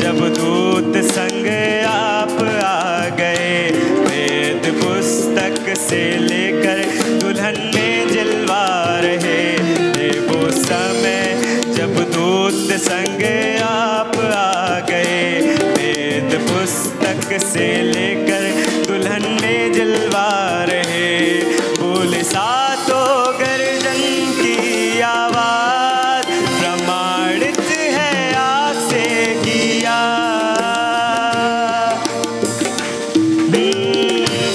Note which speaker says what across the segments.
Speaker 1: अवधूत संग आप आ गए वेद पुस्तक से लेकर दुल्हन में जलवा रहे थे वो समय जब दूत संग आप आ गए वेद पुस्तक से लेकर दुल्हन में जलवा रहे बोले सातो गर्जन की आवाज प्रमाणित है आग से किया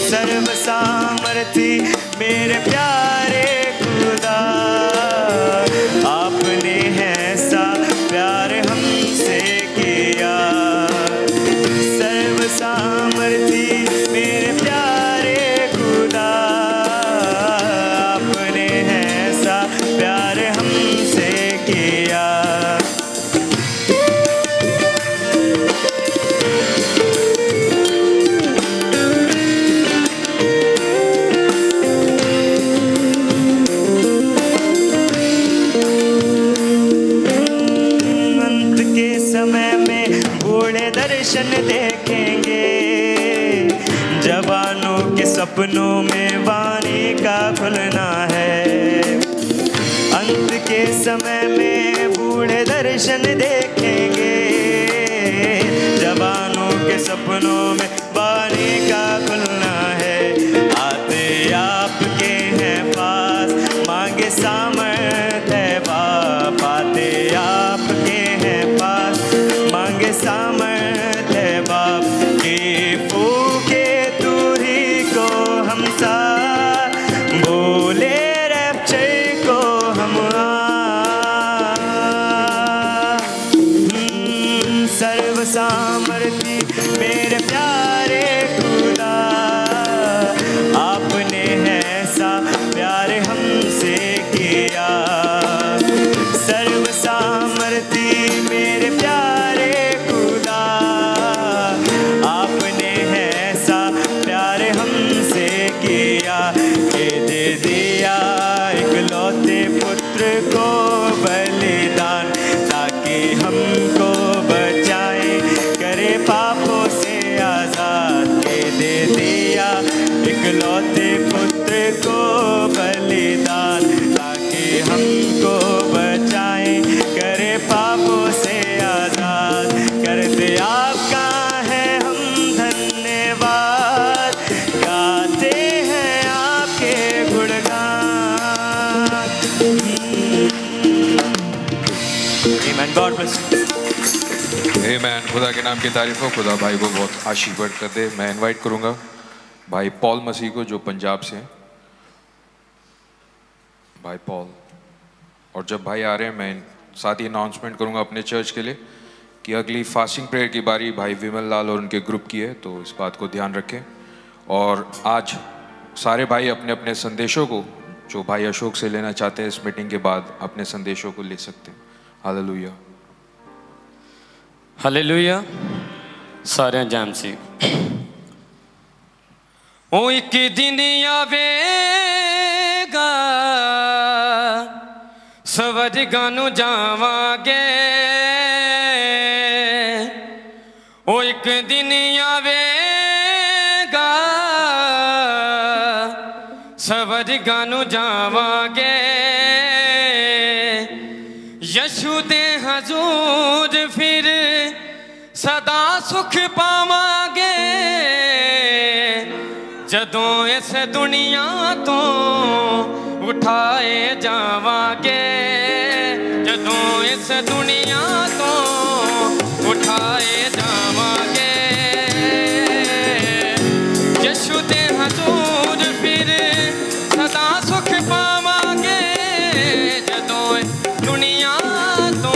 Speaker 1: सर्व सामर्थी मेरे प्यारे खुदा आपने ऐसा प्यार हमसे किया सर्व सामर्थी मेरे प्यारे खुदा आपने ऐसा प्यार हमसे किया अंत के समय में बूढ़े दर्शन देखेंगे जवानों के सपनों में वाणी का खुलना है अंत के समय में बूढ़े दर्शन देखेंगे जवानों के सपनों में वाणी का खुलना है आते आपके हैं पास मांगे सामर्थ है बाप आते आपके हैं पास मांगे सामर्थ है बाप के फूके दूरी को हम साथ बोले रैप्चर को हम आ- हम्म, सर्व सामर्थी मेरे प्यारे खुदा आपने ऐसा प्यार हमसे किया सर्व सामर्थी मेरे प्यारे खुदा आपने ऐसा प्यार हमसे किया के दे दिया इकलौते पुत्र को बलिदान ताकि हमको बचाए करे पापों से आजाद के दे दिया इकलौते पुत्र को बलिदान ताकि हमको बचाए करे पापों से आजाद कर दे आपका है हम धन्यवाद गाते हैं आपके गुणगान Amen. God bless you.
Speaker 2: मैन खुदा के नाम की तारीफ हो खुदा भाई को बहुत आशीर्वाद कर दे मैं इनवाइट करूंगा भाई पॉल मसीह को जो पंजाब से हैं भाई पॉल और जब भाई आ रहे हैं मैं साथ ही अनाउंसमेंट करूंगा अपने चर्च के लिए कि अगली फास्टिंग प्रेयर की बारी भाई विमल लाल और उनके ग्रुप की है तो इस बात को ध्यान रखें और आज सारे भाई अपने अपने संदेशों को जो भाई अशोक से लेना चाहते हैं इस मीटिंग के बाद अपने संदेशों को ले सकते हैं हालेलुया
Speaker 3: ਹਾਲੇਲੂਇਆ ਸਾਰਿਆਂ ਜਾਮ ਸੀ ਉਹ ਇੱਕ ਦਿਨ ਆਵੇਗਾ ਸਵਰਗਾਂ ਨੂੰ ਜਾਵਾਂਗੇ ਉਹ ਇੱਕ ਦਿਨ ਆਵੇਗਾ ਸਵਰਗਾਂ ਨੂੰ ਜਾਵਾਂਗੇ ਯਸ਼ੂ ਦੇ ਹਜ਼ੂਰ ਫਿਰ ਸਦਾ ਸੁਖ ਪਾਵਾਂਗੇ ਜਦੋਂ ਇਸ ਦੁਨੀਆ ਤੋਂ ਉਠਾਏ ਜਾਵਾਂਗੇ ਜਦੋਂ ਇਸ ਦੁਨੀਆ ਤੋਂ ਉਠਾਏ ਜਾਵਾਂਗੇ ਯਸ਼ੂ ਦੇ ਹਜ਼ੂਰ ਫਿਰ ਸਦਾ ਸੁਖ ਪਾਵਾਂਗੇ ਜਦੋਂ ਇਸ ਦੁਨੀਆ ਤੋਂ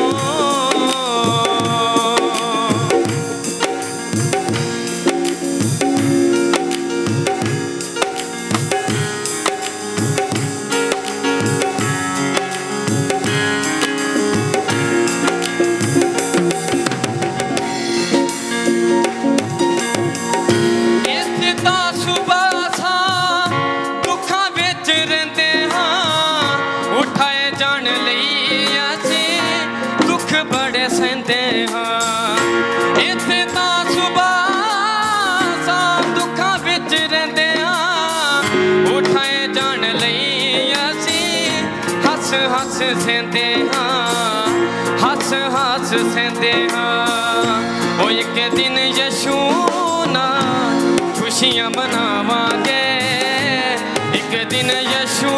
Speaker 3: ਇਸ ਦਾ ਸੁਬਾਸਾ ਦੁੱਖਾਂ ਵਿੱਚ ਰਹਿੰਦੇ ਹਾਂ ਉਠਾਏ ਜਾਣ ਲਈ ਅਸੀਂ ਦੁੱਖ ਬੜੇ ਸਹਿੰਦੇ ਹਾਂ ਇਸ ਹਾਸ ਸਹਿੰਦੇ ਹਾਂ ਉਹ ਇੱਕ ਦਿਨ ਯਸ਼ੂ ਨਾਲ ਖੁਸ਼ੀਆਂ ਮਨਾਵਾਂਗੇ ਇੱਕ ਦਿਨ ਯਸ਼ੂ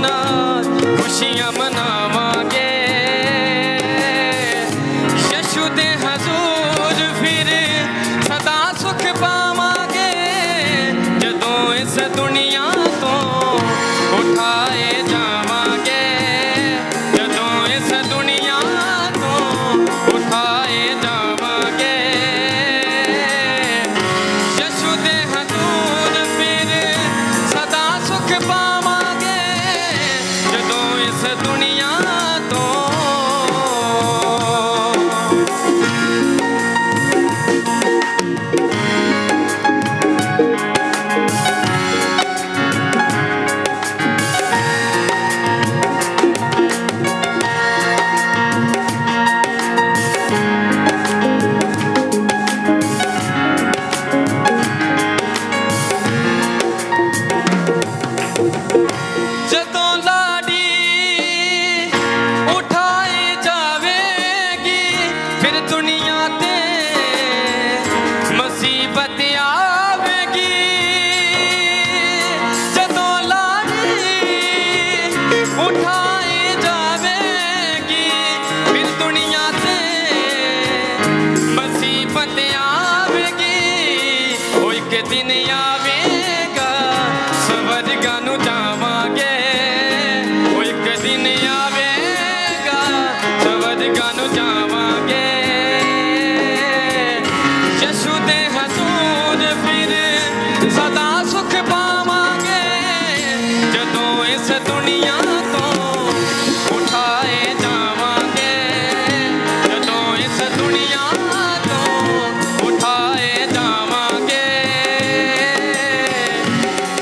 Speaker 3: ਨਾਲ ਖੁਸ਼ੀਆਂ ਮਨਾਵਾਂਗੇ ਯਸ਼ੂ ਦੇ ਹਜ਼ੂਰ ਫਿਰ ਸਦਾ ਸੁਖ ਪਾਵਾਂਗੇ ਜਦੋਂ ਇਸ ਦੁਨੀਆ ਤੋਂ ਉਠਾਏ ਜਾਵਾਂਗੇ ਜਦੋਂ ਇਸ ਦੁਨੀਆ ਤੋਂ ਉਠਾਏ ਜਾਵਾਂਗੇ ਯਸ਼ੂ ਦੇ ਹਜ਼ੂਰ ਫਿਰ ਸਦਾ ਸੁਖ ਪਾਵਾਂਗੇ ਜਦੋਂ ਇਸ ਦੁਨੀਆ ਤੋਂ ਜਦੋਂ ਲਾੜੀ ਉਠਾਈ ਜਾਵੇਗੀ ਫਿਰ ਦੁਨੀਆ ਤੇ ਮੁਸੀਬਤ ਆਵੇਗੀ ਜਦੋਂ ਲਾੜੀ ਉਠਾਈ ਜਾਵੇਗੀ ਫਿਰ ਦੁਨੀਆ ਤੇ ਮੁਸੀਬਤ ਆਵੇਗੀ ਉਹ ਇੱਕ ਦਿਨ ਆਵੇਗਾ ਸਵਰਗਾਂ ਨੂੰ ਜਾਵਾਂਗੇ ਉਹ ਇੱਕ ਦਿਨ ਆਵੇਗਾ ਸਵਰਗਾਂ ਨੂੰ ਜਾਵਾਂਗੇ ਯਸ਼ੂ ਦੇ ਹਜ਼ੂਰ ਫਿਰ ਸਦਾ ਸੁਖ ਪਾਵਾਂਗੇ ਜਦੋਂ ਇਸ ਦੁਨੀਆ ਤੋਂ ਉਠਾਏ ਜਾਵਾਂਗੇ ਜਦੋਂ ਇਸ ਦੁਨੀਆ ਤੋਂ ਉਠਾਏ ਜਾਵਾਂਗੇ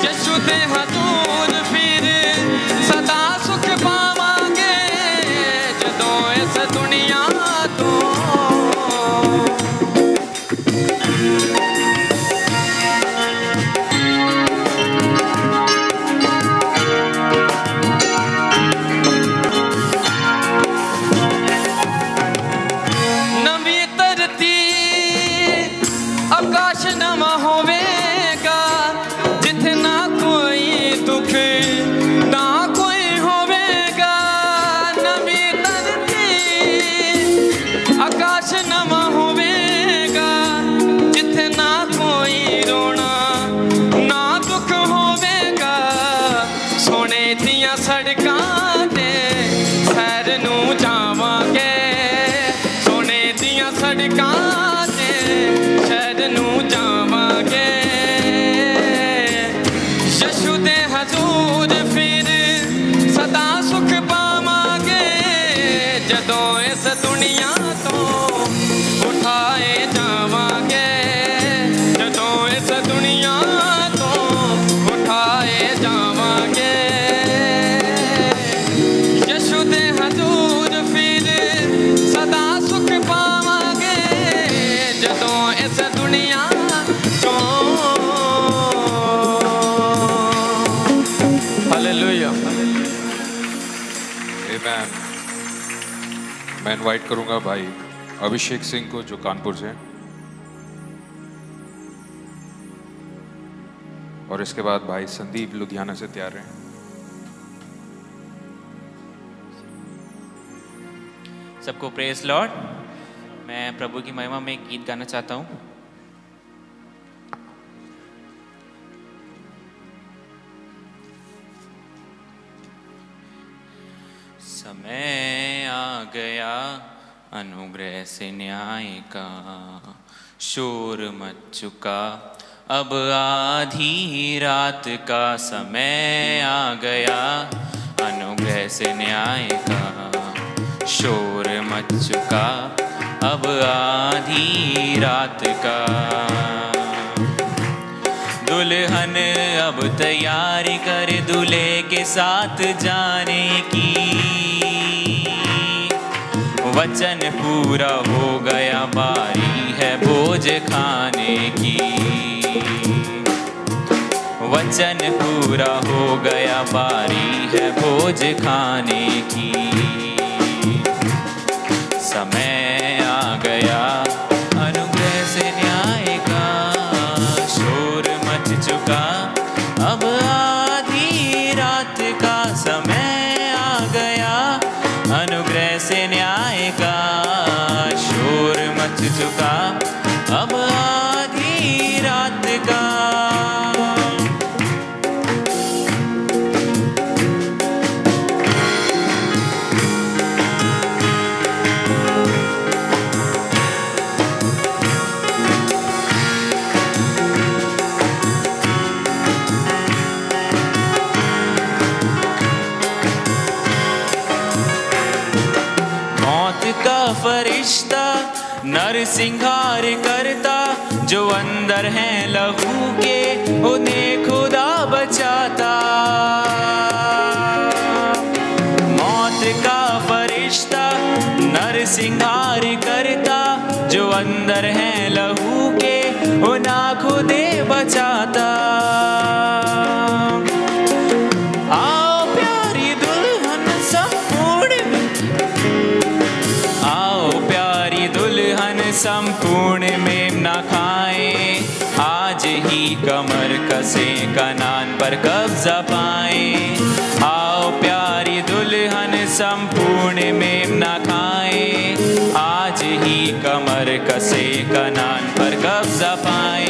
Speaker 3: ਯਸ਼ੂ ਦੇ ਹਜ਼ੂਰ ਫਿਰ ਸਦਾ ਸੁਖ ਪਾਵਾਂਗੇ ਜਦੋਂ ਇਸ ਦੁਨੀਆ ਤੋਂ ਨਵੀਂ ਧਰਤੀ ਆਕਾਸ਼ ਨਵਾਂ ਹੋਵੇਗਾ ਜਿੱਥੇ ਨਾ ਕੋਈ ਦੁੱਖ ਨਾ ਕੋਈ ਹੋਵੇਗਾ ਨਵੀਂ ਧਰਤੀ ਆਕਾਸ਼ ਨਵਾਂ ਹੋਵੇਗਾ ਜਿੱਥੇ ਨਾ ਕੋਈ ਰੋਣਾ ਨਾ ਦੁੱਖ ਹੋਵੇਗਾ ਸੋਨੇ ਦੀਆਂ ਸੜਕਾਂ ਤੇ ਸੈਰ ਨੂੰ ਜਾਵਾਂਗੇ ਸੋਨੇ ਦੀਆਂ ਸੜਕਾਂ ਤੇ ਸ਼ਹਿਰ ਨੂੰ ਜਾਵਾਂਗੇ ਯਸ਼ੂ ਦੇ ਹਜ਼ੂਰ ਫਿਰ ਸਦਾ ਸੁਖ ਪਾਵਾਂਗੇ ਜਦੋਂ ਇਸ ਦੁਨੀਆ ਤੋਂ ਉਠਾਏ ਜਾਵਾਂਗੇ ਜਦੋਂ ਇਸ ਦੁਨੀਆ ਤੋਂ ਉਠਾਏ ਜਾਵਾਂਗੇ ਯਸ਼ੂ ਦੇ ਹਜ਼ੂਰ ਫਿਰ ਸਦਾ ਸੁਖ ਪਾਵਾਂਗੇ ਜਦੋਂ ਇਸ ਦੁਨੀਆ ਤੋਂ ਹਾਲੇਲੂਇਆ
Speaker 2: Amen. मैं इनवाइट करूंगा भाई अभिषेक सिंह को जो कानपुर से हैं और इसके बाद भाई संदीप लुधियाना से तैयार हैं
Speaker 4: सबको प्रेस लॉर्ड मैं प्रभु की महिमा में एक गीत गाना चाहता हूँ समय आ गया अनुग्रह से न्याय का शोर मच चुका अब आधी रात का समय आ गया अनुग्रह से न्याय का शोर मच चुका अब आधी रात का दुल्हन अब तैयारी कर दूल्हे के साथ जाने की वचन पूरा हो गया बारी है भोज खाने की वचन पूरा हो गया बारी है भोज खाने की समय चुका अब आधी रात का मौत का फरिश्ता नर सिंगार करता जो अंदर है लहू के उन्हें खुदा बचाता मौत का फरिश्ता नर सिंगार करता जो अंदर है लहू के उन्हें खुदे बचाता आओ प्यारी दुल्हन संपूर्ण में आओ प्यारी दुल्हन संपूर्ण में ना खाए आज ही कमर कसे कनान पर कब्जा पाए आओ प्यारी दुल्हन संपूर्ण में ना खाए आज ही कमर कसे कनान पर कब्जा पाए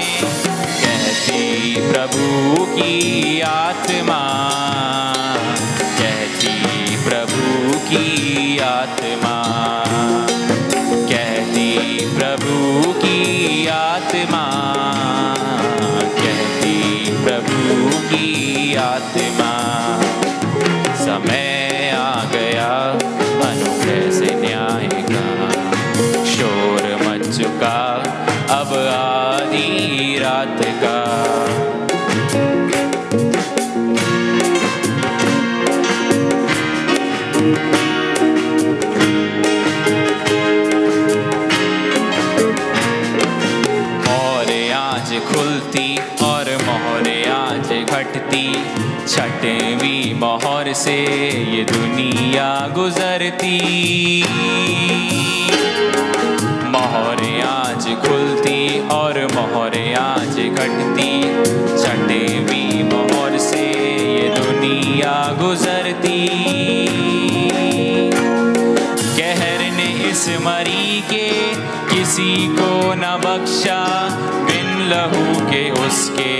Speaker 4: कहती प्रभु की आत्मा कहती प्रभु की आत्मा कहती प्रभु की आत्मा कहती प्रभु की आत्मा समय आ गया अनुग्रह से न्याय का शोर मच चुका अब आधी रात का और आज खुलती और मोहर आज घटती छठवीं मोहर से ये दुनिया गुजरती मोहर आज खुलती और मोहर आज घटती छठवीं मोहर से ये दुनिया गुजरती कहर ने इस मरी के किसी को न बख्शा बिन लहू के उसके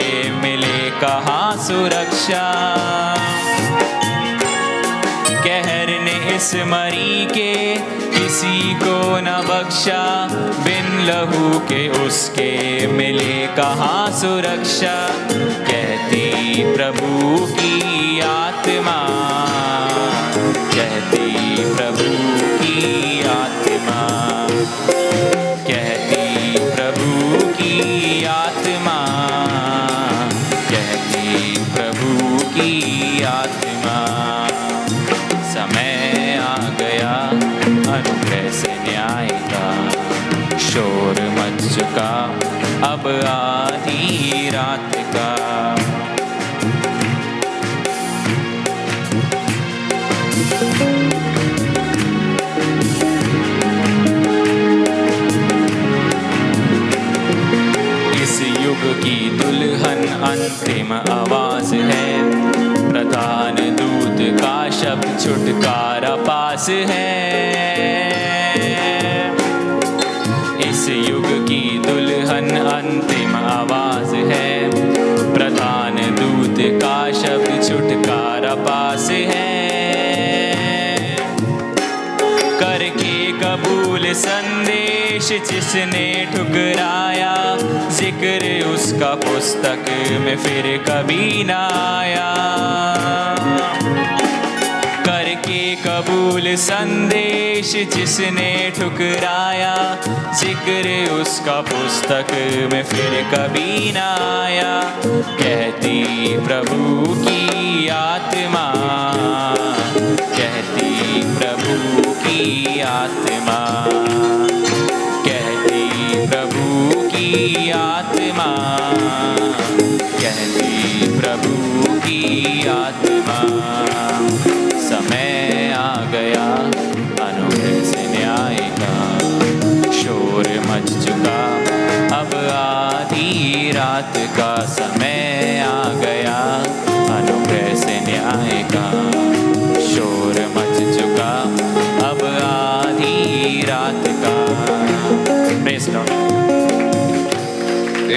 Speaker 4: मिले कहाँ सुरक्षा कहर ने इस मरी के किसी को न बख्शा बिन लहू के उसके मिले कहाँ सुरक्षा कहती प्रभु की आत्मा कहती प्रभु की आत्मा कहती प्रभु की आत्मा कहती प्रभु की आत्मा समय आ गया अनुग्रह से न्याय का शोर मच चुका अब आधी रात का इस युग की दुल्हन अंतिम आवाज है प्रधान दूत का शब्द छुटकारा पास है इस युग की दुल्हन अंतिम आवाज है प्रधान दूत का शब्द छुटकारा पास है करके कबूल संदेश जिसने ठुकराया जिक्र उसका पुस्तक में फिर कभी ना आया करके कबूल संदेश जिसने ठुकराया जिक्र उसका पुस्तक में फिर कभी ना आया कहती प्रभु की आत्मा कहती प्रभु की आत्मा कहती प्रभु की आत्मा कहती प्रभु की आत्मा समय आ गया अनुग्रह से न्याय का शोर मच चुका अब आधी रात का समय आ गया अनुग्रह से न्याय का शोर मच चुका अब आधी रात का प्रेस प्लीज डॉक्टर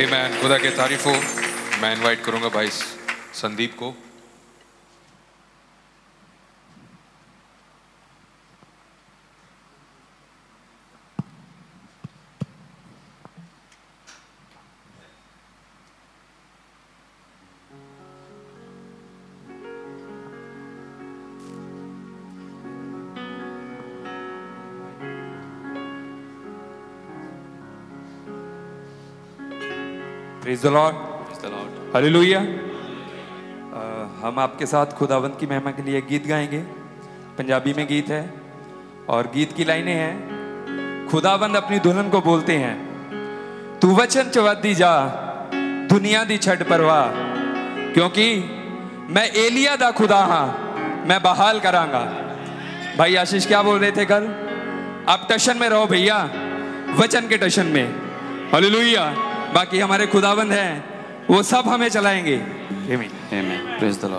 Speaker 2: ए मैन खुदा के तारीफ हो मैं इनवाइट करूंगा भाई संदीप को
Speaker 5: प्रेज द लॉर्ड हालेलुया अ, Uh, हम आपके साथ खुदावंत की महिमा के लिए गीत गाएंगे पंजाबी में गीत है और गीत की लाइनें हैं खुदावंद अपनी दुल्हन को बोलते हैं तू वचन चवादी जा ਦੁਨੀਆ ਦੀ ਛੱਡ ਪਰਵਾਹ ਕਿਉਂਕਿ ਮੈਂ ਏਲੀਆ ਦਾ ਖੁਦਾ ਹਾਂ ਮੈਂ ਬਹਾਲ ਕਰਾਂਗਾ भाई आशीष क्या बोल रहे थे कल आप टशन में रहो भैया वचन के टशन में हालेलुया बाकी हमारे खुदाबंद हैं वो सब हमें चलाएंगे आमीन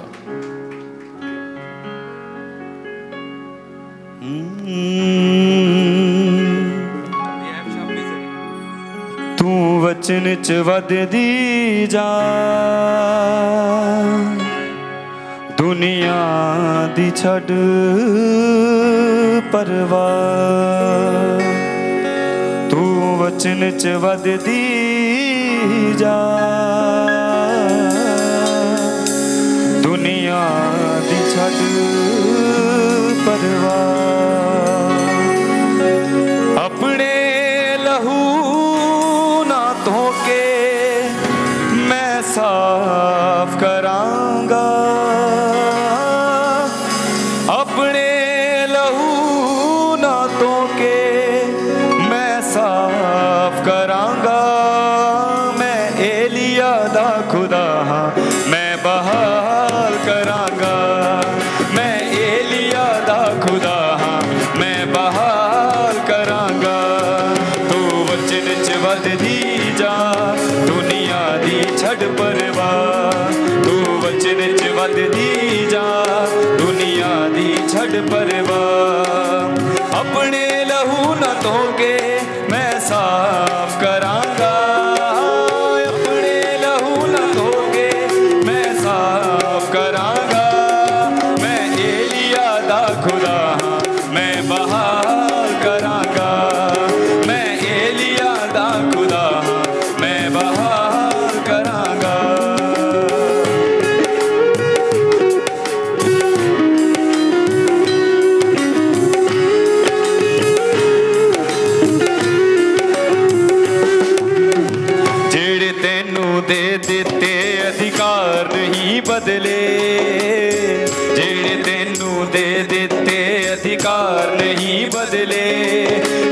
Speaker 6: ਤੂੰ ਵਚਨ ਚ ਵਧਦੀ ਜਾ ਦੁਨੀਆ ਦੀ ਛੱਡ ਪਰਵਾਹ ਤੂੰ ਵਚਨ ਚ ਵਧਦੀ ਜਾ ਦੁਨੀਆ ਦੀ ਛੱਡ ਪਰਵਾਹ ਆਪਣੇ ਲਹੂ ਨਾ ਧੋ ਕੇ ਮੈਂ ਸਾਫ਼ ਕਰਾਂਗਾ ਆਪਣੇ ਲਹੂ ਨਾ ਧੋ ਕੇ ਮੈਂ ਸਾਫ਼ ਕਰਾਂਗਾ ਮੈਂ ਏਲੀਆ ਦਾ ਖੁਦਾ ਹਾਂ ਮੈਂ ਬਹਾਲ ਕਰਾਂਗਾ ਮੈਂ ਏਲੀਆ ਦਾ ਖੁਦਾ ਹਾਂ ਮੈਂ ਬਹਾਲ ਕਰਾਂਗਾ ਤੂੰ ਵਚਨ ਚ ਵਧਦੀ ਜਾ ਦੁਨੀਆ ਦੀ ਛੱਡ ਪਰਵਾਹ ਤੂੰ ਵਚਨ ਚ ਵਧਦੀ ਜਾ ਦੁਨੀਆ ਦੀ ਛੱਡ ਪਰਵਾਹ ਆਪਣੇ ਲਹੂ ਨਾ ਧੋਗੇ ਮੈਂ ਸਾਫ਼ ਕਰਾਂਗਾ ਆਪਣੇ ਲਹੂ ਨਾ ਧੋਗੇ ਮੈਂ ਸਾਫ਼ ਕਰਾਂਗਾ ਮੈਂ ਏਲੀਆ ਦਾ ਖੁਦਾ ਹਾਂ ਮੈਂ ਬਹਾਲ ਕਰਾਂਗਾ ਮੈਂ ਏਲੀਆ ਦਾ ਖੁਦਾ ਹਾਂ ਮੈਂ ਬਹਾਲ ਕਰਾਂਗਾ ਜਿਹੜੇ ਤੈਨੂੰ ਦੇ ਦਿੱਤੇ ਅਧਿਕਾਰ ਨਹੀਂ ਬਦਲੇ ਜਿਹੜੇ ਤੈਨੂੰ ਦੇ ਦਿੱਤੇ ਅਧਿਕਾਰ ਨਹੀਂ ਬਦਲੇ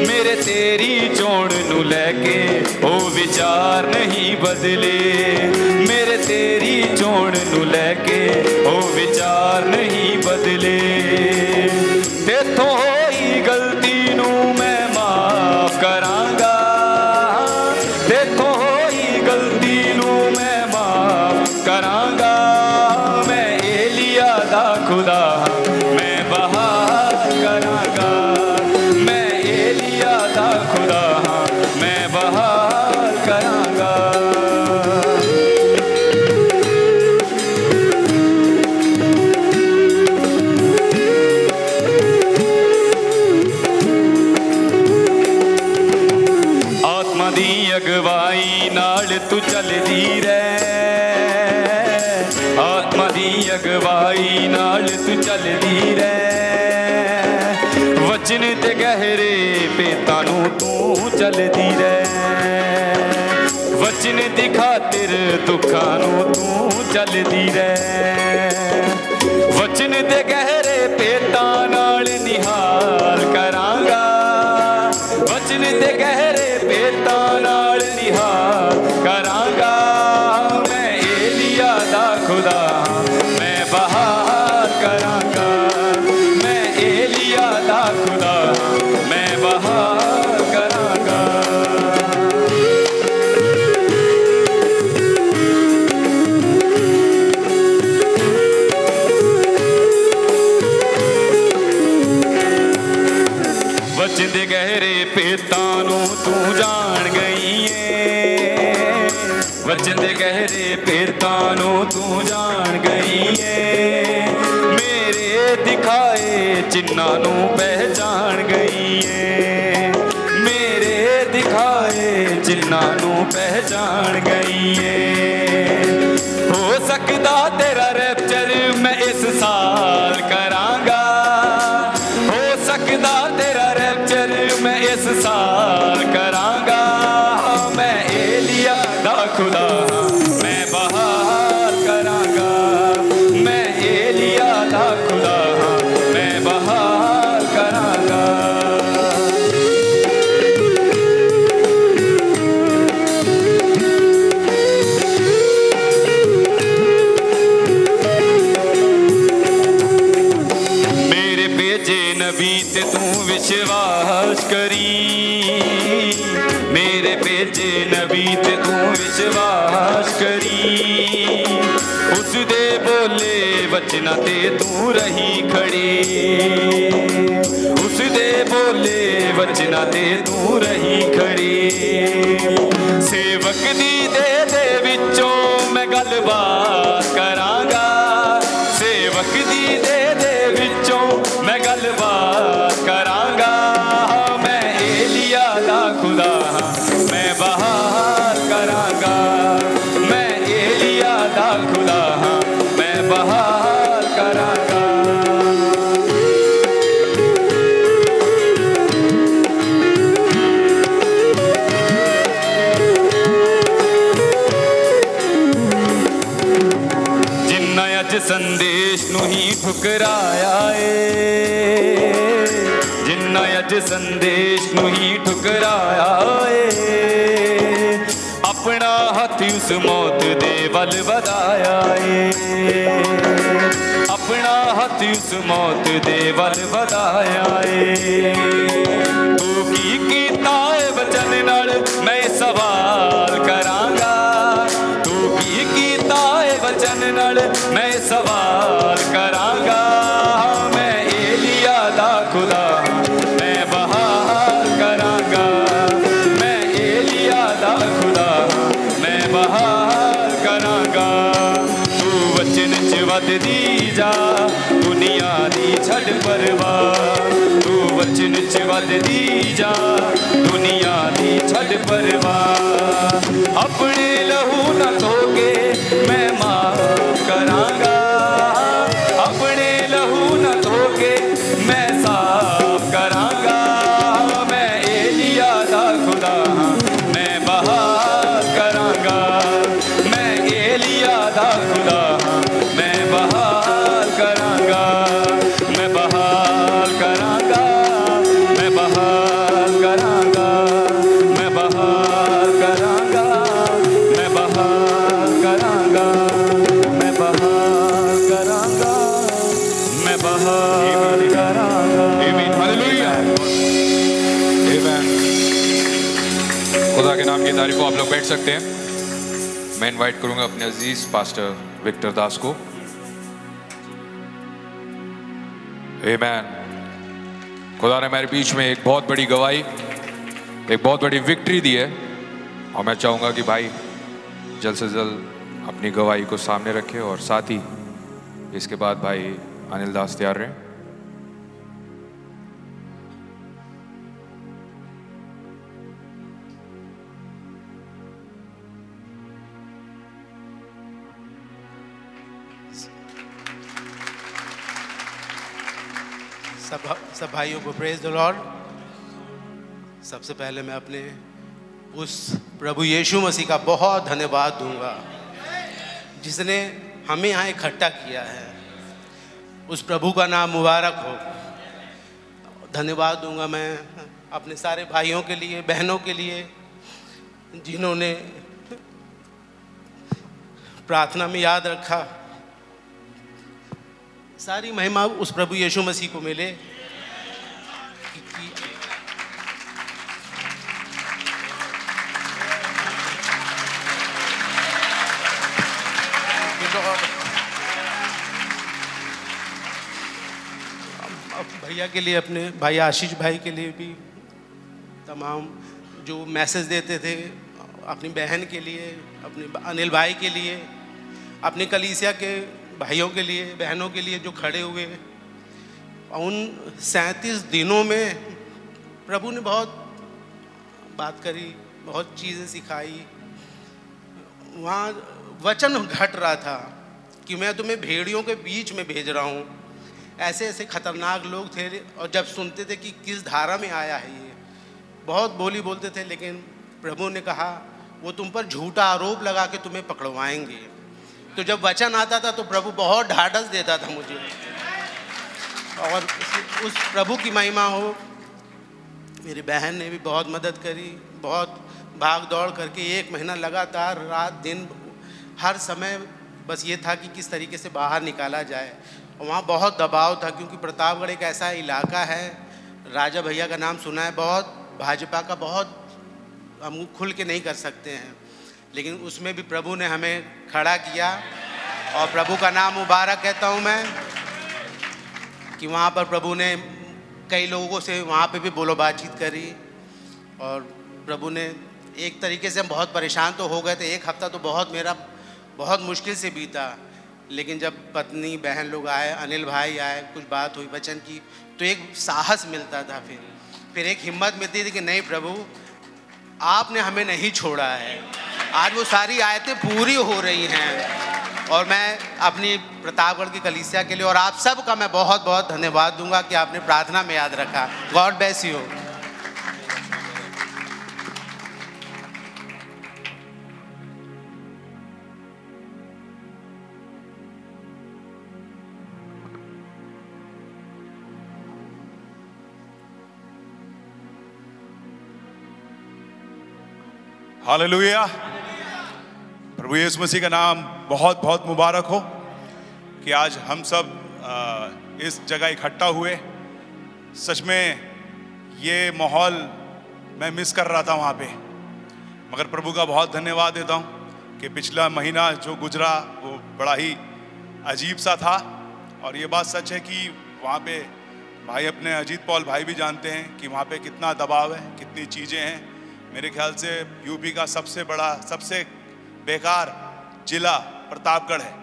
Speaker 6: ਮੇਰੇ ਤੇਰੀ ਚੋਣ ਨੂੰ ਲੈ ਕੇ ਉਹ ਵਿਚਾਰ ਨਹੀਂ ਬਦਲੇ ਮੇਰੇ ਤੇਰੀ ਚੋਣ ਨੂੰ ਲੈ ਕੇ ਉਹ ਵਿਚਾਰ ਨਹੀਂ ਬਦਲੇ ਤੇਥੋਂ ਹੋਈ ਗਲਤੀ ਨੂੰ ਮੈਂ ਮਾਫ ਕਰਾਂਗਾ ਦੇਖੋ ਹੋਈ ਗਲਤੀ ਨੂੰ ਮੈਂ ਮਾਫ ਕਰਾਂਗਾ ਮੈਂ ਏਲੀਆ ਦਾ ਖੁਦਾ ਮੈਂ ਬਹਾਲ ਕਰਾਂਗਾ ਮੈਂ ਏਲੀਆ ਦਾ ਖੁਦਾ ਮੈਂ ਬਹਾਲ ਕਰਾਂਗਾ ਆਤਮਾ ਦੀ ਅਗਵਾਈ ਨਾਲ ਤੂੰ ਚੱਲਦੀ ਰਹਿ ਆਤਮਾ ਦੀ ਅਗਵਾਈ ਨਾਲ ਤੂੰ ਚੱਲਦੀ ਰਹਿ ਵਚਨ ਤੇ ਗਹਿਰੇ ਪੇਤਾਂ ਨੂੰ ਤੂੰ ਚੱਲਦੀ ਰਹਿ ਵਚਨ ਦੀ ਖਾਤਰ ਦੁੱਖਾਂ ਨੂੰ ਤੂੰ ਚੱਲਦੀ ਰਹਿ ਵਚਨ ਤੇ ਗਹਿਰੇ ਪੇਤਾਂ ਨਾਲ ਨਿਹਾਲ ਕਰਾਂਗਾ ਵਚਨ ਤੇ ਗਹਿਰੇ ਪੇਤਾਂ ਨਾਲ ਨਿਹਾਲ ਕਰਾਂਗਾ ਮੈਂ ਏਲੀਆ ਦਾ ਖੁਦਾ ਹਾਂ, ਮੈਂ ਬਹਾਰ ਕਰਾਂਗਾ ਮੈਂ ਏਲੀਆ ਦਾ ਖੁਦਾ ਹਾਂ, ਮੈਂ ਬਹਾਰ ਕਰਾਂਗਾ ਨੂੰ ਤੂੰ ਜਾਣ ਗਈ ਏ ਵਚਨ ਦੇ ਗਹਿਰੇ ਪੀਰਤਾਂ ਨੂੰ ਤੂੰ ਜਾਣ ਗਈ ਏ ਮੇਰੇ ਦਿਖਾਏ ਜਿਨ੍ਹਾਂ ਨੂੰ ਪਹਿਚਾਣ ਗਈ ਏ ਮੇਰੇ ਦਿਖਾਏ ਜਿਨ੍ਹਾਂ ਨੂੰ ਪਹਿਚਾਣ ਗਈ ਏ ਹੋ ਸਕਦਾ ਤੇਰਾ ਰੈਪਚਰ ਮੈਂ ਇਸ ਸਾਲ ਕਰਾਂਗਾ ਹੋ ਸਕਦਾ ਤੇਰਾ ਰੈਪਚਰ ਮੈਂ ਇਸ ਸਾਲ ਕਰਾਂਗਾ ਹਾਂ, ਮੈਂ ਏਲੀਆ ਦਾ ਖੁਦਾ ਹਾਂ, ਮੈਂ ਬਹਾਲ ਕਰਾਂਗਾ ਮੈਂ ਏਲੀਆ ਦਾ ਖੁਦਾ ਹਾਂ, ਮੈਂ ਬਹਾਲ ਕਰਾਂਗਾ ਮੇਰੇ ਭੇਜੇ ਨਬੀ ਤੇ ਤੂੰ ਵਿਸ਼ਵਾਸ ਕਰੀ ਮੇਰੇ ਭੇਜੇ ਨਬੀ ਤੇ ਤੂੰ ਵਿਸ਼ਵਾਸ ਕਰੀ ਉਸ ਦੇ ਬੋਲੇ ਵਚਨਾਂ ਤੇ ਤੂੰ ਰਹੀ ਖੜੀ ਉਸ ਦੇ ਬੋਲੇ ਵਚਨਾਂ ਤੇ ਤੂੰ ਰਹੀ ਖੜੀ ਸੇਵਕ ਦੀ ਦੇ ਦੇ ਵਿੱਚੋਂ ਮੈਂ ਗੱਲਬਾਤ ਕਰਾਂਗਾ ਸੇਵਕ ਦੀ ਦੇ ਦੇ ਵਿੱਚੋਂ ਮੈਂ ਗੱਲਬਾਤ ਕਰਾਂਗਾ ਹਾਂ, ਮੈਂ ਏਲੀਆ ਦਾ ਖੁਦਾ ਹਾਂ, ਮੈਂ ਬਹਾਰ ਕਰਾਂਗਾ ਮੈਂ ਏਲੀਆ ਦਾ ਖੁਦਾ ਹਾਂ, ਮੈਂ ਬਹਾਰ ਕਰਾਂਗਾ ਜਿੰਨਾ ਅੱਜ ਸੰਦੇਸ਼ ਨੂੰ ਹੀ ਠੁਕਰਾਇਆ ਏ ਜਿੰਨਾ ਅੱਜ ਸੰਦੇਸ਼ ਨੂੰ ਹੀ ਠੁਕਰਾਇਆ ਏ ਆਪਣਾ ਹੱਥ ਉਸ ਮੌਤ ਦੇ ਵੱਲ ਵਧਾਇਆ ਏ ਆਪਣਾ ਹੱਥ ਉਸ ਮੌਤ ਦੇ ਵੱਲ ਵਧਾਇਆ ਏ ਤੂੰ ਕੀ ਕੀਤਾ ਏ ਵਚਨ ਨਾਲ ਮੈਂ ਸਵਾਲ ਕਰਾਂਗਾ ਤੂੰ ਕੀ ਕੀਤਾ ਏ ਵਚਨ ਨਾਲ ਮੈਂ ਸਵਾਲ ਕਰਾਂਗਾ ਮੈਂ ਏਲੀਆ ਦਾ ਖੁਦਾ ਹਾਂ, ਮੈਂ ਬਹਾਰ ਕਰਾਂਗਾ ਮੈਂ ਏਲੀਆ ਦਾ ਖੁਦਾ ਹਾਂ, ਮੈਂ ਬਹਾਰ ਕਰਾਂਗਾ ਤੂੰ ਵਚਨ ਚ ਵੱਧਦੀ ਜਾ ਦੁਨੀਆ ਦੀ ਛੱਡ ਪਰਵਾਹ ਤੂੰ ਵਚਨ ਚ ਵੱਧਦੀ ਜਾ ਦੁਨੀਆ ਦੀ ਛੱਡ ਪਰਵਾਹ ਆਪਣੇ ਲਹੂ ਨਾ ਧੋਗੇ ਮੈਂ ਮਾਫ ਕਰਾਂਗਾ ਆਪਣੇ ਲਹੂ ਨਾ ਧੋਗੇ ਮੈਂ ਸਾਫ ਕਰਾਂਗਾ ਮੈਂ ਏਲੀਆ ਦਾ ਖੁਦਾ ਹਾਂ ਮੈਂ ਬਹਾਰ ਕਰਾਂਗਾ ਮੈਂ ਏਲੀਆ ਦਾ ਖੁਦਾ ਹਾਂ ਮੈਂ ਬਹਾਰ ਕਰਾਂਗਾ ਮੈਂ ਬਹਾਰ ਕਰਾਂਗਾ ਮੈਂ ਬਹਾਰ ਕਰਾਂਗਾ ਮੈਂ ਬਹਾਰ ਕਰਾਂਗਾ ਮੈਂ ਬਹਾਰ ਕਰਾਂਗਾ ਮੈਂ ਬਹਾਰ ਕਰਾਂਗਾ ਮੈਂ ਬਹਾਰ ਕਰਾਂਗਾ ਆਮੀਨ ਹਾਲੇਲੂਇਆ
Speaker 2: खुदा के नाम की तारीफ को आप लोग बैठ सकते हैं मैं इनवाइट करूंगा अपने अजीज पास्टर विक्टर दास को Amen. खुदा ने मेरे बीच में एक बहुत बड़ी गवाही एक बहुत बड़ी विक्ट्री दी है और मैं चाहूंगा कि भाई जल्द से जल्द अपनी गवाही को सामने रखें और साथ ही इसके बाद भाई अनिल दास तैयार रहें
Speaker 7: सब सब भाइयों को प्रेज द लॉर्ड सबसे पहले मैं अपने उस प्रभु यीशु मसीह का बहुत धन्यवाद दूंगा जिसने हमें यहाँ इकट्ठा किया है उस प्रभु का नाम मुबारक हो धन्यवाद दूंगा मैं अपने सारे भाइयों के लिए बहनों के लिए जिन्होंने प्रार्थना में याद रखा सारी महिमा उस प्रभु यीशु मसीह को मिले कि- कि- अब भैया के लिए अपने भाई आशीष भाई के लिए भी तमाम जो मैसेज देते थे अपनी बहन के लिए अपने अनिल भाई के लिए अपने कलीसिया के भाइयों के लिए बहनों के लिए जो खड़े हुए और उन सैंतीस दिनों में प्रभु ने बहुत बात करी बहुत चीज़ें सिखाई वहाँ वचन घट रहा था कि मैं तुम्हें भेड़ियों के बीच में भेज रहा हूँ ऐसे ऐसे खतरनाक लोग थे और जब सुनते थे कि किस धारा में आया है ये बहुत बोली बोलते थे लेकिन प्रभु ने कहा वो तुम पर झूठा आरोप लगा के तुम्हें पकड़वाएंगे तो जब वचन आता था तो प्रभु बहुत ढाढ़स देता था मुझे और उस- उस प्रभु की महिमा हो मेरी बहन ने भी बहुत मदद करी बहुत भाग दौड़ करके एक महीना लगातार रात दिन हर समय बस ये था कि किस तरीके से बाहर निकाला जाए और वहाँ बहुत दबाव था क्योंकि प्रतापगढ़ एक ऐसा इलाका है राजा भैया का नाम सुना है बहुत भाजपा का बहुत हम खुल के नहीं कर सकते हैं लेकिन उसमें भी प्रभु ने हमें खड़ा किया और प्रभु का नाम मुबारक कहता हूँ मैं कि वहाँ पर प्रभु ने कई लोगों से वहाँ पे भी बोलो बातचीत करी और प्रभु ने एक तरीके से हम बहुत परेशान तो हो गए थे एक हफ्ता तो बहुत मेरा बहुत मुश्किल से बीता लेकिन जब पत्नी बहन लोग आए अनिल भाई आए कुछ बात हुई वचन की तो एक साहस मिलता था फिर फिर एक हिम्मत मिलती थी कि नहीं प्रभु आपने हमें नहीं छोड़ा है आज वो सारी आयतें पूरी हो रही हैं और मैं अपनी प्रतापगढ़ की कलीसिया के लिए और आप सब का मैं बहुत बहुत धन्यवाद दूंगा कि आपने प्रार्थना में याद रखा गॉड ब्लेस यू
Speaker 8: हालेलुया प्रभु यीशु मसीह का नाम बहुत बहुत मुबारक हो कि आज हम सब अ, इस जगह इकट्ठा हुए सच में ये माहौल मैं मिस कर रहा था वहाँ पे मगर प्रभु का बहुत धन्यवाद देता हूँ कि पिछला महीना जो गुजरा वो बड़ा ही अजीब सा था और ये बात सच है कि वहाँ पे भाई अपने अजीत पॉल भाई भी जानते हैं कि वहाँ पे कितना दबाव है कितनी चीज़ें हैं मेरे ख्याल से यूपी का सबसे बड़ा सबसे बेकार जिला प्रतापगढ़ है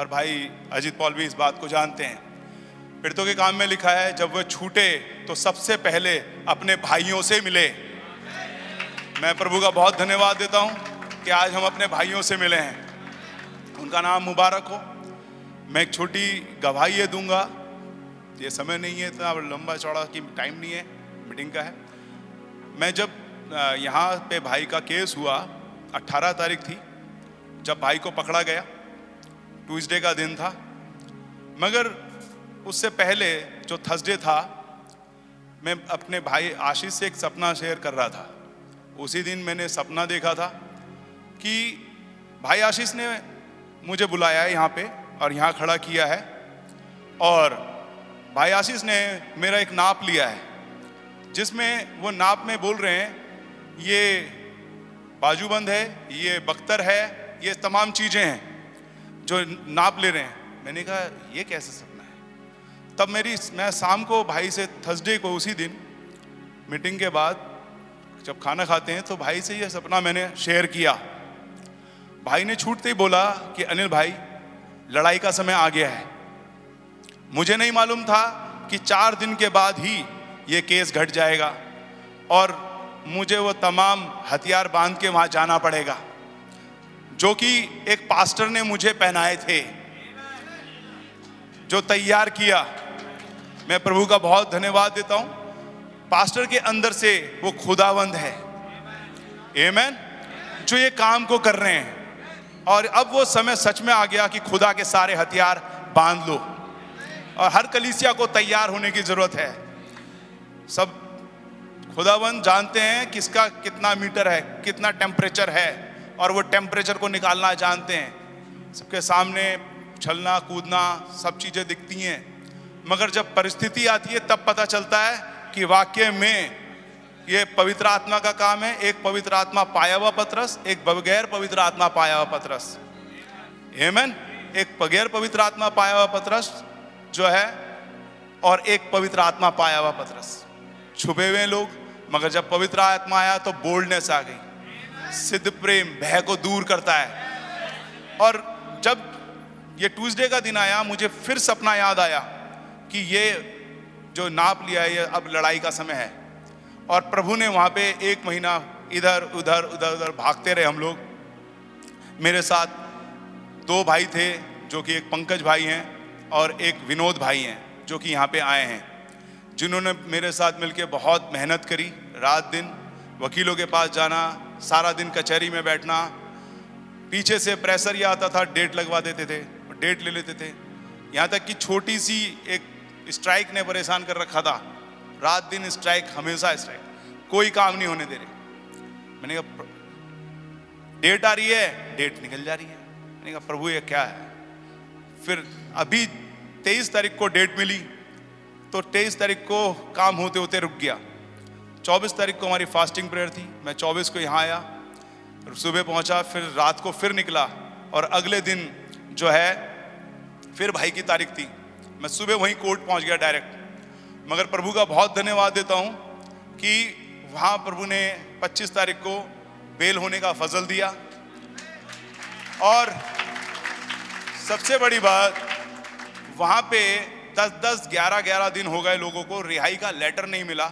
Speaker 8: और भाई अजीत पॉल भी इस बात को जानते हैं पीड़ितों के काम में लिखा है जब वह छूटे तो सबसे पहले अपने भाइयों से मिले मैं प्रभु का बहुत धन्यवाद देता हूँ कि आज हम अपने भाइयों से मिले हैं उनका नाम मुबारक हो मैं एक छोटी गवाही ये दूंगा ये समय नहीं है इतना लंबा चौड़ा कि टाइम नहीं है मीटिंग का है मैं जब अ, यहाँ पे भाई का केस हुआ 18 तारीख थी जब भाई को पकड़ा गया ट्यूसडे का दिन था मगर उससे पहले जो थर्सडे था मैं अपने भाई आशीष से एक सपना शेयर कर रहा था उसी दिन मैंने सपना देखा था कि भाई आशीष ने मुझे बुलाया है यहाँ पे और यहाँ खड़ा किया है और भाई आशीष ने मेरा एक नाप लिया है जिसमें वो नाप में बोल रहे हैं ये बाजूबंद है ये बख्तर है ये तमाम चीज़ें हैं जो नाप ले रहे हैं मैंने कहा ये कैसे सपना है तब मेरी मैं शाम को भाई से थर्सडे को उसी दिन मीटिंग के बाद जब खाना खाते हैं तो भाई से यह सपना मैंने शेयर किया भाई ने छूटते ही बोला कि अनिल भाई लड़ाई का समय आ गया है मुझे नहीं मालूम था कि चार दिन के बाद ही ये केस घट जाएगा और मुझे वो तमाम हथियार बांध के वहाँ जाना पड़ेगा जो कि एक पास्टर ने मुझे पहनाए थे जो तैयार किया मैं प्रभु का बहुत धन्यवाद देता हूँ पास्टर के अंदर से वो खुदावंद है एमेन जो ये काम को कर रहे हैं और अब वो समय सच में आ गया कि खुदा के सारे हथियार बांध लो और हर कलीसिया को तैयार होने की जरूरत है सब खुदावंद जानते हैं किसका कितना मीटर है कितना टेम्परेचर है और वो टेम्परेचर को निकालना जानते हैं सबके सामने छलना कूदना सब चीज़ें दिखती हैं मगर जब परिस्थिति आती है तब पता चलता है कि वाक्य में ये पवित्र आत्मा का काम है एक पवित्र आत्मा पाया हुआ पतरस एक बगैर पवित्र आत्मा पाया हुआ पतरस हेमन एक बगैर पवित्र आत्मा पाया हुआ पतरस जो है और एक पवित्र आत्मा पाया हुआ पतरस छुपे हुए लोग मगर जब पवित्र आत्मा आया तो बोल्डनेस आ गई सिद्ध प्रेम भय को दूर करता है और जब ये ट्यूसडे का दिन आया मुझे फिर सपना याद आया कि ये जो नाप लिया है ये अब लड़ाई का समय है और प्रभु ने वहाँ पे एक महीना इधर उधर उधर उधर भागते रहे हम लोग मेरे साथ दो भाई थे जो कि एक पंकज भाई हैं और एक विनोद भाई हैं जो कि यहाँ पे आए हैं जिन्होंने मेरे साथ मिलके बहुत मेहनत करी रात दिन वकीलों के पास जाना सारा दिन कचहरी में बैठना पीछे से प्रेशर ये आता था डेट लगवा देते थे और डेट ले लेते थे यहाँ तक कि छोटी सी एक स्ट्राइक ने परेशान कर रखा था रात दिन स्ट्राइक हमेशा स्ट्राइक कोई काम नहीं होने दे रहे मैंने कहा "प्र- डेट आ रही है डेट निकल जा रही है मैंने कहा प्रभु ये क्या है फिर अभी तेईस तारीख को डेट मिली तो तेईस तारीख को काम होते होते रुक गया चौबीस तारीख को हमारी फास्टिंग प्रेयर थी मैं चौबीस को यहाँ आया सुबह पहुँचा फिर रात को फिर निकला और अगले दिन जो है फिर भाई की तारीख थी मैं सुबह वहीं कोर्ट पहुँच गया डायरेक्ट मगर प्रभु का बहुत धन्यवाद देता हूँ कि वहाँ प्रभु ने 25 तारीख को बेल होने का फजल दिया और सबसे बड़ी बात वहाँ पे 10 10 11 11 दिन हो गए लोगों को रिहाई का लेटर नहीं मिला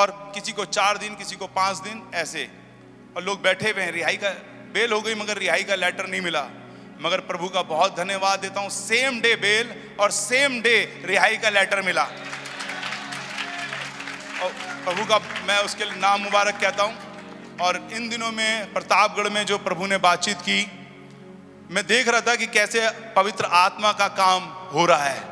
Speaker 8: और किसी को चार दिन किसी को पाँच दिन ऐसे और लोग बैठे हुए हैं रिहाई का बेल हो गई मगर रिहाई का लेटर नहीं मिला मगर प्रभु का बहुत धन्यवाद देता हूँ सेम डे बेल और सेम डे रिहाई का लेटर मिला और प्रभु का मैं उसके लिए नाम मुबारक कहता हूँ और इन दिनों में प्रतापगढ़ में जो प्रभु ने बातचीत की मैं देख रहा था कि कैसे पवित्र आत्मा का काम हो रहा है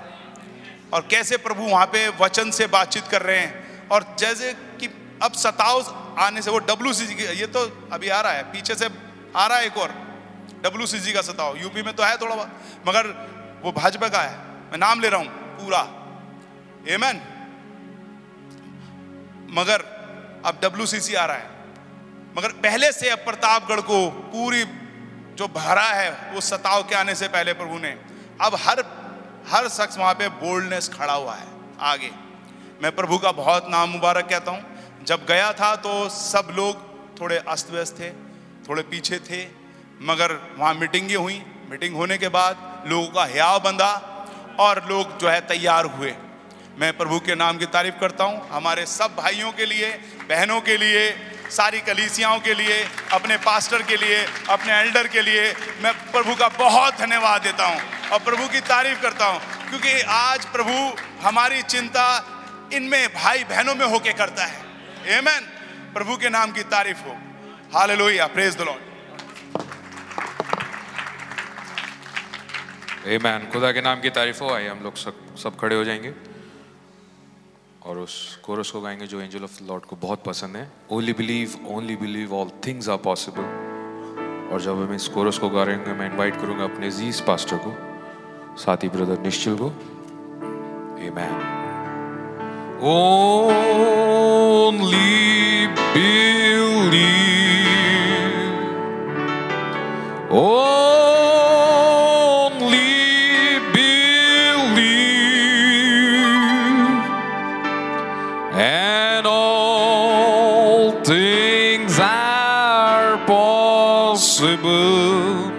Speaker 8: और कैसे प्रभु वहाँ पे वचन से बातचीत कर रहे हैं और जैसे कि अब सताव आने से वो डब्ल्यू सी ये तो अभी आ रहा है पीछे से आ रहा है एक और डब्ल्यू सी का सताव यूपी में तो है थोड़ा बहुत मगर वो भाजपा का है मैं नाम ले रहा हूँ पूरा एमन मगर अब डब्ल्यू आ रहा है मगर पहले से अब प्रतापगढ़ को पूरी जो भरा है वो सताव के आने से पहले प्रभु ने अब हर हर शख्स वहाँ पे बोल्डनेस खड़ा हुआ है आगे मैं प्रभु का बहुत नाम मुबारक कहता हूँ जब गया था तो सब लोग थोड़े अस्त व्यस्त थे थोड़े पीछे थे मगर वहाँ मीटिंगें हुई मीटिंग होने के बाद लोगों का हयाव बंधा और लोग जो है तैयार हुए मैं प्रभु के नाम की तारीफ करता हूँ हमारे सब भाइयों के लिए बहनों के लिए सारी कलीसियाओं के लिए अपने पास्टर के लिए अपने एल्डर के लिए मैं प्रभु का बहुत धन्यवाद देता हूँ और प्रभु की तारीफ करता हूँ क्योंकि आज प्रभु हमारी चिंता इनमें भाई बहनों में होके करता है एमेन प्रभु के नाम की तारीफ हो hallelujah praise the Lord
Speaker 9: amen खुदा के नाम की तारीफ हो आइए हम लोग सब सब खड़े हो जाएंगे और उस कोरस को गाएंगे जो एंजल ऑफ लॉर्ड को बहुत पसंद है only believe only believe all things are possible और जब हम इस कोरस को गा रहे होंगे मैं इनवाइट करूंगा अपने जीस पास्टर को साथी ब्रदर निश्चल को amen only believe Only believe, and all things are possible.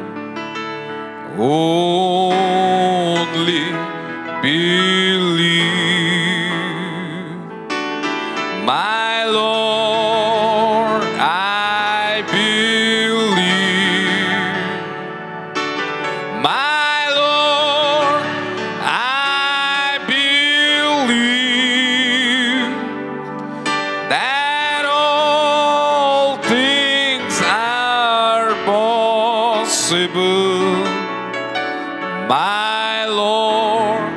Speaker 9: Only believe. My Lord, I believe. My Lord, I believe that all things are possible. My Lord,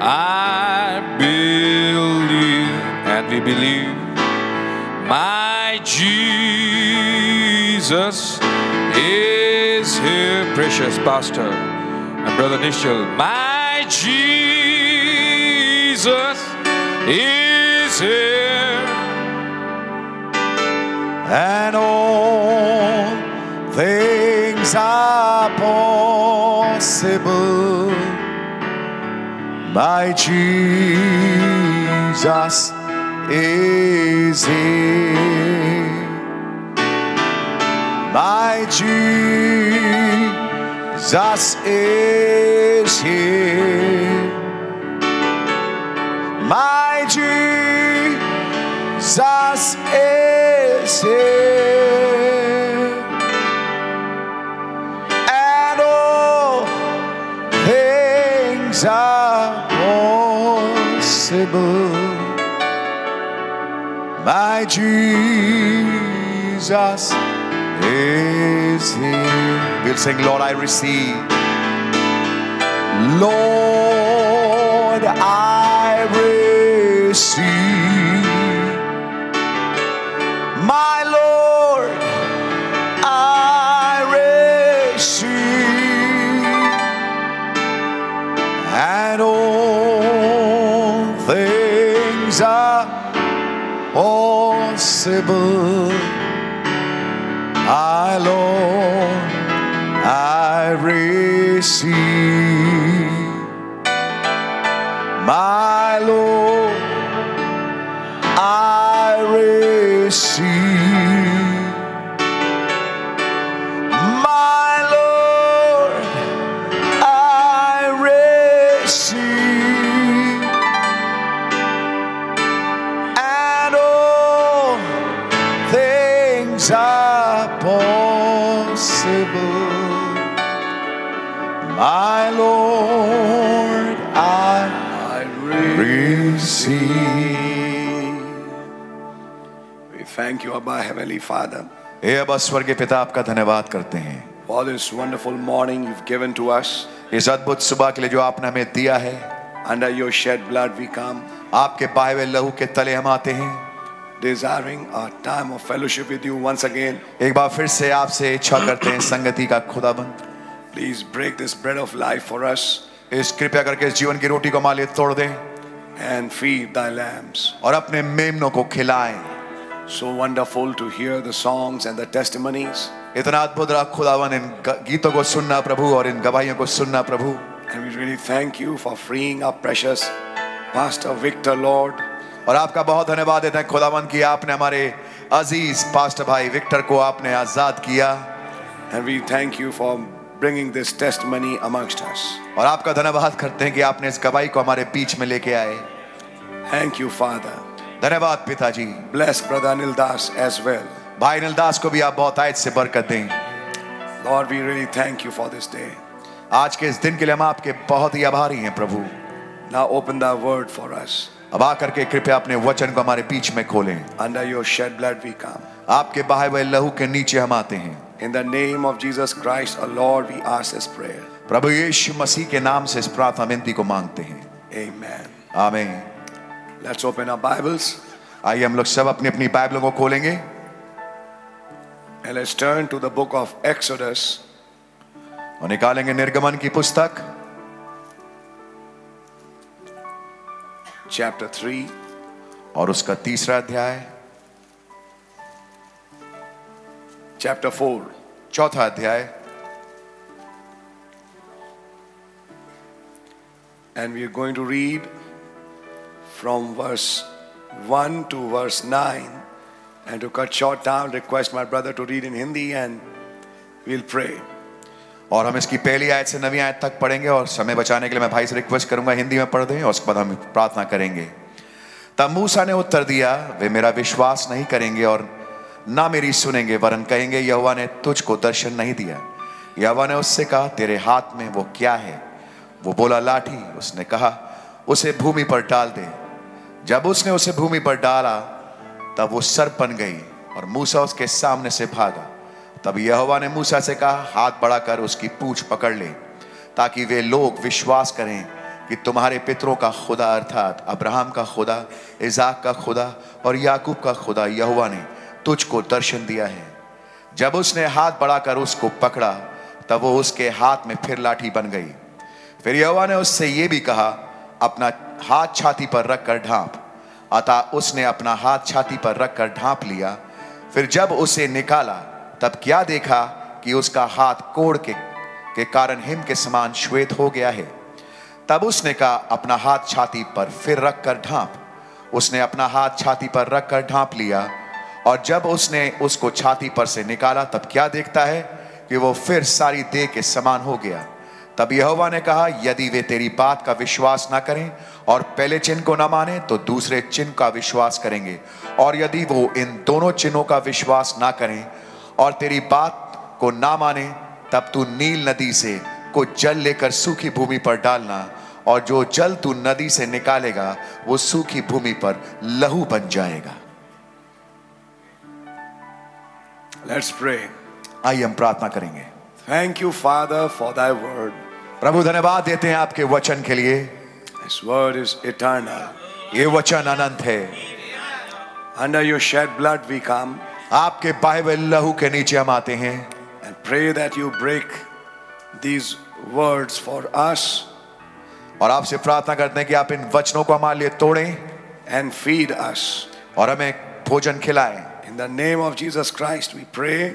Speaker 9: I believe, and we believe. My Jesus is here, precious pastor and brother Nishal. My Jesus is here, and all things are possible. My Jesus
Speaker 10: easy. My Jesus is here. My Jesus is here. And all things are possible. My Jesus is here. We'll sing, Lord, I receive. Lord, I receive. My Lord, I receive and all things are possible. I, Lord, I receive. My Lord, I receive. My Lord, I receive and all things are possible. My Lord, I, receive.
Speaker 11: We thank you, Abba, Heavenly Father,
Speaker 10: हे अब स्वर्गीय पिता आपका धन्यवाद करते हैं
Speaker 11: for this wonderful morning you've given to us.
Speaker 10: इस अद्भुत सुबह के लिए जो आपने हमें दिया है
Speaker 11: Under your shed blood we come,
Speaker 10: आपके पाए हुए लहू के तले हम आते हैं
Speaker 11: desiring our time of fellowship with you once again.
Speaker 10: एक बार फिर से आपसे इच्छा करते हैं संगति का खुदाबंद
Speaker 11: Please break this bread of life for us
Speaker 10: इस कृपया करके इस जीवन की रोटी को हमारे लिए तोड़ दें
Speaker 11: and feed thy lambs.
Speaker 10: और अपने मेमनों को खिलाएं
Speaker 11: So wonderful to hear the songs and the testimonies.
Speaker 10: इतना अद्भुत रहा खुदावन इन ग- गीतों को सुनना प्रभु और इन गवाहियों को सुनना प्रभु
Speaker 11: And we really thank you for freeing our precious Pastor Victor, Lord.
Speaker 10: और आपका बहुत धन्यवाद देते हैं खुदावन कि आपने हमारे अजीज पास्टर भाई विक्टर को आपने आजाद किया
Speaker 11: And we thank you for bringing this testimony amongst us.
Speaker 10: और आपका धन्यवाद करते हैं कि आपने इस गवाही को हमारे बीच में लेके आए
Speaker 11: Thank you, Father.
Speaker 10: धन्यवाद पिताजी
Speaker 11: Bless Brother Anil Das as well.
Speaker 10: भाई निलदास को भी आप बहुत आयत से बरकत दें
Speaker 11: Lord, we really thank you for this day.
Speaker 10: आज के इस दिन के लिए हम आपके बहुत ही आभारी हैं प्रभु
Speaker 11: Now open thy word for us.
Speaker 10: अब आकर के कृपया अपने वचन को हमारे बीच में खोलें
Speaker 11: Under your shed blood we come.
Speaker 10: आपके बहाए हुए लहू के नीचे हम आते हैं
Speaker 11: In the name of Jesus Christ, our Lord, we ask this prayer.
Speaker 10: प्रभु यीशु मसीह के नाम से इस प्रार्थना विनती को मांगते हैं
Speaker 11: Amen.
Speaker 10: आमीन
Speaker 11: Let's open our Bibles
Speaker 10: आइए हम लोग सब अपनी अपनी बाइबलों को खोलेंगे
Speaker 11: and let's turn to the book of Exodus,
Speaker 10: और निकालेंगे निर्गमन की पुस्तक
Speaker 11: chapter 3,
Speaker 10: और उसका तीसरा अध्याय
Speaker 11: chapter 4.
Speaker 10: चौथा अध्याय
Speaker 11: And we are going to read from verse 1 to verse 9. And to cut short time, request my brother to read in Hindi and we'll pray.
Speaker 10: और हम इसकी पहली आयत से नवी आयत तक पढ़ेंगे और समय बचाने के लिए मैं भाई से रिक्वेस्ट करूंगा हिंदी में पढ़ दें और उसके बाद हम प्रार्थना करेंगे तब मूसा ने उत्तर दिया वे मेरा विश्वास नहीं करेंगे और ना मेरी सुनेंगे वरन कहेंगे यहोवा ने तुझको दर्शन नहीं दिया यहोवा ने उससे कहा तेरे हाथ में वो क्या है वो बोला लाठी उसने कहा उसे भूमि पर डाल दे जब उसने उसे भूमि पर डाला तब वो सर्प बन गई और मूसा उसके सामने से भागा तब यहोवा ने मूसा से कहा हाथ बढ़ाकर उसकी पूंछ पकड़ ले ताकि वे लोग विश्वास करें कि तुम्हारे पितरों का खुदा अर्थात अब्राहम का खुदा इजाक का खुदा और याकूब का खुदा यहोवा ने तुझको दर्शन दिया है जब उसने हाथ बढ़ाकर उसको पकड़ा तब वो उसके हाथ में फिर लाठी बन गई फिर यहोवा ने उससे ये भी कहा अपना हाथ छाती पर रखकर ढांप अतः उसने अपना हाथ छाती पर रखकर ढांप लिया फिर जब उसे निकाला तब क्या देखा कि उसका हाथ कोड़ के के कारण हिम के समान श्वेत हो गया है तब उसने कहा अपना हाथ छाती पर फिर रखकर ढांप उसने अपना हाथ छाती पर रखकर ढांप लिया और जब उसने उसको छाती पर से निकाला तब क्या देखता है कि वो फिर सारी देह के समान हो गया तब यहोवा ने कहा यदि वे तेरी बात का विश्वास ना करें और पहले चिन्ह को ना माने तो दूसरे चिन्ह का विश्वास करेंगे और यदि वो इन दोनों चिन्हों का विश्वास ना करें और तेरी बात को ना माने तब तू नील नदी से को जल लेकर सूखी भूमि पर डालना और जो जल तू नदी से निकालेगा वो सूखी भूमि पर लहू बन जाएगा
Speaker 12: Let's pray.
Speaker 10: आइए हम प्रार्थना करेंगे
Speaker 12: Thank you, Father, for thy word.
Speaker 10: प्रभु धन्यवाद देते हैं आपके वचन के लिए
Speaker 12: This word is eternal.
Speaker 10: ये वचन अनंत है
Speaker 12: Under your shed blood we come
Speaker 10: आपके बाय हुए लहू के नीचे हम आते हैं
Speaker 12: and pray that you break these words for us
Speaker 10: और आपसे प्रार्थना करते हैं कि आप इन वचनों को हमारे लिए तोड़ें
Speaker 12: and feed us.
Speaker 10: और हमें भोजन खिलाएं
Speaker 12: In the name of Jesus Christ, we pray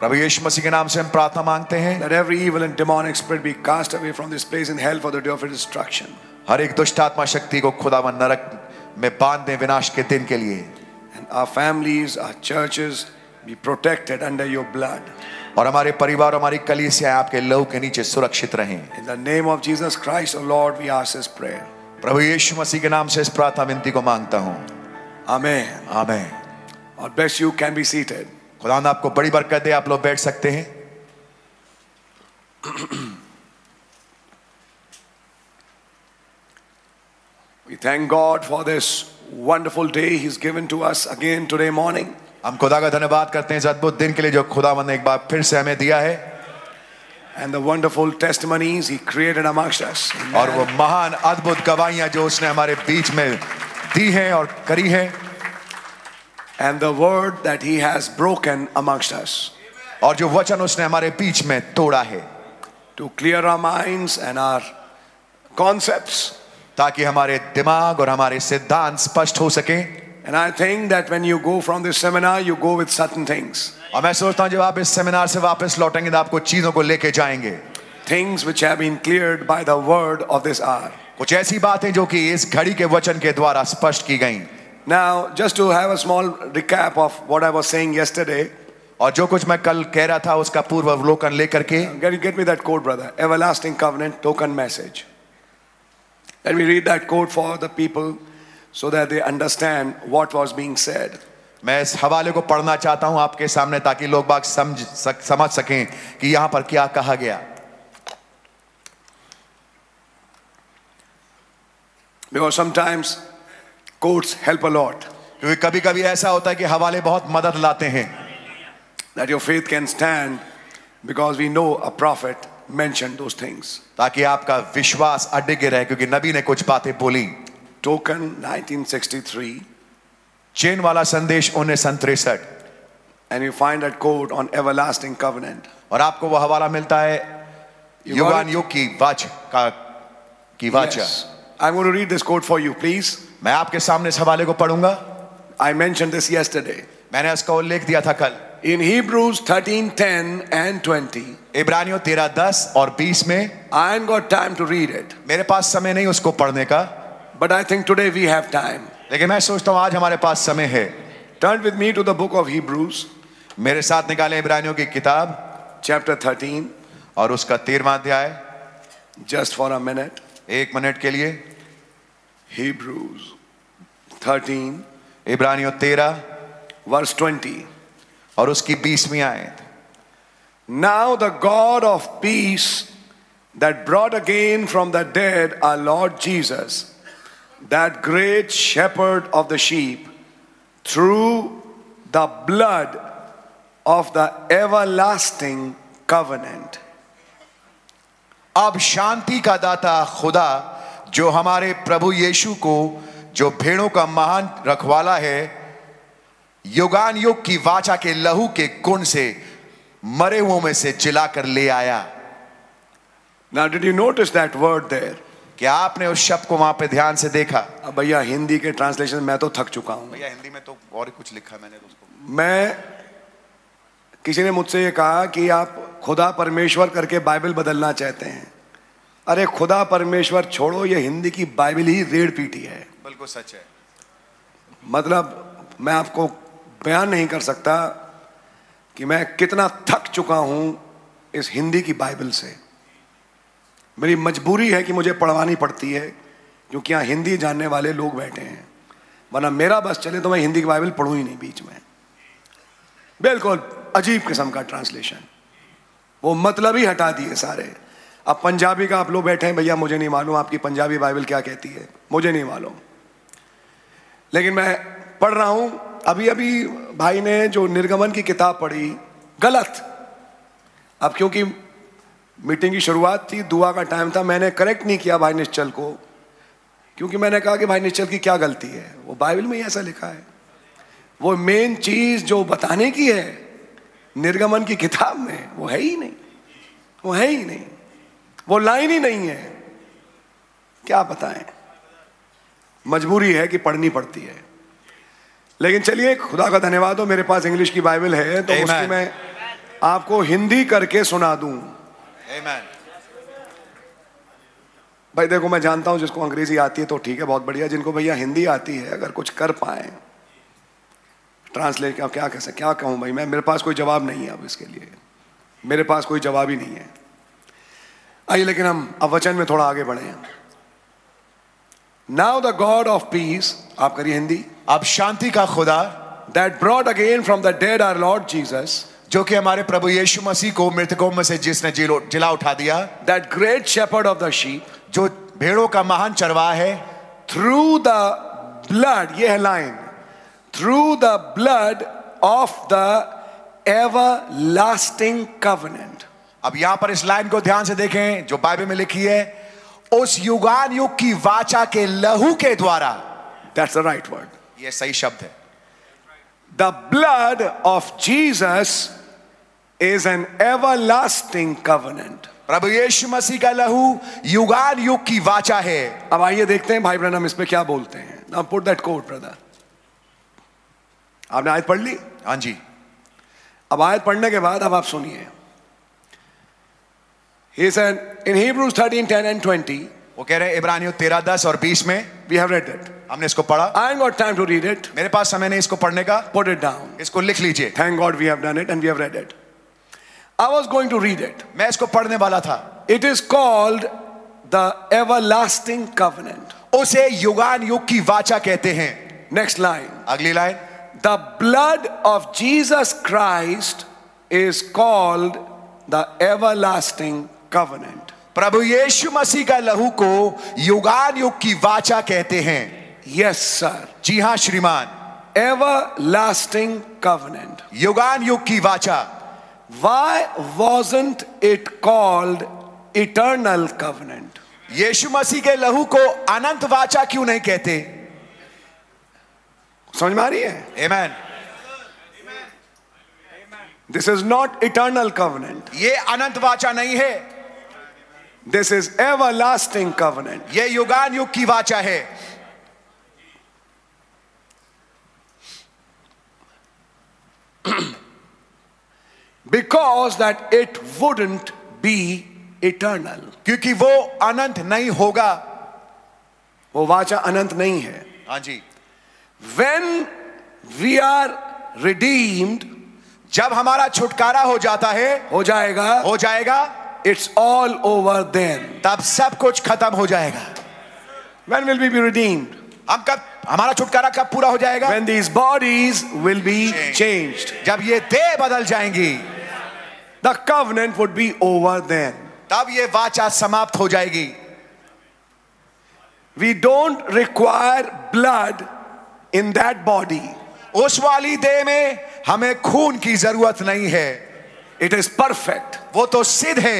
Speaker 10: प्रभु यीशु मसीह के नाम से हम प्रार्थना मांगते हैं
Speaker 12: that every evil and demonic spirit be cast away from this place in hell for the day of destruction.
Speaker 10: हर एक दुष्ट आत्मा शक्ति को खुदावन नरक में बांध दें विनाश के दिन के लिए
Speaker 12: And our families, our churches be protected under your blood.
Speaker 10: और हमारे परिवार और हमारी कलीसियाएं आपके लहू के नीचे सुरक्षित रहें
Speaker 12: In the name of Jesus Christ, O Lord, we ask this prayer.
Speaker 10: प्रभु यीशु मसीह के नाम से इस प्रार्थना विनती को मांगता हूँ
Speaker 12: Amen.
Speaker 10: Amen
Speaker 12: God bless you. Can be seated.
Speaker 10: खुदा ने आपको बड़ी बरकत दे आप लोग बैठ सकते हैं
Speaker 12: We thank God for this wonderful day He's given to us again today morning.
Speaker 10: हम खुदा का धन्यवाद करते हैं इस अद्भुत दिन के लिए जो खुदावन ने एक बार फिर से हमें दिया है
Speaker 12: And the wonderful testimonies he created amongst us.
Speaker 10: और वो महान अद्भुत गवाहियां जो उसने हमारे बीच में दी हैं और करी हैं
Speaker 12: And the word that he has broken amongst us
Speaker 10: और जो वचन उसने हमारे बीच में तोड़ा है
Speaker 12: to clear our minds and our concepts.
Speaker 10: ताकि हमारे दिमाग और हमारे सिद्धांत स्पष्ट हो सके
Speaker 12: And I think that when you go from this seminar, you go with certain things.
Speaker 10: और मैं सोचता हूँ जब आप इस सेमिनार से वापस लौटेंगे तो आपको चीजों को लेके जाएंगे
Speaker 12: Things which have been cleared by the word of this hour.
Speaker 10: कुछ ऐसी बातें जो कि इस घड़ी के वचन के द्वारा स्पष्ट की गईं
Speaker 12: Now, just to have a small recap of what I was saying yesterday,
Speaker 10: और जो कुछ मैं कल कह रहा था उसका पूर्व अवलोकन लेकर के
Speaker 12: can you get me that quote, brother? Everlasting covenant token message. Let me read that quote for the people so that they understand what was being said.
Speaker 10: मैं इस हवाले को पढ़ना चाहता हूं आपके सामने ताकि लोग बाग समझ सक, समझ सकें कि यहां पर क्या कहा गया
Speaker 12: Because sometimes quotes help a lot
Speaker 10: क्योंकि कभी कभी ऐसा होता है कि हवाले बहुत मदद लाते हैं
Speaker 12: that your faith can stand because we know a prophet mentioned those things.
Speaker 10: ताकि आपका विश्वास अडिग रहे क्योंकि नबी ने कुछ बातें बोली
Speaker 12: Token 1963,
Speaker 10: चेन वाला संदेश उन्नीस
Speaker 12: and you find that quote on everlasting covenant.
Speaker 10: और आपको वो हवाला मिलता है
Speaker 12: You got
Speaker 10: युवान
Speaker 12: it?
Speaker 10: युग की वाच का की वाचा
Speaker 12: Yes. I'm going to read this quote for you, please.
Speaker 10: मैं आपके सामने इस हवाले को पढ़ूंगा
Speaker 12: I mentioned this yesterday.
Speaker 10: मैंने इसका उल्लेख दिया था कल
Speaker 12: In Hebrews 13 10 and 20,
Speaker 10: इब्रानियों तेरह दस और बीस में
Speaker 12: I ain't got time to read it,
Speaker 10: मेरे पास समय नहीं उसको पढ़ने का
Speaker 12: but I think today we have time.
Speaker 10: लेकिन मैं सोचता हूँ आज हमारे पास समय है
Speaker 12: Turn with me to the book of Hebrews,
Speaker 10: मेरे साथ निकालें इब्रानियों की किताब
Speaker 12: chapter 13,
Speaker 10: और उसका तेरवा अध्याय
Speaker 12: just for a minute.
Speaker 10: एक मिनट के लिए
Speaker 12: Hebrews 13,
Speaker 10: इब्रानियों तेरह
Speaker 12: verse 20.
Speaker 10: और उसकी बीसवीं आयत
Speaker 12: Now the God of peace that brought again from the dead our Lord Jesus, that great shepherd of the sheep, through the blood of the everlasting covenant.
Speaker 10: अब शांति का दाता खुदा जो हमारे प्रभु यीशु को जो भेड़ों का महान रखवाला है युगान युग की वाचा के लहू के गुण से मरे हुओं में से जिलाकर ले आया
Speaker 12: Now, did you notice that word there?
Speaker 10: क्या आपने उस शब्द को वहां पे ध्यान से देखा
Speaker 12: अब भैया हिंदी के ट्रांसलेशन मैं तो थक चुका हूँ
Speaker 10: भैया हिंदी में तो और कुछ लिखा मैंने तो उसको
Speaker 12: मैं किसी ने मुझसे ये कहा कि आप खुदा परमेश्वर करके बाइबल बदलना चाहते हैं अरे खुदा परमेश्वर छोड़ो ये हिंदी की बाइबल ही रेड़ पीटी है
Speaker 10: बिल्कुल सच है
Speaker 11: मतलब मैं आपको बयान नहीं कर सकता कि मैं कितना थक चुका हूं इस हिंदी की बाइबल से मेरी मजबूरी है कि मुझे पढ़वानी पड़ती है क्योंकि यहाँ हिंदी जानने वाले लोग बैठे हैं वरना मेरा बस चले तो मैं हिंदी की बाइबल पढ़ूं ही नहीं बीच में बिल्कुल अजीब किस्म का ट्रांसलेशन वो मतलब ही हटा दिए सारे अब पंजाबी का आप लोग बैठे हैं भैया मुझे नहीं मालूम आपकी पंजाबी बाइबल क्या कहती है मुझे नहीं मालूम लेकिन मैं पढ़ रहा हूं अभी अभी भाई ने जो निर्गमन की किताब पढ़ी गलत अब क्योंकि मीटिंग की शुरुआत थी दुआ का टाइम था मैंने करेक्ट नहीं किया भाई निश्चल को क्योंकि मैंने कहा कि भाई निश्चल की क्या गलती है वो बाइबल में ही ऐसा लिखा है वो मेन चीज जो बताने की है निर्गमन की किताब में वो है ही नहीं वो है ही नहीं वो लाइन ही नहीं है क्या बताएं मजबूरी है कि पढ़नी पड़ती है लेकिन चलिए खुदा का धन्यवाद हो मेरे पास इंग्लिश की बाइबल है तो उसकी
Speaker 12: Amen.
Speaker 11: मैं आपको हिंदी करके सुना दूं
Speaker 12: Amen.
Speaker 11: भाई देखो मैं जानता हूं जिसको अंग्रेजी आती है तो ठीक है बहुत बढ़िया जिनको भैया हिंदी आती है अगर कुछ कर पाए ट्रांसलेट क्या क्या कह सक- क्या कहूं भाई मैं मेरे पास कोई जवाब नहीं है अब इसके लिए मेरे पास कोई जवाब ही नहीं है आइए लेकिन हम अब वचन में थोड़ा आगे बढ़े now the God of peace आप करिए हिंदी
Speaker 12: अब शांति का खुदा
Speaker 11: that brought again from the dead our Lord Jesus
Speaker 12: जो कि हमारे प्रभु यीशु मसीह को मृतकों में से जिसने जिलो- जिला उठा दिया
Speaker 11: that great shepherd of the sheep
Speaker 12: जो भेड़ों का महान चरवाह है
Speaker 11: थ्रू द ब्लड ये है line through the blood of the everlasting covenant
Speaker 12: अब यहाँ पर इस लाइन को ध्यान से देखें जो बाइबल में लिखी है उस युगान युग की वाचा के लहू के द्वारा
Speaker 11: दैट्स द राइट वर्ड
Speaker 12: यह सही शब्द है
Speaker 11: The blood of Jesus is an everlasting covenant.
Speaker 12: प्रभु यीशु मसीह का लहू युगान युग की वाचा है
Speaker 11: अब आइए देखते हैं भाई ब्रनम इस पे क्या बोलते हैं now put that quote brother आपने आयत पढ़ ली
Speaker 12: हाँ जी
Speaker 11: अब आयत पढ़ने के बाद अब आप सुनिए He said in Hebrews 13, 10 and 20,
Speaker 12: वो कह रहे हैं इब्रानियों तेरह दस और बीस में
Speaker 11: we have read it.
Speaker 12: हमने इसको पढ़ा
Speaker 11: I ain't got time to read it.
Speaker 12: मेरे पास समय नहीं इसको पढ़ने का
Speaker 11: Put it down.
Speaker 12: इसको लिख लीजिए
Speaker 11: Thank God we have done it and we have read it. I was going to read it.
Speaker 12: मैं इसको पढ़ने वाला था
Speaker 11: It is called the everlasting covenant.
Speaker 12: उसे युगान युग की वाचा कहते हैं
Speaker 11: Next line.
Speaker 12: अगली line
Speaker 11: The blood of Jesus Christ is called the everlasting covenant.
Speaker 12: प्रभु यीशु मसीह का लहू को युगान युग की वाचा कहते हैं
Speaker 11: Yes, sir.
Speaker 12: जी हाँ श्रीमान
Speaker 11: Everlasting covenant.
Speaker 12: युगान युग की वाचा
Speaker 11: Why wasn't it called eternal covenant?
Speaker 12: यीशु मसीह के लहू को अनंत वाचा क्यों नहीं कहते
Speaker 11: समझ में आ रही है?
Speaker 12: Amen.
Speaker 11: This is not eternal covenant.
Speaker 12: ये अनंत वाचा नहीं है
Speaker 11: This is everlasting covenant.
Speaker 12: ये युगान युग की वाचा है
Speaker 11: Because that it wouldn't be eternal.
Speaker 12: क्योंकि वो अनंत नहीं होगा
Speaker 11: वो वाचा अनंत नहीं है
Speaker 12: हाँ जी
Speaker 11: when we are redeemed
Speaker 12: जब हमारा छुटकारा हो जाता है
Speaker 11: हो जाएगा
Speaker 12: हो जाएगा
Speaker 11: it's all over then
Speaker 12: तब सब कुछ खत्म हो जाएगा
Speaker 11: when will we be redeemed
Speaker 12: हम कब हमारा छुटकारा कब पूरा हो जाएगा
Speaker 11: when these bodies will be changed
Speaker 12: जब ये देह बदल जाएंगी
Speaker 11: the covenant would be over then
Speaker 12: तब ये वाचा समाप्त हो जाएगी
Speaker 11: we don't require blood in that body
Speaker 12: उस वाली देह में हमें खून की जरूरत नहीं है
Speaker 11: it is perfect
Speaker 12: वो तो सिद्ध है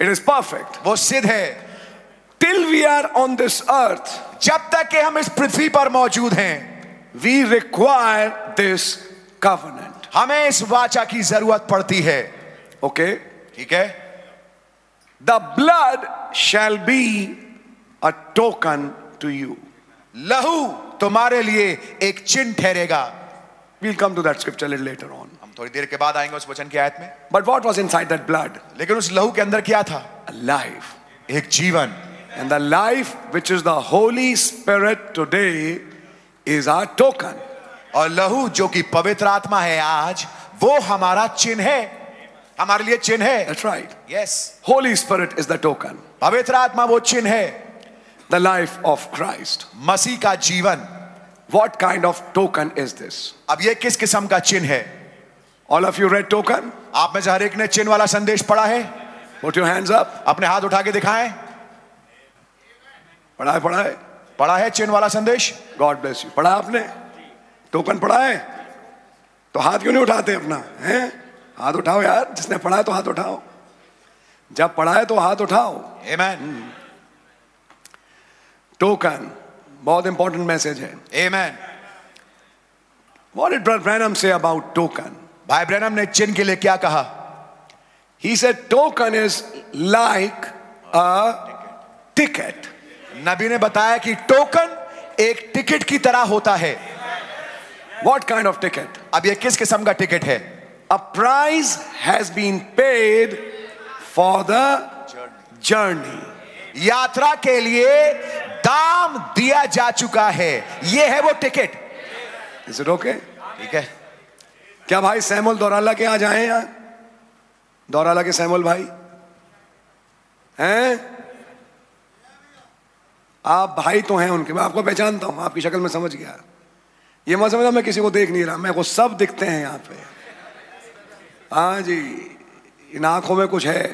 Speaker 11: it is perfect
Speaker 12: वो सिद्ध है
Speaker 11: till we are on this earth
Speaker 12: जब तक कि हम इस पृथ्वी पर मौजूद हैं
Speaker 11: we require this covenant
Speaker 12: हमें इस वाचा की जरूरत पड़ती है
Speaker 11: okay
Speaker 12: ठीक है
Speaker 11: the blood shall be a token to you
Speaker 12: लहू तुम्हारे लिए एक चिन्ह ठहरेगा
Speaker 11: We'll come to that scripture a little later on.
Speaker 12: हम थोड़ी देर के बाद आएंगे उस वचन की आयत में
Speaker 11: But what was inside that blood?
Speaker 12: लेकिन उस लहू के अंदर क्या था
Speaker 11: A life.
Speaker 12: एक जीवन
Speaker 11: And the life which is the Holy Spirit today
Speaker 12: is our token और लहू जो कि पवित्र आत्मा है आज वो हमारा चिन्ह है हमारे लिए चिन्ह है
Speaker 11: That's right.
Speaker 12: Yes.
Speaker 11: Holy Spirit is the token.
Speaker 12: पवित्र आत्मा वो चिन्ह है
Speaker 11: The life of Christ.
Speaker 12: मसीह का जीवन
Speaker 11: What kind of token is this?
Speaker 12: अब ये किस किस्म का चिन्ह है
Speaker 11: All of you read token?
Speaker 12: आप में से हर एक ने चिन्ह वाला संदेश पढ़ा है
Speaker 11: Put your hands up.
Speaker 12: अपने हाथ उठा के दिखाएं
Speaker 11: पढ़ा है पढ़ा है
Speaker 12: पढ़ा है चिन्ह वाला संदेश
Speaker 11: गॉड ब्लेस यू पढ़ा आपने टोकन पढ़ा है तो हाथ क्यों नहीं उठाते अपना हैं हाथ उठाओ यार जिसने पढ़ा है तो हाथ उठाओ जब पढ़ा है तो हाथ उठाओ हम्म।
Speaker 12: Amen.
Speaker 11: टोकन बहुत इंपॉर्टेंट मैसेज है
Speaker 12: Amen.
Speaker 11: What did Brother Branham say about token?
Speaker 12: भाई ब्रैनम ने चिन्ह के लिए क्या कहा
Speaker 11: He said token is like a ticket.
Speaker 12: नबी ने बताया कि टोकन एक टिकट की तरह होता है
Speaker 11: What kind of ticket?
Speaker 12: अब ये किस किस्म का टिकट है
Speaker 11: A price has been paid for the journey.
Speaker 12: यात्रा के लिए दाम दिया जा चुका है ये है वो टिकट
Speaker 11: Is it okay?
Speaker 12: ठीक है
Speaker 11: क्या भाई सैमुल दौराला के यहाँ जाए यहाँ दौराला के सैमुल भाई हैं आप भाई तो हैं उनके मैं आपको पहचानता हूँ आपकी शक्ल में समझ गया ये मत समझा मैं किसी को देख नहीं रहा मेरे को सब दिखते हैं यहाँ पे हाँ जी इन आंखों में कुछ है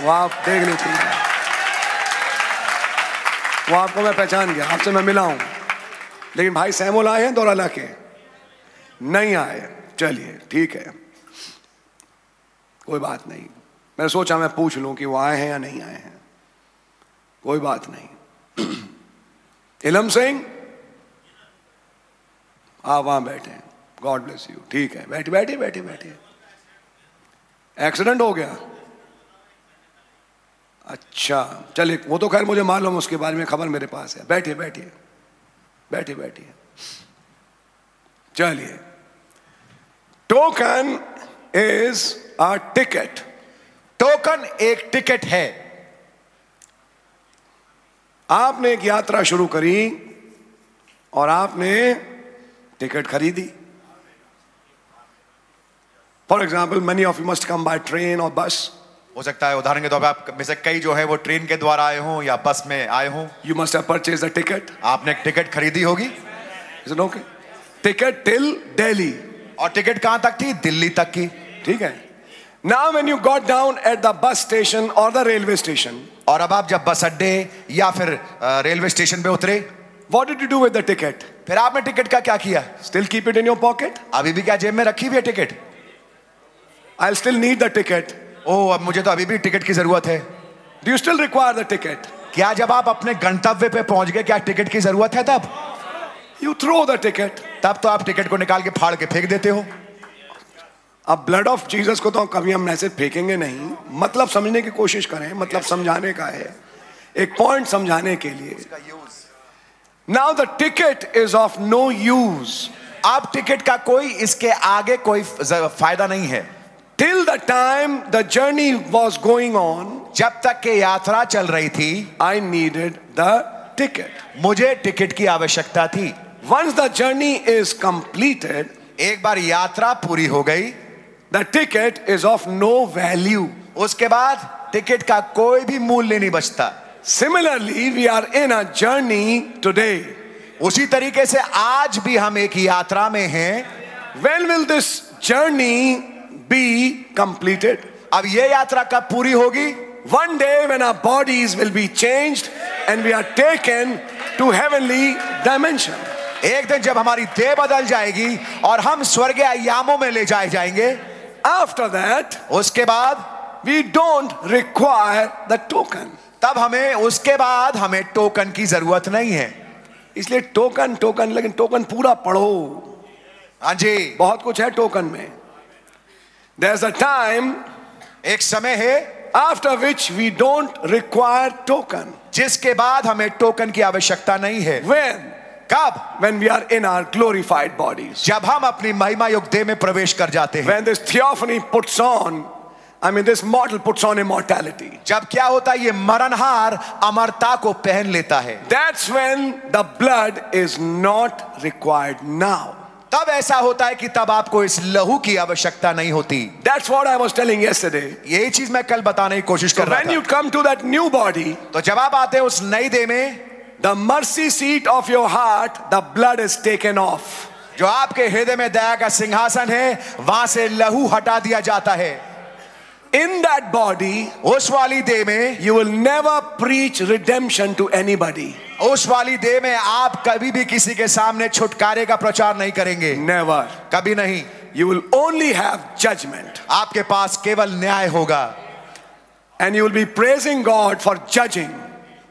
Speaker 11: वो आप देख लेते हैं वो आपको मैं पहचान गया आपसे मैं मिला हूँ लेकिन भाई सैमुल आए हैं दौराला के नहीं आए चलिए ठीक है कोई बात नहीं मैंने सोचा मैं पूछ लूं कि वो आए हैं या नहीं आए हैं कोई बात नहीं इलम सिंह आप वहां बैठे गॉड ब्लेस यू ठीक है बैठे बैठे बैठे बैठे एक्सीडेंट हो गया अच्छा चलिए वो तो खैर मुझे मालूम उसके बारे में खबर मेरे पास है बैठे बैठे बैठे बैठे चलिए token is a ticket
Speaker 12: token एक टिकट है
Speaker 11: आपने एक यात्रा शुरू करी और आपने टिकट खरीदी for example many of you must come by train और बस
Speaker 12: हो सकता है उदाहरण के तौर पे आप में से कई जो है वो ट्रेन के द्वारा आए हों या बस में आए हों
Speaker 11: you must have purchased a ticket
Speaker 12: आपने एक टिकट खरीदी होगी
Speaker 11: is it okay ticket till delhi
Speaker 12: और टिकट कहां तक थी दिल्ली तक की
Speaker 11: ठीक है now when you got down at the bus station or the railway station
Speaker 12: और अब आप जब बस अड्डे या फिर अ, रेलवे स्टेशन पे उतरे
Speaker 11: what did you do with the ticket
Speaker 12: फिर आपने टिकट का क्या किया
Speaker 11: still keep it in your pocket
Speaker 12: अभी भी क्या जेब में रखी हुई है ticket
Speaker 11: i'll still need the ticket
Speaker 12: ओ अब मुझे तो अभी भी टिकट की जरूरत है
Speaker 11: do you still require the ticket
Speaker 12: क्या जब आप अपने गंतव्य पे पहुंच गए क्या टिकट की जरूरत है तब
Speaker 11: you throw the ticket
Speaker 12: तब तो आप टिकट को निकाल के फाड़ के फेंक देते हो
Speaker 11: अब ब्लड ऑफ जीसस को तो कभी हम ऐसे फेंकेंगे नहीं मतलब समझने की कोशिश करें मतलब समझाने का है एक पॉइंट समझाने के लिए now the ticket is of no use
Speaker 12: आप टिकट का कोई इसके आगे कोई ज- फायदा नहीं है
Speaker 11: till the time the journey was going on
Speaker 12: जब तक के यात्रा चल रही थी
Speaker 11: आई नीडेड द टिकट
Speaker 12: मुझे टिकट की आवश्यकता थी
Speaker 11: once the journey is completed
Speaker 12: एक बार यात्रा पूरी हो गई
Speaker 11: the ticket is of no value
Speaker 12: उसके बाद टिकट का कोई भी मूल्य नहीं बचता
Speaker 11: similarly we are in a journey today
Speaker 12: उसी तरीके से आज भी हम एक यात्रा में हैं
Speaker 11: when will this journey be completed
Speaker 12: अब ये यात्रा कब पूरी होगी
Speaker 11: One day when our bodies will be changed and we are taken to heavenly dimension.
Speaker 12: एक दिन जब हमारी देह बदल जाएगी और हम स्वर्ग आयामों में ले जाए जाएंगे
Speaker 11: After that,
Speaker 12: उसके बाद
Speaker 11: we don't require the token.
Speaker 12: तब हमें उसके बाद हमें टोकन की जरूरत नहीं है
Speaker 11: इसलिए टोकन टोकन लेकिन टोकन पूरा पढ़ो
Speaker 12: हाँ जी
Speaker 11: बहुत कुछ है टोकन में There's a time
Speaker 12: एक समय है
Speaker 11: after which we don't require token.
Speaker 12: जिसके बाद हमें टोकन की आवश्यकता नहीं है
Speaker 11: When?
Speaker 12: कब
Speaker 11: When we are in our glorified bodies.
Speaker 12: जब हम अपनी महिमा युग देह में प्रवेश कर जाते हैं
Speaker 11: When this theophany puts on I mean, this mortal puts on immortality.
Speaker 12: जब क्या होता है ये मरणहार अमरता को पहन लेता है
Speaker 11: That's when the blood is not required now.
Speaker 12: तब ऐसा होता है कि तब आपको इस लहू की आवश्यकता नहीं होती
Speaker 11: That's what I was telling yesterday.
Speaker 12: यही चीज मैं कल बताने की कोशिश
Speaker 11: So
Speaker 12: कर रहा
Speaker 11: when you
Speaker 12: था
Speaker 11: come to that new body,
Speaker 12: तो जब आप आते हैं उस नई देह में
Speaker 11: the mercy seat of your heart, the blood is taken off.
Speaker 12: जो आपके हृदय में दया का सिंहासन है वहां से लहू हटा दिया जाता है
Speaker 11: In that body,
Speaker 12: उस वाली देह में
Speaker 11: you will never preach redemption to anybody.
Speaker 12: उस वाली देह में आप कभी भी किसी के सामने छुटकारे का प्रचार नहीं करेंगे
Speaker 11: Never.
Speaker 12: कभी नहीं
Speaker 11: You will only have judgment.
Speaker 12: आपके पास केवल न्याय होगा
Speaker 11: And you will be praising God for judging.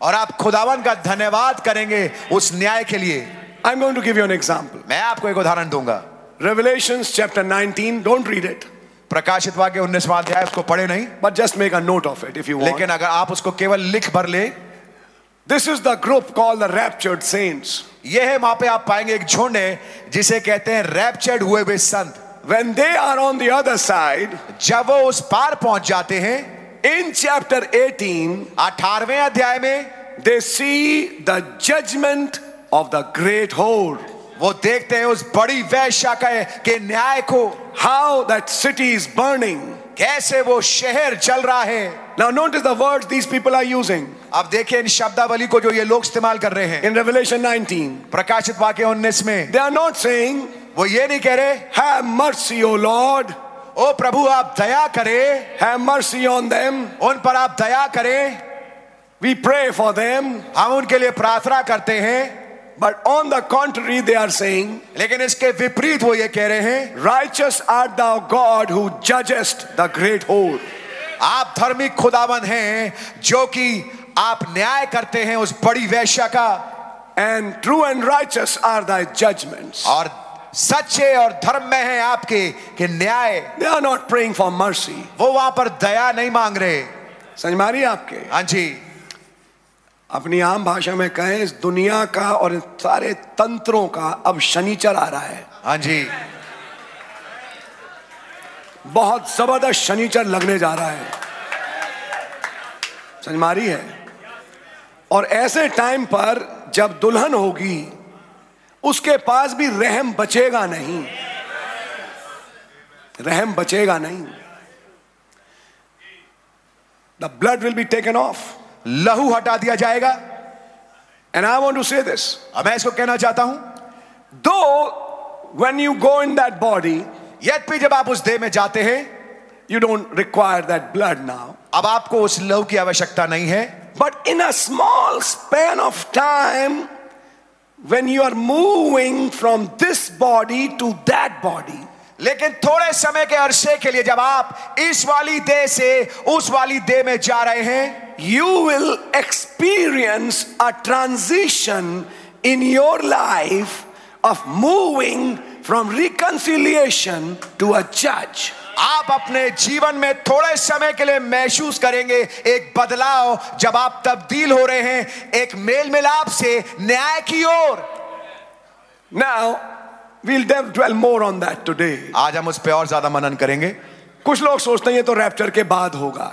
Speaker 12: और आप खुदावन का धन्यवाद करेंगे उस न्याय के लिए
Speaker 11: I'm going to give you an example.
Speaker 12: मैं आपको एक उदाहरण दूंगा
Speaker 11: Revelations chapter 19, don't read it,
Speaker 12: प्रकाशित वाक्य 19वां अध्याय उसको पढ़े नहीं
Speaker 11: but just make a note of it if you want.
Speaker 12: लेकिन अगर आप उसको केवल लिख भर ले
Speaker 11: This is the group called the raptured saints.
Speaker 12: यह है वहां पे आप पाएंगे एक झुंड है जिसे कहते हैं रैप्चर्ड हुए हुए संत
Speaker 11: When they are on the other side,
Speaker 12: जब वो उस पार पहुंच जाते हैं
Speaker 11: in chapter 18,
Speaker 12: 18वें अध्याय में
Speaker 11: they see the judgment of the great whore.
Speaker 12: वो देखते हैं उस बड़ी वैश्या का- के न्याय को
Speaker 11: How that city is burning.
Speaker 12: कैसे वो शहर चल रहा है
Speaker 11: Now, notice the words these people are using
Speaker 12: अब देखिए इन शब्दावली को जो ये लोग इस्तेमाल कर रहे हैं
Speaker 11: in Revelation 19.
Speaker 12: प्रकाशित वाक्य 19 में
Speaker 11: They are not saying,
Speaker 12: वो ये नहीं कह रहे
Speaker 11: Have mercy, O Lord,
Speaker 12: ओ प्रभु आप दया करें
Speaker 11: have mercy on them.
Speaker 12: उन पर आप दया करें
Speaker 11: We pray for them.
Speaker 12: हम उनके लिए प्रार्थना करते हैं
Speaker 11: But on the contrary, they are saying,
Speaker 12: लेकिन इसके विपरीत वो ये कह रहे हैं
Speaker 11: Righteous art thou, God, who judgest the great whore.
Speaker 12: आप धर्मी खुदावन हैं जो कि आप न्याय करते हैं उस बड़ी वैश्या का
Speaker 11: And true and righteous are thy judgments.
Speaker 12: और सच्चे और धर्म में है आपके कि न्याय
Speaker 11: They are not praying for mercy.
Speaker 12: वो वहां पर दया नहीं मांग रहे
Speaker 11: समझ में आ रही है आपके
Speaker 12: हाँ जी
Speaker 11: अपनी आम भाषा में कहें इस दुनिया का और इन सारे तंत्रों का अब शनिचर आ रहा है
Speaker 12: हाँ जी
Speaker 11: बहुत जबरदस्त शनिचर लगने जा रहा है समझ में आ रही है और ऐसे टाइम पर जब दुल्हन होगी उसके पास भी रहम बचेगा नहीं रहम बचेगा नहीं the blood will be taken off
Speaker 12: लहू हटा दिया जाएगा
Speaker 11: and I want to say this
Speaker 12: अब मैं इसको कहना चाहता हूं
Speaker 11: though when you go in that body
Speaker 12: यद्यपि जब आप उस देह में जाते हैं
Speaker 11: you don't require that blood now
Speaker 12: अब आपको उस लहू की आवश्यकता नहीं है
Speaker 11: But in a small span of time, when you are moving from this body to that body,
Speaker 12: लेकिन थोड़े समय के अरसे के लिए जब आप इस वाली देह से उस वाली देह में जा रहे हैं
Speaker 11: you will experience a transition in your life of moving from reconciliation to a judge.
Speaker 12: आप अपने जीवन में थोड़े समय के लिए महसूस करेंगे एक बदलाव जब आप तब्दील हो रहे हैं एक मेल मिलाप से न्याय की ओर
Speaker 11: Now, we'll dev- dwell more on that today.
Speaker 12: आज हम उस पर और ज्यादा मनन करेंगे
Speaker 11: कुछ लोग सोचते हैं ये तो रैप्चर के बाद होगा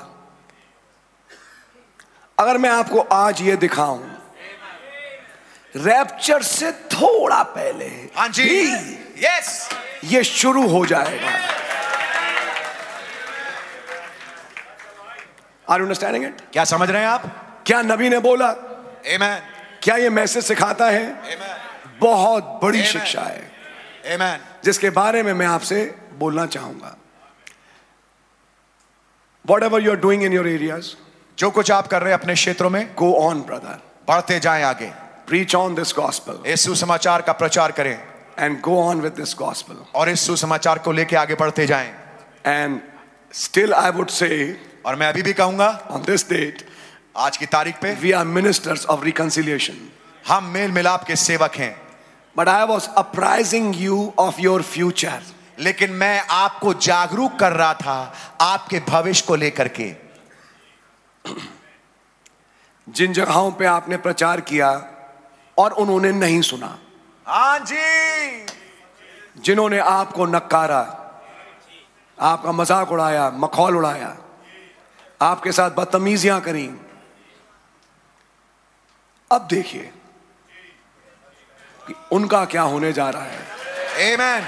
Speaker 11: अगर मैं आपको आज ये दिखाऊं रैप्चर से थोड़ा पहले
Speaker 12: हाँ जी
Speaker 11: भी
Speaker 12: यस
Speaker 11: ये शुरू हो जाएगा आर अंडरस्टैंडिंग इट
Speaker 12: क्या समझ रहे हैं आप
Speaker 11: क्या नबी ने बोला
Speaker 12: एमैन
Speaker 11: क्या ये मैसेज सिखाता है
Speaker 12: एमैन
Speaker 11: बहुत बड़ी
Speaker 12: Amen.
Speaker 11: शिक्षा है
Speaker 12: एमैन
Speaker 11: जिसके बारे में मैं आपसे बोलना चाहूंगा whatever you are doing in your areas
Speaker 12: जो कुछ आप कर रहे हैं अपने क्षेत्रों में
Speaker 11: go on brother
Speaker 12: बढ़ते जाएं आगे
Speaker 11: preach on this gospel
Speaker 12: इस सुसमाचार का प्रचार करें
Speaker 11: and go on with this gospel
Speaker 12: और इस सुसमाचार को लेके आगे बढ़ते जाएं
Speaker 11: and still i would say
Speaker 12: और मैं अभी भी कहूंगा
Speaker 11: on this date
Speaker 12: आज की तारीख पे
Speaker 11: we are ministers of reconciliation
Speaker 12: हम मेल मिलाप के सेवक हैं
Speaker 11: but i was apprising you of your future
Speaker 12: लेकिन मैं आपको जागरूक कर रहा था आपके भविष्य को लेकर के
Speaker 11: जिन जगहों पे आपने प्रचार किया और उन्होंने नहीं सुना
Speaker 12: हाँ जी
Speaker 11: जिन्होंने आपको नकारा आपका मजाक उड़ाया मखौल उड़ाया आपके साथ बदतमीजियां करी अब देखिए कि उनका क्या होने जा रहा है
Speaker 12: Amen.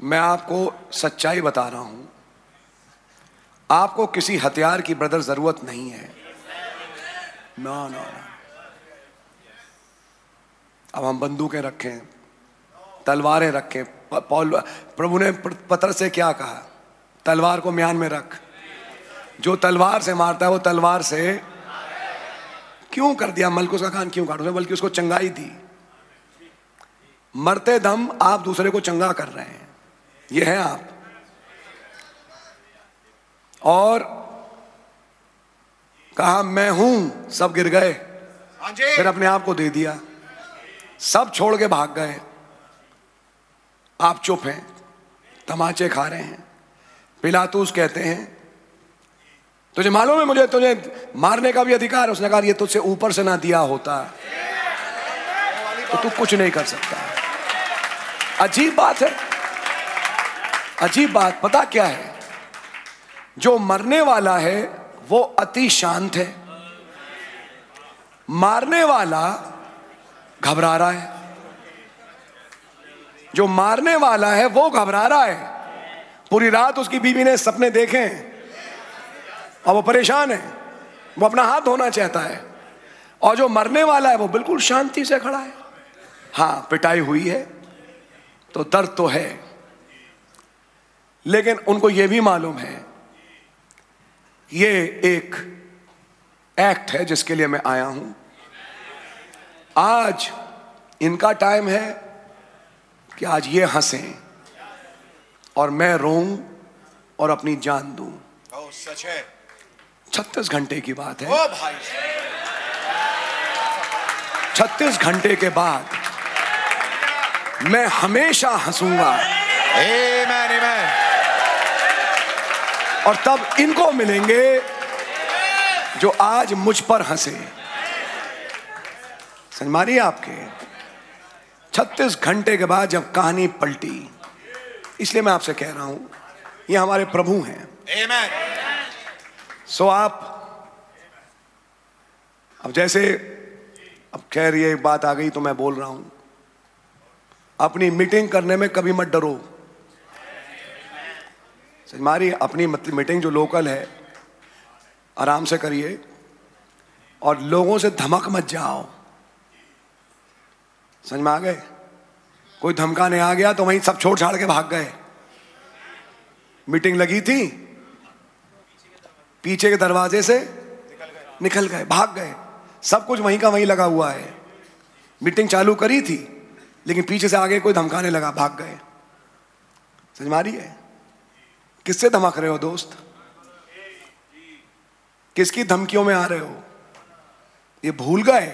Speaker 11: मैं आपको सच्चाई बता रहा हूं आपको किसी हथियार की ब्रदर जरूरत नहीं है ना ना ना अब हम बंदूकें रखें तलवारें रखें प- पौल प्रभु ने पत- पतर से क्या कहा तलवार को म्यान में रख जो तलवार से मारता है वो तलवार से क्यों कर दिया मलकुस का खान क्यों काट उसने बल्कि उसको चंगाई दी मरते दम आप दूसरे को चंगा कर रहे हैं ये हैं आप और कहा मैं हूं सब गिर गए फिर अपने आप को दे दिया सब छोड़ के भाग गए आप चुप हैं तमाचे खा रहे हैं पिलातूस कहते हैं तुझे मालूम है मुझे तुझे मारने का भी अधिकार है उसने कहा ये तुझसे ऊपर से ना दिया होता तो तू कुछ नहीं कर सकता अजीब बात है अजीब बात पता क्या है जो मरने वाला है वो अति शांत है मारने वाला घबरा रहा है जो मारने वाला है वो घबरा रहा है पूरी रात उसकी बीवी ने सपने देखे हैं और वो परेशान है वो अपना हाथ धोना चाहता है और जो मरने वाला है वो बिल्कुल शांति से खड़ा है हाँ पिटाई हुई है तो दर्द तो है लेकिन उनको यह भी मालूम है ये एक एक्ट है जिसके लिए मैं आया हूं आज इनका टाइम है कि आज ये हंसें और मैं रोऊं और अपनी जान दूं
Speaker 8: ओ Oh, सच है
Speaker 11: छत्तीस घंटे की बात है
Speaker 8: ओ भाई
Speaker 11: छत्तीस घंटे के बाद मैं हमेशा हंसूंगा
Speaker 12: Amen. Amen.
Speaker 11: और तब इनको मिलेंगे जो आज मुझ पर हंसे समझ मारिए आपके छत्तीस घंटे के बाद जब कहानी पलटी इसलिए मैं आपसे कह रहा हूं ये हमारे प्रभु हैं
Speaker 12: Amen.
Speaker 11: सो आप अब जैसे अब खैर ये एक बात आ गई तो मैं बोल रहा हूं अपनी मीटिंग करने में कभी मत डरो समझ मारी अपनी मतलब मीटिंग जो लोकल है आराम से करिए और लोगों से धमक मत जाओ समझ में आ गए कोई धमकाने आ गया तो वहीं सब छोड़ छाड़ के भाग गए मीटिंग लगी थी पीछे के दरवाजे से निकल गए भाग गए सब कुछ वहीं का वहीं लगा हुआ है मीटिंग चालू करी थी लेकिन पीछे से आगे कोई धमकाने लगा भाग गए समझ मारी है किससे धमक रहे हो दोस्त किसकी धमकियों में आ रहे हो ये भूल गए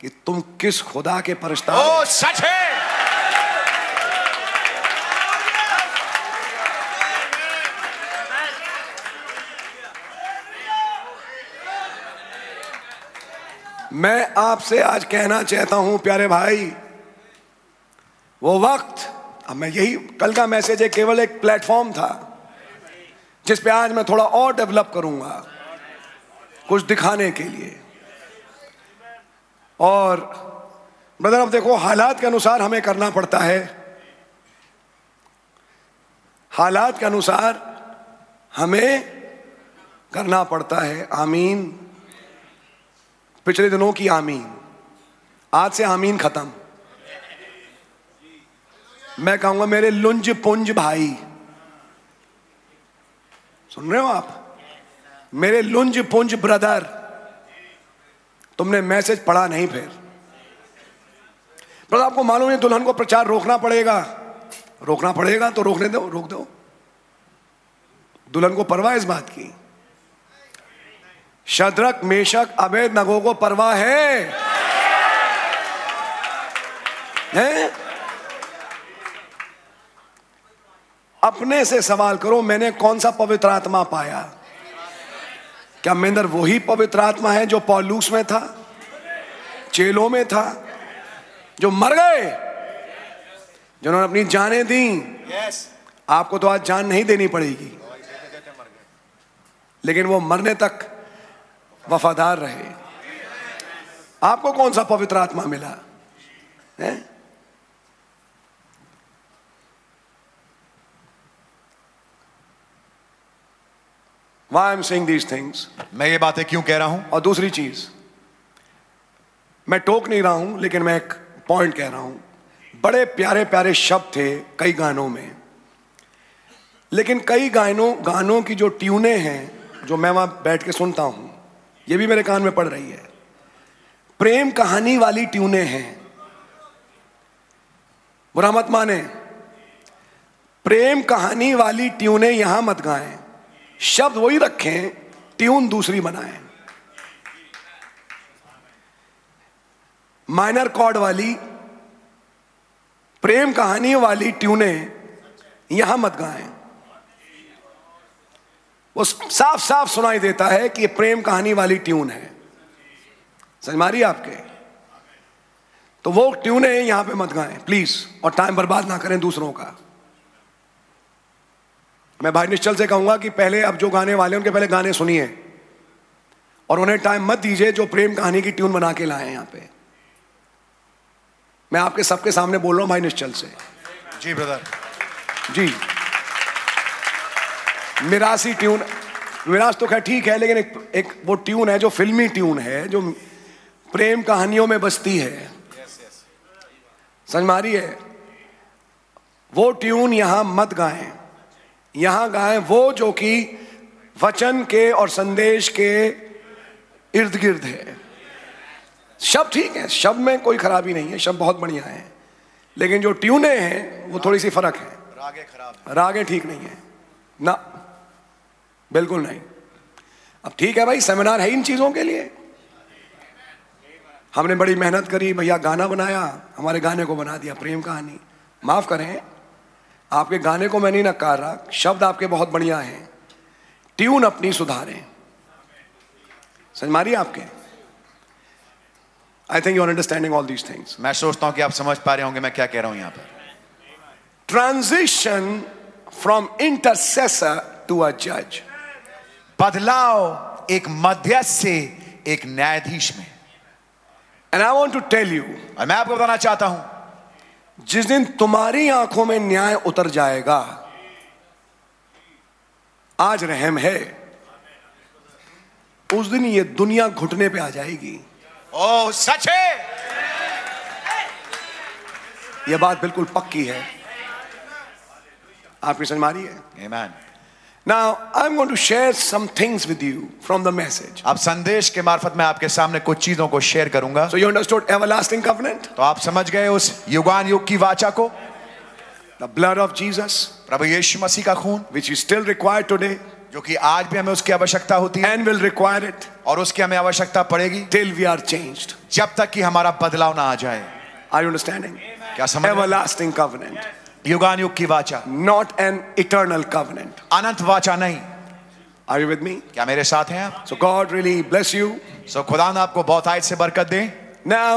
Speaker 11: कि तुम किस खुदा के परस्ता
Speaker 8: ओ सच है
Speaker 11: मैं आपसे आज कहना चाहता हूं प्यारे भाई वो वक्त अब मैं यही कल का मैसेज है केवल एक प्लेटफॉर्म था जिस पे आज मैं थोड़ा और डेवलप करूंगा कुछ दिखाने के लिए और ब्रदर अब देखो हालात के अनुसार हमें करना पड़ता है हालात के अनुसार हमें करना पड़ता है आमीन पिछले दिनों की आमीन आज से आमीन खत्म मैं कहूंगा मेरे लुंज पुंज भाई सुन रहे हो आप मेरे लुंज पुंज ब्रदर तुमने मैसेज पढ़ा नहीं फिर ब्रदर आपको मालूम है दुल्हन को प्रचार रोकना पड़ेगा रोकना पड़ेगा तो रोकने दो रोक दो दुल्हन को परवाह है इस बात की शद्रक मेशक अबेद नगो को परवाह है हैं? अपने से सवाल करो मैंने कौन सा पवित्र आत्मा पाया क्या मेंदर वही पवित्र आत्मा है जो पॉलूस में था जेलों में था जो मर गए जिन्होंने अपनी जानें दी
Speaker 8: यस
Speaker 11: आपको तो आज जान नहीं देनी पड़ेगी लेकिन वो मरने तक वफादार रहे आपको कौन सा पवित्र आत्मा मिला हैं? Why I'm saying these things?
Speaker 12: मैं ये बातें क्यों कह रहा हूं
Speaker 11: और दूसरी चीज मैं टोक नहीं रहा हूं लेकिन मैं एक पॉइंट कह रहा हूं बड़े प्यारे प्यारे शब्द थे कई गानों में लेकिन कई गानों गानों की जो ट्यूने हैं जो मैं वहां बैठ के सुनता हूं ये भी मेरे कान में पड़ रही है प्रेम कहानी वाली ट्यूने हैं बुरा मत माने प्रेम कहानी वाली ट्यूने यहां मत गाएं शब्द वही रखें ट्यून दूसरी बनाएं माइनर कॉर्ड वाली प्रेम कहानी वाली ट्यूने यहां मत गाएं वो साफ साफ सुनाई देता है कि ये प्रेम कहानी वाली ट्यून है समझ मारी आपके तो वो ट्यून है यहां पे मत गाएं प्लीज और टाइम बर्बाद ना करें दूसरों का मैं भाई निश्चल से कहूंगा कि पहले अब जो गाने वाले हैं, उनके पहले गाने सुनिए और उन्हें टाइम मत दीजिए जो प्रेम कहानी की ट्यून बना के लाए हैं यहां पे मैं आपके सबके सामने बोल रहा हूं भाई निश्चल से
Speaker 12: जी ब्रदर
Speaker 11: जी मिरासी ट्यून मिराज तो खैर ठीक है लेकिन एक एक वो ट्यून है जो फिल्मी ट्यून है जो प्रेम कहानियों में बसती है समझ मारी है वो ट्यून यहां मत गाएं यहां गाएं वो जो कि वचन के और संदेश के इर्द गिर्द है शब्द ठीक है शब्द में कोई खराबी नहीं है शब्द बहुत बढ़िया है लेकिन जो ट्यूने हैं वो थोड़ी सी फर्क है
Speaker 12: रागे खराब
Speaker 11: रागे ठीक नहीं है ना बिल्कुल नहीं अब ठीक है भाई सेमिनार है इन चीजों के लिए हमने बड़ी मेहनत करी भैया गाना बनाया हमारे गाने को बना दिया प्रेम कहानी माफ करें आपके गाने को मैं नहीं नकार रहा शब्द आपके बहुत बढ़िया हैं ट्यून अपनी सुधारें समझ मारी आपके I think you are understanding all these things
Speaker 12: मैं सोचता हूं कि आप समझ पा रहे होंगे मैं क्या कह रहा हूं यहां पर
Speaker 11: transition from intercessor to a judge.
Speaker 12: बदलाव एक मध्यस्थ से एक न्यायाधीश में
Speaker 11: And I want to tell you,
Speaker 12: और मैं आपको बताना चाहता हूं
Speaker 11: जिस दिन तुम्हारी आंखों में न्याय उतर जाएगा आज रहम है उस दिन ये दुनिया घुटने पे आ जाएगी
Speaker 12: ओ सच है
Speaker 11: ये बात बिल्कुल पक्की है आपकी समझ मारी है
Speaker 12: Amen.
Speaker 11: Now I am going to share some things with you from the message
Speaker 12: अब संदेश के मार्फत मैं आपके सामने कुछ चीजों को शेयर करूंगा
Speaker 11: so you understood everlasting covenant
Speaker 12: तो आप समझ गए उस युगान युग की वाचा को
Speaker 11: द ब्लड ऑफ जीसस
Speaker 12: प्रभु यीशु मसीह का खून
Speaker 11: which is still required today
Speaker 12: जो कि आज भी हमें उसकी आवश्यकता होती है
Speaker 11: and will require it
Speaker 12: और उसकी हमें आवश्यकता पड़ेगी
Speaker 11: till we are changed.
Speaker 12: जब तक कि हमारा बदलाव ना आ जाए
Speaker 11: Are you understanding?
Speaker 12: क्या समझ रहे हैं?
Speaker 11: Everlasting covenant,
Speaker 12: युगान युग की वाचा
Speaker 11: not an eternal covenant.
Speaker 12: अनंत वाचा नहीं
Speaker 11: Are you with me?
Speaker 12: क्या मेरे साथ हैं आप
Speaker 11: So God really bless you.
Speaker 12: सो खुदा ना आपको बहुत आयत से बरकत दे
Speaker 11: Now,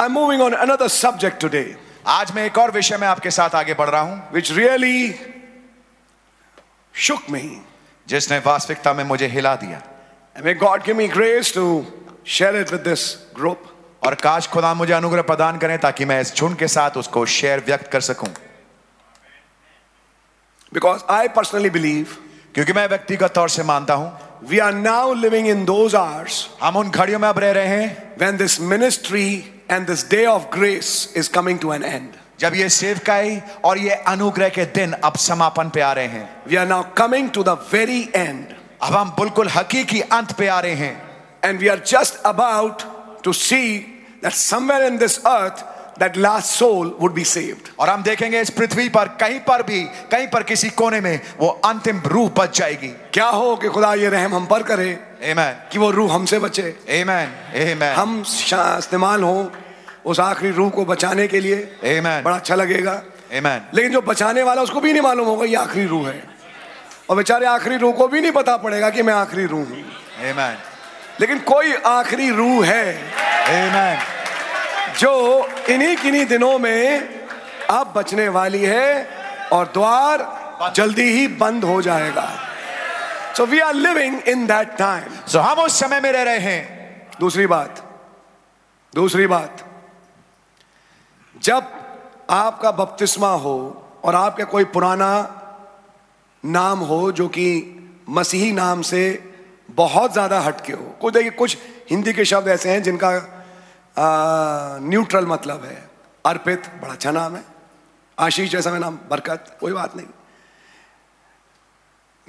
Speaker 11: I'm moving on another subject today,
Speaker 12: आज मैं एक और विषय में आपके साथ आगे बढ़ रहा हूं
Speaker 11: which really shook me.
Speaker 12: जिसने वास्तविकता में मुझे हिला दिया
Speaker 11: And may God give me grace to share it with this group.
Speaker 12: और काश खुदा मुझे अनुग्रह प्रदान करें ताकि मैं इस झुंड के साथ उसको शेयर व्यक्त कर सकूं
Speaker 11: Because I personally believe
Speaker 12: क्योंकि मैं व्यक्तिगत तौर से मानता हूं
Speaker 11: we are now living in those hours
Speaker 12: हम उन घड़ियों में अब रह रहे हैं
Speaker 11: when this ministry and this day of grace is coming to an end.
Speaker 12: जब ये सेवकाई और ये अनुग्रह के दिन अब समापन पे आ रहे हैं
Speaker 11: We are now coming to the very end,
Speaker 12: अब हम बिल्कुल हकीकी अंत पे आ रहे हैं
Speaker 11: and we are just about to see that somewhere in this earth, that last soul would be saved.
Speaker 12: और हम देखेंगे इस पृथ्वी पर कहीं पर भी कहीं पर किसी कोने में वो अंतिम रूह बच जाएगी
Speaker 11: क्या हो कि खुदा ये रहम हम पर करे
Speaker 12: Amen.
Speaker 11: कि वो रूह हमसे बचे
Speaker 12: Amen. Amen.
Speaker 11: हम शा- इस्तेमाल हो उस आखिरी रूह को बचाने के लिए
Speaker 12: Amen.
Speaker 11: बड़ा अच्छा लगेगा
Speaker 12: Amen.
Speaker 11: लेकिन जो बचाने वाला उसको भी नहीं मालूम होगा ये आखिरी रूह है और बेचारे आखिरी रूह को भी नहीं पता पड़ेगा कि मैं आखिरी रूह हूं
Speaker 12: Amen.
Speaker 11: लेकिन कोई आखिरी रूह है
Speaker 12: Amen.
Speaker 11: जो इन्हीं किन्हीं दिनों में अब बचने वाली है और द्वार जल्दी ही बंद हो जाएगा so we are living in that time
Speaker 12: so हम उस समय में रह रहे हैं
Speaker 11: दूसरी बात दूसरी बात जब आपका बपतिस्मा हो और आपका कोई पुराना नाम हो जो कि मसीही नाम से बहुत ज़्यादा हटके हो कुछ देखिए कुछ हिंदी के शब्द ऐसे हैं जिनका आ, न्यूट्रल मतलब है अर्पित बड़ा अच्छा नाम है आशीष जैसा मेरा नाम बरकत कोई बात नहीं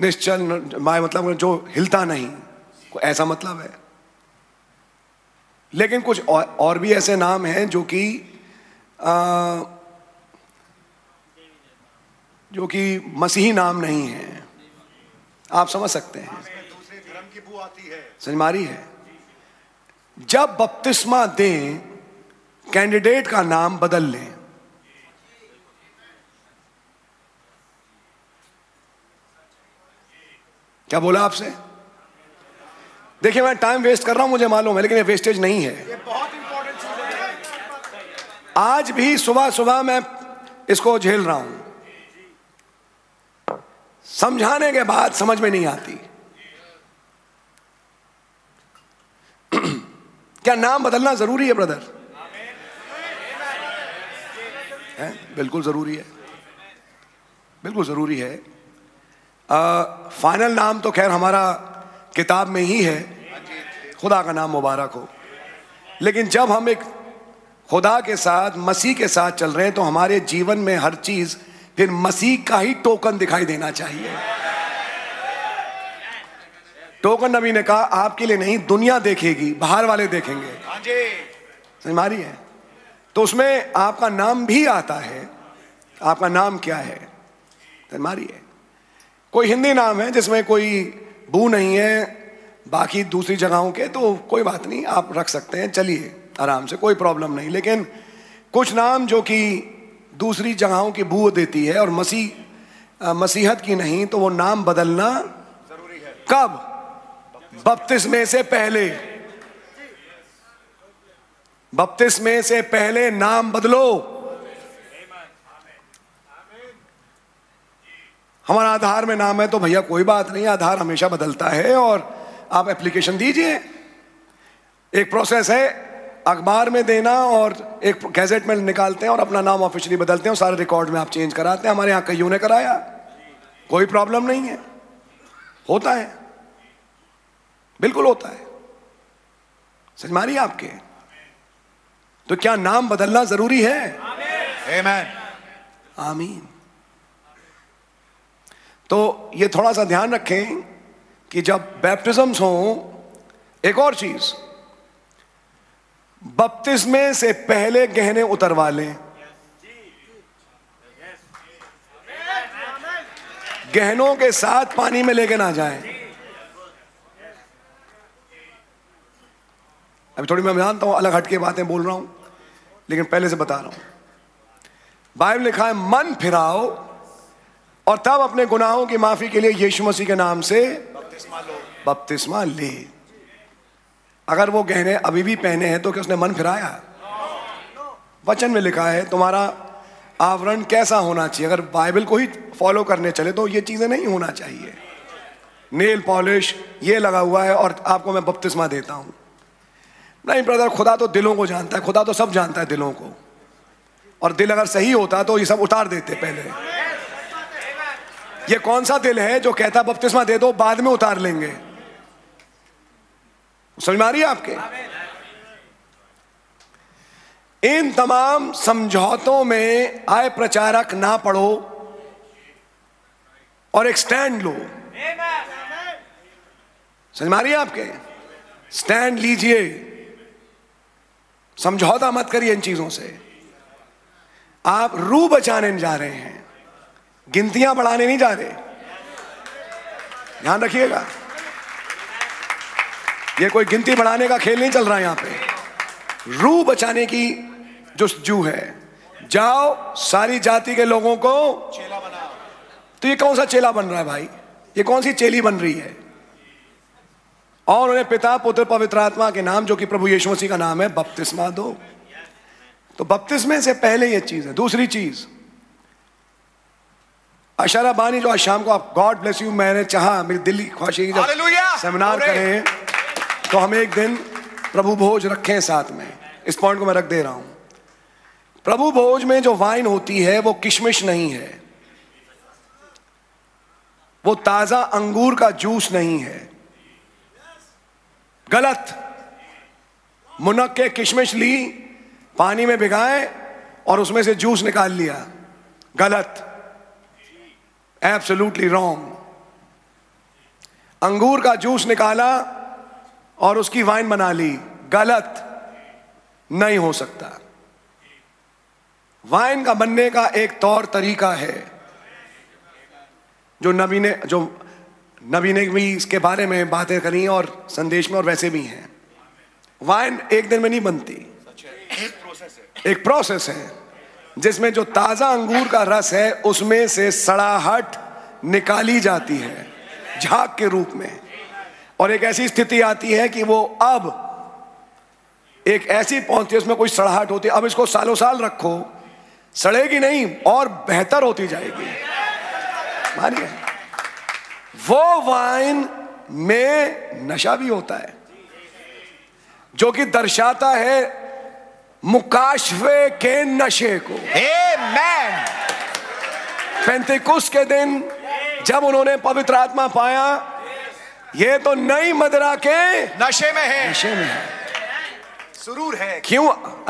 Speaker 11: निश्चल माय मतलब जो हिलता नहीं को- ऐसा मतलब है लेकिन कुछ और, और भी ऐसे नाम हैं जो कि आ, जो कि मसीही नाम नहीं है आप समझ सकते हैं समझ मारी है जब बपतिस्मा दें कैंडिडेट का नाम बदल लें क्या बोला आपसे देखिए मैं टाइम वेस्ट कर रहा हूं मुझे मालूम है लेकिन ये वेस्टेज नहीं है आज भी सुबह सुबह मैं इसको झेल रहा हूं समझाने के बाद समझ में नहीं आती क्या नाम बदलना जरूरी है ब्रदर है बिल्कुल जरूरी है बिल्कुल जरूरी है आ, फाइनल नाम तो खैर हमारा किताब में ही है खुदा का नाम मुबारक हो लेकिन जब हम एक खुदा के साथ मसीह के साथ चल रहे हैं तो हमारे जीवन में हर चीज फिर मसीह का ही टोकन दिखाई देना चाहिए टोकन नबी ने कहा आपके लिए नहीं दुनिया देखेगी बाहर वाले देखेंगे समझ मारी है तो उसमें आपका नाम भी आता है आपका नाम क्या है समझ मारी है कोई हिंदी नाम है जिसमें कोई बू नहीं है बाकी दूसरी जगहों के तो कोई बात नहीं आप रख सकते हैं चलिए आराम से कोई प्रॉब्लम नहीं लेकिन कुछ नाम जो कि दूसरी जगहों की बू देती है और मसीह अ, मसीहत की नहीं तो वो नाम बदलना कब बपतिस्मे से पहले बपतिस्मे से पहले नाम बदलो हमारा आधार में नाम है तो भैया कोई बात नहीं आधार हमेशा बदलता है और आप एप्लीकेशन दीजिए एक प्रोसेस है अखबार में देना और एक गैजेट में निकालते हैं और अपना नाम ऑफिशियली बदलते हैं और सारे रिकॉर्ड में आप चेंज कराते हैं हमारे यहाँ कईयों ने कराया कोई प्रॉब्लम नहीं है होता है बिल्कुल होता है समझ मारिए आपके तो क्या नाम बदलना जरूरी है
Speaker 12: आमीन
Speaker 11: आमीन तो ये थोड़ा सा ध्यान रखें कि जब बैप्टिज्म्स हों एक और चीज बपतिस्मे से पहले गहने उतरवा लें गहनों के साथ पानी में लेके ना जाएं अभी थोड़ी मैं जानता हूं अलग हटके बातें बोल रहा हूं लेकिन पहले से बता रहा हूं बाइबल लिखा है मन फिराओ और तब अपने गुनाहों की माफी के लिए यीशु मसीह के नाम से बपतिस्मा ले अगर वो गहने अभी भी पहने हैं तो क्या उसने मन फिराया वचन में लिखा है तुम्हारा आवरण कैसा होना चाहिए अगर बाइबल को ही फॉलो करने चले तो ये चीजें नहीं होना चाहिए नेल पॉलिश ये लगा हुआ है और आपको मैं बपतिस्मा देता हूं नहीं ब्रदर खुदा तो दिलों को जानता है खुदा तो सब जानता है दिलों को और दिल अगर सही होता तो ये सब उतार देते पहले ये कौन सा दिल है जो कहता है बपतिस्मा दे दो बाद में उतार लेंगे समझ में आ रही है आपके इन तमाम समझौतों में आय प्रचारक ना पढ़ो और एक स्टैंड लो समझ में आ रही है आपके स्टैंड लीजिए समझौता मत करिए इन चीजों से आप रू बचाने जा रहे हैं गिनतियां बढ़ाने नहीं जा रहे ध्यान रखिएगा ये कोई गिनती बढ़ाने का खेल नहीं चल रहा है यहां पे रू बचाने की जो जू है जाओ सारी जाति के लोगों को चेला बनाओ तो ये कौन सा चेला बन रहा है भाई ये कौन सी चेली बन रही है और उन्हें पिता पुत्र पवित्र आत्मा के नाम जो कि प्रभु यीशु मसीह का नाम है बपतिस्मा दो तो बपतिस्मे से पहले ये चीज है दूसरी चीज अशारा बानी जो आज शाम को आप गॉड ब्लेस यू मैंने चाहा मेरी दिल्ली ख्वाहिश है कि जब सेमिनार करें तो हम एक दिन प्रभु भोज रखें साथ में इस पॉइंट को मैं रख दे रहा हूं प्रभु भोज में जो वाइन होती है वो किशमिश नहीं है वो ताजा अंगूर का जूस नहीं है गलत मुनक के किशमिश ली पानी में भिगाए और उसमें से जूस निकाल लिया गलत एब्सोल्युटली रॉन्ग अंगूर का जूस निकाला और उसकी वाइन बना ली गलत नहीं हो सकता वाइन का बनने का एक तौर तरीका है जो नबी ने जो नबी ने भी इसके बारे में बातें करी और संदेश में और वैसे भी हैं वाइन एक दिन में नहीं बनती एक प्रोसेस है जिसमें जो ताजा अंगूर का रस है उसमें से सड़ाहट निकाली जाती है झाग के रूप में और एक ऐसी स्थिति आती है कि वो अब एक ऐसी पहुंचती है उसमें कोई सड़ाहट होती है अब इसको सालों साल रखो सड़ेगी नहीं और बेहतर होती जाएगी मानिए वो वाइन में नशा भी होता है जो कि दर्शाता है मुकाशफे के नशे को पैंतीकुस के दिन जब उन्होंने पवित्र आत्मा पाया ये तो नई मदरा के
Speaker 6: नशे में है
Speaker 11: नशे में है
Speaker 6: सुरूर है
Speaker 11: क्यों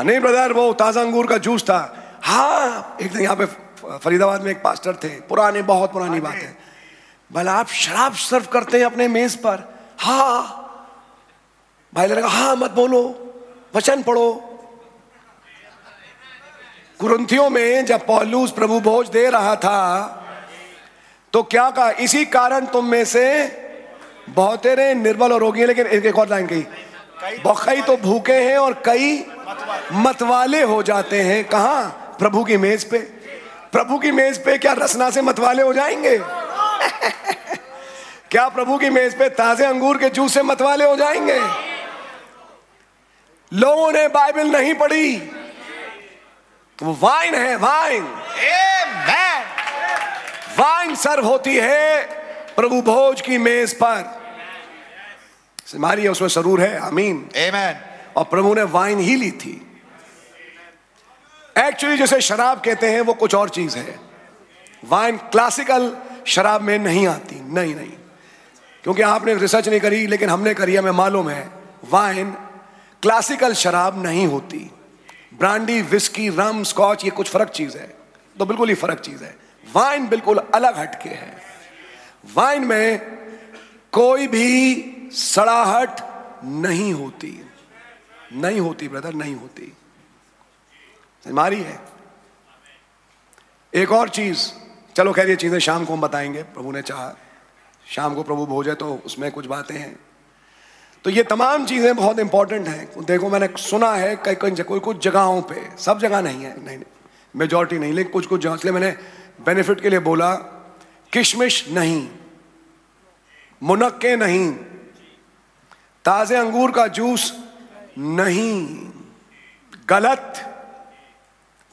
Speaker 11: नहीं ब्रदर वो ताजा अंगूर का जूस था हाँ एक दिन यहाँ पे फ- फरीदाबाद में एक पास्टर थे पुराने बहुत पुरानी बात है भला आप शराब सर्व करते हैं अपने मेज पर हाँ भाई लड़का हाँ मत बोलो वचन पढ़ो कुरंथियों में जब पौलूस प्रभु भोज दे रहा था तो क्या कहा इसी कारण तुम में से बहुतेरे निर्बल और रोगी हैं लेकिन एक एक और लाइन कही बखई तो भूखे हैं और कई मतवाले हो जाते हैं कहा प्रभु की मेज पे प्रभु की मेज पे क्या रसना से मतवाले हो जाएंगे क्या प्रभु की मेज पे ताजे अंगूर के जूस से मतवाले हो जाएंगे लोगों ने बाइबल नहीं पढ़ी तो वो वाइन है वाइन वाइन सर्व होती है प्रभु भोज की मेज पर हमारी उसमें सरूर है आमीन
Speaker 6: Amen.
Speaker 11: और प्रभु ने वाइन ही ली थी एक्चुअली जिसे शराब कहते हैं वो कुछ और चीज है वाइन क्लासिकल शराब में नहीं आती नहीं नहीं क्योंकि आपने रिसर्च नहीं करी लेकिन हमने करी हमें मालूम है वाइन क्लासिकल शराब नहीं होती ब्रांडी विस्की रम स्कॉच ये कुछ फर्क चीज है तो बिल्कुल ही फर्क चीज है वाइन बिल्कुल अलग हटके है वाइन में कोई भी सड़ाहट नहीं होती नहीं होती ब्रदर नहीं होती मारी है एक और चीज चलो खैर ये चीजें शाम को हम बताएंगे प्रभु ने चाहा शाम को प्रभु भोज है तो उसमें कुछ बातें हैं तो ये तमाम चीजें बहुत इंपॉर्टेंट हैं देखो मैंने सुना है कई कई कोई कुछ जगहों पे सब जगह नहीं है नहीं नहीं मेजोरिटी नहीं लेकिन कुछ कुछ जगह इसलिए मैंने बेनिफिट के लिए बोला किशमिश नहीं मुनक्के नहीं ताजे अंगूर का जूस नहीं गलत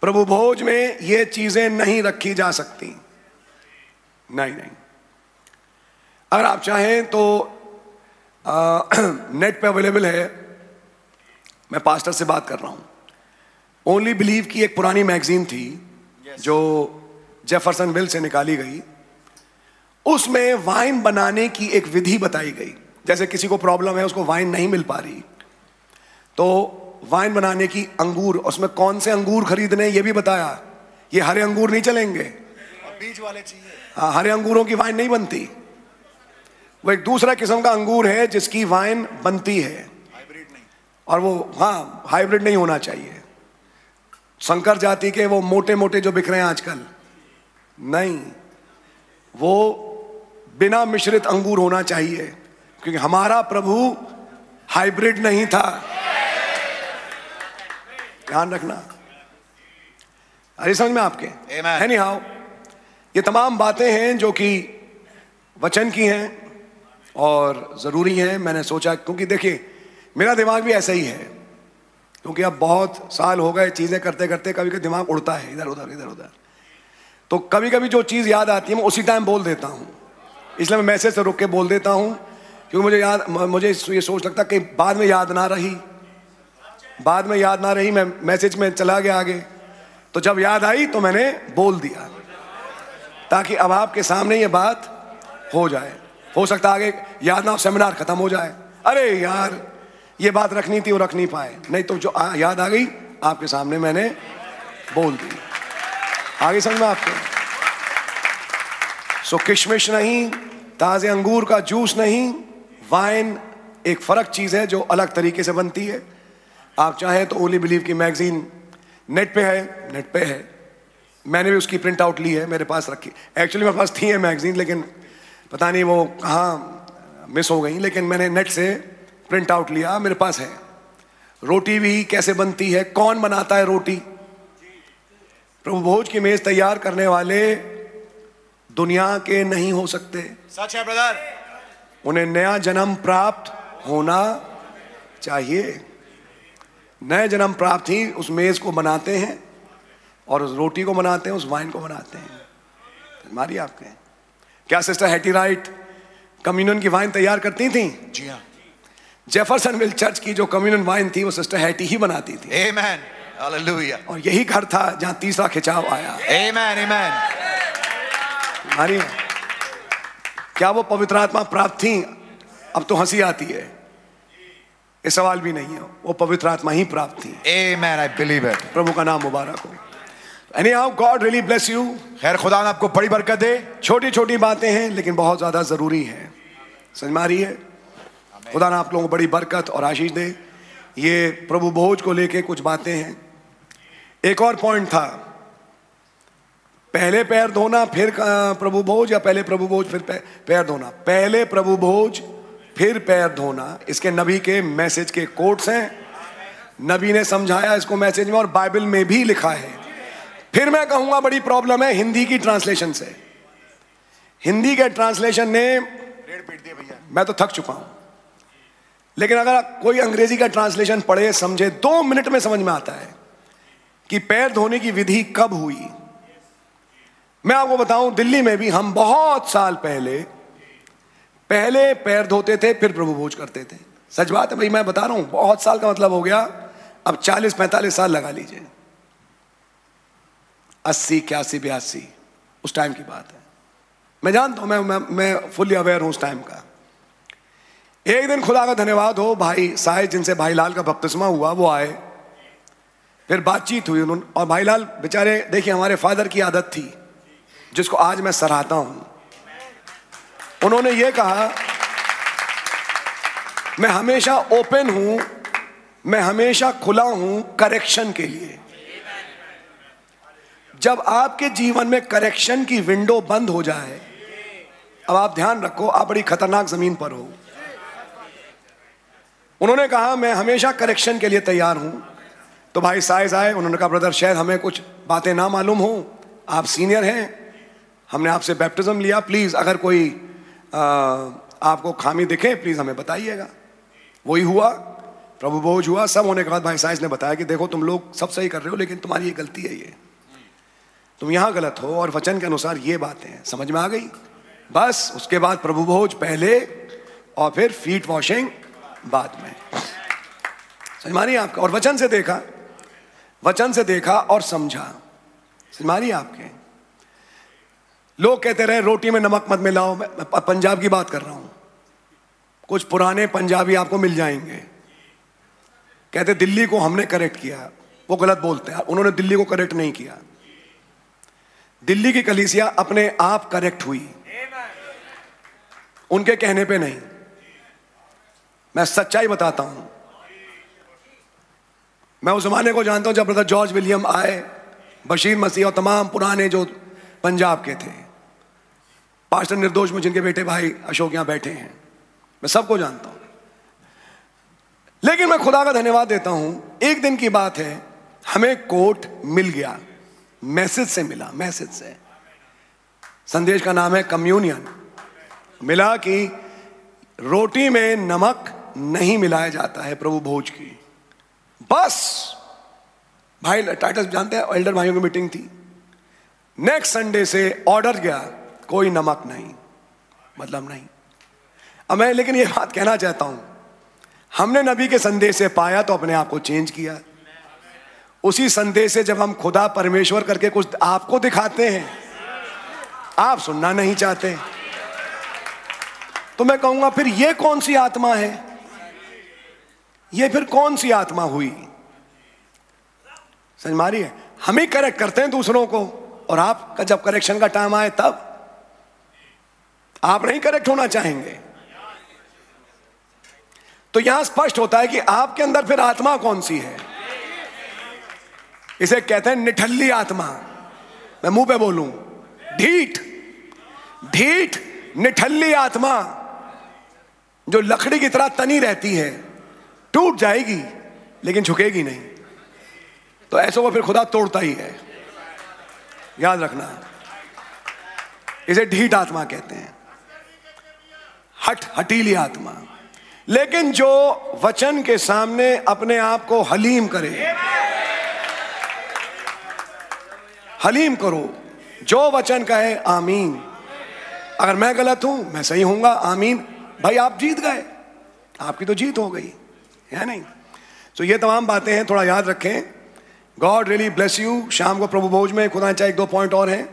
Speaker 11: प्रभु भोज में ये चीजें नहीं रखी जा सकती नहीं नहीं अगर आप चाहें तो आ, नेट पे अवेलेबल है मैं पास्टर से बात कर रहा हूँ ओनली बिलीव की एक पुरानी मैगजीन थी जो जेफरसन विल से निकाली गई उसमें वाइन बनाने की एक विधि बताई गई जैसे किसी को प्रॉब्लम है उसको वाइन नहीं मिल पा रही तो वाइन बनाने की अंगूर उसमें कौन से अंगूर खरीदने ये भी बताया ये हरे अंगूर नहीं चलेंगे
Speaker 6: बीज वाले चाहिए
Speaker 11: हाँ, हरे अंगूरों की वाइन नहीं बनती वो एक दूसरा किस्म का अंगूर है जिसकी वाइन बनती है और वो हाँ हाइब्रिड नहीं होना चाहिए संकर जाति के वो मोटे मोटे जो बिक रहे हैं आजकल नहीं वो बिना मिश्रित अंगूर होना चाहिए क्योंकि हमारा प्रभु हाइब्रिड नहीं था ध्यान रखना अरे समझ में आपके
Speaker 6: Amen.
Speaker 11: है नहीं हाउ ये तमाम बातें हैं जो कि वचन की हैं और ज़रूरी हैं मैंने सोचा क्योंकि देखिए मेरा दिमाग भी ऐसा ही है क्योंकि अब बहुत साल हो गए चीज़ें करते करते कभी कभी दिमाग उड़ता है इधर उधर इधर उधर तो कभी कभी जो चीज़ याद आती है मैं उसी टाइम बोल देता हूँ इसलिए मैं मैसेज से रुक के बोल देता हूँ क्योंकि मुझे याद म- मुझे इस- ये सोच लगता कि बाद में याद ना रही बाद में याद ना रही मैं मैसेज में चला गया आगे तो जब याद आई तो मैंने बोल दिया ताकि अब आपके सामने ये बात हो जाए हो सकता है आगे याद ना हो, सेमिनार खत्म हो जाए अरे यार ये बात रखनी थी वो रख नहीं पाए नहीं तो जो आ, याद आ गई आपके सामने मैंने बोल दी आगे समझ में आपको सो किशमिश नहीं ताज़े अंगूर का जूस नहीं वाइन एक फ़र्क चीज़ है जो अलग तरीके से बनती है आप चाहें तो ओली बिलीव की मैगज़ीन नेट पे है नेट पे है मैंने भी उसकी प्रिंट आउट ली है मेरे पास रखी एक्चुअली मेरे पास थी है मैगज़ीन लेकिन पता नहीं वो कहाँ मिस हो गई लेकिन मैंने नेट से प्रिंट आउट लिया मेरे पास है रोटी भी कैसे बनती है कौन बनाता है रोटी प्रभु भोज की मेज तैयार करने वाले दुनिया के नहीं हो सकते
Speaker 6: सच है ब्रदर
Speaker 11: उन्हें नया जन्म प्राप्त होना चाहिए नए जन्म प्राप्त ही उस मेज को बनाते हैं और उस रोटी को बनाते हैं उस वाइन को बनाते हैं हमारी आपके क्या सिस्टर हैटी राइट कम्युनियन की वाइन तैयार करती थी
Speaker 6: जी हाँ
Speaker 11: जेफरसनविल चर्च की जो कम्युनियन वाइन थी वो सिस्टर हैटी ही बनाती थी
Speaker 12: Amen. Hallelujah.
Speaker 11: और यही घर था जहाँ तीसरा खिंचाव आया
Speaker 12: Amen. Amen.
Speaker 11: हमारी क्या वो पवित्र आत्मा प्राप्त थी अब तो हंसी आती है ये सवाल भी नहीं है वो पवित्र आत्मा ही प्राप्त थी
Speaker 12: Amen. I believe it.
Speaker 11: प्रभु का नाम मुबारक हो anyhow God really bless you
Speaker 12: खैर खुदा ने आपको बड़ी बरकत दे
Speaker 11: छोटी छोटी बातें हैं लेकिन बहुत ज़्यादा ज़रूरी है समझ में आ रही है खुदा ना आप लोगों को बड़ी बरकत और आशीष दे ये प्रभु भोज को लेके कुछ बातें हैं एक और पॉइंट था पहले पैर धोना फिर अ, प्रभु भोज या पहले प्रभु भोज फिर पै- पैर धोना पहले प्रभु भोज फिर पैर धोना इसके नबी के मैसेज के कोट्स हैं नबी ने समझाया इसको मैसेज में और बाइबल में भी लिखा है फिर मैं कहूंगा बड़ी प्रॉब्लम है हिंदी की ट्रांसलेशन से हिंदी के ट्रांसलेशन ने मैं तो थक चुका हूं लेकिन अगर कोई अंग्रेजी का ट्रांसलेशन पढ़े समझे दो मिनट में समझ में आता है कि पैर धोने की विधि कब हुई मैं आपको बताऊं दिल्ली में भी हम बहुत साल पहले पहले पैर धोते थे फिर प्रभु भोज करते थे सच बात है भाई मैं बता रहा हूं बहुत साल का मतलब हो गया अब 40-45 साल लगा लीजिए अस्सी इक्यासी बयासी उस टाइम की बात है मैं जानता हूं मैं मैं, मैं फुली अवेयर हूं उस टाइम का एक दिन खुदा का धन्यवाद हो भाई साय जिनसे भाई लाल का बपतिस्मा हुआ वो आए फिर बातचीत हुई उन्होंने और भाई लाल बेचारे देखिए हमारे फादर की आदत थी जिसको आज मैं सराहता हूं उन्होंने ये कहा मैं हमेशा ओपन हूं मैं हमेशा खुला हूं करेक्शन के लिए जब आपके जीवन में करेक्शन की विंडो बंद हो जाए अब आप ध्यान रखो आप बड़ी खतरनाक जमीन पर हो उन्होंने कहा मैं हमेशा करेक्शन के लिए तैयार हूं तो भाई साइज आए उन्होंने कहा ब्रदर शायद हमें कुछ बातें ना मालूम हो आप सीनियर हैं हमने आपसे बैप्टिज्म लिया प्लीज अगर कोई अ, आपको खामी दिखे प्लीज हमें बताइएगा वही हुआ प्रभु भोज हुआ सब होने के बाद भाई साइज ने बताया कि देखो तुम लोग सब सही कर रहे हो लेकिन तुम्हारी ये गलती है ये तुम यहां गलत हो और वचन के अनुसार ये बातें हैं समझ में आ गई बस उसके बाद प्रभु भोज पहले और फिर फीट वॉशिंग बाद में समझ मारी आपका और वचन से देखा वचन से देखा और समझा समझ मारी आपके लोग कहते रहे रोटी में नमक मत मिलाओ मैं मैं प- पंजाब की बात कर रहा हूं कुछ पुराने पंजाबी आपको मिल जाएंगे कहते दिल्ली को हमने करेक्ट किया वो गलत बोलते हैं उन्होंने दिल्ली को करेक्ट नहीं किया दिल्ली की कलीसिया अपने आप करेक्ट हुई उनके कहने पे नहीं मैं सच्चाई बताता हूं मैं उस जमाने को जानता हूं जब ब्रदर जॉर्ज विलियम आए बशीर मसीह और तमाम पुराने जो पंजाब के थे पास्टर निर्दोष में जिनके बेटे भाई अशोक यहां बैठे हैं मैं सबको जानता हूं लेकिन मैं खुदा का धन्यवाद देता हूं एक दिन की बात है हमें कोट मिल गया मैसेज से मिला मैसेज से संदेश का नाम है कम्युनियन मिला कि रोटी में नमक नहीं मिलाया जाता है प्रभु भोज की बस भाई टाइटस जानते हैं एल्डर भाइयों की मीटिंग थी नेक्स्ट संडे से ऑर्डर गया कोई नमक नहीं मतलब नहीं अब मैं लेकिन ये बात कहना चाहता हूं हमने नबी के संदेश से पाया तो अपने आप को चेंज किया उसी संदेश से जब हम खुदा परमेश्वर करके कुछ आपको दिखाते हैं आप सुनना नहीं चाहते तो मैं कहूंगा फिर ये कौन सी आत्मा है ये फिर कौन सी आत्मा हुई समझ मारी है हम ही करेक्ट करते हैं दूसरों को और आपका जब करेक्शन का टाइम आए तब आप नहीं करेक्ट होना चाहेंगे तो यहां स्पष्ट होता है कि आपके अंदर फिर आत्मा कौन सी है इसे कहते हैं निठल्ली आत्मा मैं मुंह पे बोलूं ढीठ ढीठ निठल्ली आत्मा जो लकड़ी की तरह तनी रहती है टूट जाएगी लेकिन झुकेगी नहीं तो ऐसों को फिर खुदा तोड़ता ही है याद रखना इसे ढीठ आत्मा कहते हैं हट हटीली आत्मा लेकिन जो वचन के सामने अपने आप को हलीम करे हलीम करो जो वचन कहे आमीन अगर मैं गलत हूं मैं सही हूंगा आमीन भाई आप जीत गए आपकी तो जीत हो गई है नहीं तो ये तमाम बातें हैं थोड़ा याद रखें गॉड रियली ब्लेस यू शाम को प्रभु भोज में खुदा चाहे एक दो पॉइंट और हैं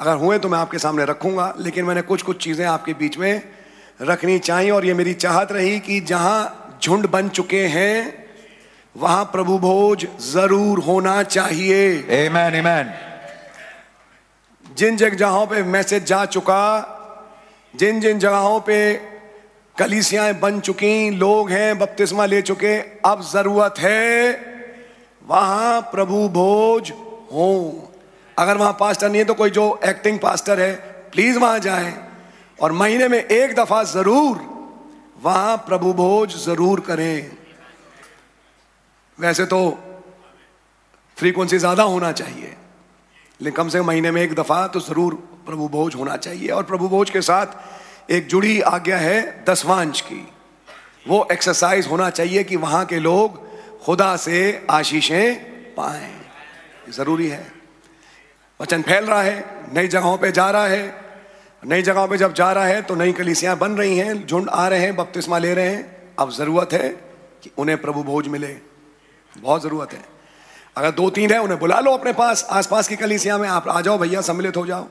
Speaker 11: अगर हुए तो मैं आपके सामने रखूंगा लेकिन मैंने कुछ कुछ चीज़ें आपके बीच में रखनी चाहिए और ये मेरी चाहत रही कि जहाँ झुंड बन चुके हैं वहाँ प्रभु भोज जरूर होना चाहिए
Speaker 12: Amen, amen.
Speaker 11: जिन जिन जगहों पे मैसेज जा चुका जिन जिन जगहों पे कलीसियाएं बन चुकी लोग हैं बपतिस्मा ले चुके अब जरूरत है वहां प्रभु भोज हो अगर वहां पास्टर नहीं है तो कोई जो एक्टिंग पास्टर है प्लीज वहां जाए और महीने में एक दफा जरूर वहां प्रभु भोज जरूर करें वैसे तो फ्रीक्वेंसी ज्यादा होना चाहिए लेकिन कम से कम महीने में एक दफा तो जरूर प्रभु भोज होना चाहिए और प्रभु भोज के साथ एक जुड़ी आज्ञा है दसवांश की वो एक्सरसाइज होना चाहिए कि वहां के लोग खुदा से आशीषें पाएं जरूरी है वचन फैल रहा है नई जगहों पे जा रहा है नई जगहों पे जब जा रहा है तो नई कलीसियां बन रही हैं झुंड आ रहे हैं बपतिस्मा ले रहे हैं अब जरूरत है कि उन्हें प्रभु भोज मिले बहुत जरूरत है अगर दो तीन है उन्हें बुला लो अपने पास आसपास की कलीसिया में आप आ जाओ भैया सम्मिलित हो जाओ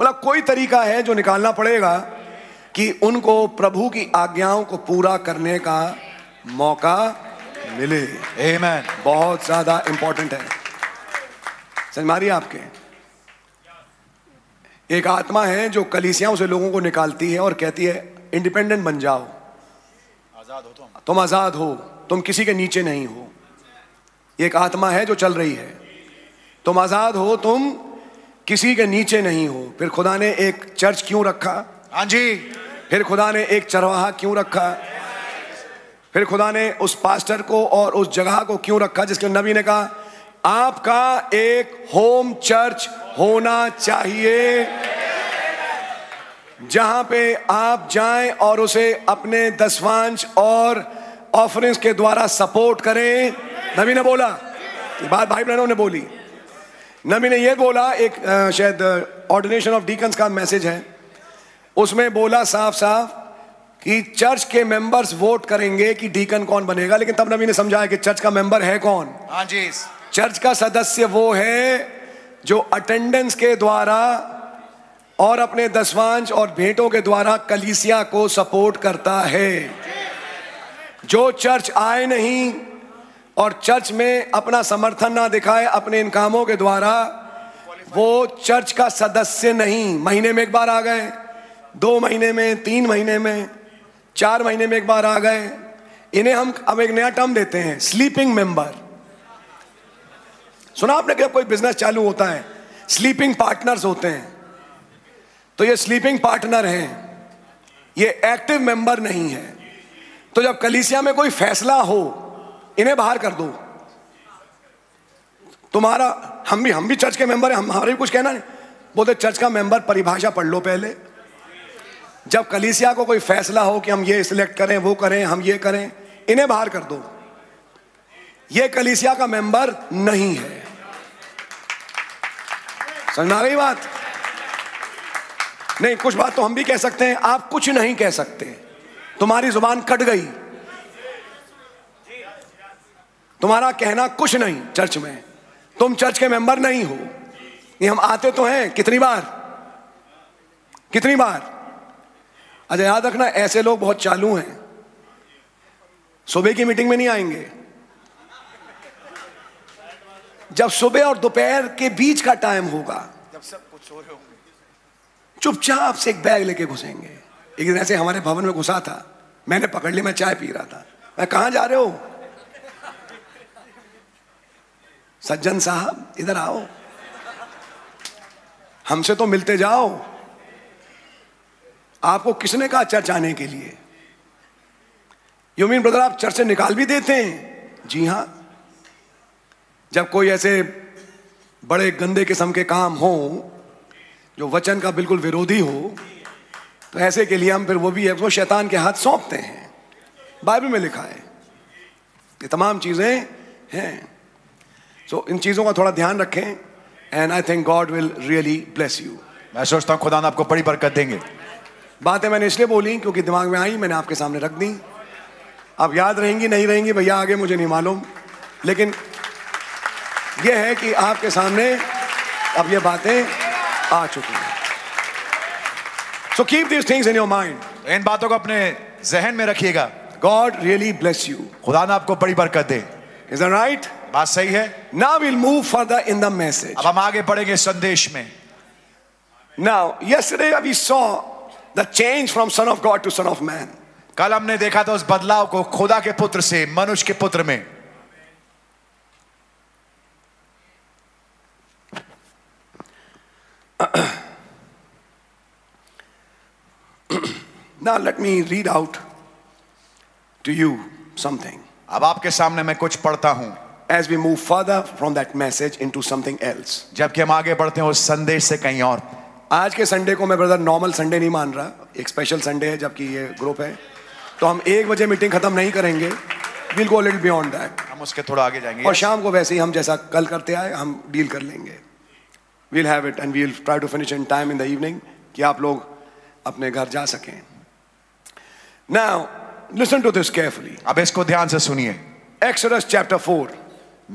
Speaker 11: मतलब कोई तरीका है जो निकालना पड़ेगा कि उनको प्रभु की आज्ञाओं को पूरा करने का मौका मिले Amen. बहुत ज्यादा इंपॉर्टेंट है समझ मारिए आपके एक आत्मा है जो कलीसियाओं से लोगों को निकालती है और कहती है इंडिपेंडेंट बन जाओ
Speaker 6: आजाद
Speaker 12: तो
Speaker 6: हो तुम
Speaker 11: तुम आजाद हो तुम किसी के नीचे नहीं हो एक आत्मा है जो चल रही है तुम आजाद हो तुम किसी के नीचे नहीं हो फिर खुदा ने एक चर्च क्यों रखा हाँ जी फिर खुदा ने एक चरवाहा क्यों रखा फिर खुदा ने उस पास्टर को और उस जगह को क्यों रखा जिसके नबी ने कहा आपका एक होम चर्च होना चाहिए जहां पे आप जाएं और उसे अपने दसवांश और ऑफरिंग्स के द्वारा सपोर्ट करें नबी ने बोला ये बात भाई बहनों ने बोली नबी ने यह बोला एक अ, शायद ऑर्डिनेशन ऑफ डीकन्स का मैसेज है उसमें बोला साफ साफ कि चर्च के मेंबर्स वोट करेंगे कि डीकन कौन बनेगा लेकिन तब नबी ने समझाया कि चर्च का मेंबर है कौन
Speaker 6: हाँ जी
Speaker 11: चर्च का सदस्य वो है जो अटेंडेंस के द्वारा और अपने दसवांश और भेंटों के द्वारा कलीसिया को सपोर्ट करता है जो चर्च आए नहीं और चर्च में अपना समर्थन ना दिखाए अपने इन कामों के द्वारा वो चर्च का सदस्य नहीं महीने में एक बार आ गए दो महीने में तीन महीने में चार महीने में एक बार आ गए इन्हें हम अब एक नया टर्म देते हैं स्लीपिंग मेंबर सुना आपने कि जब कोई बिजनेस चालू होता है स्लीपिंग पार्टनर्स होते हैं तो ये स्लीपिंग पार्टनर हैं ये एक्टिव मेंबर नहीं है तो जब कलीसिया में कोई फैसला हो इन्हें बाहर कर दो तुम्हारा हम भी हम भी चर्च के मेंबर हैं हम- हमारा भी कुछ कहना नहीं बोलते चर्च का मेंबर परिभाषा पढ़ लो पहले जब कलीसिया को कोई फैसला हो कि हम ये सिलेक्ट करें वो करें हम ये करें इन्हें बाहर कर दो ये कलीसिया का मेंबर नहीं है समझ में आ गई बात नहीं कुछ बात तो हम भी कह सकते हैं आप कुछ नहीं कह सकते तुम्हारी जुबान कट गई तुम्हारा कहना कुछ नहीं चर्च में तुम चर्च के मेंबर नहीं हो ये हम आते तो हैं कितनी बार कितनी बार अच्छा याद रखना ऐसे लोग बहुत चालू हैं सुबह की मीटिंग में नहीं आएंगे जब सुबह और दोपहर के बीच का टाइम होगा
Speaker 6: जब सब कुछ सो रहे होंगे
Speaker 11: चुपचाप से एक बैग लेके घुसेंगे एक दिन ऐसे हमारे भवन में घुसा था मैंने पकड़ लिया मैं चाय पी रहा था मैं कहा जा रहे हो सज्जन साहब इधर आओ हमसे तो मिलते जाओ आपको किसने कहा चर्च आने के लिए यू मीन ब्रदर आप चर्च से निकाल भी देते हैं जी हाँ जब कोई ऐसे बड़े गंदे किस्म के काम हो जो वचन का बिल्कुल विरोधी हो तो ऐसे के लिए हम फिर वो भी है वो शैतान के हाथ सौंपते हैं बाइबल में लिखा है ये तमाम चीज़ें हैं सो इन चीज़ों का थोड़ा ध्यान रखें and I think God will really bless you
Speaker 12: मैं सोचता हूँ खुदा ने आपको बड़ी बरकत देंगे
Speaker 11: बातें मैंने इसलिए बोली क्योंकि दिमाग में आई मैंने आपके सामने रख दी अब याद रहेंगी नहीं रहेंगी भैया आगे मुझे नहीं मालूम लेकिन यह है कि आपके सामने अब ये बातें आ चुकी हैं so keep these things in your mind
Speaker 12: इन बातों को अपने जहन में रखिएगा
Speaker 11: गॉड रियली ब्लेस यू
Speaker 12: खुदा ने आपको बड़ी बरकत दे
Speaker 11: इज राइट
Speaker 12: बात सही है
Speaker 11: now will move further in the message
Speaker 12: अब हम आगे बढ़ेंगे संदेश में
Speaker 11: now yesterday we saw the change from son of God to son of man
Speaker 12: कल हमने देखा था उस बदलाव को खुदा के पुत्र से मनुष्य के पुत्र में
Speaker 11: Now let me read out to you something.
Speaker 12: अब आपके सामने मैं कुछ पढ़ता हूं
Speaker 11: As we move further from that message into something else.
Speaker 12: जबकि हम आगे बढ़ते हैं उस संदेश से कहीं और
Speaker 11: आज के संडे को मैं ब्रदर नॉर्मल संडे नहीं मान रहा एक स्पेशल संडे है जबकि ये ग्रुप है तो हम एक बजे मीटिंग खत्म नहीं करेंगे will go little beyond that
Speaker 12: हम उसके थोड़ा आगे जाएंगे
Speaker 11: और शाम को वैसे ही हम जैसा कल करते आए हम डील कर लेंगे will have it and we'll try to finish in time in the evening कि आप लोग अपने घर जा सकें now listen to this carefully
Speaker 12: अब इसको ध्यान से सुनिए
Speaker 11: एक्सोडस चैप्टर 4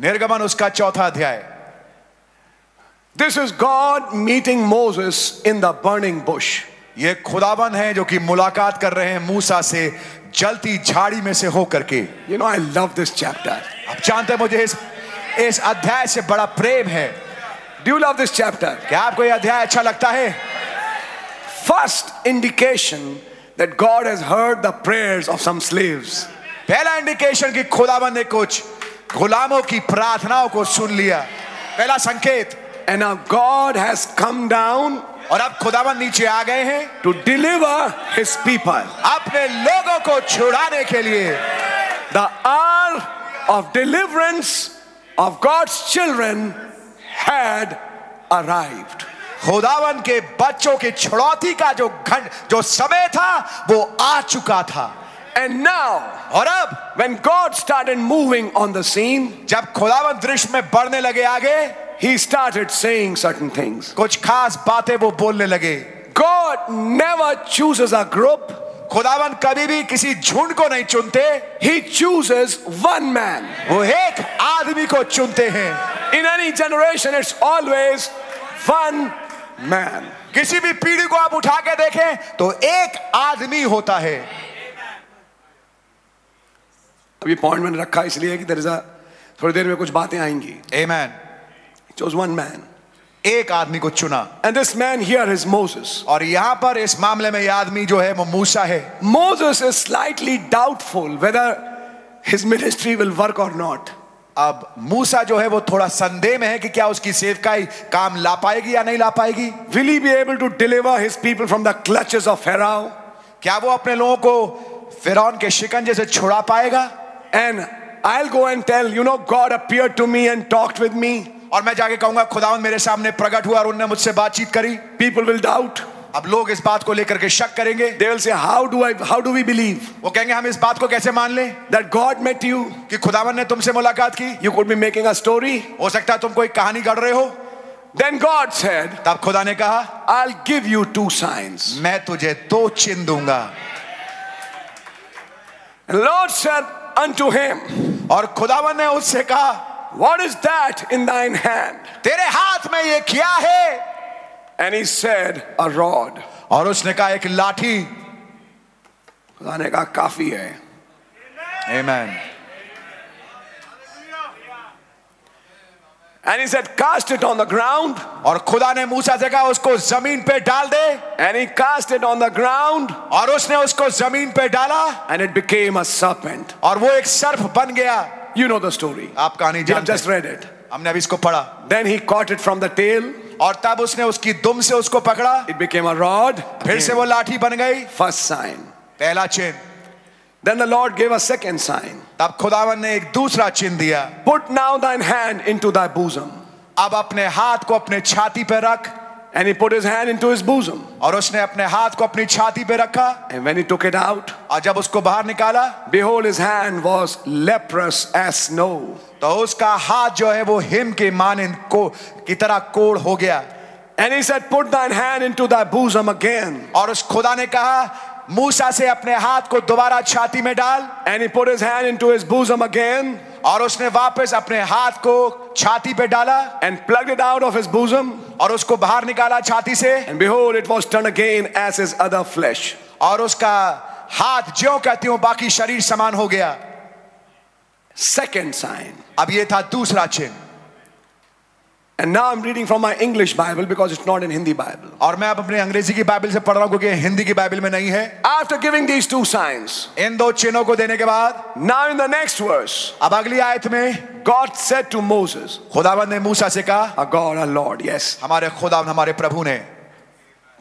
Speaker 12: निर्गमन उसका चौथा अध्याय
Speaker 11: this is God meeting Moses in the burning bush
Speaker 12: ये खुदावन है जो कि मुलाकात कर रहे हैं मूसा से जलती झाड़ी में से होकर के
Speaker 11: you know I love this chapter
Speaker 12: आप जानते हैं मुझे इस इस अध्याय से बड़ा प्रेम है
Speaker 11: डू लव दिस चैप्टर
Speaker 12: क्या आपको यह अध्याय अच्छा लगता है
Speaker 11: first indication that God has heard the prayers of some slaves.
Speaker 12: पहला इंडिकेशन कि खुदावन ने कुछ गुलामों की प्रार्थनाओं को सुन लिया पहला संकेत
Speaker 11: And now God has come down
Speaker 12: और अब खुदावन नीचे आ गए हैं
Speaker 11: to deliver his people.
Speaker 12: अपने लोगों को छुड़ाने के लिए
Speaker 11: The hour of deliverance of God's children had arrived.
Speaker 12: खुदावन के बच्चों की छुड़ौती का जो घंट जो समय था वो आ चुका था
Speaker 11: And now,
Speaker 12: और अब
Speaker 11: when God started moving on the scene,
Speaker 12: जब खुदावन दृश्य में बढ़ने लगे आगे
Speaker 11: he started saying certain things.
Speaker 12: कुछ खास बातें वो बोलने लगे
Speaker 11: God never chooses a group,
Speaker 12: खुदावन कभी भी किसी झुंड को नहीं चुनते
Speaker 11: he chooses one man.
Speaker 12: वो एक आदमी को चुनते हैं
Speaker 11: In any generation, it's always one man.
Speaker 12: किसी भी पीढ़ी को आप उठा के देखें तो एक आदमी होता है
Speaker 11: अभी पॉइंट मैंने रखा इसलिए कि दर्जा थोड़ी देर में कुछ बातें आएंगी
Speaker 12: Amen.
Speaker 11: चोज वन मैन
Speaker 12: एक आदमी को चुना
Speaker 11: and this man here is Moses
Speaker 12: और यहाँ पर इस मामले में ये आदमी जो है वो मूसा है
Speaker 11: Moses is slightly doubtful whether his ministry will work or not
Speaker 12: अब मूसा जो है वो थोड़ा संदेह में है कि क्या उसकी सेवकाई काम ला पाएगी या नहीं ला पाएगी
Speaker 11: will he be able to deliver his people from the clutches of Pharaoh
Speaker 12: क्या वो अपने लोगों को फिरौन के शिकंजे से छुड़ा पाएगा
Speaker 11: and I'll go and tell, you know, God appeared to me and talked with me.
Speaker 12: और मैं जाके कहूंगा खुदावन मेरे सामने प्रकट हुआ और उनने मुझसे बातचीत करी
Speaker 11: People will doubt.
Speaker 12: अब लोग इस बात को लेकर के शक करेंगे they will say how do I how do we believe वो कहेंगे हम इस बात को कैसे मान लें दैट गॉड मेट यू कि खुदावन ने तुमसे मुलाकात की you could be making a story हो सकता है तुम कोई कहानी गढ़ रहे हो Then God said, तब तो खुदा ने कहा I'll give you two signs. मैं तुझे दो चिन्ह दूंगा Lord said unto him, और खुदावन ने उससे कहा What is that in thine hand? तेरे हाथ में ये क्या है And he said, a rod. और उसने कहा एक लाठी खुदा ने कहा काफी है Amen. And he said, cast it on the ground. और खुदा ने मूसा से कहा उसको जमीन पे डाल दे And he cast it on the ground. और उसने उसको जमीन पे डाला And it became a serpent. और वो एक सर्प बन गया You know the story. आप कहानी जानते just read it. हमने अभी इसको पढ़ा Then he caught it from the tail. और तब उसने उसकी दुम से उसको पकड़ा It became a rod. फिर से वो लाठी बन गई First sign. पहला चिन्ह Then the Lord gave a second sign. तब खुदावन ने एक दूसरा चिन्ह दिया Put now thine hand into thy bosom. अब अपने हाथ को अपने छाती पे रख And he put his hand into his bosom. और उसने अपने हाथ को अपनी छाती पे रखा And when he took it out, और जब उसको बाहर निकाला Behold his hand was leprous as snow. तो उसका हाथ जो है वो हिम के मानिंद को की तरह कोड़ हो गया And he said, put thine hand into thy bosom again. और उस खुदा ने कहा मूसा से अपने हाथ को दोबारा छाती में डाल and he put his hand into his bosom again और उसने वापस अपने हाथ को छाती पे डाला and plug it out of his bosom और उसको बाहर निकाला छाती से and behold it was turn again as his other flesh और उसका हाथ ज्यों कहती हूं बाकी शरीर समान हो गया सेकंड साइन अब ये था दूसरा चिन्ह And now I'm reading from my English Bible because it's not in Hindi Bible. और मैं अब अपने अंग्रेजी की बाइबल से पढ़ रहा हूँ क्योंकि हिंदी की बाइबल में नहीं है After giving these two signs, इन दो चिन्हों को देने के बाद Now in the next verse, अब अगली आयत में God said to Moses, खुदावन ने मूसा से कहा Our God, our Lord, yes. हमारे खुदावन हमारे प्रभु ने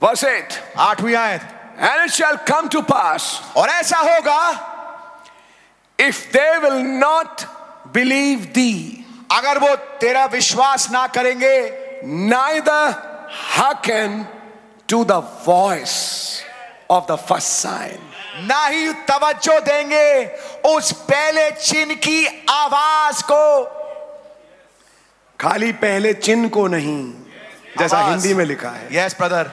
Speaker 12: Verse 8, आठवीं आयत And it shall come to pass, और ऐसा होगा If they will not believe thee, अगर वो तेरा विश्वास ना करेंगे neither hearken to the voice of the first sign ना ही तवज्जो देंगे उस पहले चिन्ह की आवाज को खाली पहले चिन्ह को नहीं
Speaker 11: जैसा हिंदी में लिखा है
Speaker 12: यस ब्रदर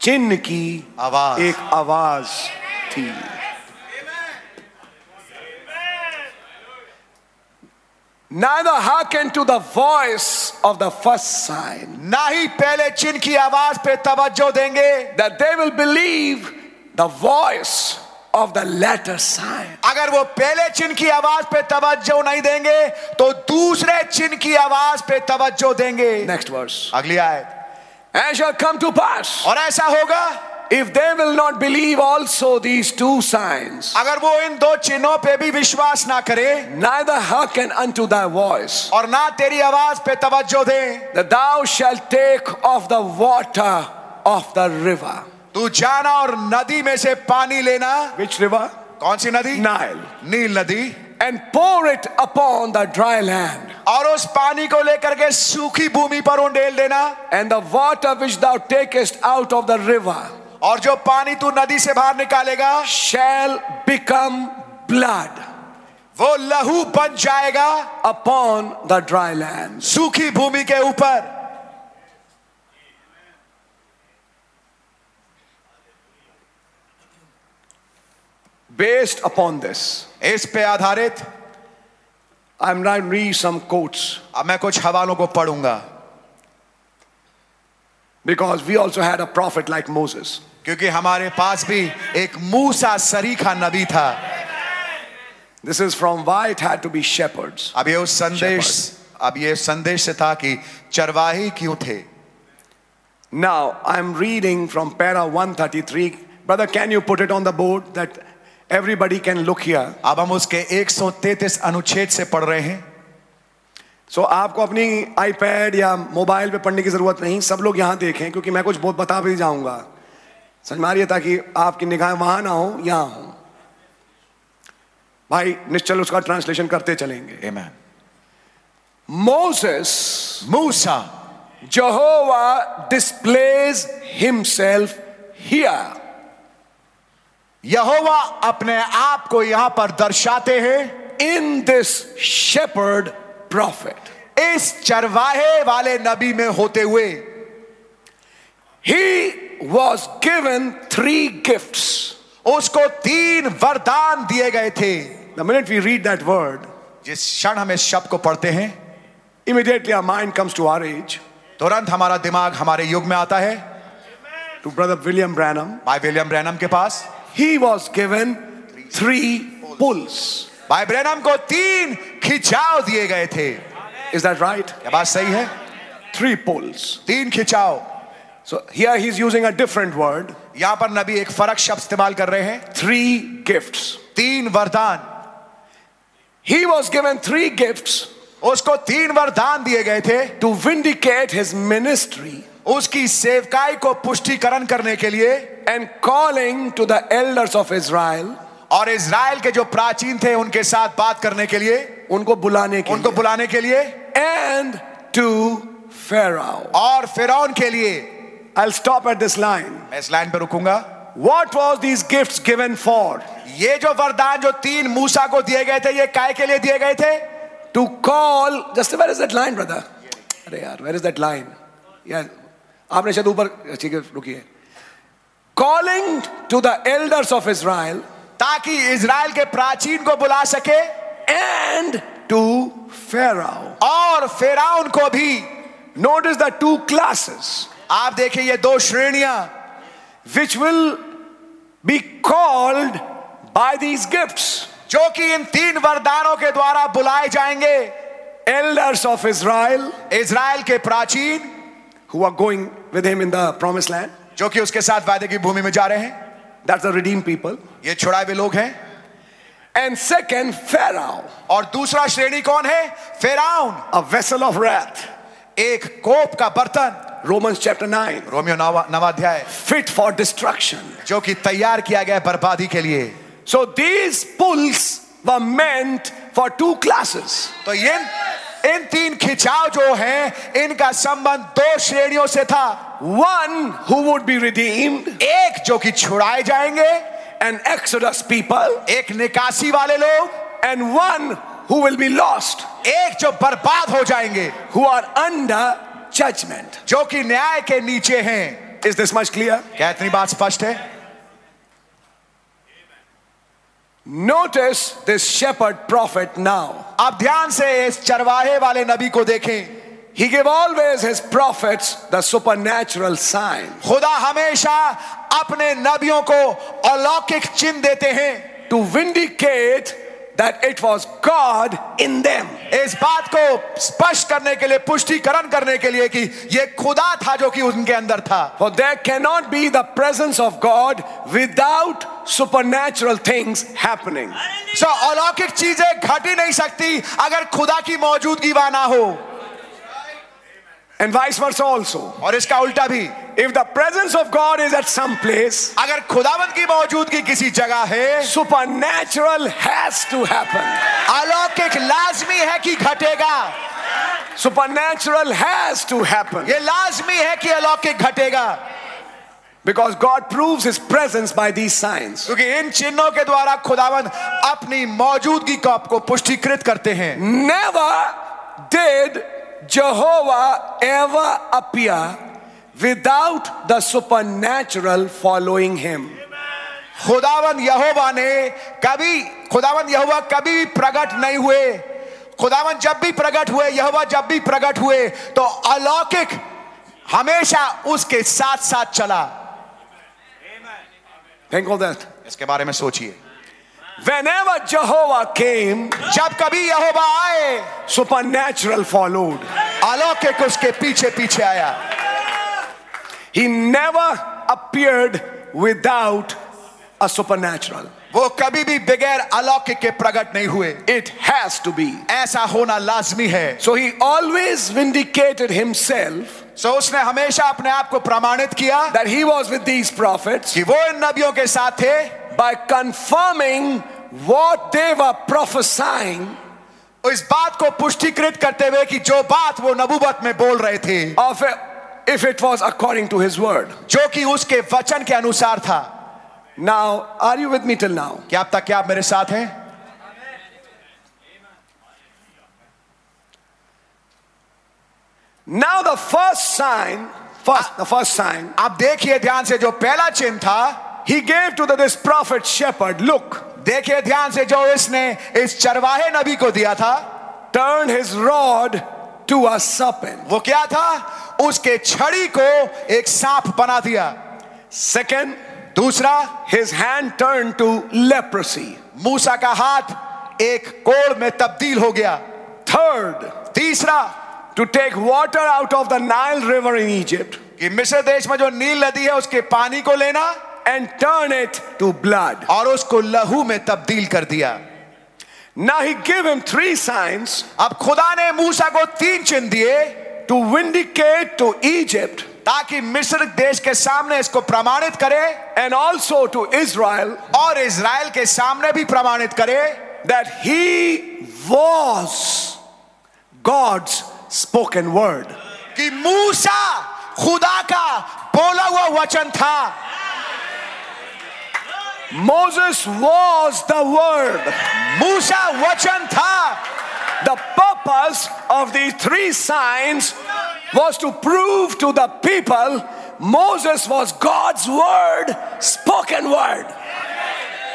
Speaker 12: चिन्ह की आवाज एक आवाज थी Neither hearken to the voice of the first sign. ना ही पहले चिन्ह की आवाज पे तवज्जो देंगे That they will believe the voice of the latter sign. अगर वो पहले चिन्ह की आवाज पे तवज्जो नहीं देंगे तो दूसरे चिन्ह की आवाज पे तवज्जो देंगे Next verse. अगली आयत And shall come to pass. और ऐसा होगा If they will not believe also these two signs, अगर वो इन दो चिन्हों पे भी विश्वास ना करे neither hearken unto thy voice, और ना तेरी आवाज पे तवज्जो दें that thou shalt take of the water of the river. तू जाना और नदी में से पानी लेना Which river? कौन सी नदी नाइल नील नदी and pour it upon the dry land. और उस पानी को लेकर के सूखी भूमि पर उंडेल देना and the water which thou takest out of the river. और जो पानी तू नदी से बाहर निकालेगा shall become blood. वो लहू बन जाएगा upon the dry land. सूखी भूमि के ऊपर based upon this. इस पे आधारित I'm now read some quotes. अब मैं कुछ हवालों को पढ़ूंगा Because we also had a prophet like Moses. क्योंकि हमारे पास भी एक मूसा सरीखा नबी था This is from why it had to be shepherds. अब ये उस संदेश अब ये संदेश से था कि चरवाही क्यों थे Now I'm reading from para 133. Brother, can you put it on the board that everybody can look here? अब हम उसके 133 अनुच्छेद से पढ़ रहे हैं सो so, आपको अपनी आईपैड या मोबाइल पे पढ़ने की ज़रूरत नहीं सब लोग यहाँ देखें क्योंकि मैं कुछ बहुत बता भी जाऊँगा समझ मारिए ताकि आपकी निगाहें वहाँ ना हो यहाँ हो भाई निश्चल उसका ट्रांसलेशन करते चलेंगे Amen. Moses, Musa, Jehovah displays himself here.
Speaker 13: यहोवा अपने आप को यहां पर दर्शाते हैं
Speaker 12: इन दिस शेपर्ड
Speaker 13: प्रॉफिट इस चरवाहे वाले नबी में होते हुए
Speaker 12: he was given three gift
Speaker 13: उसको तीन वरदान दिए गए थे
Speaker 12: the minute we read that word
Speaker 13: जिस क्षण हम इस शब्द को पढ़ते हैं
Speaker 12: immediately our mind comes to our age
Speaker 13: तुरंत हमारा दिमाग हमारे युग में आता है
Speaker 12: टू ब्रदर विलियम ब्रैनम
Speaker 13: भाई विलियम ब्रैनम के पास
Speaker 12: he was given three pulls
Speaker 13: भाई ब्रैनम को तीन खिंचाव दिए गए थे
Speaker 12: इज दैट राइट
Speaker 13: क्या बात सही है
Speaker 12: थ्री पुल्स
Speaker 13: तीन खिंचाव
Speaker 12: so here he is using a different word
Speaker 13: यहां पर नबी एक फर्क शब्द इस्तेमाल कर रहे हैं
Speaker 12: थ्री गिफ्ट्स
Speaker 13: तीन वरदान
Speaker 12: he was given three gifts
Speaker 13: उसको तीन वरदान दिए गए थे
Speaker 12: टू विंडिकेट हिज मिनिस्ट्री
Speaker 13: उसकी सेवकाई को पुष्टिकरण करने के लिए
Speaker 12: and calling to the elders of Israel
Speaker 13: और इसराइल के जो प्राचीन थे उनके साथ बात करने के लिए
Speaker 12: उनको बुलाने के
Speaker 13: उनको बुलाने के लिए
Speaker 12: एंड टू फेराउ
Speaker 13: और फेरौन के लिए
Speaker 12: I stop at this line
Speaker 13: मैं इस लाइन पर रुकूंगा
Speaker 12: what was these gift given for
Speaker 13: ये जो वरदान जो तीन मूसा को दिए गए थे ये काय के लिए दिए गए थे
Speaker 12: to call just where is that line brother अरे यार where is that line yeah आपने शायद ऊपर ठीक है रुकिए calling to the elders of Israel
Speaker 13: ताकि इसराइल के प्राचीन को बुला सके
Speaker 12: एंड टू फेराउ
Speaker 13: और फेराउन को भी
Speaker 12: नोटिस द टू क्लासेस
Speaker 13: आप देखिए ये दो श्रेणियां
Speaker 12: which will be called by these gifts
Speaker 13: जो कि इन तीन वरदानों के द्वारा बुलाए जाएंगे
Speaker 12: एल्डर्स ऑफ इसराइल
Speaker 13: इसराइल के प्राचीन
Speaker 12: who are going with him in the promise land
Speaker 13: जो कि उसके साथ वायदे की भूमि में जा रहे हैं
Speaker 12: दैट्स द रिडीम पीपल
Speaker 13: ये छुड़ाए हुए लोग हैं
Speaker 12: एंड सेकंड फेराउ
Speaker 13: और दूसरा श्रेणी कौन है फेराउन
Speaker 12: अ वेसल ऑफ रैथ
Speaker 13: एक कोप का बर्तन
Speaker 12: रोमन्स चैप्टर 9
Speaker 13: रोमियो नवा नवाध्याय
Speaker 12: फिट फॉर डिस्ट्रक्शन
Speaker 13: जो कि तैयार किया गया बर्बादी के लिए
Speaker 12: So these pulls were meant for two classes.
Speaker 13: तो ये इन तीन खिंचाव जो हैं इनका संबंध दो श्रेणियों से था
Speaker 12: one who would be redeemed
Speaker 13: एक जो कि छुड़ाए जाएंगे
Speaker 12: एन एक्सोडस पीपल
Speaker 13: एक निकासी वाले लोग
Speaker 12: and one who will be lost
Speaker 13: एक जो बर्बाद हो जाएंगे
Speaker 12: हु आर अंडर जजमेंट
Speaker 13: जो कि न्याय के नीचे हैं
Speaker 12: इज दिस मच क्लियर
Speaker 13: क्या इतनी बात स्पष्ट है
Speaker 12: notice this shepherd prophet now
Speaker 13: आप ध्यान से इस चरवाहे वाले नबी को देखें
Speaker 12: He gave always his prophets the supernatural sign.
Speaker 13: खुदा हमेशा अपने नबियों को अलौकिक चिन्ह देते हैं
Speaker 12: To vindicate that it was God in them.
Speaker 13: इस बात को स्पष्ट करने के लिए पुष्टिकरण करने के लिए कि ये खुदा था जो कि उनके अंदर था
Speaker 12: For there cannot be the presence of God without supernatural things happening.
Speaker 13: So अलौकिक चीजें घट ही नहीं सकती अगर खुदा की मौजूदगी वहां ना हो
Speaker 12: And vice versa also.
Speaker 13: और इसका उल्टा भी
Speaker 12: If the presence of God is at some place,
Speaker 13: अगर खुदावन की मौजूदगी किसी जगह है
Speaker 12: supernatural has to happen.
Speaker 13: अलौकिक लाजमी है कि घटेगा
Speaker 12: Supernatural has to happen.
Speaker 13: ये लाजमी है कि अलौकिक घटेगा
Speaker 12: Because God proves His presence by these signs.
Speaker 13: क्योंकि इन चिन्हों के द्वारा खुदावन अपनी मौजूदगी को आपको पुष्टिकृत करते हैं
Speaker 12: Never did Jehovah ever appear without the supernatural following him.
Speaker 13: खुदावन यहोवा ने कभी खुदावन यहोवा कभी भी प्रकट नहीं हुए खुदावन जब भी प्रकट हुए यहोवा जब भी प्रकट हुए तो अलौकिक हमेशा उसके साथ साथ चला
Speaker 12: Think of that.
Speaker 13: इसके बारे में सोचिए
Speaker 12: Whenever Jehovah came,
Speaker 13: जब कभी यहोवा आए
Speaker 12: supernatural followed.
Speaker 13: अलौकिक उसके पीछे पीछे आया
Speaker 12: He never appeared without a supernatural.
Speaker 13: वो कभी भी बगैर अलौकिक के प्रकट नहीं हुए
Speaker 12: It has to be.
Speaker 13: ऐसा होना लाजमी है
Speaker 12: So he always vindicated himself
Speaker 13: सो उसने हमेशा अपने आप को प्रमाणित किया
Speaker 12: that he was with these prophets
Speaker 13: कि वो इन नबियों के साथ थे
Speaker 12: by confirming what they were prophesying
Speaker 13: इस बात को पुष्टिकृत करते हुए कि जो बात वो नबूबत में बोल रहे थे
Speaker 12: of a if it was according to his word
Speaker 13: जो कि उसके वचन के अनुसार था
Speaker 12: now are you with me till now
Speaker 13: क्या अब तक क्या आप मेरे साथ हैं
Speaker 12: Now the first sign, first the first sign.
Speaker 13: आप देखिए ध्यान से जो पहला चिन्ह था
Speaker 12: He gave to the, this prophet shepherd, look,
Speaker 13: देखिए ध्यान से जो इसने इस चरवाहे नबी को दिया था
Speaker 12: turn his rod to a serpent.
Speaker 13: वो क्या था उसके छड़ी को एक सांप बना दिया
Speaker 12: Second,
Speaker 13: दूसरा
Speaker 12: his hand turned to leprosy.
Speaker 13: मूसा का हाथ एक कोड़ में तब्दील हो गया
Speaker 12: Third,
Speaker 13: तीसरा
Speaker 12: to take water out of the Nile River in Egypt
Speaker 13: कि मिस्र देश में जो नील नदी है उसके पानी को लेना
Speaker 12: and turn it to blood.
Speaker 13: और उसको लहू में तब्दील कर दिया
Speaker 12: Now he gave him three signs
Speaker 13: अब खुदा ने मूसा को तीन चिन्ह दिए
Speaker 12: to vindicate to Egypt
Speaker 13: ताकि मिस्र देश के सामने इसको प्रमाणित करे
Speaker 12: and also to Israel
Speaker 13: और इज़राइल के सामने भी प्रमाणित करे
Speaker 12: that he was God's spoken word.
Speaker 13: कि मूसा खुदा का बोला हुआ वचन था
Speaker 12: Moses was the word.
Speaker 13: मूसा वचन था
Speaker 12: The purpose of these three signs was to prove to the people Moses was God's word, spoken word.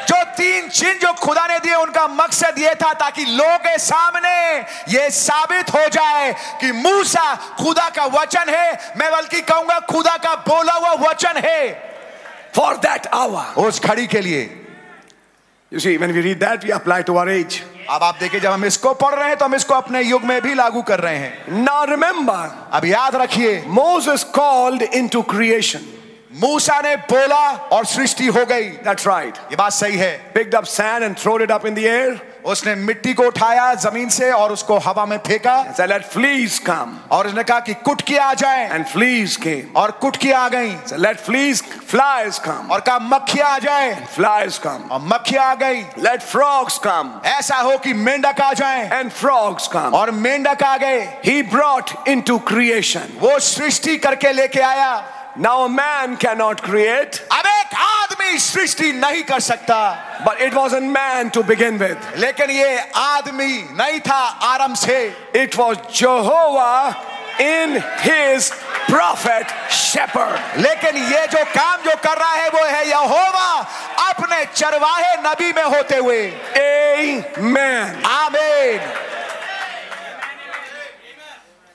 Speaker 13: जो तीन चिन्ह जो खुदा ने दिए उनका मकसद ये था ताकि लोगों के सामने ये साबित हो जाए कि मूसा खुदा का वचन है मैं बल्कि कहूंगा खुदा का बोला हुआ वचन है
Speaker 12: For that hour.
Speaker 13: उस घड़ी के लिए
Speaker 12: You see, when we read that, we apply to our age.
Speaker 13: अब आप देखिए जब हम इसको पढ़ रहे हैं तो हम इसको अपने युग में भी लागू कर रहे हैं
Speaker 12: Now remember,
Speaker 13: अब याद रखिए
Speaker 12: Moses called into creation.
Speaker 13: मूसा ने बोला और सृष्टि हो गई
Speaker 12: That's right.
Speaker 13: ये बात सही है
Speaker 12: Picked up sand and throwed it up in the air
Speaker 13: उसने मिट्टी को उठाया जमीन से और उसको हवा में फेंका
Speaker 12: and said, Let fleas come.
Speaker 13: और उसने कहा कि कुटकियां आ जाएं
Speaker 12: And fleas came.
Speaker 13: और कुटकियां आ गईं
Speaker 12: Said, Let fleas, flies come.
Speaker 13: और कहा मक्खियां आ जाएं
Speaker 12: Flies come.
Speaker 13: और मक्खियां आ गई
Speaker 12: Let frogs come.
Speaker 13: ऐसा हो कि मेंढक आ जाए
Speaker 12: And frogs come.
Speaker 13: और मेंढक आ गए
Speaker 12: He brought into creation.
Speaker 13: वो सृष्टि करके लेके आया
Speaker 12: Now a man cannot create,
Speaker 13: अब एक आदमी सृष्टि नहीं कर सकता
Speaker 12: but it wasn't man to begin with.
Speaker 13: लेकिन ये आदमी नहीं था आरंभ से
Speaker 12: It was Jehovah in his prophet shepherd.
Speaker 13: लेकिन ये जो काम जो कर रहा है वो है यहोवा अपने चरवाहे नबी में होते हुए
Speaker 12: Amen.
Speaker 13: आमीन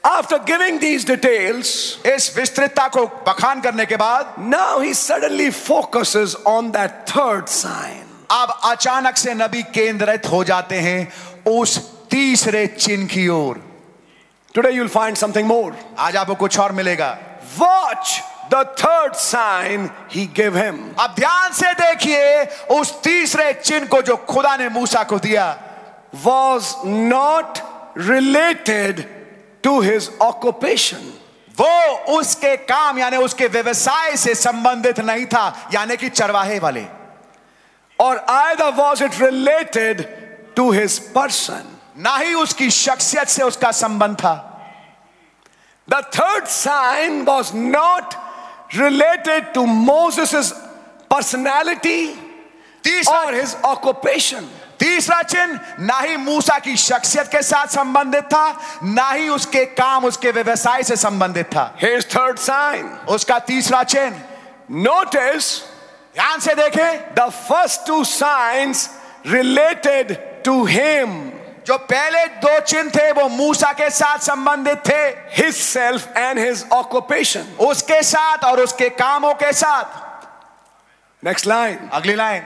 Speaker 12: After giving these details,
Speaker 13: इस विस्तृतता को बखान करने के बाद
Speaker 12: now he suddenly focuses on that third sign.
Speaker 13: अब अचानक से नबी केंद्रित हो जाते हैं उस तीसरे चिन्ह की ओर
Speaker 12: Today you'll find something more.
Speaker 13: आज आपको कुछ और मिलेगा
Speaker 12: Watch the third sign he gave him.
Speaker 13: अब ध्यान से देखिए उस तीसरे चिन्ह को जो खुदा ने मूसा को दिया
Speaker 12: was not related to his occupation.
Speaker 13: वो उसके काम यानी उसके व्यवसाय से संबंधित नहीं था यानी कि चरवाहे वाले
Speaker 12: Or either was it related to his person.
Speaker 13: ना ही उसकी शख्सियत से उसका संबंध था
Speaker 12: The third sign was not related to Moses' personality or
Speaker 13: तीसरा
Speaker 12: his occupation.
Speaker 13: तीसरा चिन्ह ना ही मूसा की शख्सियत के साथ संबंधित था ना ही उसके काम उसके व्यवसाय से संबंधित था
Speaker 12: His third sign.
Speaker 13: उसका तीसरा चिन्ह
Speaker 12: Notice
Speaker 13: ध्यान से देखें
Speaker 12: the first two signs related to him,
Speaker 13: जो पहले दो चिन्ह थे वो मूसा के साथ संबंधित थे
Speaker 12: his self, and his occupation.
Speaker 13: उसके साथ और उसके कामों के साथ
Speaker 12: Next line.
Speaker 13: अगली line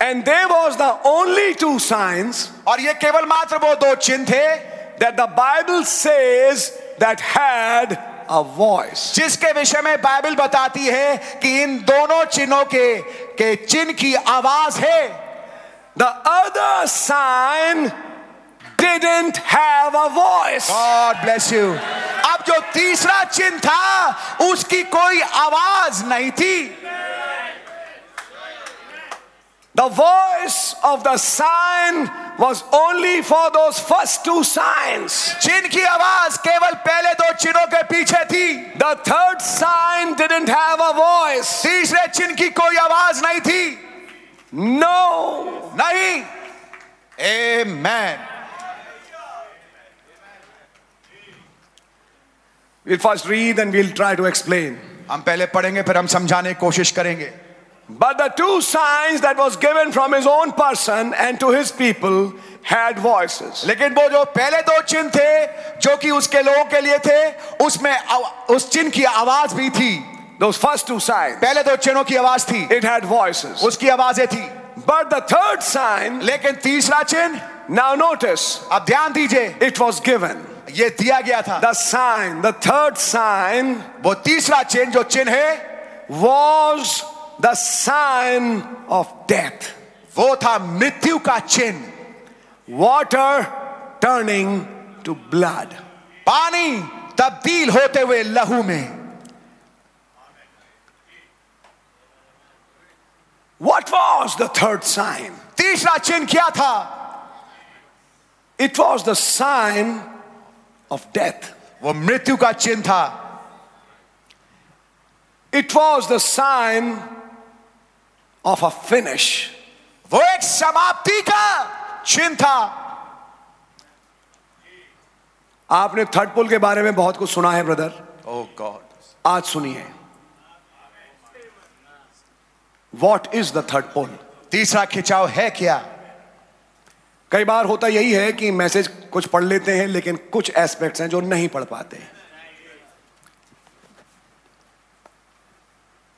Speaker 12: And there was the only two signs
Speaker 13: और ये केवल मात्र वो दो चिन्ह थे
Speaker 12: that the Bible says that had a voice.
Speaker 13: जिसके विषय में बाइबल बताती है कि इन दोनों चिन्हों के के चिन्ह की आवाज है
Speaker 12: The other sign didn't have a voice.
Speaker 13: God bless you अब जो तीसरा चिन्ह था उसकी कोई आवाज नहीं थी The voice of the sign was only for those first two signs.
Speaker 12: चिन्ह की आवाज केवल पहले दो चिन्हों के पीछे थी
Speaker 13: The third sign didn't have a voice.
Speaker 12: तीसरे चिन्ह की कोई आवाज नहीं थी
Speaker 13: No.
Speaker 12: नहीं Amen.
Speaker 13: We'll first read and we'll try to explain.
Speaker 12: हम पहले पढ़ेंगे फिर हम समझाने की कोशिश करेंगे
Speaker 13: But the two signs that was given from his own person and to his people had voices.
Speaker 12: लेकिन वो जो पहले दो चिन्ह थे जो कि उसके लोगों के लिए थे उसमें आव- उस चिन्ह की आवाज भी थी
Speaker 13: Those first two signs,
Speaker 12: पहले दो चिन्हों की आवाज थी
Speaker 13: it had voices.
Speaker 12: उसकी आवाजें थी
Speaker 13: But the third sign,
Speaker 12: लेकिन तीसरा चिन्ह
Speaker 13: now notice,
Speaker 12: अब ध्यान दीजिए
Speaker 13: it was given.
Speaker 12: ये दिया गया था
Speaker 13: The sign, the third sign,
Speaker 12: वो तीसरा चिन्ह जो चिन्ह है
Speaker 13: was the sign of death.
Speaker 12: वो था मृत्यु का चिन्ह
Speaker 13: Water turning to blood.
Speaker 12: पानी तब्दील होते हुए लहू में
Speaker 13: What was the third sign?
Speaker 12: तीसरा चिन्ह क्या था
Speaker 13: It was the sign of death.
Speaker 12: वो मृत्यु का चिन्ह था
Speaker 13: It was the sign of a finish.
Speaker 12: वो एक समाप्ति का चिन्ह था
Speaker 13: आपने थर्ड पुल के बारे में बहुत कुछ सुना है ब्रदर
Speaker 12: ओ गॉड
Speaker 13: आज सुनिए what is the third pull
Speaker 12: तीसरा खिंचाव है क्या
Speaker 13: कई बार होता यही है कि मैसेज कुछ पढ़ लेते हैं लेकिन कुछ एस्पेक्ट्स हैं जो नहीं पढ़ पाते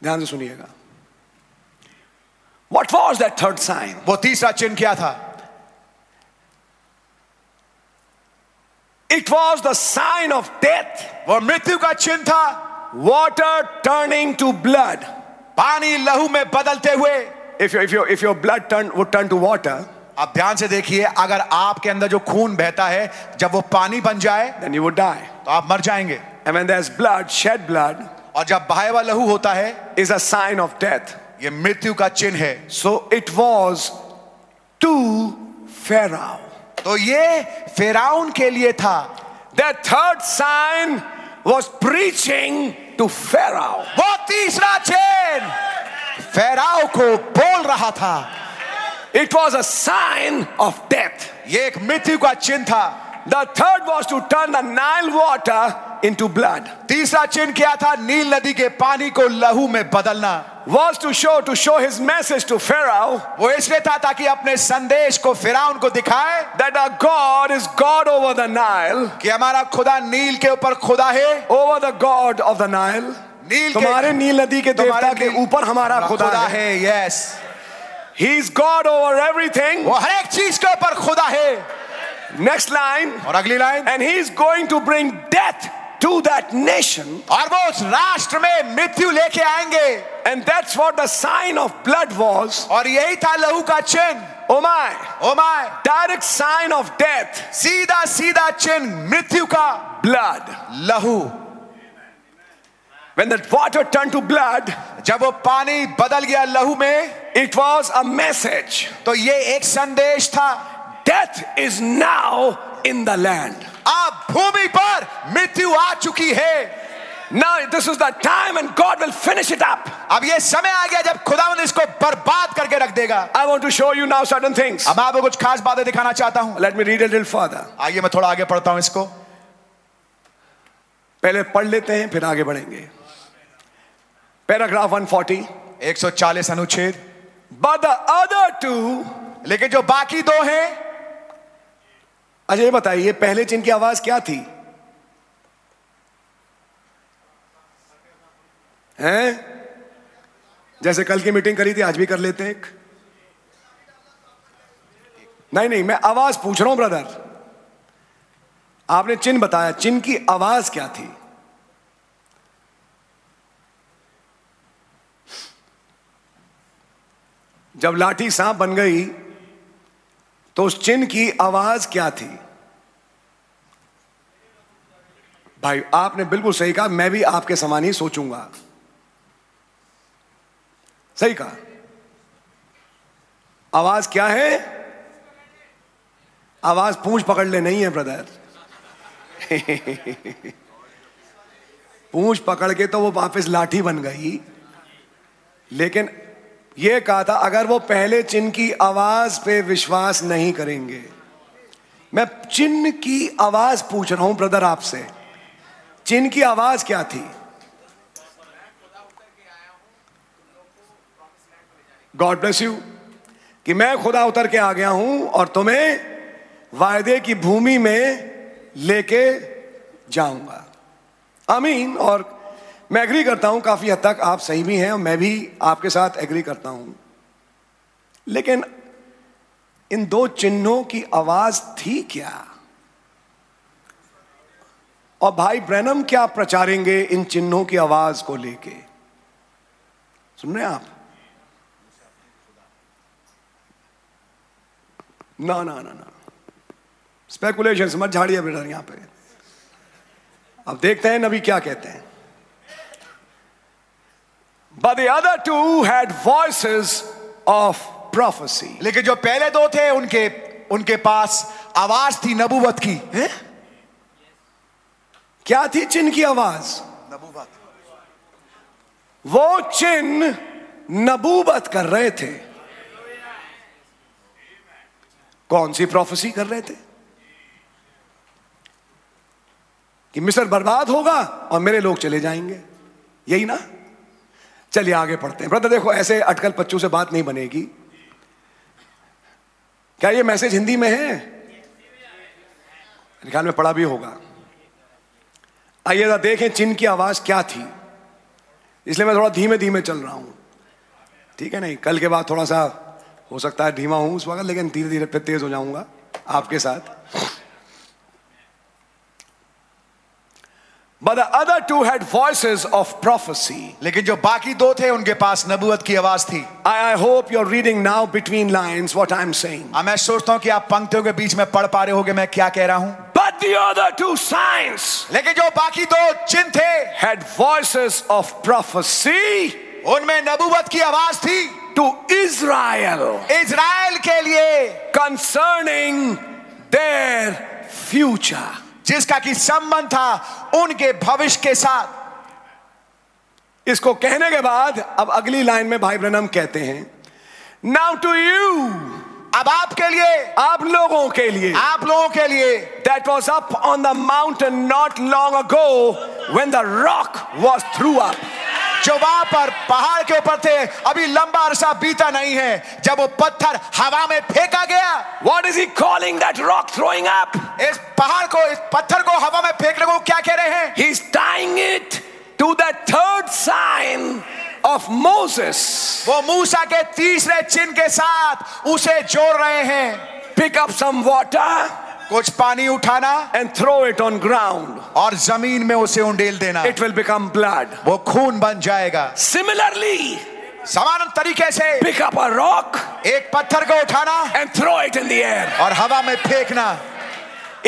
Speaker 13: ध्यान से सुनिएगा what was that third sign
Speaker 12: वो तीसरा चिन्ह क्या था
Speaker 13: it was the sign of death
Speaker 12: वो मृत्यु का चिन्ह था
Speaker 13: water turning to blood
Speaker 12: पानी लहू में बदलते हुए
Speaker 13: if your if your if your blood turn would turn to water
Speaker 12: अब ध्यान से देखिए अगर आपके अंदर जो खून बहता है जब वो पानी बन जाए
Speaker 13: then you would die
Speaker 12: तो आप मर जाएंगे
Speaker 13: and when there's blood shed blood
Speaker 12: और जब बहाया हुआ लहू होता है
Speaker 13: is a sign of death
Speaker 12: ये मृत्यु का चिन्ह है
Speaker 13: so it was to pharaoh
Speaker 12: तो ये फेराउन के लिए था
Speaker 13: the third sign was preaching to pharaoh
Speaker 12: वो तीसरा चिन्ह फेराव को बोल रहा था
Speaker 13: it was a sign of death
Speaker 12: ये एक मृत्यु का चिन्ह था
Speaker 13: the third was to turn the nile water into blood
Speaker 12: तीसरा चिन्ह क्या था नील नदी के पानी को लहू में बदलना
Speaker 13: was to show to show his message to pharaoh
Speaker 12: वो इसलिए था ताकि अपने संदेश को फिराउन को दिखाए
Speaker 13: that our God is God over the Nile,
Speaker 12: कि हमारा खुदा नील के ऊपर खुदा है
Speaker 13: over the God of the Nile.
Speaker 12: नील के-
Speaker 13: तुम्हारे नील नदी के
Speaker 12: तुम्हारे
Speaker 13: देवता के
Speaker 12: नील-
Speaker 13: ऊपर हमारा खुदा
Speaker 12: खुदा
Speaker 13: है
Speaker 12: है yes
Speaker 13: He is God over everything.
Speaker 12: वो हर एक चीज के ऊपर खुदा है
Speaker 13: Next line.
Speaker 12: और अगली line
Speaker 13: And he is going to bring death to that nation.
Speaker 12: और वो उस राष्ट्र में मृत्यु लेके आएंगे
Speaker 13: And that's what the sign of blood was.
Speaker 12: और यही था लहू का चिन्ह
Speaker 13: Oh my.
Speaker 12: Oh my
Speaker 13: Direct sign of death.
Speaker 12: सीधा सीधा चिन्ह मृत्यु का
Speaker 13: Blood.
Speaker 12: लहू
Speaker 13: When that water turned to blood,
Speaker 12: जब वो पानी बदल गया लहू में
Speaker 13: it was a message.
Speaker 12: तो ये एक संदेश था
Speaker 13: Death is now in the land.
Speaker 12: अब भूमि पर मृत्यु आ चुकी है
Speaker 13: Now, this is the time, and God will finish it up.
Speaker 12: अब ये समय आ गया जब खुदावन इसको बर्बाद करके रख देगा
Speaker 13: I want to show you now certain things.
Speaker 12: अब मैं आपको कुछ खास बातें दिखाना चाहता हूं
Speaker 13: Let me read a little further.
Speaker 12: आइए मैं थोड़ा आगे पढ़ता हूं इसको
Speaker 13: पहले पढ़ लेते हैं फिर आगे बढ़ेंगे पैराग्राफ 140
Speaker 12: 140 अनुच्छेद
Speaker 13: But the other two,
Speaker 12: लेकिन जो बाकी दो हैं
Speaker 13: अच्छा ये बताइए पहले चिन्ह की आवाज क्या थी हैं? जैसे कल की मीटिंग करी थी आज भी कर लेते हैं एक नहीं नहीं मैं आवाज पूछ रहा हूं ब्रदर आपने चिन्ह बताया चिन्ह की आवाज क्या थी जब लाठी सांप बन गई तो उस चिन्ह की आवाज क्या थी भाई आपने बिल्कुल सही कहा मैं भी आपके समान ही सोचूंगा सही कहा
Speaker 11: आवाज क्या है आवाज पूंछ पकड़ ले नहीं है ब्रदर पूंछ पकड़ के तो वो वापस लाठी बन गई लेकिन ये कहा था अगर वो पहले चिन्ह की आवाज पे विश्वास नहीं करेंगे मैं चिन्ह की आवाज पूछ रहा हूं ब्रदर आपसे चिन्ह की आवाज क्या थी गॉड ब्लेस यू कि मैं खुदा उतर के आ गया हूं और तुम्हें वायदे की भूमि में लेके जाऊंगा आमीन और मैं एग्री करता हूं काफी हद तक आप सही भी हैं और मैं भी आपके साथ एग्री करता हूं लेकिन इन दो चिन्हों की आवाज थी क्या और भाई ब्रैनम क्या प्रचारेंगे इन चिन्हों की आवाज को लेके सुन रहे हैं आप ना ना ना ना स्पेकुलेशन मत झाड़िए बेटा यहां पे अब देखते हैं नबी क्या कहते हैं
Speaker 12: But the other two had voices of prophecy. लेकिन जो पहले दो थे उनके उनके पास आवाज थी नबूवत की है?
Speaker 11: क्या थी चिन्ह की आवाज
Speaker 13: नबूवत
Speaker 11: वो चिन्ह नबूबत कर रहे थे
Speaker 12: कौन सी प्रोफेसी कर रहे थे
Speaker 11: कि मिस्र बर्बाद होगा और मेरे लोग चले जाएंगे यही ना
Speaker 12: चलिए आगे पढ़ते हैं ब्रदर देखो ऐसे अटकल पच्चू से बात नहीं बनेगी क्या ये मैसेज हिंदी में है मेरे ख्याल में पढ़ा भी होगा आइए जरा देखें चिन्ह की आवाज क्या थी इसलिए मैं थोड़ा धीमे धीमे चल रहा हूं ठीक है नहीं कल के बाद थोड़ा सा हो सकता है धीमा हूं उस वक्त लेकिन धीरे धीरे फिर तेज हो जाऊंगा आपके साथ But the other two had voices of prophecy. लेकिन जो बाकी दो थे उनके पास नबूवत की आवाज थी I, I hope you're reading now between lines what I'm saying. हाँ, मैं सोचता हूं कि आप पंक्तियों के बीच में पढ़ पा रहे होगे मैं क्या कह रहा हूं But the other two signs. लेकिन जो बाकी दो चिन्ह थे had voices of prophecy. उनमें नबूवत की आवाज थी टू Israel. इज़राइल के लिए concerning their future. जिसका कि संबंध था उनके भविष्य के साथ इसको कहने के बाद अब अगली लाइन में भाई ब्रनम कहते हैं नाउ टू यू अब आपके लिए आप लोगों के लिए आप लोगों के लिए that was up on the mountain not long ago when the rock was threw up
Speaker 13: जो वहां पर पहाड़ के ऊपर थे अभी लंबा अरसा बीता नहीं है जब वो पत्थर हवा में फेंका गया
Speaker 12: what is he calling that rock throwing up
Speaker 13: इस पहाड़ को इस पत्थर को हवा में फेंकने को क्या कह रहे हैं
Speaker 12: he is tying it to the third sign of Moses
Speaker 13: वो मूसा के तीसरे चिन्ह के साथ उसे जोड़ रहे हैं
Speaker 12: पिक अप सम वाटर
Speaker 13: कुछ पानी उठाना
Speaker 12: and throw it on ground
Speaker 13: और जमीन में उसे उंडेल देना
Speaker 12: इट विल बिकम ब्लड
Speaker 13: वो खून बन जाएगा
Speaker 12: सिमिलरली
Speaker 13: समान तरीके से
Speaker 12: पिक अप अ रॉक
Speaker 13: एक पत्थर को उठाना
Speaker 12: and throw it in the air
Speaker 13: और हवा में फेंकना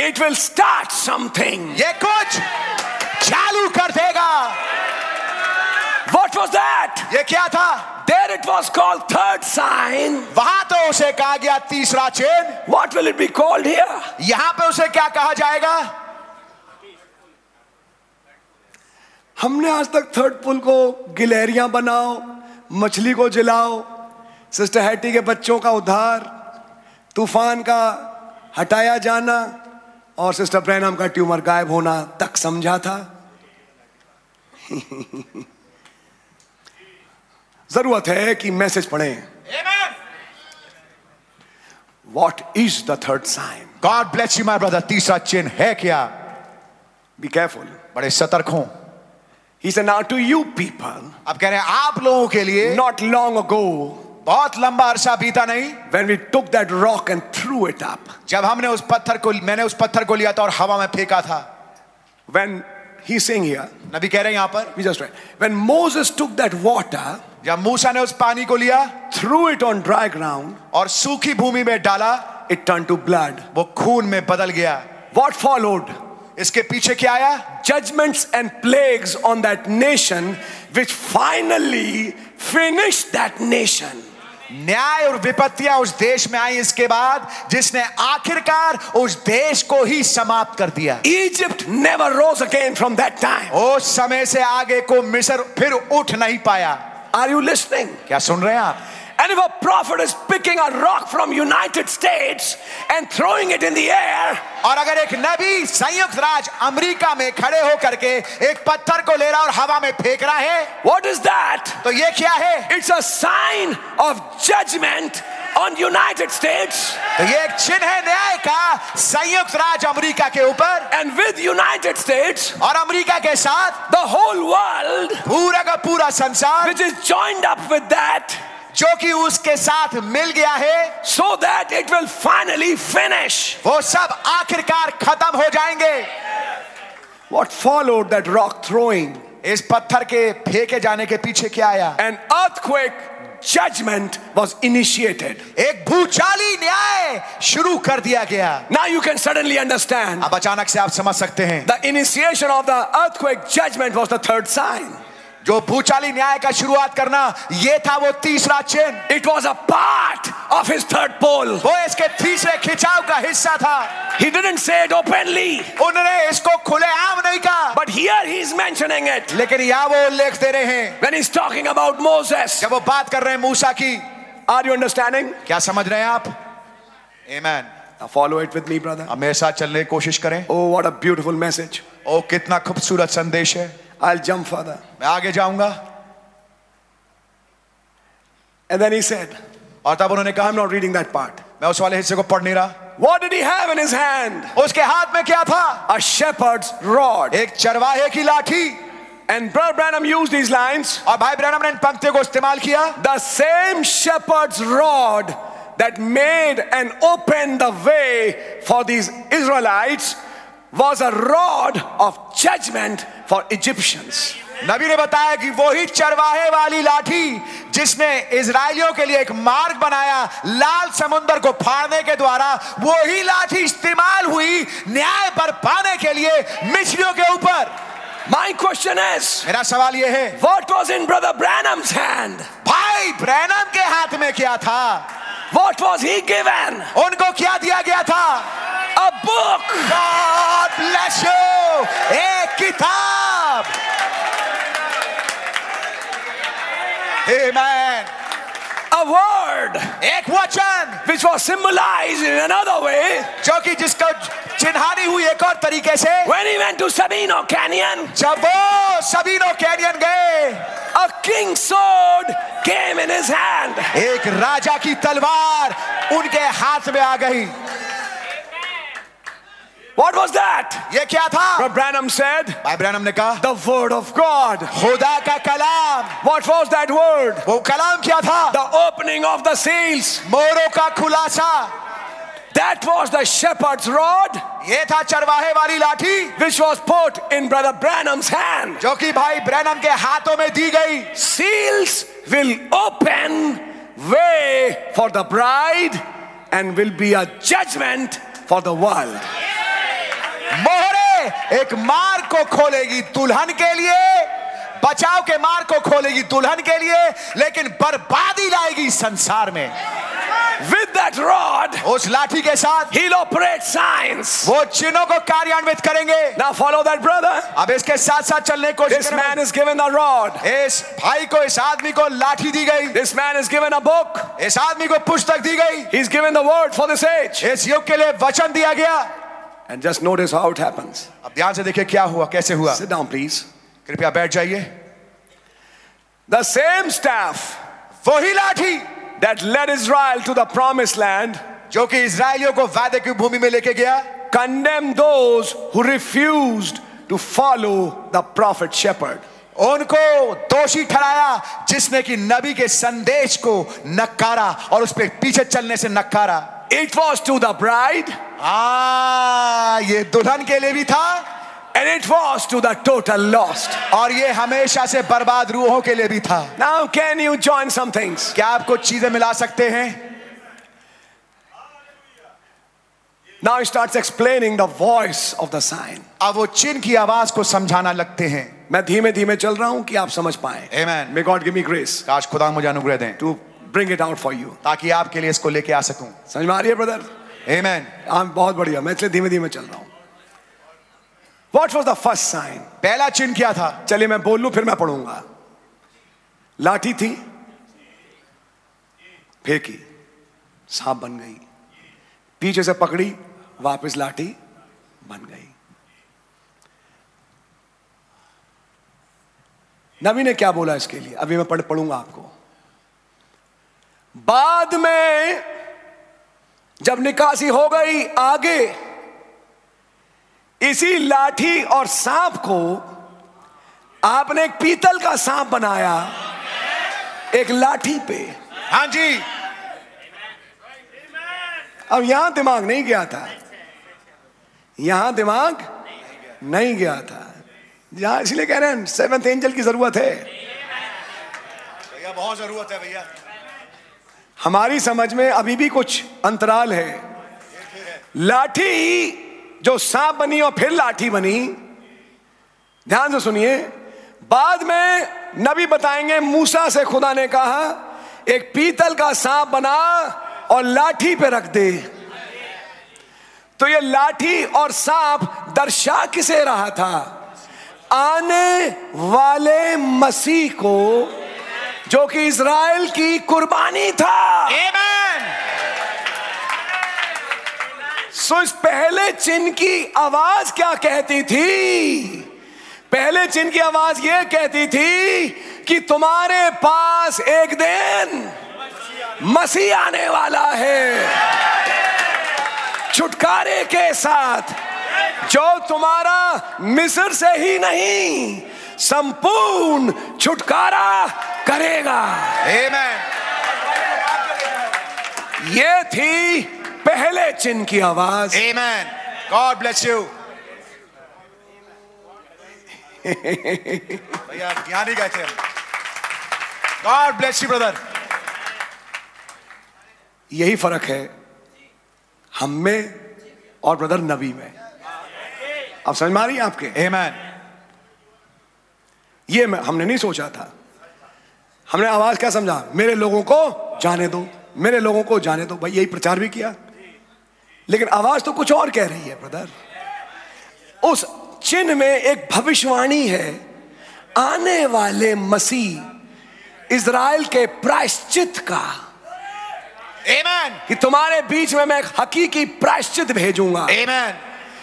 Speaker 12: इट विल स्टार्ट समथिंग
Speaker 13: ये कुछ चालू कर देगा
Speaker 12: What was that?
Speaker 13: ये क्या था
Speaker 12: There it was called third sign.
Speaker 13: वहां तो उसे कहा गया तीसरा chain
Speaker 12: What will it be called here?
Speaker 13: यहां पे उसे क्या कहा जाएगा
Speaker 12: हमने आज तक थर्ड पुल को गिलहरियां बनाओ मछली को जलाओ सिस्टर हैटी के बच्चों का उद्धार तूफान का हटाया जाना और सिस्टर प्रैनम का ट्यूमर गायब होना तक समझा था जरूरत है कि मैसेज पढ़ें what is the third sign
Speaker 13: God bless you my brother तीसरा चिन्ह है क्या
Speaker 12: बी केयरफुल
Speaker 13: बड़े सतर्क हों
Speaker 12: he say now to you people
Speaker 13: अब कह रहे हैं आप लोगों के लिए
Speaker 12: नॉट लॉन्ग अगो
Speaker 13: बहुत लंबा अरसा बीता नहीं
Speaker 12: When we took that rock and threw it up.
Speaker 13: जब हमने उस पत्थर को मैंने उस पत्थर को लिया था और हवा में फेंका था
Speaker 12: When he's saying here,
Speaker 13: नबी कह रहे हैं यहाँ पर
Speaker 12: we just read, when Moses took that water,
Speaker 13: जब मूसा ने उस पानी को लिया
Speaker 12: threw it on dry ground,
Speaker 13: और सूखी भूमि में डाला
Speaker 12: it turned to blood.
Speaker 13: वो खून में बदल गया
Speaker 12: What followed?
Speaker 13: इसके पीछे क्या आया
Speaker 12: Judgments and plagues on that nation, which finally finished that nation.
Speaker 13: न्याय और विपत्तियां उस देश में आई इसके बाद जिसने आखिरकार उस देश को ही समाप्त कर दिया
Speaker 11: Egypt never rose again from that time
Speaker 13: उस समय से आगे को मिस्र फिर उठ नहीं पाया
Speaker 11: आर यू लिस्निंग
Speaker 13: क्या सुन रहे हैं आप
Speaker 11: And if a prophet is picking a rock from United States and throwing it in the air,
Speaker 13: और अगर एक नबी संयुक्त राज्य अमेरिका में खड़े होकर के एक पत्थर को ले रहा और हवा में फेंक रहा है
Speaker 11: What is that?
Speaker 13: तो ये क्या है
Speaker 11: It's a sign of judgment on United States.
Speaker 13: तो ये एक चिन्ह है न्याय का संयुक्त राज्य अमेरिका के ऊपर
Speaker 11: एंड विद यूनाइटेड स्टेट्स
Speaker 13: और अमेरिका के साथ
Speaker 11: द होल वर्ल्ड
Speaker 13: पूरा का पूरा संसार
Speaker 11: which is joined up with that
Speaker 13: जो कि उसके साथ मिल गया है
Speaker 11: so that it will finally finish
Speaker 13: वो सब आखिरकार खत्म हो जाएंगे
Speaker 11: what followed that rock throwing
Speaker 13: इस पत्थर के फेंके जाने के पीछे क्या आया
Speaker 11: an earthquake judgment was initiated.
Speaker 13: एक भूचाली न्याय शुरू कर दिया गया
Speaker 11: Now you can suddenly understand.
Speaker 13: अब अचानक से आप समझ सकते हैं
Speaker 11: The initiation of the earthquake judgment was the third sign.
Speaker 13: जो भूचाली न्याय का शुरुआत करना ये था वो तीसरा चिन्ह
Speaker 11: It was a part of his third pole.
Speaker 13: वो इसके तीसरे खिंचाव का हिस्सा था
Speaker 11: He didn't say it openly.
Speaker 13: उन्होंने इसको खुलेआम नहीं कहा
Speaker 11: But here he is mentioning it.
Speaker 13: लेकिन यहाँ वो उल्लेख दे रहे हैं
Speaker 11: When he's talking about Moses.
Speaker 13: जब वो बात कर रहे हैं मूसा की
Speaker 11: Are you understanding?
Speaker 13: क्या समझ रहे हैं आप Amen.
Speaker 11: Now follow it with me, brother.
Speaker 13: अब मेरे साथ चलने की कोशिश करें
Speaker 11: Oh, what a beautiful message.
Speaker 13: ओ कितना खूबसूरत संदेश है
Speaker 11: I'll jump further.
Speaker 13: मैं आगे जाऊंगा
Speaker 11: And then he said,
Speaker 13: और तब उन्होंने कहा
Speaker 11: I'm not reading that part.
Speaker 13: मैं उस वाले हिस्से को पढ़ नहीं रहा
Speaker 11: What did he have in his hand?
Speaker 13: उसके हाथ में क्या था
Speaker 11: A shepherd's rod.
Speaker 13: एक चरवाहे की लाठी
Speaker 11: And Brother Branham used these lines.
Speaker 13: और भाई ब्रैनम ने इन पंक्तियों को इस्तेमाल किया
Speaker 11: The same shepherd's rod that made and opened the way for these Israelites was a rod of judgment for Egyptians.
Speaker 13: नबी ने बताया कि वही चरवाहे वाली लाठी जिसने इसराइलियों के लिए एक मार्ग बनाया लाल समुंदर को फाड़ने के द्वारा वही लाठी इस्तेमाल हुई न्याय पर पाने के लिए मिस्रियों के ऊपर
Speaker 11: My question is,
Speaker 13: मेरा सवाल यह है
Speaker 11: what was in Brother Branham's hand?
Speaker 13: भाई ब्रैनम के हाथ में क्या था
Speaker 11: What was he given?
Speaker 13: उनको क्या दिया गया था
Speaker 11: A book.
Speaker 13: God bless you! एक किताब Amen.
Speaker 11: a word
Speaker 13: एक वचन
Speaker 11: which was symbolized in another way
Speaker 13: जो कि जिसका चिन्हानी हुई एक और तरीके से
Speaker 11: when he went to Sabino Canyon.
Speaker 13: जब वो सबीनो कैनियन गए
Speaker 11: A king's sword came in his hand.
Speaker 13: एक राजा की तलवार उनके हाथ में आ गई
Speaker 11: What was that?
Speaker 13: ये क्या था
Speaker 11: Brother Branham said,
Speaker 13: भाई ब्रैनम ने कहा
Speaker 11: The word of God.
Speaker 13: खुदा का कलाम
Speaker 11: What was that word?
Speaker 13: वो कलाम क्या था
Speaker 11: The opening of the seals.
Speaker 13: मोरों का खुलासा
Speaker 11: That was the shepherd's rod
Speaker 13: ये था चरवाहे वाली लाठी
Speaker 11: which was put in Brother Branham's hand.
Speaker 13: जो कि भाई ब्रैनम के हाथों में दी गई
Speaker 11: Seals will open way for the bride and will be a judgment for the world.
Speaker 13: मोहरे एक मार्ग को खोलेगी दुल्हन के लिए बचाव के मार्ग को खोलेगी दुल्हन के लिए लेकिन बर्बादी लाएगी संसार में
Speaker 11: With that rod,
Speaker 13: उस लाठी के साथ
Speaker 11: he'll operate signs.
Speaker 13: वो चिन्हों को कार्यान्वित करेंगे
Speaker 11: Now follow that brother.
Speaker 13: अब इसके साथ साथ चलने की कोशिश
Speaker 11: This
Speaker 13: करें।
Speaker 11: man is given a rod.
Speaker 13: इस भाई को इस आदमी को लाठी दी गई
Speaker 11: This man is given a book.
Speaker 13: इस आदमी को पुस्तक दी गई
Speaker 11: He's given the word for this age.
Speaker 13: इस युग के लिए वचन दिया गया
Speaker 11: And just notice how it happens.
Speaker 13: अब ध्यान से देखिए क्या हुआ कैसे हुआ
Speaker 11: Sit down, please.
Speaker 13: कृपया बैठ जाइए
Speaker 11: The same staff
Speaker 13: वही लाठी
Speaker 11: that led Israel to the promised land
Speaker 13: जो कि इसराइलियों को वादे की भूमि में लेके गया
Speaker 11: condemned those who refused to follow the prophet shepherd.
Speaker 13: उनको दोषी ठहराया जिसने कि नबी के संदेश को नकारा और उस पर पीछे चलने से नकारा
Speaker 11: It was to the bride
Speaker 13: आ ये दुल्हन के लिए भी था
Speaker 11: and it was to the total lost.
Speaker 13: और ये हमेशा से बर्बाद रूहों के लिए भी था
Speaker 11: Now, can you join some things?
Speaker 13: क्या आप कुछ चीजें मिला सकते हैं
Speaker 11: Now he starts explaining the voice of the sign.
Speaker 13: अब वो चिन्ह की आवाज को समझाना लगते हैं
Speaker 11: मैं धीमे धीमे चल रहा हूं कि आप समझ पाए
Speaker 13: Amen.
Speaker 11: May God give me grace
Speaker 13: काश खुदा मुझे अनुग्रह दें
Speaker 11: to
Speaker 13: bring it out for you.
Speaker 12: ताकि आपके लिए इसको लेके आ सकूं
Speaker 13: समझ में आ रही है ब्रदर
Speaker 12: Amen.
Speaker 13: आप बहुत बढ़िया मैं इसलिए धीमे धीमे चल रहा हूँ What was the first sign?
Speaker 12: पहला चिन्ह क्या था
Speaker 13: चलिए मैं बोल लूं फिर मैं पढ़ूंगा लाठी थी फेंकी सांप बन गई पीछे से पकड़ी वापस लाठी बन गई नबी ने क्या बोला इसके लिए अभी मैं पढ़ पढ़ूंगा आपको बाद में जब निकासी हो गई आगे इसी लाठी और सांप को आपने एक पीतल का सांप बनाया एक लाठी पे
Speaker 12: हाँ जी
Speaker 13: अब यहां दिमाग नहीं गया था यहां दिमाग नहीं गया था यहां इसलिए कह रहे हैं सेवंथ एंजल की जरूरत है
Speaker 12: भैया बहुत जरूरत है भैया
Speaker 13: हमारी समझ में अभी भी कुछ अंतराल है लाठी जो सांप बनी और फिर लाठी बनी ध्यान से सुनिए बाद में नबी बताएंगे मूसा से खुदा ने कहा एक पीतल का सांप बना और लाठी पे रख दे तो ये लाठी और सांप दर्शा किसे रहा था आने वाले मसीह को जो कि इज़राइल की कुर्बानी था सो इस पहले चिन्ह की आवाज क्या कहती थी पहले चिन्ह की आवाज ये कहती थी कि तुम्हारे पास एक दिन मसीह आने वाला है छुटकारे के साथ जो तुम्हारा मिस्र से ही नहीं संपूर्ण छुटकारा करेगा ये थी पहले चिन्ह की आवाज
Speaker 12: Amen. God bless you. भैया यहाँ नहीं गए थे गॉड ब्लेस यू ब्रदर
Speaker 13: यही फर्क है हम में और ब्रदर नबी में आप समझ में आ रही है आपके
Speaker 12: Amen.
Speaker 13: ये मैं, हमने नहीं सोचा था हमने आवाज क्या समझा मेरे लोगों को जाने दो मेरे लोगों को जाने दो भाई यही प्रचार भी किया लेकिन आवाज तो कुछ और कह रही है ब्रदर उस चिन्ह में एक भविष्यवाणी है आने वाले मसीह इज़राइल के प्रायश्चित का
Speaker 12: Amen.
Speaker 13: कि तुम्हारे बीच में मैं एक हकीकी प्रायश्चित भेजूंगा
Speaker 12: Amen.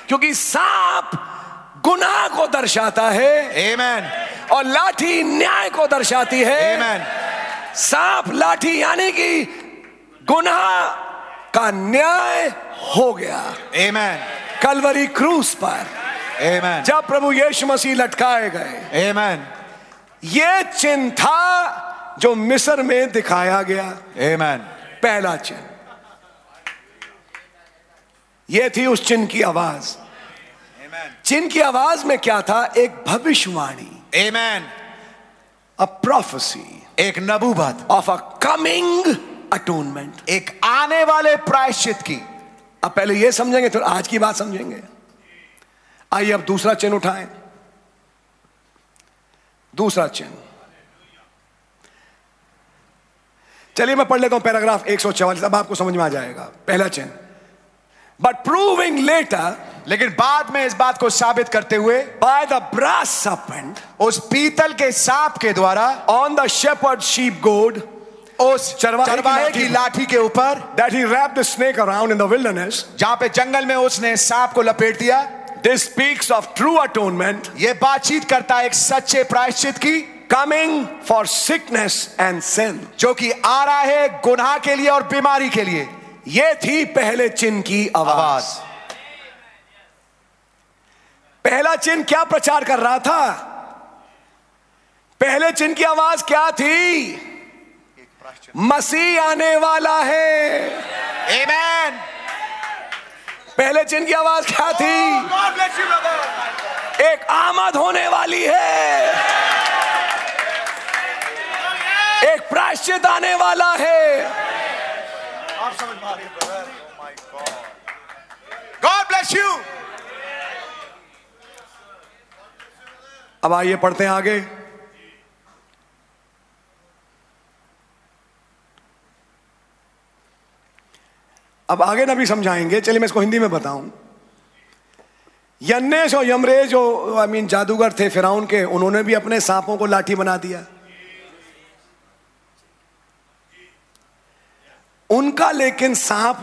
Speaker 13: क्योंकि सांप गुनाह को दर्शाता है
Speaker 12: Amen.
Speaker 13: और लाठी न्याय को दर्शाती है
Speaker 12: Amen.
Speaker 13: सांप लाठी यानी कि गुनाह का न्याय हो गया
Speaker 12: Amen.
Speaker 13: कलवरी क्रूस पर
Speaker 12: Amen.
Speaker 13: जब प्रभु यीशु मसीह लटकाए गए
Speaker 12: Amen.
Speaker 13: ये चिन्ह था जो मिस्र में दिखाया गया
Speaker 12: Amen.
Speaker 13: पहला चिन्ह यह थी उस चिन्ह की आवाज चिन्ह की आवाज में क्या था एक भविष्यवाणी
Speaker 12: Amen.
Speaker 13: अ प्रोफेसी
Speaker 12: एक नबूबत
Speaker 13: ऑफ अ कमिंग अटोनमेंट
Speaker 12: एक आने वाले प्रायश्चित की
Speaker 13: अब पहले यह समझेंगे फिर आज की बात समझेंगे आइए अब दूसरा चिन्ह उठाएं दूसरा चिन्ह चलिए मैं पढ़ लेता हूं पैराग्राफ 144 अब आपको समझ में आ जाएगा पहला चिन्ह बट प्रूविंग लेटर
Speaker 12: लेकिन बाद में इस बात को साबित करते हुए
Speaker 13: बाय द ब्रास सपेंट
Speaker 12: उस पीतल के सांप के द्वारा
Speaker 13: on the shepherd sheep goad
Speaker 12: उस
Speaker 13: चरवाहे की
Speaker 12: चरवाहे की
Speaker 13: लाठी-
Speaker 12: लाठी के ऊपर
Speaker 13: that he wrap the snake around in the wilderness
Speaker 12: जहां पे जंगल में उसने सांप को लपेट दिया
Speaker 13: this speaks of true atonement
Speaker 12: ये बातचीत करता है एक सच्चे प्रायश्चित की
Speaker 13: coming for sickness and sin
Speaker 12: जो कि आ रहा है गुनाह के लिए और बीमारी के लिए
Speaker 13: ये थी पहले चिन्ह की आवाज,
Speaker 12: आवाज
Speaker 13: पहला चिन्ह क्या प्रचार कर रहा था पहले चिन्ह की आवाज क्या थी मसीह आने वाला है
Speaker 12: Amen.
Speaker 13: पहले चिन्ह की आवाज क्या थी एक आमद होने वाली है एक प्राश्चित आने वाला है
Speaker 12: God bless you.
Speaker 13: अब आइए पढ़ते हैं आगे अब आगे नबी समझाएंगे चलिए मैं इसको हिंदी में बताऊं यन्नेश और यमरे जो आई मीन जादूगर थे फिराउन के उन्होंने भी अपने सांपों को लाठी बना दिया उनका लेकिन सांप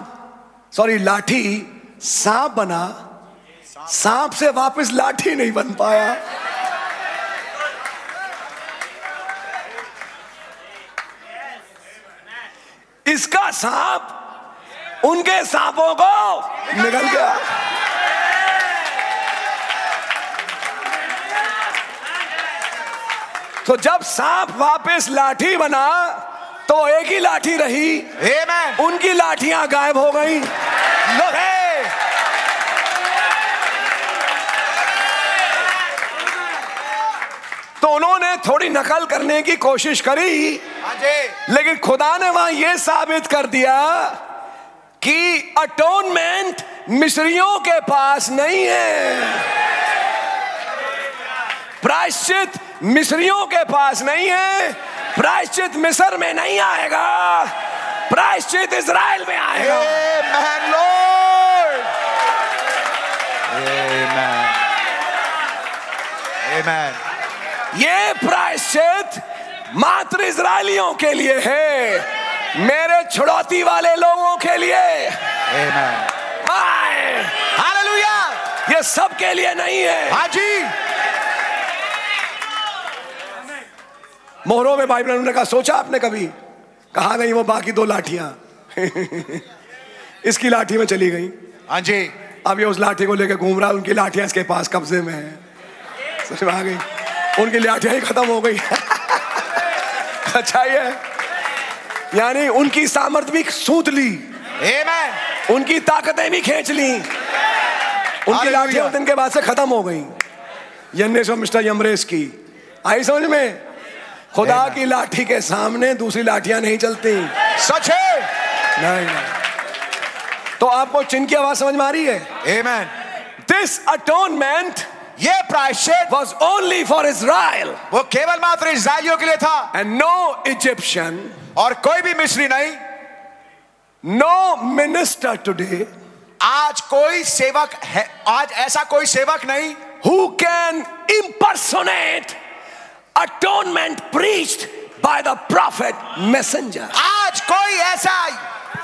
Speaker 13: सॉरी लाठी सांप बना सांप से वापस लाठी नहीं बन पाया इसका सांप उनके सांपों को निकल गया तो जब सांप वापस लाठी बना तो एक ही लाठी रही Amen. उनकी लाठियां गायब हो गई तो उन्होंने थोड़ी नकल करने की कोशिश करी लेकिन खुदा ने वहां यह साबित कर दिया कि अटोनमेंट मिस्रियों के पास नहीं है प्रायश्चित मिस्रियों के पास नहीं है प्रायश्चित मिस्र में नहीं आएगा प्रायश्चित इसराइल में आएगा Amen, Lord.
Speaker 12: Amen. Amen.
Speaker 13: ये प्रायश्चित मात्र इसराइलियों के लिए है मेरे छुड़ौती वाले लोगों के लिए हालेलुया ये सब के लिए नहीं है
Speaker 12: हाँ जी
Speaker 13: मोहरों में भाई बहनों ने कहा सोचा आपने कभी कहा नहीं वो बाकी दो लाठियां इसकी लाठी में चली गई
Speaker 12: हाँ जी
Speaker 13: अब ये उस लाठी को लेकर घूम रहा है उनकी लाठियां इसके पास कब्जे में है समझ में आ गई उनकी लाठियां ही खत्म हो गई अच्छा है यानी उनकी सामर्थ भी सूत ली
Speaker 12: Amen.
Speaker 13: उनकी ताकतें भी खींच ली उनकी लाठियां दिन के बाद से खत्म हो गई यन्नेस और मिस्टर यमरेश की आई समझ में खुदा Amen. की लाठी के सामने दूसरी लाठियां नहीं चलती
Speaker 12: सच है
Speaker 13: नहीं, नहीं तो आपको चिन्ह की आवाज समझ में आ रही है
Speaker 12: Amen.
Speaker 13: दिस अटोनमेंट
Speaker 12: ये प्रायश्चित
Speaker 13: वॉज ओनली फॉर इसराइल
Speaker 12: वो केवल मात्र इसराइलियों के लिए था
Speaker 13: एंड नो इजिप्शियन
Speaker 12: और कोई भी मिस्री नहीं
Speaker 13: नो मिनिस्टर टुडे
Speaker 12: आज कोई सेवक है आज ऐसा कोई सेवक नहीं
Speaker 13: who can impersonate atonement preached by the prophet messenger
Speaker 12: आज कोई ऐसा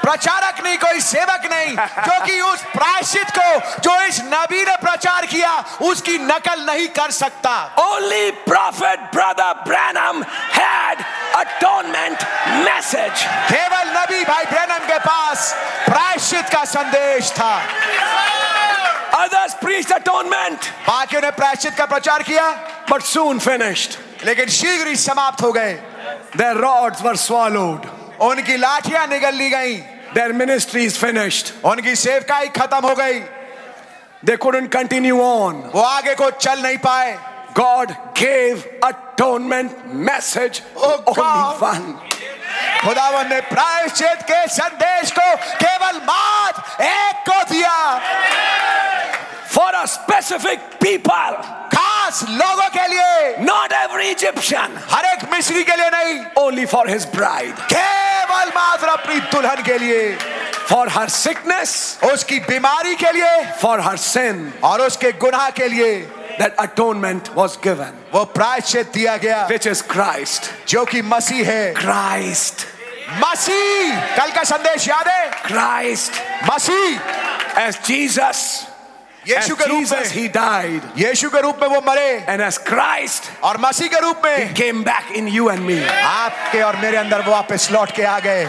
Speaker 12: प्रचारक नहीं कोई सेवक नहीं जो कि उस प्रायश्चित को जो इस नबी ने प्रचार किया उसकी नकल नहीं कर सकता
Speaker 13: only prophet brother Branham had atonement message
Speaker 12: केवल नबी भाई ब्रैनम के पास प्रायश्चित का संदेश था
Speaker 13: Others preached atonement.
Speaker 12: बाकियों ने प्रायश्चित का प्रचार किया
Speaker 13: बट सून फिनिश्ड
Speaker 12: लेकिन शीघ्र ही समाप्त हो गए
Speaker 13: Their rods were swallowed.
Speaker 12: उनकी लाठियां निगल ली गईं।
Speaker 13: Their ministry is finished.
Speaker 12: उनकी सेवकाई खत्म हो गई
Speaker 13: They couldn't continue on.
Speaker 12: वो आगे को चल नहीं पाए
Speaker 13: God gave atonement message oh only one.
Speaker 12: खुदावन ने प्रायश्चित के संदेश को केवल मात्र एक को दिया
Speaker 13: फॉर अ स्पेसिफिक पीपल
Speaker 12: खास लोगों के लिए
Speaker 13: नॉट एवरी इजिप्शियन
Speaker 12: हर एक मिस्री के लिए नहीं
Speaker 13: ओनली फॉर हिज ब्राइड
Speaker 12: केवल मात्र अपनी दुल्हन के लिए
Speaker 13: फॉर हर सिकनेस
Speaker 12: उसकी बीमारी के लिए
Speaker 13: फॉर हर सिन
Speaker 12: और उसके गुनाह के लिए
Speaker 13: That atonement was given.
Speaker 12: वो प्रायश्चित दिया गया
Speaker 13: Which is Christ.
Speaker 12: जो कि मसीह है
Speaker 13: Christ.
Speaker 12: मसीह कल का संदेश याद है
Speaker 13: Christ.
Speaker 12: मसीह
Speaker 13: As Jesus.
Speaker 12: यीशु के रूप में
Speaker 13: he died.
Speaker 12: यीशु के रूप में वो मरे
Speaker 13: and as Christ
Speaker 12: और मसीह के रूप में
Speaker 13: he came back in you and me.
Speaker 12: आपके और मेरे अंदर वो वापस लौट के आ गए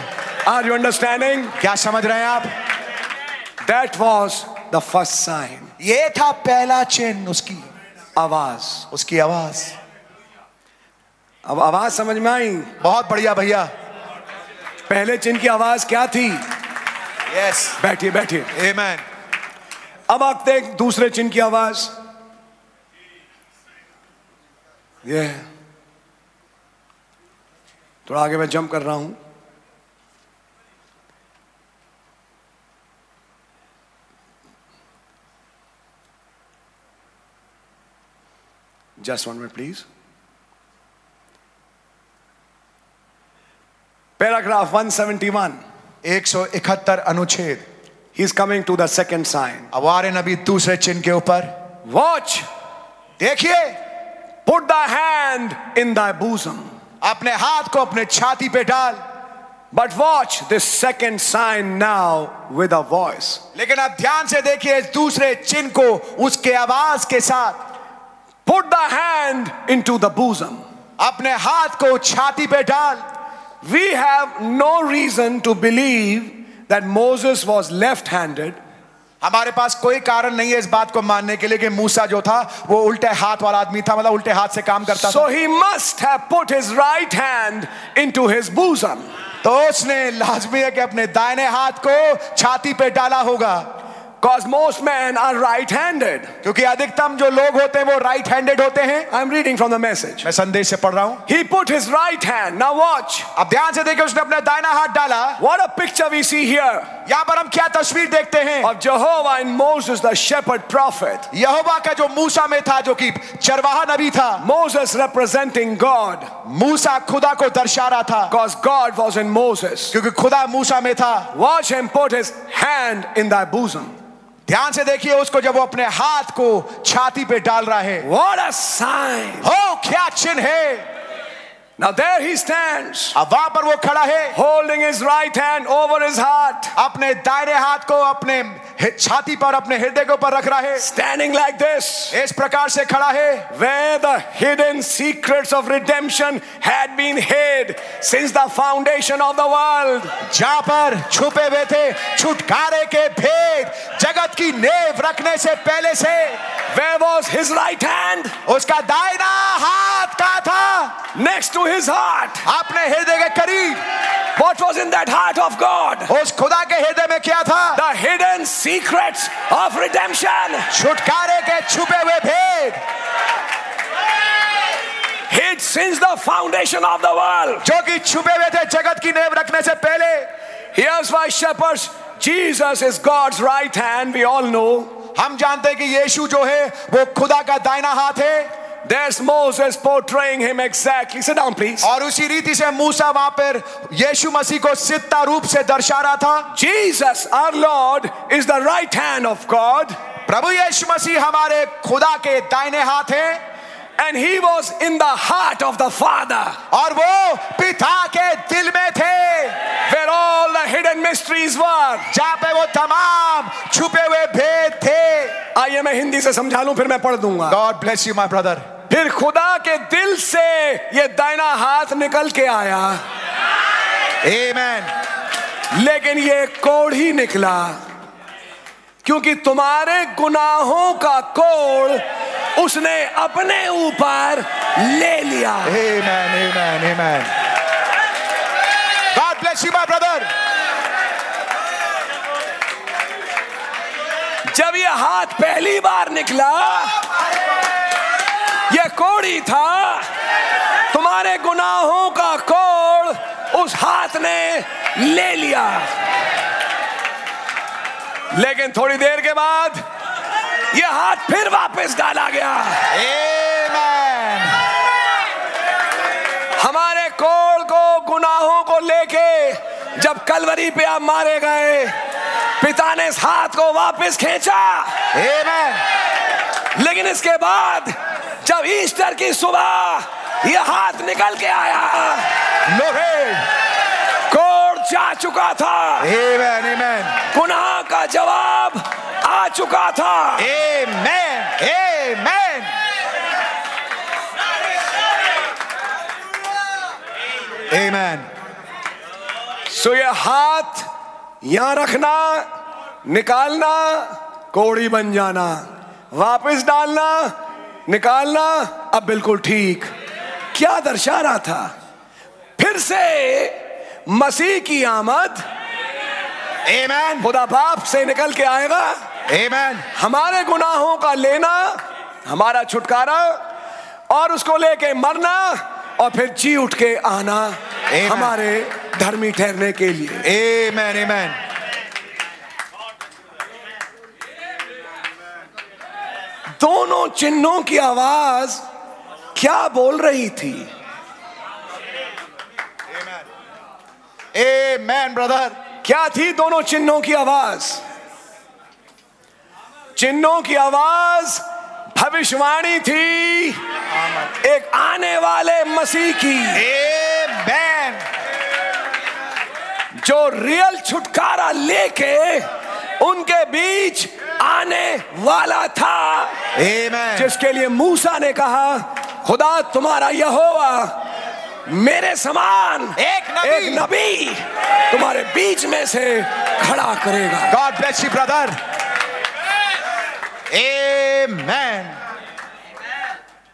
Speaker 13: Are you understanding?
Speaker 12: क्या समझ रहे हैं आप
Speaker 13: That was the first sign.
Speaker 12: ये था पहला चिन्ह उसकी
Speaker 13: आवाज
Speaker 12: उसकी आवाज
Speaker 13: अब आवाज समझ में आई
Speaker 12: बहुत बढ़िया भैया
Speaker 13: पहले चिन्ह की आवाज क्या थी
Speaker 12: यस
Speaker 13: बैठिए बैठिए
Speaker 12: Amen.
Speaker 13: अब आप देख दूसरे चिन्ह की आवाज ये थोड़ा आगे मैं जंप कर रहा हूं just one minute please paragraph 171
Speaker 12: 171 अनुच्छेद
Speaker 13: He is coming to the second sign.
Speaker 12: अब आ रहे नबी दूसरे चिन्ह के ऊपर
Speaker 13: वॉच
Speaker 14: देखिए
Speaker 13: put the hand in thy bosom
Speaker 14: अपने हाथ को अपने छाती पे डाल
Speaker 13: but watch this second sign now with a voice
Speaker 14: लेकिन आप ध्यान से देखिए इस दूसरे चिन्ह को उसके आवाज के साथ
Speaker 13: put the hand into the bosom
Speaker 14: अपने हाथ को छाती पे डाल
Speaker 13: we have no reason to believe that Moses was left handed
Speaker 12: हमारे पास कोई कारण नहीं है इस बात को मानने के लिए कि मूसा जो था वो उल्टे हाथ वाला आदमी था मतलब उल्टे हाथ से काम करता
Speaker 13: so he must have put his right hand into his bosom
Speaker 12: तो उसने लाजमी है कि अपने दाहिने हाथ को छाती पे डाला होगा
Speaker 13: Because most men are right-handed.
Speaker 12: क्योंकि अधिकतम जो लोग होते हैं वो राइट हैंडेड होते हैं
Speaker 13: I'm reading from the message.
Speaker 12: मैं संदेश से पढ़ रहा हूँ
Speaker 13: He put his right hand. Now watch.
Speaker 12: अब ध्यान से देखिए उसने अपना दाहिना हाथ डाला
Speaker 13: What a picture we see here
Speaker 12: यहाँ पर हम क्या तस्वीर देखते हैं
Speaker 13: of Jehovah and Moses, the shepherd prophet.
Speaker 12: यहोवा का जो मूसा में था जो कि चरवाहा नबी था
Speaker 13: Moses representing God,
Speaker 12: मूसा खुदा को दर्शा रहा था
Speaker 13: because God was in Moses.
Speaker 12: क्योंकि खुदा मूसा में था
Speaker 13: Watch him put his hand in thy bosom.
Speaker 12: ध्यान से देखिए उसको जब वो अपने हाथ को छाती पे डाल रहा है
Speaker 13: What a sign!
Speaker 12: हो क्या चिन्ह है
Speaker 13: Now there he stands,
Speaker 12: अब वहां पर वो खड़ा है
Speaker 13: holding his right hand over his heart,
Speaker 12: अपने दाहिने हाथ को अपने हि- छाती पर अपने हृदय के ऊपर रख रहा है
Speaker 13: standing like this,
Speaker 12: इस प्रकार से खड़ा है
Speaker 13: where the hidden secrets of redemption had been hid since the foundation of the world.
Speaker 12: जहां पर छुपे हुए थे छुटकारे के भेद जगत की नेव रखने से पहले से
Speaker 13: Where was his right hand?
Speaker 12: उसका दाहिना हाथ कहा था
Speaker 13: Next to his heart.
Speaker 12: अपने हृदय के करीब
Speaker 13: What was in that heart of God?
Speaker 12: उस खुदा के हृदय में क्या था
Speaker 13: The hidden secrets of redemption.
Speaker 12: छुटकारे के छुपे हुए भेद
Speaker 13: hid since the foundation of the world.
Speaker 12: जो कि छुपे हुए थे जगत की नेव रखने से पहले
Speaker 13: Here's why, shepherds, Jesus is God's right hand, we all know.
Speaker 12: हम जानते हैं कि यीशु जो है वो खुदा का दाहिना हाथ है
Speaker 13: There's Moses portraying him exactly. Sit down, please.
Speaker 12: और उसी रीति से मूसा वहां पर यीशु मसीह को सिद्धा रूप से दर्शा रहा था
Speaker 13: Jesus, our Lord, is the right hand of God,
Speaker 12: प्रभु यीशु मसीह हमारे खुदा के दाहिने हाथ हैं
Speaker 13: and he was in the heart of the Father,
Speaker 12: और वो पिता के दिल में थे
Speaker 13: where all the hidden mysteries were.
Speaker 12: जहाँ पे वो तमाम छुपे हुए भेद थे
Speaker 13: आइए मैं हिंदी से समझा लूं फिर मैं पढ़ दूंगा
Speaker 12: God bless you my brother
Speaker 13: फिर खुदा के दिल से ये दाहिना हाथ निकल के आया
Speaker 12: आमेन
Speaker 13: लेकिन ये कोढ़ ही निकला क्योंकि तुम्हारे गुनाहों का कोढ़ उसने अपने ऊपर ले लिया
Speaker 12: Amen, amen, amen. God bless you, my brother.
Speaker 13: जब ये हाथ पहली बार निकला ये कोढ़ी था तुम्हारे गुनाहों का कोढ़ उस हाथ ने ले लिया लेकिन थोड़ी देर के बाद ये हाथ फिर वापस डाला गया
Speaker 12: Amen.
Speaker 13: हमारे कोड़ को गुनाहों को लेके जब कलवरी पे आप मारे गए पिता ने इस हाथ को वापस खींचा
Speaker 12: Amen.
Speaker 13: लेकिन इसके बाद जब ईस्टर की सुबह ये हाथ निकल के आया
Speaker 12: Glory.
Speaker 13: कोड़ जा चुका था
Speaker 12: Amen, amen.
Speaker 13: गुनाह का जवाब आ चुका था
Speaker 12: Amen. Amen. Amen.
Speaker 13: सो ये हाथ यहां रखना निकालना कोड़ी बन जाना वापस डालना निकालना हाँ, अब बिल्कुल ठीक क्या दर्शा रहा था फिर से मसीह की आमद
Speaker 12: Amen.
Speaker 13: खुदा बाप से निकल के आएगा
Speaker 12: Amen.
Speaker 13: हमारे गुनाहों का लेना हमारा छुटकारा और उसको लेके मरना और फिर जी उठ के आना
Speaker 12: Amen.
Speaker 13: हमारे धर्मी ठहरने के लिए
Speaker 12: Amen. Amen.
Speaker 13: दोनों चिन्हों की आवाज क्या बोल रही थी
Speaker 12: Amen, brother.
Speaker 13: क्या थी दोनों चिन्हों की आवाज चिन्हों की आवाज भविष्यवाणी थी एक आने वाले मसीह की Amen. जो रियल छुटकारा लेके उनके बीच आने वाला था Amen. जिसके लिए मूसा ने कहा खुदा तुम्हारा यहोवा मेरे समान एक नबी, एक नबी तुम्हारे बीच में से खड़ा करेगा God bless you brother
Speaker 15: Amen.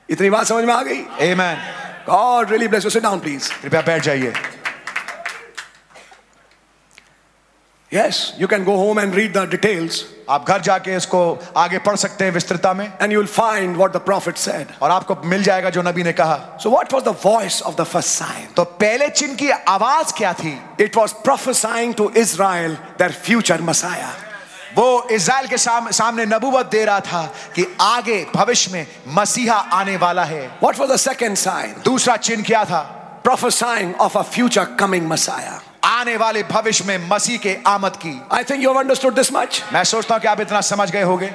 Speaker 13: इतनी बात समझ में आ गई
Speaker 12: Amen.
Speaker 13: God really bless you. Sit down, please.
Speaker 12: कृपया बैठ जाइए
Speaker 13: Yes, you can go home and read the details.
Speaker 12: आप घर जाके इसको आगे पढ़ सकते हैं विस्तृतता में
Speaker 13: And you will find what the prophet said.
Speaker 12: और आपको मिल जाएगा जो नबी ने कहा
Speaker 13: So what was the voice of the first sign?
Speaker 12: तो पहले चिन्ह की आवाज क्या थी
Speaker 13: It was prophesying to Israel their future Messiah.
Speaker 12: वो इज़राइल के साम, सामने नबूवत दे रहा था कि आगे भविष्य में मसीहा आने वाला है
Speaker 13: What was the second sign?
Speaker 12: दूसरा चिन्ह क्या था
Speaker 13: Prophesying of a future coming Messiah.
Speaker 12: आने वाले भविष्य में मसीह के आमद की
Speaker 13: I think you have understood this much.
Speaker 12: मैं सोचता हूं कि आप इतना समझ गए होंगे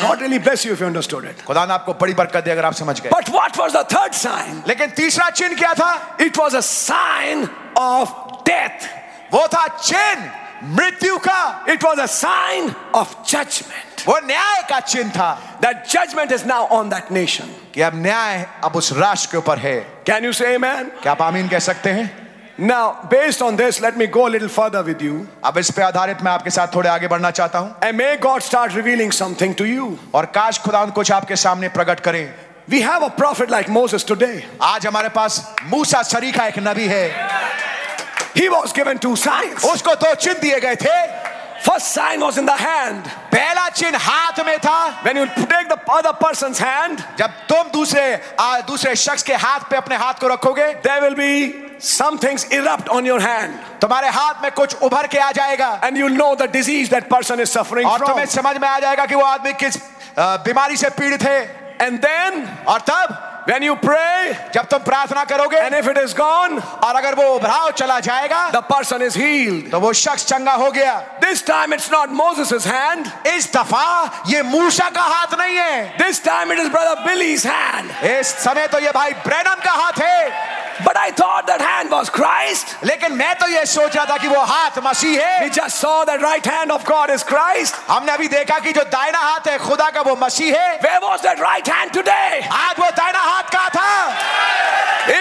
Speaker 13: God really bless you if you understood it.
Speaker 12: खुदा ने आपको बड़ी बरकत दी अगर आप समझ गए
Speaker 13: But what was the third sign?
Speaker 12: लेकिन तीसरा चिन्ह क्या था
Speaker 13: It was a sign of death.
Speaker 12: वो था चिन्ह मृत्यु का
Speaker 13: It was a sign of judgment.
Speaker 12: वो न्याय का चिन्ह था
Speaker 13: That judgment is now on that nation.
Speaker 12: कि अब न्याय अब उस राष्ट्र के ऊपर है
Speaker 13: Can you say amen?
Speaker 12: क्या आप आमीन कह सकते हैं
Speaker 13: Now, based on this, let me go a little further with you.
Speaker 12: अब इस पे आधारित मैं आपके साथ थोड़े आगे बढ़ना चाहता हूं
Speaker 13: And may God start revealing something to you.
Speaker 12: और काश खुदा कुछ आपके सामने प्रकट करें
Speaker 13: We have a prophet like Moses today.
Speaker 12: आज हमारे पास मूसा सरीखा एक नबी है
Speaker 13: He was given two signs.
Speaker 12: उसको दो चिन्ह दिए गए थे
Speaker 13: First sign was in the hand.
Speaker 12: पहला चिन्ह हाथ में था
Speaker 13: When you take the other person's hand,
Speaker 12: जब तुम दूसरे आ, दूसरे शख्स के हाथ पे अपने हाथ को रखोगे
Speaker 13: there will be some things erupt on your hand.
Speaker 12: तुम्हारे हाथ में कुछ उभर के आ जाएगा
Speaker 13: And you'll know the disease that person is suffering
Speaker 12: और
Speaker 13: from.
Speaker 12: तुम्हें समझ में आ जाएगा कि वो आदमी किस आ, बीमारी से पीड़ित है
Speaker 13: And then,
Speaker 12: और तब
Speaker 13: when you pray,
Speaker 12: जब तुम प्रार्थना करोगे
Speaker 13: and if it is gone,
Speaker 12: और अगर वो उभराव चला जाएगा
Speaker 13: the person is healed.
Speaker 12: तो वो शख्स चंगा हो गया
Speaker 13: This time it's not Moses' hand.
Speaker 12: इस दफा ये मूसा का हाथ नहीं है
Speaker 13: This time it is Brother Billy's hand.
Speaker 12: इस समय तो ये भाई ब्रैनम का हाथ है
Speaker 13: But I thought that hand was Christ.
Speaker 12: लेकिन मैं तो ये सोच रहा था कि वो हाथ मसीह है
Speaker 13: We just saw that right hand of God is Christ.
Speaker 12: हमने अभी देखा कि जो दाहिना हाथ है खुदा का वो मसीह है
Speaker 13: Where was that right hand today?
Speaker 12: आज वो दाहिना हाथ का था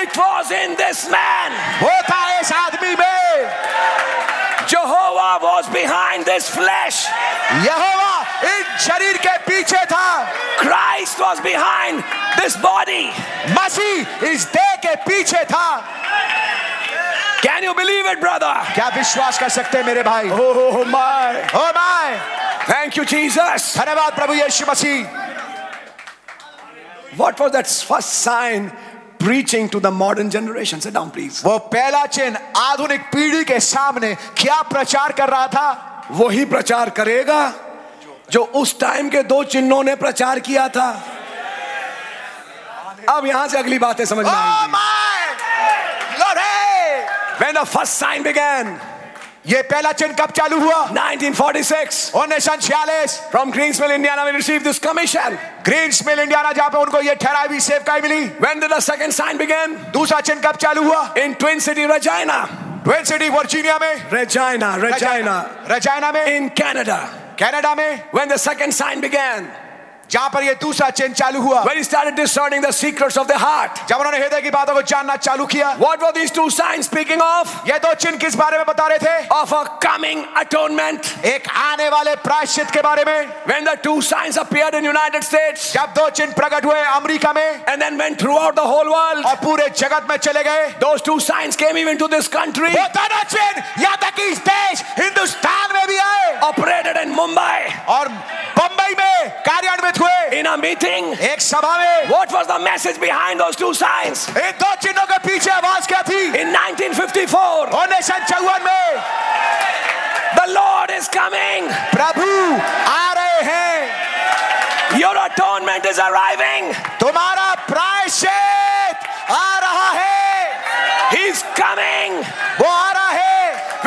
Speaker 13: It was in this man.
Speaker 12: वो था इस आदमी में
Speaker 13: Jehovah was behind this flesh.
Speaker 12: यहोवा इन शरीर के पीछे था
Speaker 13: Christ was behind this body.
Speaker 12: मसीह इस देह के पीछे था
Speaker 13: Can you believe it, brother?
Speaker 12: क्या विश्वास कर सकते हैं मेरे भाई
Speaker 13: Oh my.
Speaker 12: Oh my
Speaker 13: Thank you, Jesus.
Speaker 12: धन्यवाद प्रभु यीशु मसीह
Speaker 13: What was that first sign preaching to the modern generation? Sit down, please.
Speaker 12: वो पहला चिन्ह आधुनिक पीढ़ी के सामने क्या प्रचार कर रहा था
Speaker 13: वही प्रचार करेगा जो उस टाइम के दो चिन्हों ने प्रचार किया था अब यहां से अगली बातें समझ में
Speaker 12: ओ
Speaker 13: आएंगी।
Speaker 12: My lord
Speaker 13: When the first sign began,
Speaker 12: ये पहला चिन्ह कब चालू हुआ
Speaker 13: 1946,
Speaker 12: उन्नीस सौ छियालीस
Speaker 13: from Greensmill, Indiana, we received this commission.
Speaker 12: Green's Mill Indiana जहाँ पे उनको ये ठहराई हुई सेवकाई मिली
Speaker 13: When did the second sign begin?
Speaker 12: दूसरा चिन्ह कब चालू हुआ
Speaker 13: In Twin City, Regina.
Speaker 12: Twin City Virginia में
Speaker 13: Regina, Regina.
Speaker 12: रजायना में
Speaker 13: In Canada.
Speaker 12: कनाडा में
Speaker 13: When the second sign began,
Speaker 12: जहाँ पर ये दूसरा चिन्ह चालू हुआ
Speaker 13: when he started discerning the secrets of the heart.
Speaker 12: जब उन्होंने हृदय की बातों को जानना चालू किया
Speaker 13: What were these two signs speaking of?
Speaker 12: ये दो चिन्ह किस बारे में बता रहे थे
Speaker 13: Of a coming atonement.
Speaker 12: एक आने वाले प्रायश्चित के बारे में
Speaker 13: When the two signs appeared in United States
Speaker 12: जब दो चिन्ह प्रकट हुए अमेरिका में
Speaker 13: and then went throughout the whole world,
Speaker 12: और पूरे जगत में चले गए
Speaker 13: those two signs came even to this country,
Speaker 12: वो दोनों चिन्ह यहाँ तक कि इस देश हिंदुस्तान में भी आए
Speaker 13: operated in Mumbai
Speaker 12: और बम्बई में कार्यान्वित हुए
Speaker 13: in a meeting.
Speaker 12: एक सभा में
Speaker 13: What was the message behind those two signs?
Speaker 12: इन दो चिन्हों के पीछे आवाज क्या थी
Speaker 13: In 1954,
Speaker 12: उन्नीस सौ चौवन में
Speaker 13: the Lord is coming,
Speaker 12: प्रभु आ रहे हैं
Speaker 13: your atonement is arriving,
Speaker 12: तुम्हारा प्रायश्चित आ रहा है
Speaker 13: He's coming
Speaker 12: वो आ रहा है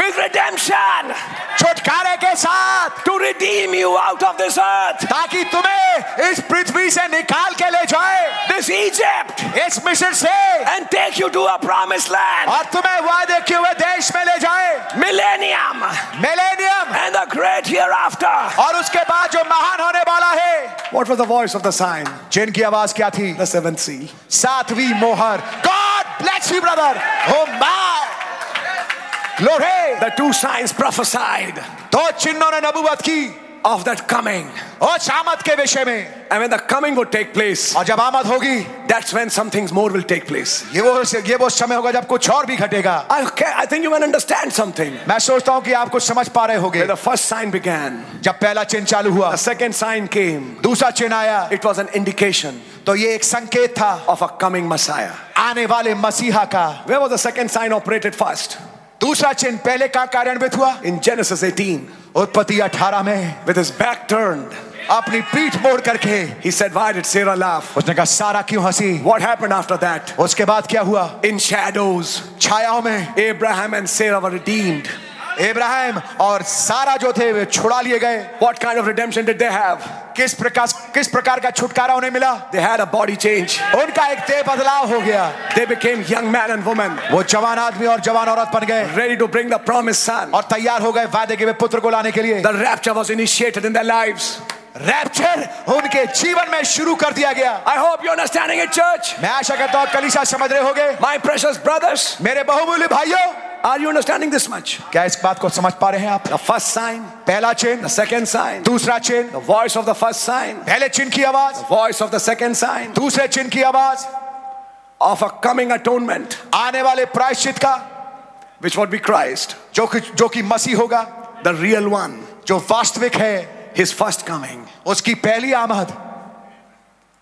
Speaker 13: with redemption. छुटकारे के साथ to redeem you out of this earth ताकि तुम्हें इस पृथ्वी से निकाल के ले जाए दिस इजिप्ट इस मिस्र से and take you to a promise land और तुम्हें वादे किए हुए देश में ले जाए millennium millennium and the great hereafter और उसके बाद जो महान होने वाला है
Speaker 12: What was the voice of the sign?
Speaker 13: जिनकी आवाज क्या थी
Speaker 12: The seventh seal.
Speaker 13: सातवीं मोहर God bless you brother oh my Oh, Glory!
Speaker 12: The two signs prophesied.
Speaker 13: दो चिन्हों ने नबूवत की
Speaker 12: Of that coming.
Speaker 13: उस आमद के विषय में
Speaker 12: And when the coming would take place,
Speaker 13: और जब आमद होगी
Speaker 12: that's when some things more will take place.
Speaker 13: ये वो ये वो समय होगा जब कुछ और भी घटेगा
Speaker 12: I, ca- I think you can understand something.
Speaker 13: मैं सोचता हूँ कि आप कुछ समझ पा रहे होंगे
Speaker 12: When the first sign began,
Speaker 13: जब पहला चिन्ह चालू हुआ
Speaker 12: the second sign came.
Speaker 13: दूसरा चिन्ह आया
Speaker 12: It was an indication
Speaker 13: तो ये एक संकेत था
Speaker 12: of a coming Messiah.
Speaker 13: आने वाले मसीहा का
Speaker 12: Where was the second sign operated first?
Speaker 13: दूसरा चिन्ह पहले कहाँ कार्यान्वित हुआ
Speaker 12: In Genesis 18,
Speaker 13: उत्पत्ति 18 में
Speaker 12: with his back turned,
Speaker 13: अपनी पीठ मोड़ करके
Speaker 12: he said, Why did Sarah laugh?
Speaker 13: उसने कहा सारा क्यों हंसी
Speaker 12: What happened after that?
Speaker 13: उसके बाद क्या हुआ
Speaker 12: In shadows,
Speaker 13: छायाओं में
Speaker 12: Abraham and Sarah were redeemed.
Speaker 13: इब्राहिम और सारा जो थे वे छुड़ा लिए गए
Speaker 12: What kind of redemption did they have?
Speaker 13: किस प्रकार किस प्रकार का छुटकारा उन्हें मिला
Speaker 12: They had a body change.
Speaker 13: उनका एक देह बदलाव हो गया
Speaker 12: They became young man and woman,
Speaker 13: वो जवान आदमी और जवान औरत बन गए
Speaker 12: ready to bring the promised son.
Speaker 13: और तैयार हो गए वादे के हुए पुत्र को लाने के लिए
Speaker 12: The rapture was initiated in their lives.
Speaker 13: Rapture उनके जीवन में शुरू कर दिया गया
Speaker 12: I hope you're understanding it, church.
Speaker 13: मैं आशा करता हूँ कलिशा समझ रहे होगे
Speaker 12: My precious brothers,
Speaker 13: मेरे बहुमूल्य भाइयों
Speaker 12: are you understanding this much?
Speaker 13: क्या इस बात को समझ पा रहे हैं आप
Speaker 12: The first sign,
Speaker 13: पहला
Speaker 12: the
Speaker 13: चिन्ह
Speaker 12: second sign,
Speaker 13: दूसरा चिन्ह
Speaker 12: the voice of the first sign,
Speaker 13: पहले चिन्ह की आवाज
Speaker 12: voice of the second sign
Speaker 13: दूसरे चिन्ह की आवाज
Speaker 12: of a coming atonement,
Speaker 13: आने वाले प्रायश्चित का
Speaker 12: which would be Christ,
Speaker 13: जो कि जो कि मसीह होगा
Speaker 12: the real one,
Speaker 13: जो वास्तविक है
Speaker 12: his first coming.
Speaker 13: उसकी पहली आमद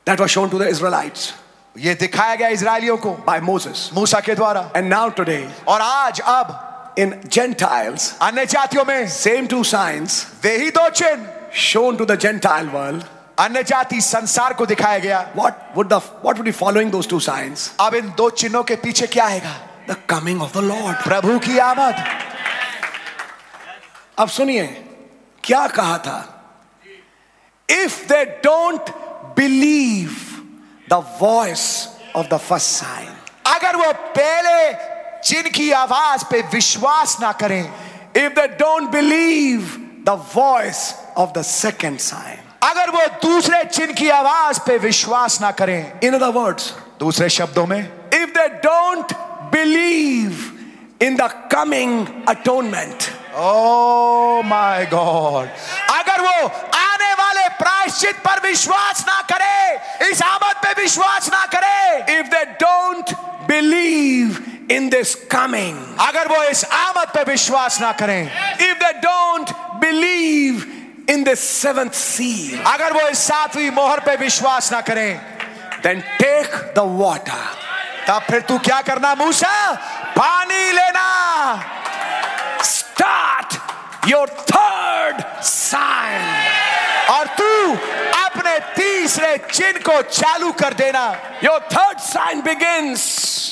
Speaker 12: That was shown to the Israelites
Speaker 13: ये दिखाया गया इसराइलियों को
Speaker 12: by Moses.
Speaker 13: मूसा के द्वारा
Speaker 12: And now, today,
Speaker 13: और आज अब
Speaker 12: in Gentiles,
Speaker 13: अन्य जातियों में
Speaker 12: same two signs
Speaker 13: वे ही दो चिन्ह
Speaker 12: shown to the Gentile world.
Speaker 13: अन्य जाति संसार को दिखाया गया
Speaker 12: What would the what would be following those two signs?
Speaker 13: अब इन दो चिन्हों के पीछे क्या आएगा
Speaker 12: The coming of the Lord.
Speaker 13: प्रभु की आमद
Speaker 12: अब सुनिए क्या कहा था if they don't believe the voice of the first sign
Speaker 13: अगर वो पहले चिन्ह की आवाज पे विश्वास ना करें
Speaker 12: if they don't believe the voice of the second sign
Speaker 13: अगर वो दूसरे चिन्ह की आवाज पे विश्वास ना करें
Speaker 12: इन अदर वर्ड्स
Speaker 13: दूसरे शब्दों में
Speaker 12: if they don't believe in the coming atonement
Speaker 13: oh my God Oh अगर वो आने वाले प्रायश्चित पर विश्वास ना करे इस आमद पे विश्वास ना करे
Speaker 12: if they don't believe in this coming
Speaker 13: अगर वो इस आमद पे विश्वास ना करें
Speaker 12: if they don't believe in the seventh seal,
Speaker 13: अगर वो इस सातवीं मोहर पे विश्वास ना करें
Speaker 12: then take the water.
Speaker 13: तब फिर तू क्या करना मूसा पानी लेना
Speaker 12: Start your third sign.
Speaker 13: और तू अपने तीसरे चिन्ह को चालू कर देना
Speaker 12: Your third sign begins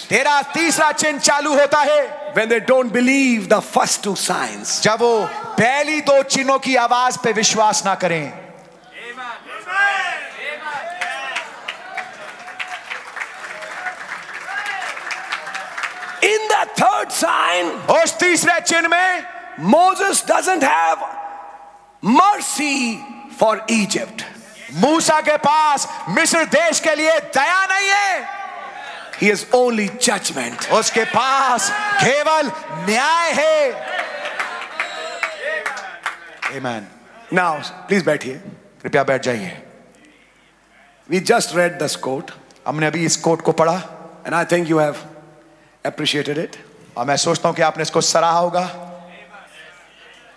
Speaker 13: तेरा तीसरा चिन्ह चालू होता है
Speaker 12: when they don't believe the first two signs.
Speaker 13: जब वो पहली दो चिन्हों की आवाज पे विश्वास ना करें
Speaker 12: In the third sign,
Speaker 13: उस तीसरे चिन्ह में
Speaker 12: Moses doesn't have mercy for Egypt.
Speaker 13: मूसा के पास मिस्र देश के लिए दया नहीं है
Speaker 12: He has only judgment.
Speaker 13: उसके पास केवल न्याय है Amen.
Speaker 12: Now, please बैठ here.
Speaker 13: कृपया बैठ जाइए
Speaker 12: We just read this quote,
Speaker 13: हमने अभी इस कोट को पढ़ा
Speaker 12: and I think you have appreciated it.
Speaker 13: और मैं सोचता हूं कि आपने इसको सराहा होगा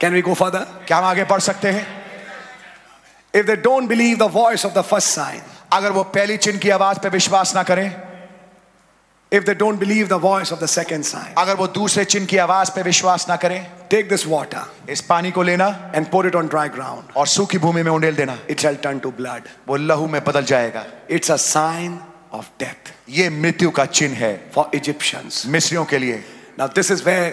Speaker 12: Can we go further?
Speaker 13: क्या हम आगे बढ़ सकते हैं
Speaker 12: If they don't believe the voice of the first sign,
Speaker 13: अगर वो पहली चिन्ह की आवाज पे विश्वास ना करें
Speaker 12: if they don't believe the voice of the second sign,
Speaker 13: अगर वो दूसरे चिन्ह की आवाज पे विश्वास ना करें
Speaker 12: take this water
Speaker 13: इस पानी को लेना
Speaker 12: and pour it on dry ground.
Speaker 13: और सूखी भूमि में उंडेल देना
Speaker 12: It shall turn to blood.
Speaker 13: वो लहू में बदल जाएगा
Speaker 12: It's a sign of death
Speaker 13: ये मृत्यु का चिन्ह है
Speaker 12: for Egyptians.
Speaker 13: मिस्रियों के लिए
Speaker 12: Now, this is where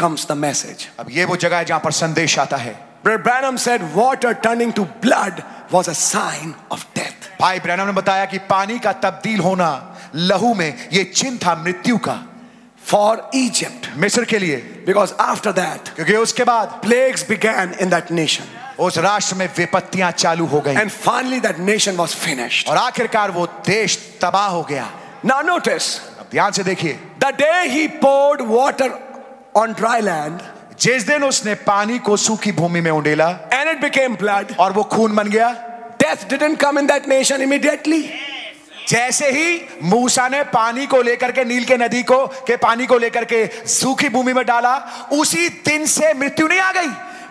Speaker 11: comes the message.
Speaker 13: अब ये वो जगह है जहां पर संदेश आता है
Speaker 11: Brother Branham said water turning to blood was a sign of death.
Speaker 13: भाई ब्रैनम ने बताया कि पानी का तब्दील होना लहू में ये चिन्ह था मृत्यु का
Speaker 11: फॉर इजिप्ट
Speaker 13: मिस्र के लिए
Speaker 11: बिकॉज आफ्टर दैट
Speaker 13: क्योंकि उसके बाद
Speaker 11: plagues began in that nation.
Speaker 13: उस राष्ट्र में विपत्तियां चालू हो गई
Speaker 11: And finally that nation was finished.
Speaker 13: और आखिरकार वो देश तबाह हो गया
Speaker 11: Now notice
Speaker 13: अब ध्यान से देखिए
Speaker 11: the day he poured water on dry land
Speaker 13: जिस दिन उसने पानी को सूखी भूमि में उंडेला
Speaker 11: and it became blood.
Speaker 13: और वो खून बन गया
Speaker 11: Death didn't come in that nation immediately.
Speaker 13: जैसे ही मूसा ने पानी को लेकर के नील के नदी को के पानी को लेकर के सूखी भूमि में डाला उसी दिन से मृत्यु नहीं आ गई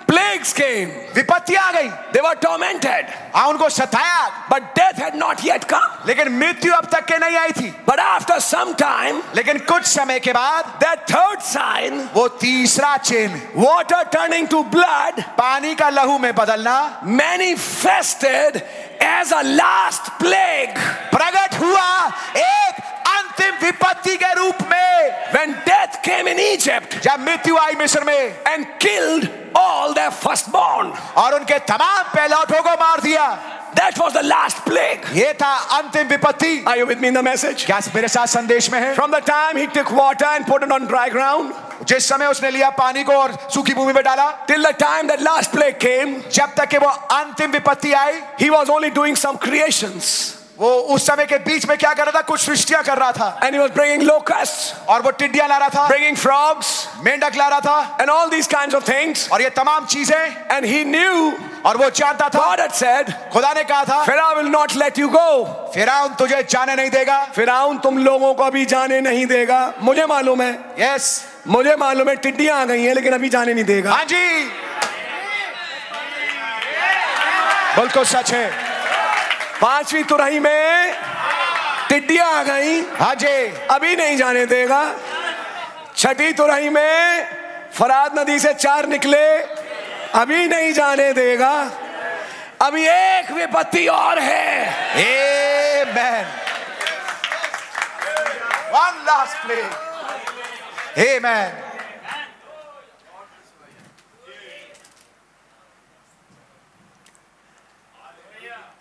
Speaker 11: Plagues came.
Speaker 13: विपत्ति आ गई
Speaker 11: They were tormented.
Speaker 13: हाँ उनको सताया
Speaker 11: But death had not yet come.
Speaker 13: लेकिन मृत्यु अब तक के नहीं आई थी
Speaker 11: But after some time,
Speaker 13: लेकिन कुछ समय के बाद
Speaker 11: that third sign,
Speaker 13: वो तीसरा चिन्ह
Speaker 11: water turning to blood,
Speaker 13: पानी का लहू में बदलना
Speaker 11: manifested as a last plague.
Speaker 13: प्रकट हुआ एक अंतिम विपत्ति के रूप में
Speaker 11: When death came in Egypt
Speaker 13: जब मृत्यु आई मिस्र में
Speaker 11: and killed all their firstborn,
Speaker 13: और उनके तमाम पहलौठों को मार दिया
Speaker 11: that was the last plague.
Speaker 13: ये था अंतिम विपत्ति
Speaker 11: Are you with me in the message?
Speaker 13: क्या मेरे साथ संदेश में है
Speaker 11: From the time he took water and put it on dry ground
Speaker 13: जिस समय उसने लिया पानी को और सूखी भूमि में डाला
Speaker 11: till the time that last plague came,
Speaker 13: जब तक कि वो अंतिम विपत्ति आई
Speaker 11: he was only doing some creations
Speaker 13: वो उस समय के बीच में क्या कर रहा था कुछ सृष्टियां कर रहा था
Speaker 11: and he was bringing locusts,
Speaker 13: और वो टिड्डियां ला रहा था
Speaker 11: bringing frogs,
Speaker 13: मेंढक ला रहा था
Speaker 11: and all these kinds of things.
Speaker 13: और ये तमाम चीजें
Speaker 11: And he knew
Speaker 13: और वो जानता था
Speaker 11: God had said,
Speaker 13: खुदा ने कहा था
Speaker 11: Pharaoh will not let you go.
Speaker 13: फिराउन तुझे जाने नहीं देगा
Speaker 11: फिराउन तुम लोगों को अभी जाने नहीं देगा मुझे मालूम है
Speaker 13: यस
Speaker 11: मुझे मालूम है टिड्डियां आ गई हैं लेकिन अभी जाने नहीं देगा
Speaker 13: हाँ जी बिल्कुल सच है
Speaker 11: पांचवी तुरही में टिड्डियां आ गई
Speaker 13: हाँ जी
Speaker 11: अभी नहीं जाने देगा छठी तुरही में फराद नदी से चार निकले अभी नहीं जाने देगा अभी एक विपत्ति और है
Speaker 13: Amen. One last play. Amen.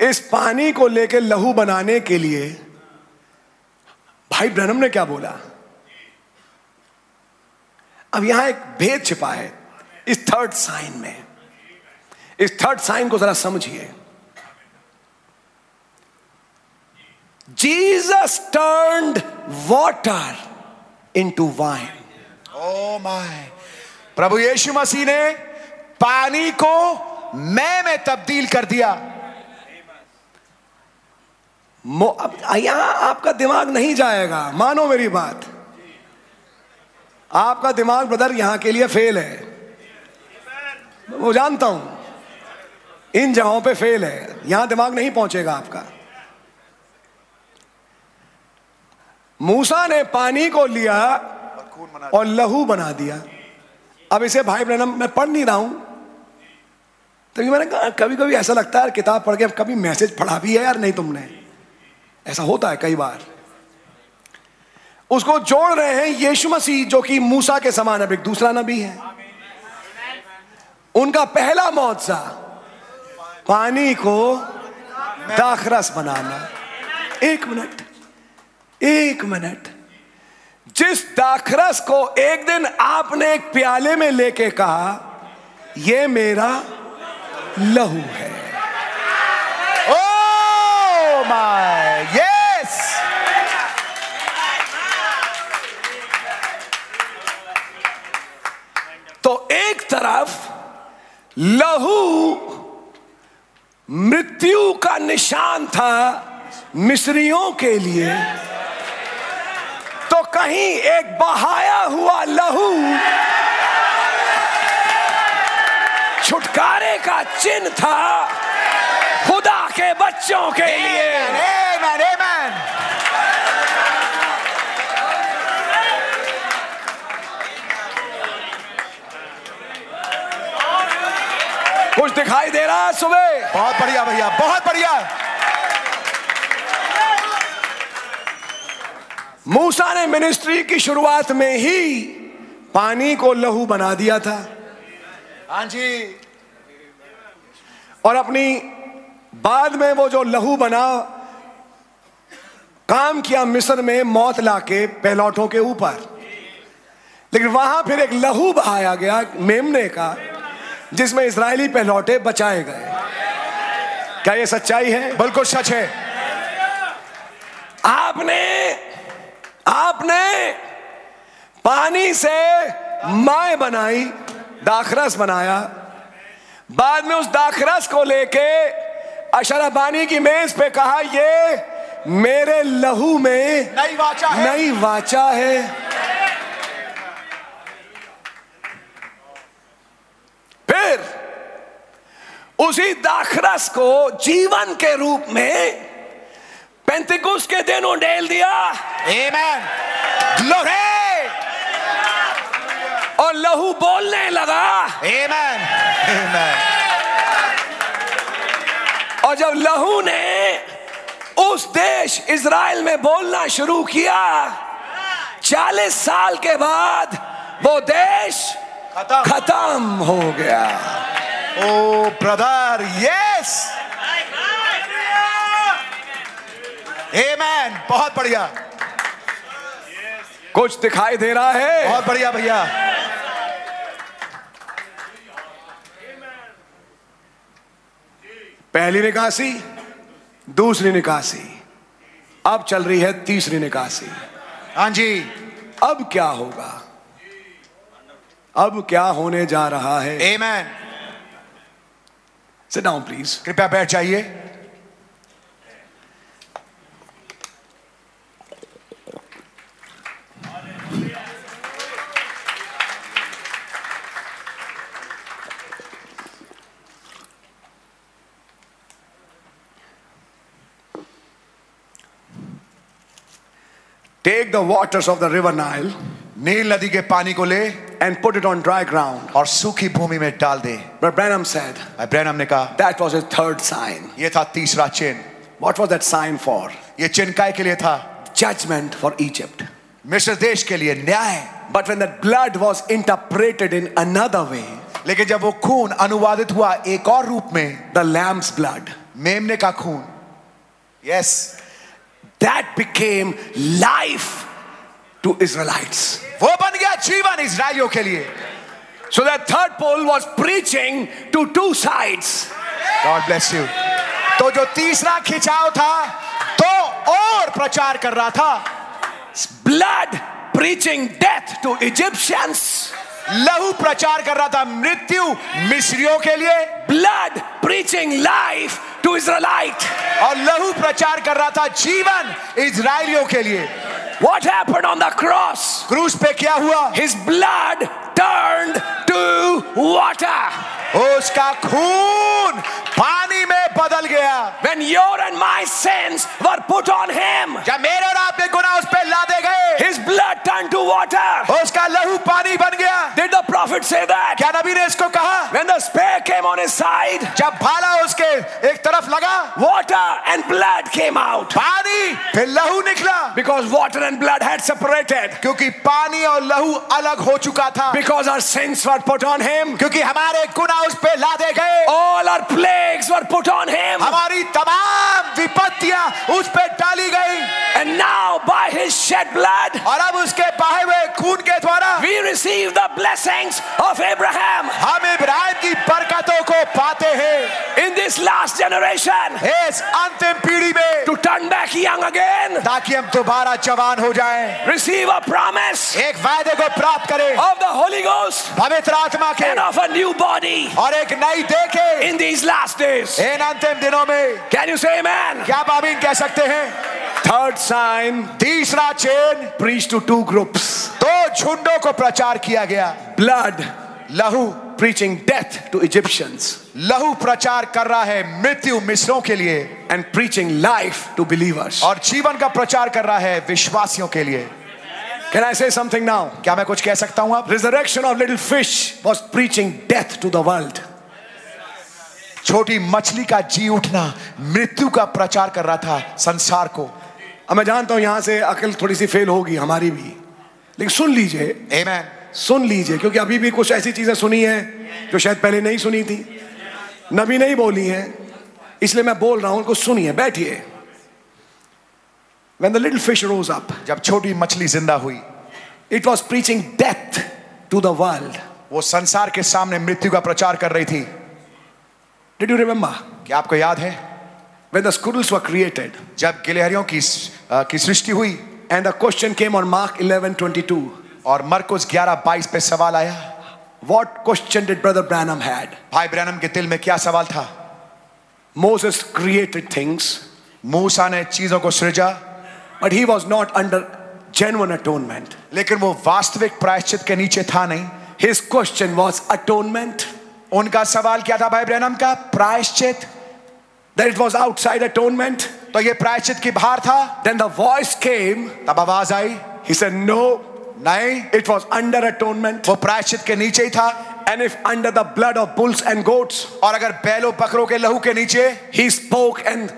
Speaker 11: इस पानी को लेकर लहू बनाने के लिए भाई ब्रनम ने क्या बोला अब यहां एक भेद छिपा है इस थर्ड साइन में इस थर्ड साइन को जरा समझिए Jesus turned water into wine
Speaker 13: Oh my. प्रभु यीशु मसीह ने पानी को मैं में तब्दील कर दिया
Speaker 11: मो- अब यहां आपका दिमाग नहीं जाएगा मानो मेरी बात आपका दिमाग ब्रदर यहां के लिए फेल है वो जानता हूं इन जगहों पे फेल है यहां दिमाग नहीं पहुंचेगा आपका मूसा ने पानी को लिया और लहू बना दिया अब इसे भाई ब्रहणम मैं पढ़ नहीं रहा हूं तभी मैंने कहा कभी कभी ऐसा लगता है यार, किताब पढ़ के अब कभी मैसेज पढ़ा भी है यार नहीं तुमने ऐसा होता है कई बार उसको जोड़ रहे हैं यीशु मसीह जो कि मूसा के समान अब एक दूसरा नबी है उनका पहला मुआवजा पानी को दाखरस बनाना एक मिनट एक मिनट जिस दाखरस को एक दिन आपने एक प्याले में लेके कहा यह मेरा लहू है
Speaker 13: Oh my. Yes.
Speaker 11: तो एक तरफ लहू मृत्यु का निशान था मिस्रियों के लिए तो कहीं एक बहाया हुआ लहू छुटकारे का चिन्ह था खुदा के बच्चों के लिए
Speaker 13: Amen. Amen.
Speaker 11: कुछ दिखाई दे रहा है सुबह
Speaker 13: बहुत बढ़िया भैया बहुत बढ़िया
Speaker 11: मूसा ने मिनिस्ट्री की शुरुआत में ही
Speaker 13: पानी को लहू बना दिया था
Speaker 12: हाँ जी
Speaker 13: और अपनी बाद में वो जो लहू बना काम किया मिस्र में मौत लाके पहलौठों के ऊपर लेकिन वहां फिर एक लहू बहाया गया मेमने का जिसमें इसराइली पहलौटे बचाए गए क्या ये सच्चाई है
Speaker 12: बिल्कुल सच है
Speaker 13: आपने आपने पानी से माए बनाई दाखरस बनाया बाद में उस दाखरस को लेके अशराबानी की मेज पे कहा ये मेरे लहू में
Speaker 12: नई वाचा है।
Speaker 13: नई वाचा है फिर उसी दाखरस को जीवन के रूप में पेंतिकुस के दिन उंडेल दिया
Speaker 12: Amen. Glory.
Speaker 13: और लहू बोलने लगा
Speaker 12: Amen. Amen.
Speaker 13: और जब लहू ने उस देश इसराइल में बोलना शुरू किया चालीस साल के बाद वो देश खत्म हो गया
Speaker 12: Oh, brother, yes. Amen. बहुत बढ़िया
Speaker 13: कुछ दिखाई दे रहा है
Speaker 12: बहुत बढ़िया भैया
Speaker 13: पहली निकासी दूसरी निकासी अब चल रही है तीसरी निकासी
Speaker 12: हाँ जी
Speaker 13: अब क्या होगा अब क्या होने जा रहा है
Speaker 12: Amen.
Speaker 13: सिट डाउन प्लीज
Speaker 12: कृपया बैठ जाइए
Speaker 13: take the waters of the river Nile
Speaker 12: नील नदी के पानी को ले
Speaker 13: and put it on dry ground.
Speaker 12: और सूखी भूमि में डाल दे
Speaker 13: But Branham said
Speaker 12: ब्रैनम ने कहा
Speaker 13: that was his third sign.
Speaker 12: यह था तीसरा चिन्ह
Speaker 13: What was that sign for?
Speaker 12: यह चिन्ह काय के लिए था
Speaker 13: Judgment for Egypt.
Speaker 12: मिस्र देश के लिए न्याय
Speaker 13: But when that blood was interpreted in another way,
Speaker 12: लेकिन जब वो खून अनुवादित हुआ एक और रूप में
Speaker 13: the lamb's blood,
Speaker 12: मेमने का खून yes
Speaker 13: that became life to Israelites.
Speaker 12: वो बन गया जीवन इसराइलियों के लिए
Speaker 13: So that third pole was preaching to two sides.
Speaker 12: God bless you तो जो तीसरा खिंचाव था तो और प्रचार कर रहा था
Speaker 13: Blood preaching death to Egyptians,
Speaker 12: लहू प्रचार कर रहा था मृत्यु मिस्रियों के लिए
Speaker 13: blood preaching life to Israelite.
Speaker 12: और लहू प्रचार कर रहा था जीवन इसराइलियों के लिए
Speaker 13: What happened on the cross?
Speaker 12: क्रूस पे क्या हुआ
Speaker 13: His blood turned to water.
Speaker 12: Oh, उसका खून पानी में बदल गया
Speaker 13: When your and my sins were put on him,
Speaker 12: जब मेरे और आपके गुनाह उस पे लादे गए Oh,
Speaker 13: his blood turned to water.
Speaker 12: उसका लहू पानी बन गया
Speaker 13: Did the prophet say that?
Speaker 12: क्या नबी ने इसको कहा
Speaker 13: When the spear came on his side,
Speaker 12: जब भाला उसके एक तरफ लगा
Speaker 13: water and blood came out.
Speaker 12: पानी फिर लहू निकला
Speaker 13: Because water and blood had separated.
Speaker 12: क्योंकि पानी और लहू अलग हो चुका था
Speaker 13: Because our sins were put on him.
Speaker 12: क्योंकि हमारे गुनाह उस पे लादे गए
Speaker 13: All our plagues were put on him.
Speaker 12: हमारी तमाम विपत्तियां उस पे डाली गई
Speaker 13: And now, by his shed blood,
Speaker 12: और अब उसके बहे हुए खून के द्वारा
Speaker 13: we receive the blessings of Abraham.
Speaker 12: हम इब्राहिम की बरकतों को पाते हैं
Speaker 13: in this last generation
Speaker 12: इस अंतिम पीढ़ी में
Speaker 13: to turn back young again,
Speaker 12: ताकि हम दोबारा जवान हो जाएं
Speaker 13: receive a promise
Speaker 12: एक वायदे को प्राप्त करें
Speaker 13: of the Holy Ghost
Speaker 12: पवित्र आत्मा के
Speaker 13: and of a new body
Speaker 12: और एक नई देखे
Speaker 13: in these last days.
Speaker 12: इन अंतिम दिनों में
Speaker 13: Can you say amen?
Speaker 12: क्या आप आमीन कह सकते हैं
Speaker 13: Third sign
Speaker 12: तीसरा chain
Speaker 13: preached to two groups
Speaker 12: दो झुंडों को प्रचार किया गया
Speaker 13: blood
Speaker 12: लहू
Speaker 13: preaching death to Egyptians
Speaker 12: लहू प्रचार कर रहा है मृत्यु मिस्रों के लिए
Speaker 13: and preaching life to believers.
Speaker 12: और जीवन का प्रचार कर रहा है विश्वासियों के लिए
Speaker 13: Can I say something now?
Speaker 12: क्या मैं कुछ कह सकता हूं आप
Speaker 13: Resurrection of little fish was preaching death to the world.
Speaker 12: छोटी मछली का जी उठना मृत्यु का प्रचार कर रहा था संसार को
Speaker 13: अब मैं जानता हूं यहां से अकल थोड़ी सी फेल होगी हमारी भी लेकिन सुन लीजिए
Speaker 12: Amen.
Speaker 11: सुन लीजिए क्योंकि अभी भी कुछ ऐसी चीजें सुनी हैं जो शायद पहले नहीं सुनी थी नबी नहीं बोली हैं इसलिए मैं बोल रहा हूं उनको सुनिए बैठिए When the little fish rose up,
Speaker 12: जब छोटी मछली जिंदा हुई
Speaker 11: it was preaching death to the world.
Speaker 12: वो संसार के सामने मृत्यु का प्रचार कर रही थी
Speaker 11: Did you remember?
Speaker 12: क्या आपको याद है
Speaker 11: When the squirrels were created,
Speaker 12: जब गिलहरियों की अ, की सृष्टि हुई
Speaker 11: and the question came on Mark 11:22,
Speaker 12: और मरकुस 11 22 पे सवाल आया
Speaker 11: what question did Brother Branham had?
Speaker 12: भाई ब्रैनम के दिल में क्या सवाल था
Speaker 11: Moses created things,
Speaker 12: मूसा ने चीजों को सृजा
Speaker 11: but he was not under genuine atonement.
Speaker 12: लेकिन वो वास्तविक प्रायश्चित के नीचे था नहीं
Speaker 11: His question was atonement,
Speaker 12: उनका सवाल क्या था भाई ब्रैनम का प्रायश्चित
Speaker 11: that it was outside atonement.
Speaker 12: तो ये प्रायश्चित की बाहर था
Speaker 11: Then the voice came.
Speaker 12: तब आवाज आई
Speaker 11: He said, No,
Speaker 12: नहीं
Speaker 11: it was under atonement.
Speaker 12: वो प्रायश्चित के नीचे ही था
Speaker 11: And if under the blood of bulls and goats,
Speaker 12: और अगर बैलों बकरों के लहू के नीचे
Speaker 11: he spoke and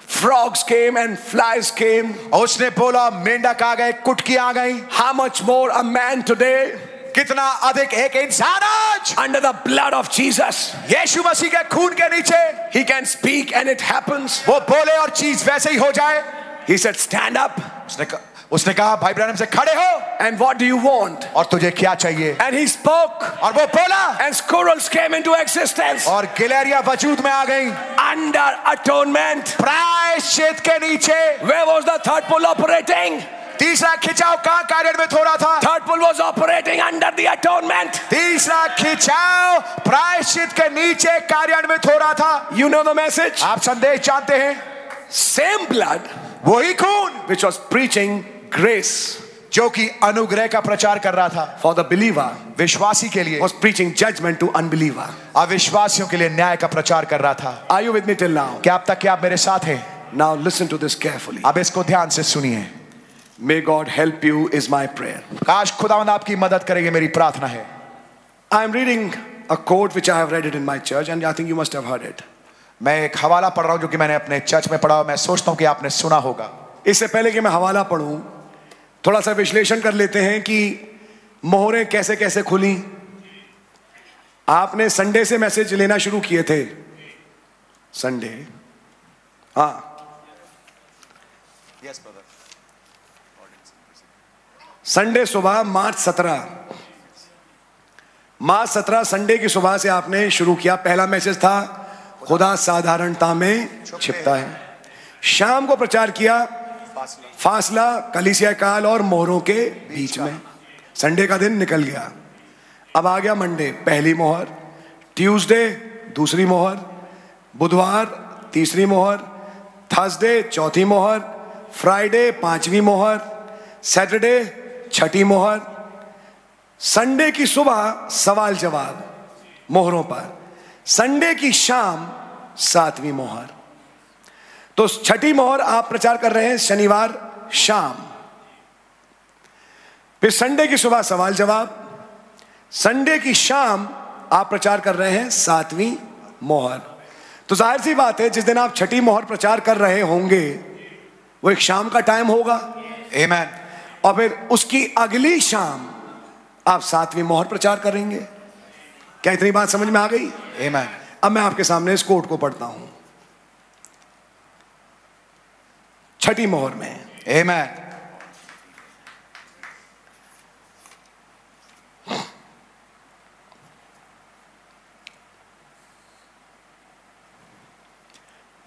Speaker 11: frogs came and flies came,
Speaker 12: और उसने बोला मेंढक आ गए कुटकी आ गई
Speaker 11: how much more a man today
Speaker 12: कितना अधिक एक इंसान आज
Speaker 11: under the blood of Jesus?
Speaker 12: यीशु मसीह के खून के नीचे
Speaker 11: He can speak and it happens.
Speaker 12: वो बोले और चीज वैसे ही हो जाए
Speaker 11: He said, Stand up.
Speaker 12: उसने कहा- उसने कहा भाई ब्रैनम से खड़े हो
Speaker 11: And what do you want?
Speaker 12: और तुझे क्या चाहिए
Speaker 11: And he spoke,
Speaker 12: और वो बोला
Speaker 11: and squirrels came into existence
Speaker 12: और गिलहरिया वजूद में आ गई
Speaker 11: under atonement.
Speaker 12: प्रायश्चित के नीचे
Speaker 11: Where was the third pull operating?
Speaker 12: तीसरा खिंचाव कहाँ कार्य में थोड़ा था
Speaker 11: Third pull was operating under the atonement.
Speaker 12: तीसरा खिंचाव प्रायश्चित के नीचे कार्यान्वित हो रहा था
Speaker 11: You know the message?
Speaker 12: आप संदेश जानते हैं
Speaker 11: Same blood
Speaker 12: वही खून
Speaker 11: which was preaching grace
Speaker 12: जो कि अनुग्रह का प्रचार कर रहा था
Speaker 11: for the believer
Speaker 12: विश्वासी के लिए
Speaker 11: was preaching judgment to unbeliever.
Speaker 12: अविश्वासियों के लिए न्याय का प्रचार कर रहा था
Speaker 11: Are you with me till now?
Speaker 12: क्या अब तक क्या आप मेरे साथ हैं
Speaker 11: Now listen to this carefully.
Speaker 12: अब इसको ध्यान से सुनिए
Speaker 11: May God help you, is my prayer.
Speaker 12: काश खुदावंद आपकी मदद करे ये मेरी प्रार्थना है
Speaker 11: I'm reading a quote which I have read it in my church, and I think you must have heard it.
Speaker 12: मैं एक हवाला पढ़ रहा हूँ जो कि मैंने अपने चर्च में पढ़ा और मैं सोचता हूँ कि आपने सुना होगा
Speaker 11: इससे पहले कि मैं हवाला पढ़ूं थोड़ा सा विश्लेषण कर लेते हैं कि मोहरें कैसे कैसे खुली आपने संडे से मैसेज लेना शुरू किए थे संडे हाँ संडे सुबह मार्च सत्रह मार्च सत्रह संडे की सुबह से आपने शुरू किया पहला मैसेज था खुदा साधारणता में छिपता है शाम को प्रचार किया फासला कलिसिया काल और मोहरों के बीच में संडे का दिन निकल गया अब आ गया मंडे पहली मोहर ट्यूसडे दूसरी मोहर बुधवार तीसरी मोहर थर्सडे चौथी मोहर फ्राइडे पांचवी मोहर सैटरडे छठी मोहर संडे की सुबह सवाल जवाब मोहरों पर संडे की शाम सातवीं मोहर तो छठी मोहर आप प्रचार कर रहे हैं शनिवार शाम फिर संडे की सुबह सवाल जवाब संडे की शाम आप प्रचार कर रहे हैं सातवीं मोहर तो जाहिर सी बात है जिस दिन आप छठी मोहर प्रचार कर रहे होंगे वो एक शाम का टाइम होगा
Speaker 12: Amen.
Speaker 11: और फिर उसकी अगली शाम आप सातवीं मोहर प्रचार करेंगे क्या इतनी बात समझ में आ गई
Speaker 12: Amen.
Speaker 11: अब मैं आपके सामने इस कोट को पढ़ता हूं छठी मोहर में
Speaker 12: Amen.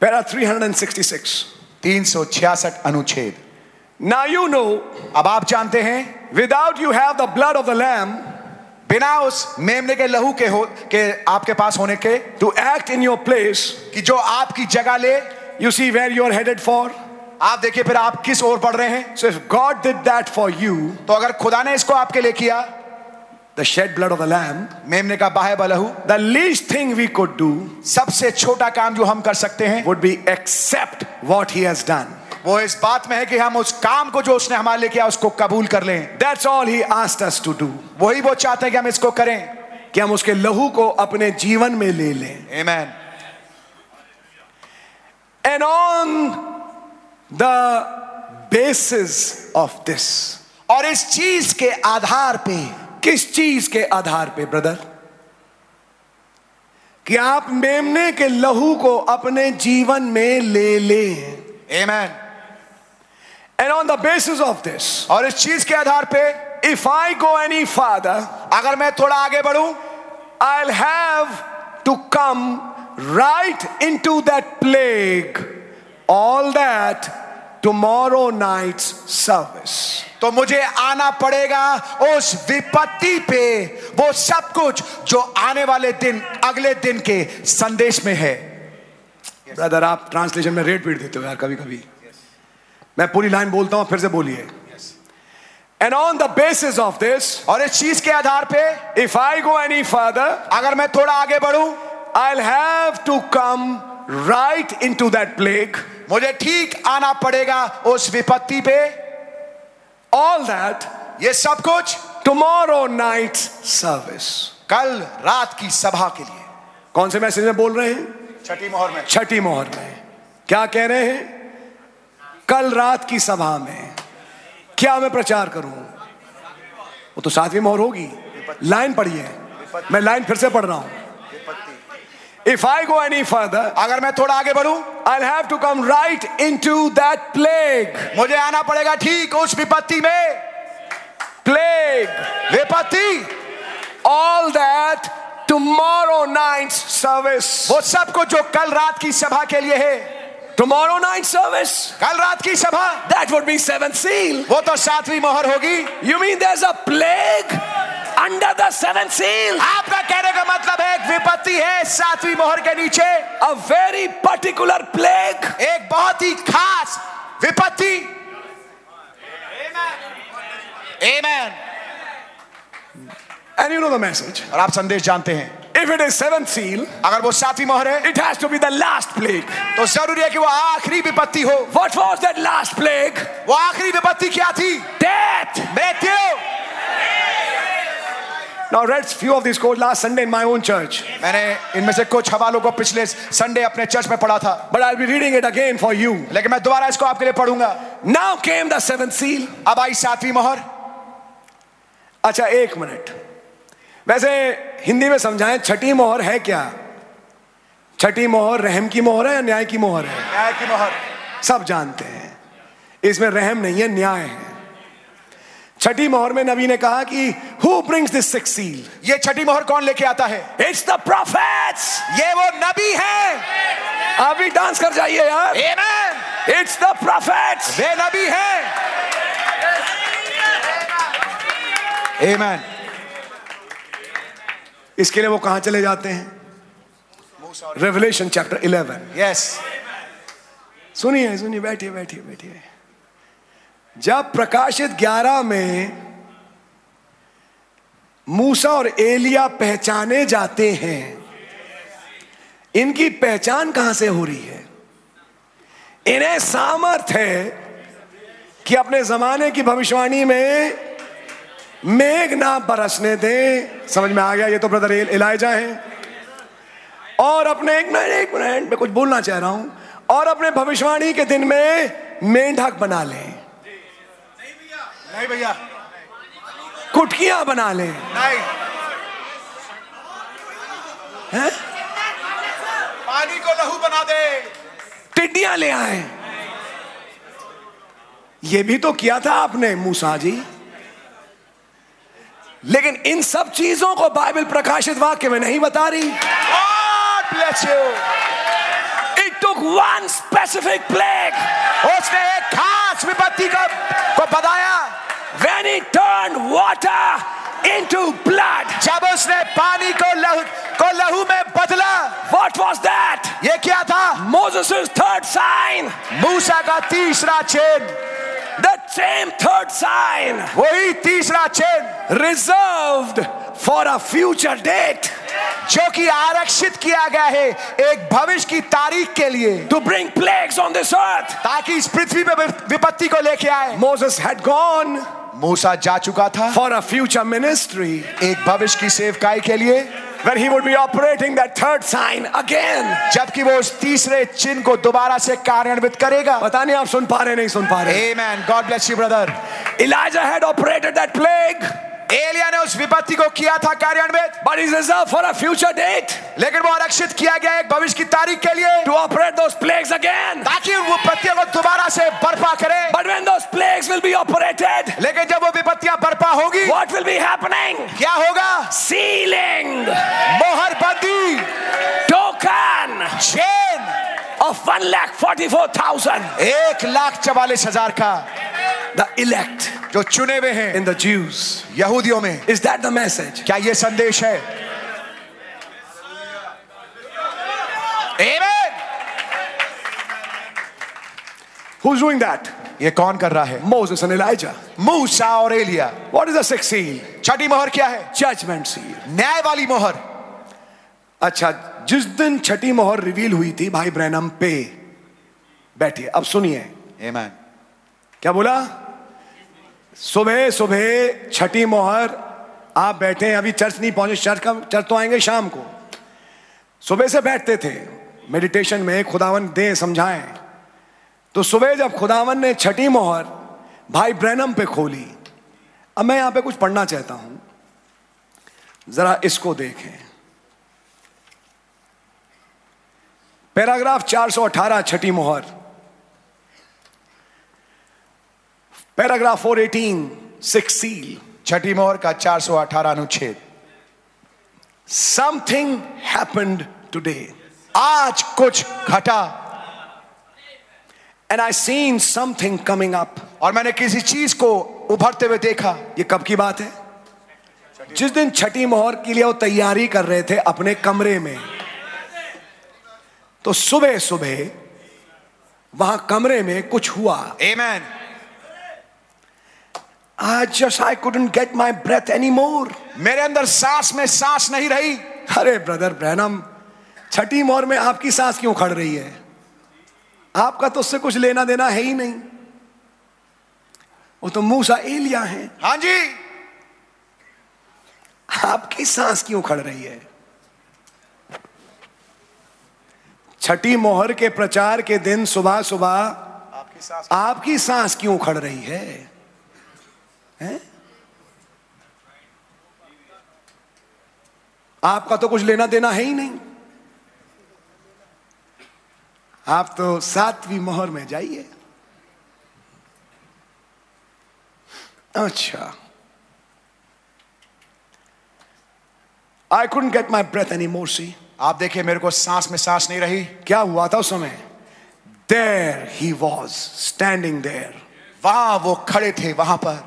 Speaker 11: पैरा 366
Speaker 12: 366 अनुच्छेद
Speaker 11: Now you know,
Speaker 12: अब आप जानते हैं
Speaker 11: without you have the blood of the lamb
Speaker 12: बिना उस मेमने के लहू के हो के आपके पास होने के
Speaker 11: to act in your place,
Speaker 12: कि जो आपकी जगह ले
Speaker 11: you see where you are headed for.
Speaker 12: आप देखिए फिर आप किस ओर बढ़ रहे हैं
Speaker 11: So if God did that for you,
Speaker 12: तो अगर खुदा ने इसको आपके लिए किया
Speaker 11: the shed blood of the lamb,
Speaker 12: मेमने का बाहे बलहू
Speaker 11: the least thing we could do
Speaker 12: सबसे छोटा काम जो हम कर सकते हैं
Speaker 11: would be accept what he has done.
Speaker 12: वो इस बात में है कि हम उस काम को जो उसने हमारे लिए किया उसको कबूल कर लें
Speaker 11: That's all he asked us to do.
Speaker 12: वही वो चाहते हैं कि हम इसको करें
Speaker 11: कि हम उसके लहू को अपने जीवन में ले लें
Speaker 12: Amen.
Speaker 11: And on the basis of this,
Speaker 12: और इस चीज के आधार पे किस चीज के आधार पे ब्रदर कि आप मेमने के लहू को अपने जीवन में ले लें Amen. And on the basis of this, और इस चीज के आधार पे if I go any further अगर मैं थोड़ा आगे बढ़ूं I have to come right into that plague all that tomorrow night's service
Speaker 13: तो मुझे आना पड़ेगा उस विपत्ति पे वो सब कुछ जो आने वाले दिन अगले दिन के संदेश में है
Speaker 12: ब्रदर आप ट्रांसलेशन में रेट पीट देते हो यार कभी कभी मैं पूरी लाइन बोलता हूं फिर से बोलिए and on the basis of this और इस चीज के आधार पे if I go any further अगर मैं थोड़ा आगे बढ़ूं I have to come right into that plague
Speaker 13: मुझे ठीक आना पड़ेगा उस विपत्ति पे
Speaker 12: ऑल दैट
Speaker 13: ये सब कुछ
Speaker 12: टुमारो नाइट सर्विस
Speaker 13: कल रात की सभा के लिए
Speaker 12: कौन से मैसेज में बोल रहे हैं
Speaker 13: छठी मोहर में
Speaker 12: छठी मोहर में क्या कह रहे हैं कल रात की सभा में क्या मैं प्रचार करूं वो तो सातवीं मोहर होगी लाइन पढ़िए मैं लाइन फिर से पढ़ रहा हूं if I go any further
Speaker 13: अगर मैं थोड़ा आगे बढ़ूं
Speaker 12: I have to come right into that plague
Speaker 13: मुझे आना पड़ेगा ठीक उस विपत्ति में
Speaker 12: प्लेग
Speaker 13: विपत्ति
Speaker 12: all that tomorrow night service
Speaker 13: वो सब कुछ जो कल रात की सभा के लिए है
Speaker 12: टुमारो नाइट सर्विस
Speaker 13: कल रात की सभा
Speaker 12: that would be seven seal
Speaker 13: वो तो सातवीं मोहर होगी
Speaker 12: you mean there is a plague under the seven seal
Speaker 13: आपका कहने का मतलब है एक विपत्ति है सातवीं मोहर के नीचे
Speaker 12: अ वेरी पर्टिकुलर प्लेग
Speaker 13: एक बहुत ही खास विपत्ति Amen.
Speaker 12: And you know the message
Speaker 13: और आप संदेश जानते हैं
Speaker 12: if it is seven seal
Speaker 13: अगर वो सातवीं मोहर है
Speaker 12: it has to be the last plague
Speaker 13: तो जरूरी है कि वो आखिरी विपत्ति हो
Speaker 12: what was that last plague
Speaker 13: वो आखिरी विपत्ति क्या थी
Speaker 12: डेथ
Speaker 13: मृत्यु
Speaker 12: Now read few of these quotes last Sunday in my own church.
Speaker 13: मैंने इनमें से कुछ हवालों को पिछले संडे अपने चर्च में पढ़ा था
Speaker 12: But I'll be reading it again for you.
Speaker 13: लेकिन मैं दोबारा इसको आपके लिए पढ़ूंगा
Speaker 12: Now came the seventh seal.
Speaker 13: अब आई सातवीं मोहर
Speaker 12: अच्छा एक मिनट वैसे हिंदी में समझाएं छठी मोहर है क्या छठी मोहर रहम की मोहर है या न्याय की मोहर है
Speaker 13: न्याय की मोहर
Speaker 12: सब जानते हैं इसमें रहम नहीं है न्याय है छठी मोहर में नबी ने कहा कि who brings this six seal
Speaker 13: ये छठी मोहर कौन लेके आता है
Speaker 12: इट्स द प्रॉफिट्स
Speaker 13: ये वो नबी है
Speaker 12: अभी डांस कर जाइए यार
Speaker 13: Amen.
Speaker 12: इट्स द प्रॉफिट्स
Speaker 13: वे नबी है Amen.
Speaker 12: इसके लिए वो कहां चले जाते हैं रेवलेशन चैप्टर 11
Speaker 13: Yes.
Speaker 12: सुनिए सुनिए बैठिए बैठिए बैठिए जब प्रकाशित 11 में मूसा और एलिया पहचाने जाते हैं इनकी पहचान कहां से हो रही है इन्हें सामर्थ है कि अपने जमाने की भविष्यवाणी में मेघ ना बरसने दें समझ में आ गया ये तो ब्रदर इलायजा है और अपने एक मिनट एक मिनट मैं कुछ बोलना चाह रहा हूं और अपने भविष्यवाणी के दिन में मेंढक बना लें
Speaker 13: नहीं भैया
Speaker 12: कुटकियां बना लें
Speaker 13: नहीं
Speaker 12: हैं?
Speaker 13: पानी को लहू बना दे
Speaker 12: टिड्डियां ले आए ये भी तो किया था आपने मूसा जी लेकिन इन सब चीजों को बाइबल प्रकाशित वाक्य में नहीं बता रही
Speaker 13: God bless you.
Speaker 12: It took one specific plague
Speaker 13: उसने एक खास विपत्ति को, को बताया
Speaker 12: when he turned water into blood.
Speaker 13: जब उसने पानी को लहू को लहू में बदला
Speaker 12: What was that?
Speaker 13: ये क्या था
Speaker 12: Moses' third sign.
Speaker 13: मूसा का तीसरा चिन्ह
Speaker 12: The same third sign
Speaker 13: वही तीसरा चिन्ह
Speaker 12: reserved for a future date
Speaker 13: जो कि आरक्षित किया गया है एक भविष्य की तारीख के लिए
Speaker 12: to bring plagues on this earth.
Speaker 13: ताकि इस पृथ्वी पे विप- विपत्ति को लेके आए
Speaker 12: Moses had gone
Speaker 13: मूसा जा चुका था
Speaker 12: for a future ministry
Speaker 13: एक भविष्य की सेवकाई के लिए
Speaker 12: where he would be operating that third sign again.
Speaker 13: जबकि वो उस तीसरे चिन्ह को दोबारा से कार्यान्वित करेगा
Speaker 12: पता नहीं आप सुन पा रहे हैं, नहीं सुन पा रहे
Speaker 13: Amen. God bless you, brother.
Speaker 12: Elijah had operated that plague
Speaker 13: Elia ने उस विपत्ति को किया था कार्यान्वित
Speaker 12: But is reserved for a future date.
Speaker 13: लेकिन वो आरक्षित किया गया एक भविष्य की तारीख के लिए
Speaker 12: To operate those plagues again.
Speaker 13: ताकि उन विपत्तियों को दोबारा से बर्पा करे
Speaker 12: But when those plagues will be operated,
Speaker 13: लेकिन जब वो विपत्तियां बर्पा होगी
Speaker 12: what will be happening?
Speaker 13: क्या होगा
Speaker 12: Sealing,
Speaker 13: मोहरबंदी
Speaker 12: token
Speaker 13: chain
Speaker 12: of one lakh forty-four thousand,
Speaker 13: एक लाख चवालीस हजार का
Speaker 12: the elect
Speaker 13: जो चुने हुए हैं
Speaker 12: in the Jews.
Speaker 13: यहूदियों में
Speaker 12: Is that the message?
Speaker 13: क्या ये संदेश है Amen.
Speaker 12: Who's doing that?
Speaker 13: ये कौन कर रहा है
Speaker 12: Moses and Elijah.
Speaker 13: मूसा और एलिया
Speaker 12: What is the sixth seal?
Speaker 13: छठी मोहर क्या है
Speaker 12: Judgment seal.
Speaker 13: न्याय वाली मोहर
Speaker 12: अच्छा जिस दिन छठी मोहर रिवील हुई थी भाई ब्रैनम पे बैठिए अब सुनिए
Speaker 10: Amen.
Speaker 12: क्या बोला सुबह सुबह छठी मोहर आप बैठे हैं, अभी चर्च नहीं पहुंचे चर्च का चर्च तो आएंगे शाम को सुबह से बैठते थे मेडिटेशन में खुदावन दे समझाएं तो सुबह जब खुदावन ने छठी मोहर भाई ब्रैनम पे खोली अब मैं यहां पे कुछ पढ़ना चाहता हूं जरा इसको देखें पैराग्राफ 418 छठी मोहर पैराग्राफ 418 सिक्स सील
Speaker 13: छठी मोहर का 418 अनुच्छेद
Speaker 12: समथिंग हैपेंड टुडे
Speaker 13: आज कुछ घटा
Speaker 12: and I seen something coming up
Speaker 13: और मैंने किसी चीज को उभरते हुए देखा
Speaker 12: ये कब की बात है जिस दिन छठी मोहर के लिए वो तैयारी कर रहे थे अपने कमरे में तो सुबह सुबह वहां कमरे में कुछ हुआ
Speaker 13: Amen.
Speaker 12: आज just I couldn't get my breath any more
Speaker 13: मेरे अंदर सांस में सांस नहीं रही
Speaker 12: अरे ब्रदर ब्रैनम छठी मोहर में आपकी सांस क्यों खड़ रही है आपका तो उससे कुछ लेना देना है ही नहीं वो तो मूसा एलिया हैं
Speaker 13: हाँ जी
Speaker 12: आपकी सांस क्यों खड़ रही है छठी मोहर के प्रचार के दिन सुबह सुबह आपकी सांस क्यों खड़ रही है हैं? आपका तो कुछ लेना देना है ही नहीं आप तो सातवीं मोहर में जाइए अच्छा I couldn't get my breath any more see
Speaker 13: आप देखिए मेरे को सांस में सांस नहीं रही
Speaker 12: क्या हुआ था उस समय there he was standing there
Speaker 13: वहां वो खड़े थे वहां पर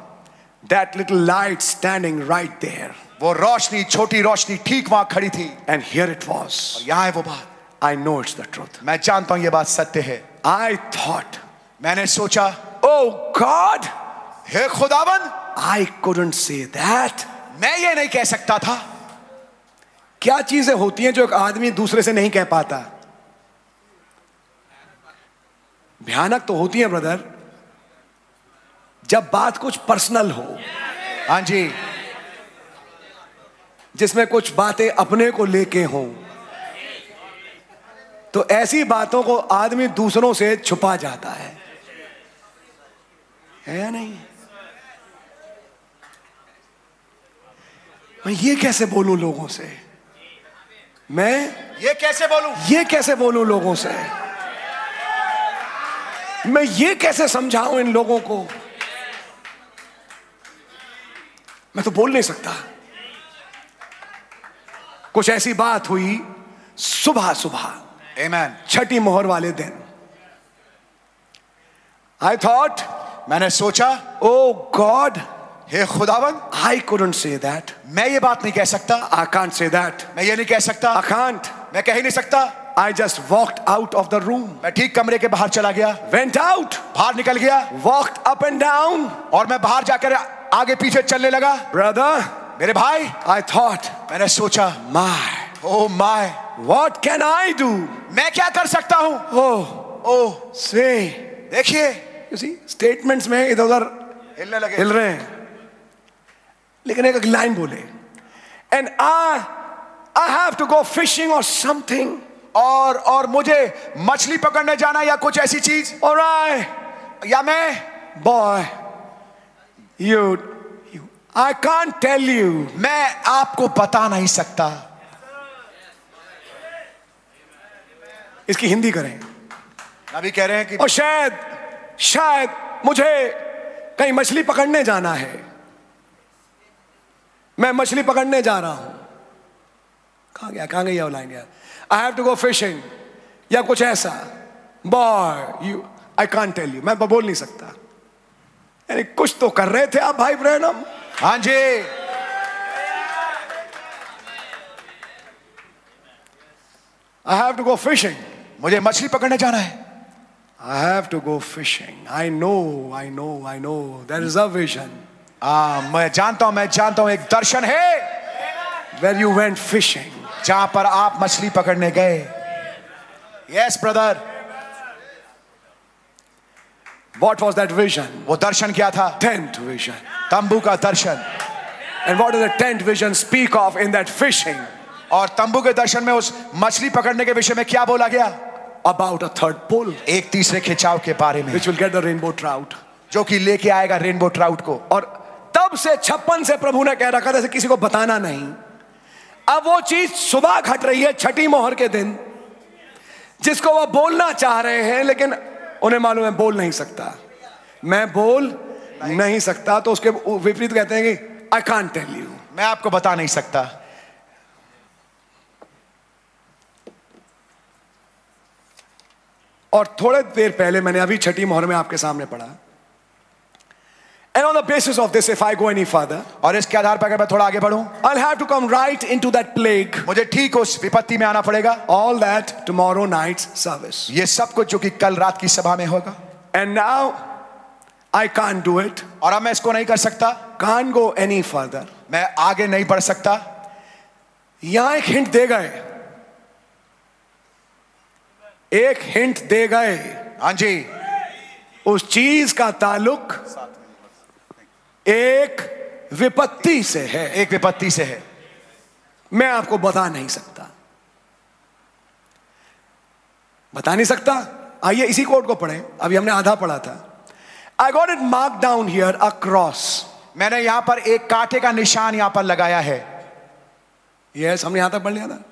Speaker 12: that little light standing right there.
Speaker 13: वो रोशनी छोटी रोशनी ठीक वहां खड़ी थी
Speaker 12: And here it was.
Speaker 13: यहाँ है वो बात
Speaker 12: I know it's the truth.
Speaker 13: मैं जानता हूं ये बात सत्य है
Speaker 12: I thought,
Speaker 13: मैंने सोचा
Speaker 12: oh God,
Speaker 13: हे खुदावन
Speaker 12: I couldn't say that.
Speaker 13: मैं ये नहीं कह सकता था
Speaker 12: क्या चीजें होती हैं जो एक आदमी दूसरे से नहीं कह पाता भयानक तो होती है ब्रदर जब बात कुछ पर्सनल हो
Speaker 13: हाँ जी
Speaker 12: जिसमें कुछ बातें अपने को लेके हों तो ऐसी बातों को आदमी दूसरों से छुपा जाता है है या नहीं मैं ये कैसे बोलूं लोगों से मैं
Speaker 13: ये कैसे बोलूं
Speaker 12: ये कैसे बोलूं लोगों से मैं ये कैसे समझाऊं इन लोगों को मैं तो बोल नहीं सकता कुछ ऐसी बात हुई सुबह सुबह
Speaker 13: Amen.
Speaker 12: छठी मोहर वाले दिन आई थॉट
Speaker 13: मैंने सोचा
Speaker 12: ओ गॉड
Speaker 13: हे खुदावन
Speaker 12: I "Oh couldn't say that
Speaker 13: मैं ये बात नहीं कह सकता
Speaker 12: आई कांट से दैट
Speaker 13: मैं ये नहीं कह सकता
Speaker 12: आई कांट
Speaker 13: मैं कह ही नहीं सकता
Speaker 12: I just walked out of the room
Speaker 13: मैं ठीक कमरे के बाहर चला गया
Speaker 12: वेंट आउट
Speaker 13: बाहर निकल गया
Speaker 12: walked up and down.
Speaker 13: और मैं बाहर जाकर आगे पीछे चलने लगा
Speaker 12: Brother,
Speaker 13: मेरे भाई
Speaker 12: I thought,
Speaker 13: मैंने सोचा "Oh
Speaker 12: my,
Speaker 13: oh my
Speaker 12: what can I do?
Speaker 13: मैं क्या कर सकता हूँ
Speaker 12: Oh,
Speaker 13: ओ
Speaker 12: say,
Speaker 13: देखिए
Speaker 12: you see, statements में इधर उधर
Speaker 13: हिलने लगे
Speaker 12: हिल रहे हैं लेकिन एक लाइन बोले and I I have to go fishing और समथिंग
Speaker 13: और और मुझे मछली पकड़ने जाना या कुछ ऐसी चीज
Speaker 12: और आई
Speaker 13: या मैं
Speaker 12: boy you
Speaker 13: I can't tell you मैं आपको बता नहीं सकता
Speaker 12: इसकी हिंदी करें
Speaker 10: अभी कह रहे हैं कि
Speaker 12: और शायद शायद मुझे कहीं मछली पकड़ने जाना है मैं मछली पकड़ने जा रहा हूं कहाँ गया कहाँ गई है वो लाइन यार I have to go fishing या कुछ ऐसा boy you I can't tell you मैं बोल नहीं सकता यानी कुछ तो कर रहे थे आप भाई बहन हम
Speaker 10: हाँ जी
Speaker 12: I have to go fishing
Speaker 10: मुझे मछली पकड़ने जाना है
Speaker 12: I have to go fishing I know I know I know there is a vision
Speaker 10: ah, मैं जानता हूं मैं जानता हूं एक दर्शन है
Speaker 12: वेर यू वेंट फिशिंग
Speaker 10: जहां पर आप मछली पकड़ने गए yes brother
Speaker 12: what was that vision
Speaker 10: वो दर्शन क्या था
Speaker 12: टेंट विजन
Speaker 10: तंबू का दर्शन
Speaker 12: and what is the tent vision speak of in that fishing
Speaker 10: और तंबू के दर्शन में उस मछली पकड़ने के विषय में क्या बोला गया
Speaker 12: अबाउट अ थर्ड पुल
Speaker 10: एक तीसरे खिंचाव के बारे में
Speaker 12: which will get the rainbow trout
Speaker 10: जो कि लेके आएगा रेनबो ट्राउट को
Speaker 12: और तब से छप्पन से प्रभु ने कह रखा था इसे किसी को बताना नहीं अब वो चीज सुबह घट रही है छठी मोहर के दिन जिसको वो बोलना चाह रहे हैं लेकिन उन्हें मालूम है बोल नहीं सकता मैं बोल नहीं सकता तो उसके विपरीत कहते हैं कि आई कान टेल यू
Speaker 10: मैं आपको बता नहीं सकता
Speaker 12: और थोड़े देर पहले मैंने अभी छठी मोहर में आपके सामने पढ़ा and on the basis of this if I go any father
Speaker 10: और इसके आधार पर अगर मैं थोड़ा आगे बढ़ूं
Speaker 12: I have to come right into that plague
Speaker 10: मुझे ठीक उस विपत्ति में आना पड़ेगा
Speaker 12: all that tomorrow night service
Speaker 10: ये सब कुछ जो कि कल रात की सभा में होगा
Speaker 12: and now I can't do it
Speaker 10: और अब मैं इसको नहीं कर सकता
Speaker 12: कान गो एनी फर्दर
Speaker 10: मैं आगे नहीं बढ़ सकता
Speaker 12: यहां एक हिंट दे गए एक हिंट दे गए
Speaker 10: हाँ जी
Speaker 12: उस चीज का ताल्लुक एक विपत्ति से है
Speaker 10: एक विपत्ति से है
Speaker 12: मैं आपको बता नहीं सकता बता नहीं सकता आइए इसी कोड को पढ़ें अभी हमने आधा पढ़ा था I got it mark down here a cross
Speaker 10: मैंने यहां पर एक कांटे का निशान यहां पर लगाया है
Speaker 12: यस yes, हमने यहां तक पढ़ लिया था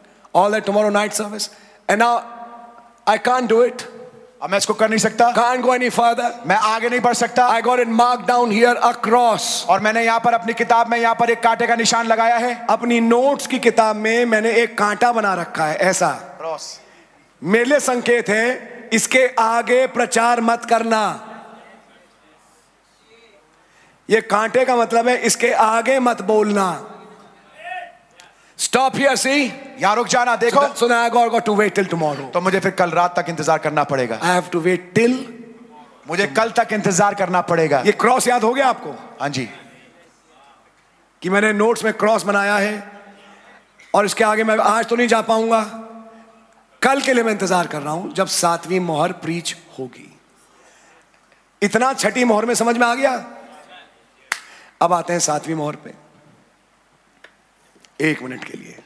Speaker 12: all that tomorrow night service and now I can't do it
Speaker 10: अब मैं इसको कर नहीं सकता
Speaker 12: कान गो एनी फादर
Speaker 10: मैं आगे नहीं बढ़ सकता
Speaker 12: I got it mark down here a cross
Speaker 10: और मैंने यहाँ पर अपनी किताब में यहाँ पर एक कांटे का निशान लगाया है
Speaker 12: अपनी नोट्स की किताब में मैंने एक कांटा बना रखा है ऐसा
Speaker 10: क्रॉस
Speaker 12: मेरे लिए संकेत है इसके आगे प्रचार मत करना ये कांटे का मतलब है इसके आगे मत बोलना स्टॉप हियर सी
Speaker 10: यहाँ रुक जाना देखो
Speaker 12: सुना I got to wait till tomorrow
Speaker 10: तो मुझे फिर कल रात तक इंतजार करना पड़ेगा
Speaker 12: I have to wait till
Speaker 10: मुझे कल तक इंतजार करना पड़ेगा
Speaker 12: ये क्रॉस याद हो गया आपको
Speaker 10: हाँ जी
Speaker 12: कि मैंने नोट्स में क्रॉस बनाया है और इसके आगे मैं आज तो नहीं जा पाऊंगा कल के लिए मैं इंतजार कर रहा हूं जब सातवीं मोहर प्रीच होगी इतना छठी मोहर में समझ में आ गया अब आते हैं सातवीं मोहर पे एक मिनट के लिए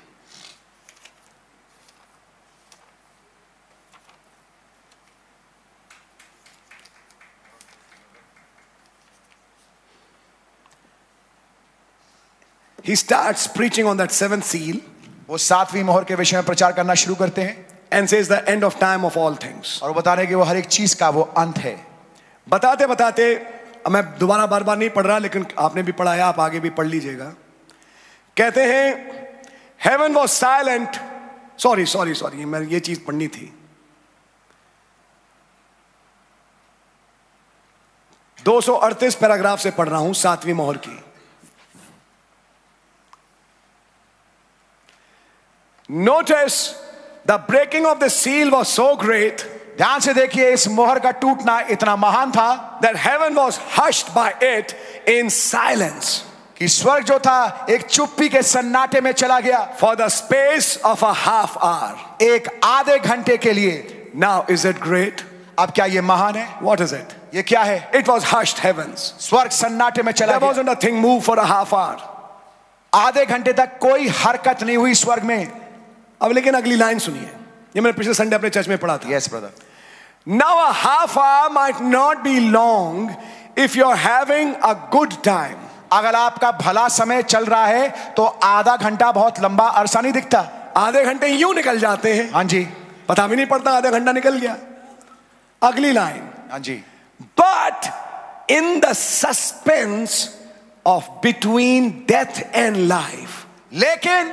Speaker 12: He starts preaching on that seventh seal.
Speaker 10: वो सातवीं मोहर के विषय में प्रचार करना शुरू करते हैं
Speaker 12: And says the end of time of all things.
Speaker 10: और बता रहे हैं कि वो हर एक चीज का वो अंत है
Speaker 12: बताते बताते अब मैं दोबारा बार बार नहीं पढ़ रहा लेकिन आपने भी पढ़ाया आप आगे भी पढ़ लीजिएगा कहते हैं heaven was silent sorry sorry sorry मैं ये चीज पढ़नी थी दो पैराग्राफ से पढ़ रहा हूं सातवीं मोहर की notice the breaking of the seal was so great
Speaker 10: ध्यान से देखिए इस मोहर का टूटना इतना महान था
Speaker 12: that heaven was hushed by it in silence
Speaker 10: कि स्वर्ग जो था एक चुप्पी के सन्नाटे में चला गया
Speaker 12: for the space of a half hour
Speaker 10: एक आधे घंटे के लिए
Speaker 12: नाउ इज इट ग्रेट
Speaker 10: अब क्या ये महान है
Speaker 12: वॉट इज इट
Speaker 10: ये क्या है
Speaker 12: इट वॉज हस्ट हेवंस
Speaker 10: स्वर्ग सन्नाटे में चला
Speaker 12: There गया thing move for a half hour
Speaker 10: आधे घंटे तक कोई हरकत नहीं हुई स्वर्ग में
Speaker 12: अब लेकिन अगली लाइन सुनिए ये मैंने पिछले संडे अपने चर्च में पढ़ा था
Speaker 10: yes brother
Speaker 12: now a half hour might not be long if you are having a good time
Speaker 13: अगर आपका भला समय चल रहा है तो आधा घंटा बहुत लंबा अरसा नहीं दिखता
Speaker 12: आधे घंटे यूं निकल जाते हैं
Speaker 13: हाँ जी
Speaker 12: पता भी नहीं पड़ता आधा घंटा निकल गया अगली लाइन
Speaker 13: हाँ जी
Speaker 12: but in the suspense of between death and life
Speaker 13: लेकिन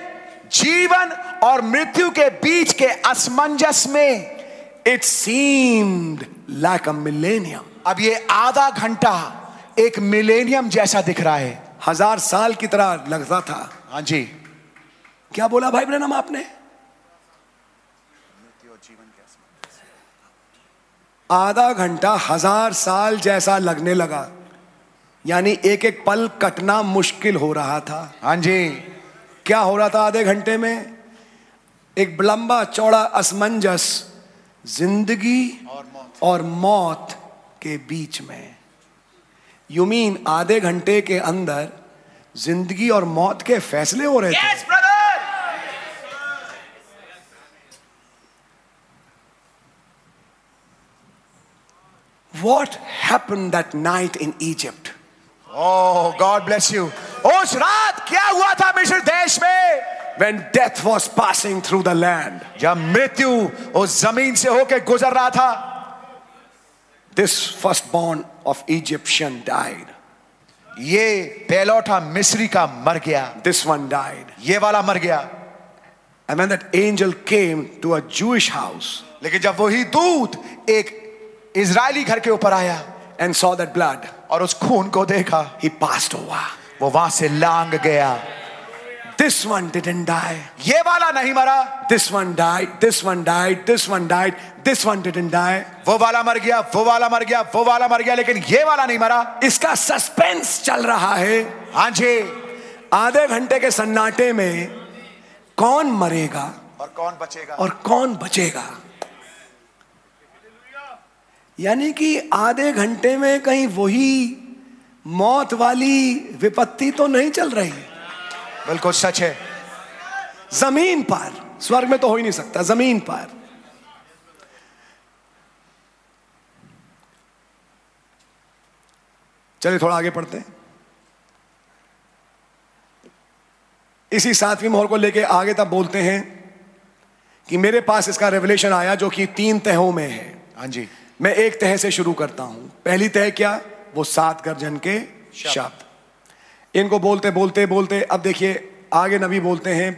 Speaker 13: जीवन और मृत्यु के बीच के असमंजस में
Speaker 12: it seemed like a millennium
Speaker 13: अब ये आधा घंटा एक मिलेनियम जैसा दिख रहा है
Speaker 12: हजार साल की तरह लगता था
Speaker 13: हाँ जी
Speaker 12: क्या बोला भाई ब्रनम आपने आधा घंटा हजार साल जैसा लगने लगा यानी एक एक पल कटना मुश्किल हो रहा था
Speaker 13: हाँ जी
Speaker 12: क्या हो रहा था आधे घंटे में एक लंबा चौड़ा असमंजस जिंदगी और मौत के बीच में यू मीन आधे घंटे के अंदर जिंदगी और मौत के फैसले हो रहे थे what happen that night in Egypt
Speaker 13: oh God bless you उस रात क्या हुआ था मिस्र देश में
Speaker 12: when death was passing through the land
Speaker 13: जब मृत्यु उस जमीन से होकर गुजर रहा था
Speaker 12: this first born of Egyptian died
Speaker 13: ये पेलौटा मिस्री का मर गया
Speaker 12: दिस वन डाइड
Speaker 13: ये वाला मर गया
Speaker 12: And when that angel came to a Jewish house
Speaker 13: लेकिन जब वही दूत एक इजरायली घर के ऊपर आया
Speaker 12: and saw that blood,
Speaker 13: और उस खून को देखा
Speaker 12: he passed over.
Speaker 13: वो वहां से लांग गया
Speaker 12: This one didn't die.
Speaker 13: ये वाला नहीं मरा
Speaker 12: This one died. This one died. This one died. This one didn't die.
Speaker 13: वो वाला मर गया वो वाला मर गया वो वाला मर गया लेकिन ये वाला नहीं मरा
Speaker 12: इसका सस्पेंस चल रहा है
Speaker 13: हाँ जी
Speaker 12: आधे घंटे के सन्नाटे में कौन मरेगा
Speaker 13: और कौन बचेगा
Speaker 12: और कौन बचेगा यानी कि आधे घंटे में कहीं वही मौत वाली विपत्ति तो नहीं चल रही है
Speaker 13: बिल्कुल सच है
Speaker 12: जमीन पर स्वर्ग में तो हो ही नहीं सकता जमीन पर चलिए थोड़ा आगे पढ़ते हैं इसी सातवीं मोहर को लेके आगे तब बोलते हैं कि मेरे पास इसका रेवलेशन आया जो कि तीन तहों में है
Speaker 13: हाँ जी
Speaker 12: मैं एक तह से शुरू करता हूं पहली तह क्या वो सात गर्जन के शब्द इनको बोलते बोलते बोलते अब देखिए आगे नबी बोलते हैं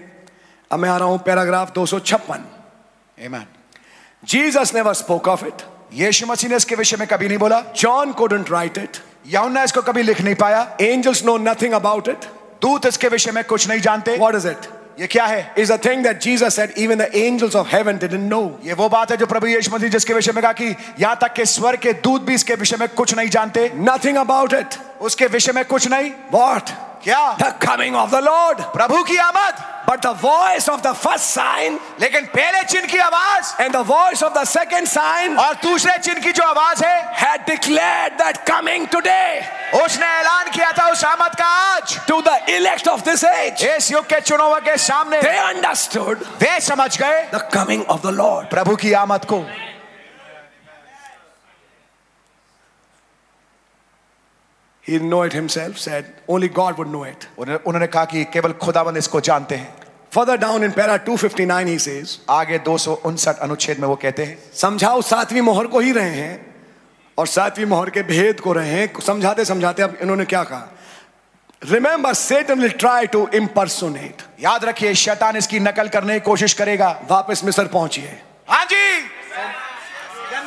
Speaker 12: अब मैं आ रहा हूं पैराग्राफ दो सौ छप्पन जीसस ने स्पोक ऑफ इट
Speaker 13: यीशु मसीह ने इसके विषय में कभी नहीं बोला
Speaker 12: जॉन कोडेंट राइट इट
Speaker 13: यमुना इसको कभी लिख नहीं पाया
Speaker 12: angels know nothing about it
Speaker 13: दूत इसके विषय में कुछ नहीं जानते
Speaker 12: व्हाट इज इट
Speaker 13: ये क्या है
Speaker 12: is a thing that Jesus said even the angels of heaven didn't know.
Speaker 13: ये वो बात है जो प्रभु यीशु मसीह जिसके विषय में कहा कि यहाँ तक के स्वर के दूध भी इसके विषय में कुछ नहीं जानते
Speaker 12: Nothing about it.
Speaker 13: उसके विषय में कुछ नहीं
Speaker 12: What?
Speaker 13: क्या
Speaker 12: The coming of the Lord.
Speaker 13: प्रभु की आमद
Speaker 12: But the voice of the first sign
Speaker 13: लेकिन पहले चिन्ह की आवाज
Speaker 12: and the voice of the second sign
Speaker 13: और दूसरे चिन्ह की जो आवाज है
Speaker 12: had declared that coming today
Speaker 13: उसने ऐलान किया था उस आमद का आज
Speaker 12: to the elect of this age.
Speaker 13: इस युग के चुनाव के सामने
Speaker 12: They understood
Speaker 13: वे समझ गए
Speaker 12: the coming of the Lord.
Speaker 13: प्रभु की आमद को
Speaker 12: He didn't know it himself, said only God would know it.
Speaker 13: उन्होंने उन्होंने कहा कि केवल खुदाबंद इसको जानते हैं
Speaker 12: Further down in para 259 he says,
Speaker 13: आगे दो अनुच्छेद में वो कहते हैं
Speaker 12: समझाओ सातवीं मोहर को ही रहे हैं और सातवीं मोहर के भेद को रहे हैं समझाते समझाते अब इन्होंने क्या कहा remember Satan will try to impersonate
Speaker 13: याद रखिए शैतान इसकी नकल करने की कोशिश करेगा
Speaker 12: वापस मिस्र पहुंचिए
Speaker 13: हाँ जी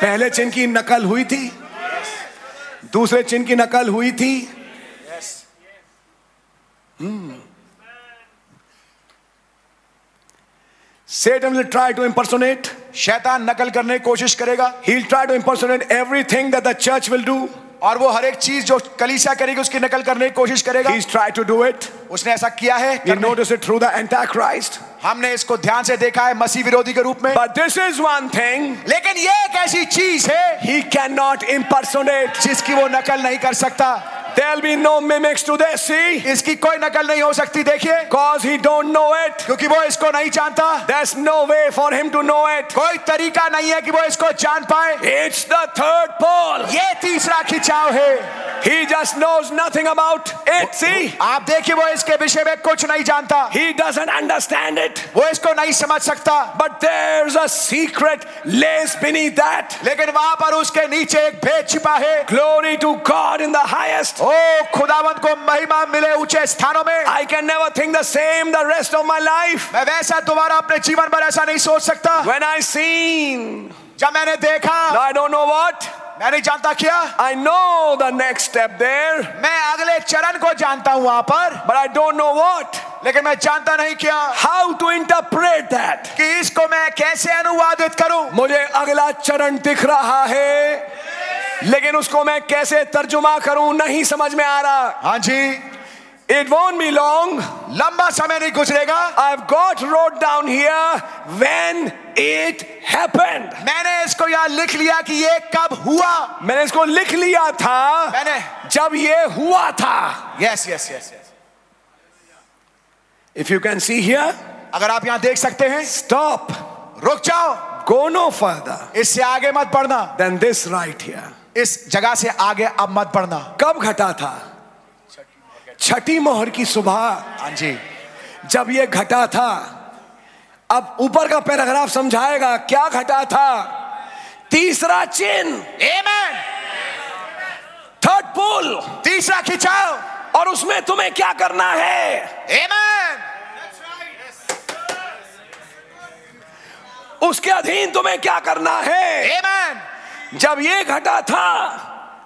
Speaker 12: पहले चिन्ह की नकल हुई थी दूसरे चिन्ह की नकल हुई थी
Speaker 13: hmm.
Speaker 12: Satan will try to impersonate
Speaker 13: शैतान नकल करने की कोशिश करेगा
Speaker 12: he try to impersonate everything that the church will do
Speaker 13: और वो हर एक चीज जो कलीसिया करेगी उसकी नकल करने की कोशिश करेगा
Speaker 12: he try to do it
Speaker 13: उसने ऐसा किया है
Speaker 12: You
Speaker 13: करने-
Speaker 12: notice it through the Antichrist.
Speaker 13: हमने इसको ध्यान से देखा है मसीह विरोधी के रूप में
Speaker 12: But this is one thing
Speaker 13: लेकिन ये एक ऐसी चीज है
Speaker 12: he cannot impersonate.
Speaker 13: जिसकी वो नकल नहीं कर सकता
Speaker 12: There'll be no mimics to this, see?
Speaker 13: इसकी कोई नकल नहीं हो सकती देखिए
Speaker 12: Because he don't know it.
Speaker 13: क्योंकि वो इसको नहीं जानता
Speaker 12: There's no way for him to know it.
Speaker 13: कोई तरीका नहीं है कि वो इसको जान पाए
Speaker 12: It's the third pole.
Speaker 13: ये तीसरा खिंचाव है He just knows nothing about it. See?
Speaker 12: आप देखिए वो इसके विषय में कुछ नहीं जानता
Speaker 13: He doesn't understand it.
Speaker 12: वो इसको नहीं समझ सकता
Speaker 13: But there's a secret lays beneath that.
Speaker 12: लेकिन वहां पर उसके नीचे एक भेद छिपा है
Speaker 13: Glory to God in the highest.
Speaker 12: ओ खुदावंत को महिमा मिले ऊंचे स्थानों में
Speaker 13: I can never think the same the rest of my life.
Speaker 12: मैं वैसा दोबारा अपने जीवन पर ऐसा नहीं सोच सकता
Speaker 13: When I seen,
Speaker 12: जब मैंने देखा
Speaker 13: now I don't know what.
Speaker 12: मैं नहीं जानता क्या
Speaker 13: I know the next step there,
Speaker 12: मैं अगले चरण को जानता हूँ वहां पर
Speaker 13: but I don't know what.
Speaker 12: लेकिन मैं जानता नहीं क्या
Speaker 13: How to interpret that?
Speaker 12: कि इसको मैं कैसे अनुवादित करूं
Speaker 13: मुझे अगला चरण दिख रहा है लेकिन उसको मैं कैसे तर्जुमा करूं नहीं समझ में आ रहा
Speaker 12: हाँ जी
Speaker 13: इट वोंट बी लॉन्ग
Speaker 12: लंबा समय नहीं गुजरेगा
Speaker 13: I have got wrote down here when it happened
Speaker 12: मैंने इसको यहाँ लिख लिया कि ये कब हुआ
Speaker 13: मैंने इसको लिख लिया था
Speaker 12: मैंने
Speaker 13: जब ये हुआ था
Speaker 12: yes yes yes yes
Speaker 13: if you can see here
Speaker 12: अगर आप यहाँ देख सकते हैं
Speaker 13: स्टॉप
Speaker 12: रुक जाओ
Speaker 13: गो नो फर्दर
Speaker 12: इससे आगे मत बढ़ना
Speaker 13: देन दिस राइट हियर
Speaker 12: इस जगह से आगे अब मत बढ़ना
Speaker 13: कब घटा था छठी मोहर की सुबह
Speaker 12: हाँ जी
Speaker 13: जब ये घटा था अब ऊपर का पैराग्राफ समझाएगा क्या घटा था तीसरा चिन्ह
Speaker 12: Amen.
Speaker 13: थर्ड पुल
Speaker 12: तीसरा खिंचाव
Speaker 13: और उसमें तुम्हें क्या करना है
Speaker 12: Amen.
Speaker 13: उसके अधीन तुम्हें क्या करना है
Speaker 12: Amen.
Speaker 13: जब ये घटा था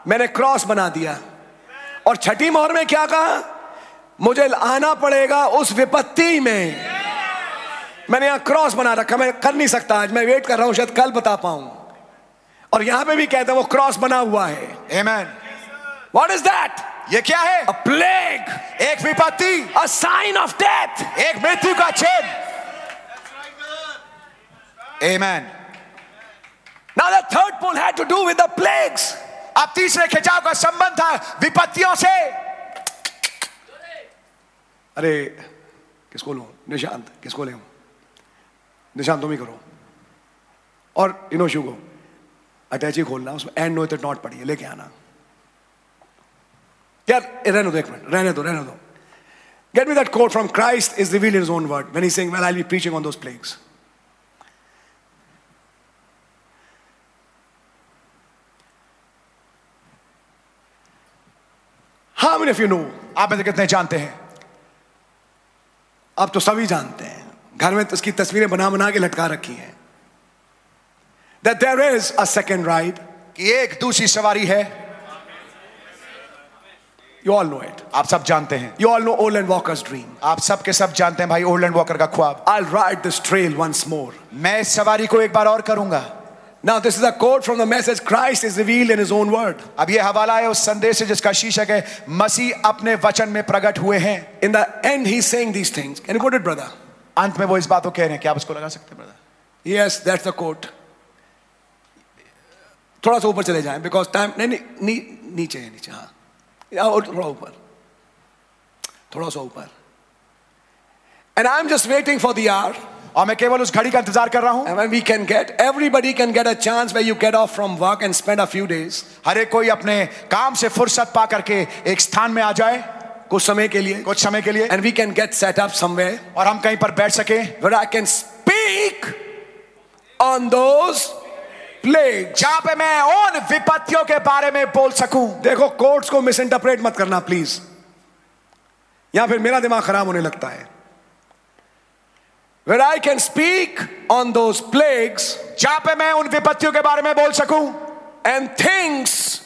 Speaker 13: मैंने क्रॉस बना दिया और छठी मोहर में क्या कहा मुझे आना पड़ेगा उस विपत्ति में मैंने यहां क्रॉस बना रखा मैं कर नहीं सकता आज मैं वेट कर रहा हूं शायद कल बता पाऊं और यहां पे भी कहते हैं वो क्रॉस बना हुआ है
Speaker 12: Amen.
Speaker 13: What is that?
Speaker 12: ये क्या है
Speaker 13: A plague,
Speaker 12: एक विपत्ति
Speaker 13: a sign of death.
Speaker 12: एक मृत्यु का छेद Amen.
Speaker 13: Now, the third pole had to do with the plagues.
Speaker 12: अब तीसरे खिंचाव का संबंध था विपत्तियों से
Speaker 13: अरे किसको लूं निशांत किसको ले निशांत तुम ही करो और इनोशु को अटैची खोलना उसमें एंड नो इट नॉट पड़ी है लेके आना यार ए, रहने दो एक मिनट रहने दो रहने दो get me that quote from Christ is reveal in own word when he saying well I be preaching on those plagues How many of you know
Speaker 12: आप में से कितने जानते हैं
Speaker 13: आप तो सभी जानते हैं घर में तो उसकी तस्वीरें बना बना के लटका रखी हैं that there is a second ride
Speaker 12: कि एक दूसरी सवारी है
Speaker 13: यू ऑल नो इट
Speaker 12: आप सब जानते हैं
Speaker 13: you all know old and walkers dream
Speaker 12: आप सब के सब जानते हैं भाई ओल्ड वॉकर का ख्वाब
Speaker 13: I ride this trail once more
Speaker 12: मैं इस सवारी को एक बार और करूंगा
Speaker 13: now this is a quote from the message Christ is revealed in his own word
Speaker 12: अब ये हवाला है उस संदेश से जिसका शीर्षक है मसीह अपने वचन में प्रकट हुए हैं
Speaker 13: in the end he saying these things can you quote it brother
Speaker 12: अंत में वो इस बात को कह रहे हैं क्या आप उसको लगा सकते हैं brother
Speaker 13: yes that's the quote थोड़ा सा ऊपर चले जाएं बिकॉज टाइम नहीं नहीं नी- नीचे है नीचे हाँ या और थोड़ा ऊपर थोड़ा सा ऊपर and I am just waiting for the hour
Speaker 12: और मैं केवल उस घड़ी का इंतजार कर रहा हूं
Speaker 13: And when we can get, everybody can get a chance where you get off from work and spend a few days,
Speaker 12: हर एक कोई अपने काम से फुर्सत पा करके एक स्थान में आ जाए
Speaker 13: कुछ समय के लिए,
Speaker 12: कुछ समय के लिए
Speaker 13: and we can get set up somewhere
Speaker 12: और हम कहीं पर बैठ सके
Speaker 13: where I can speak on those plagues.
Speaker 12: जहां पे मैं उन विपत्तियों के बारे में बोल सकूं
Speaker 13: देखो कोर्ट्स को मिसइंटरप्रेट मत करना प्लीज या फिर मेरा दिमाग खराब होने लगता है Where I can speak on those plagues
Speaker 12: जहां पे मैं उन विपत्तियों के बारे में बोल सकूं
Speaker 13: and things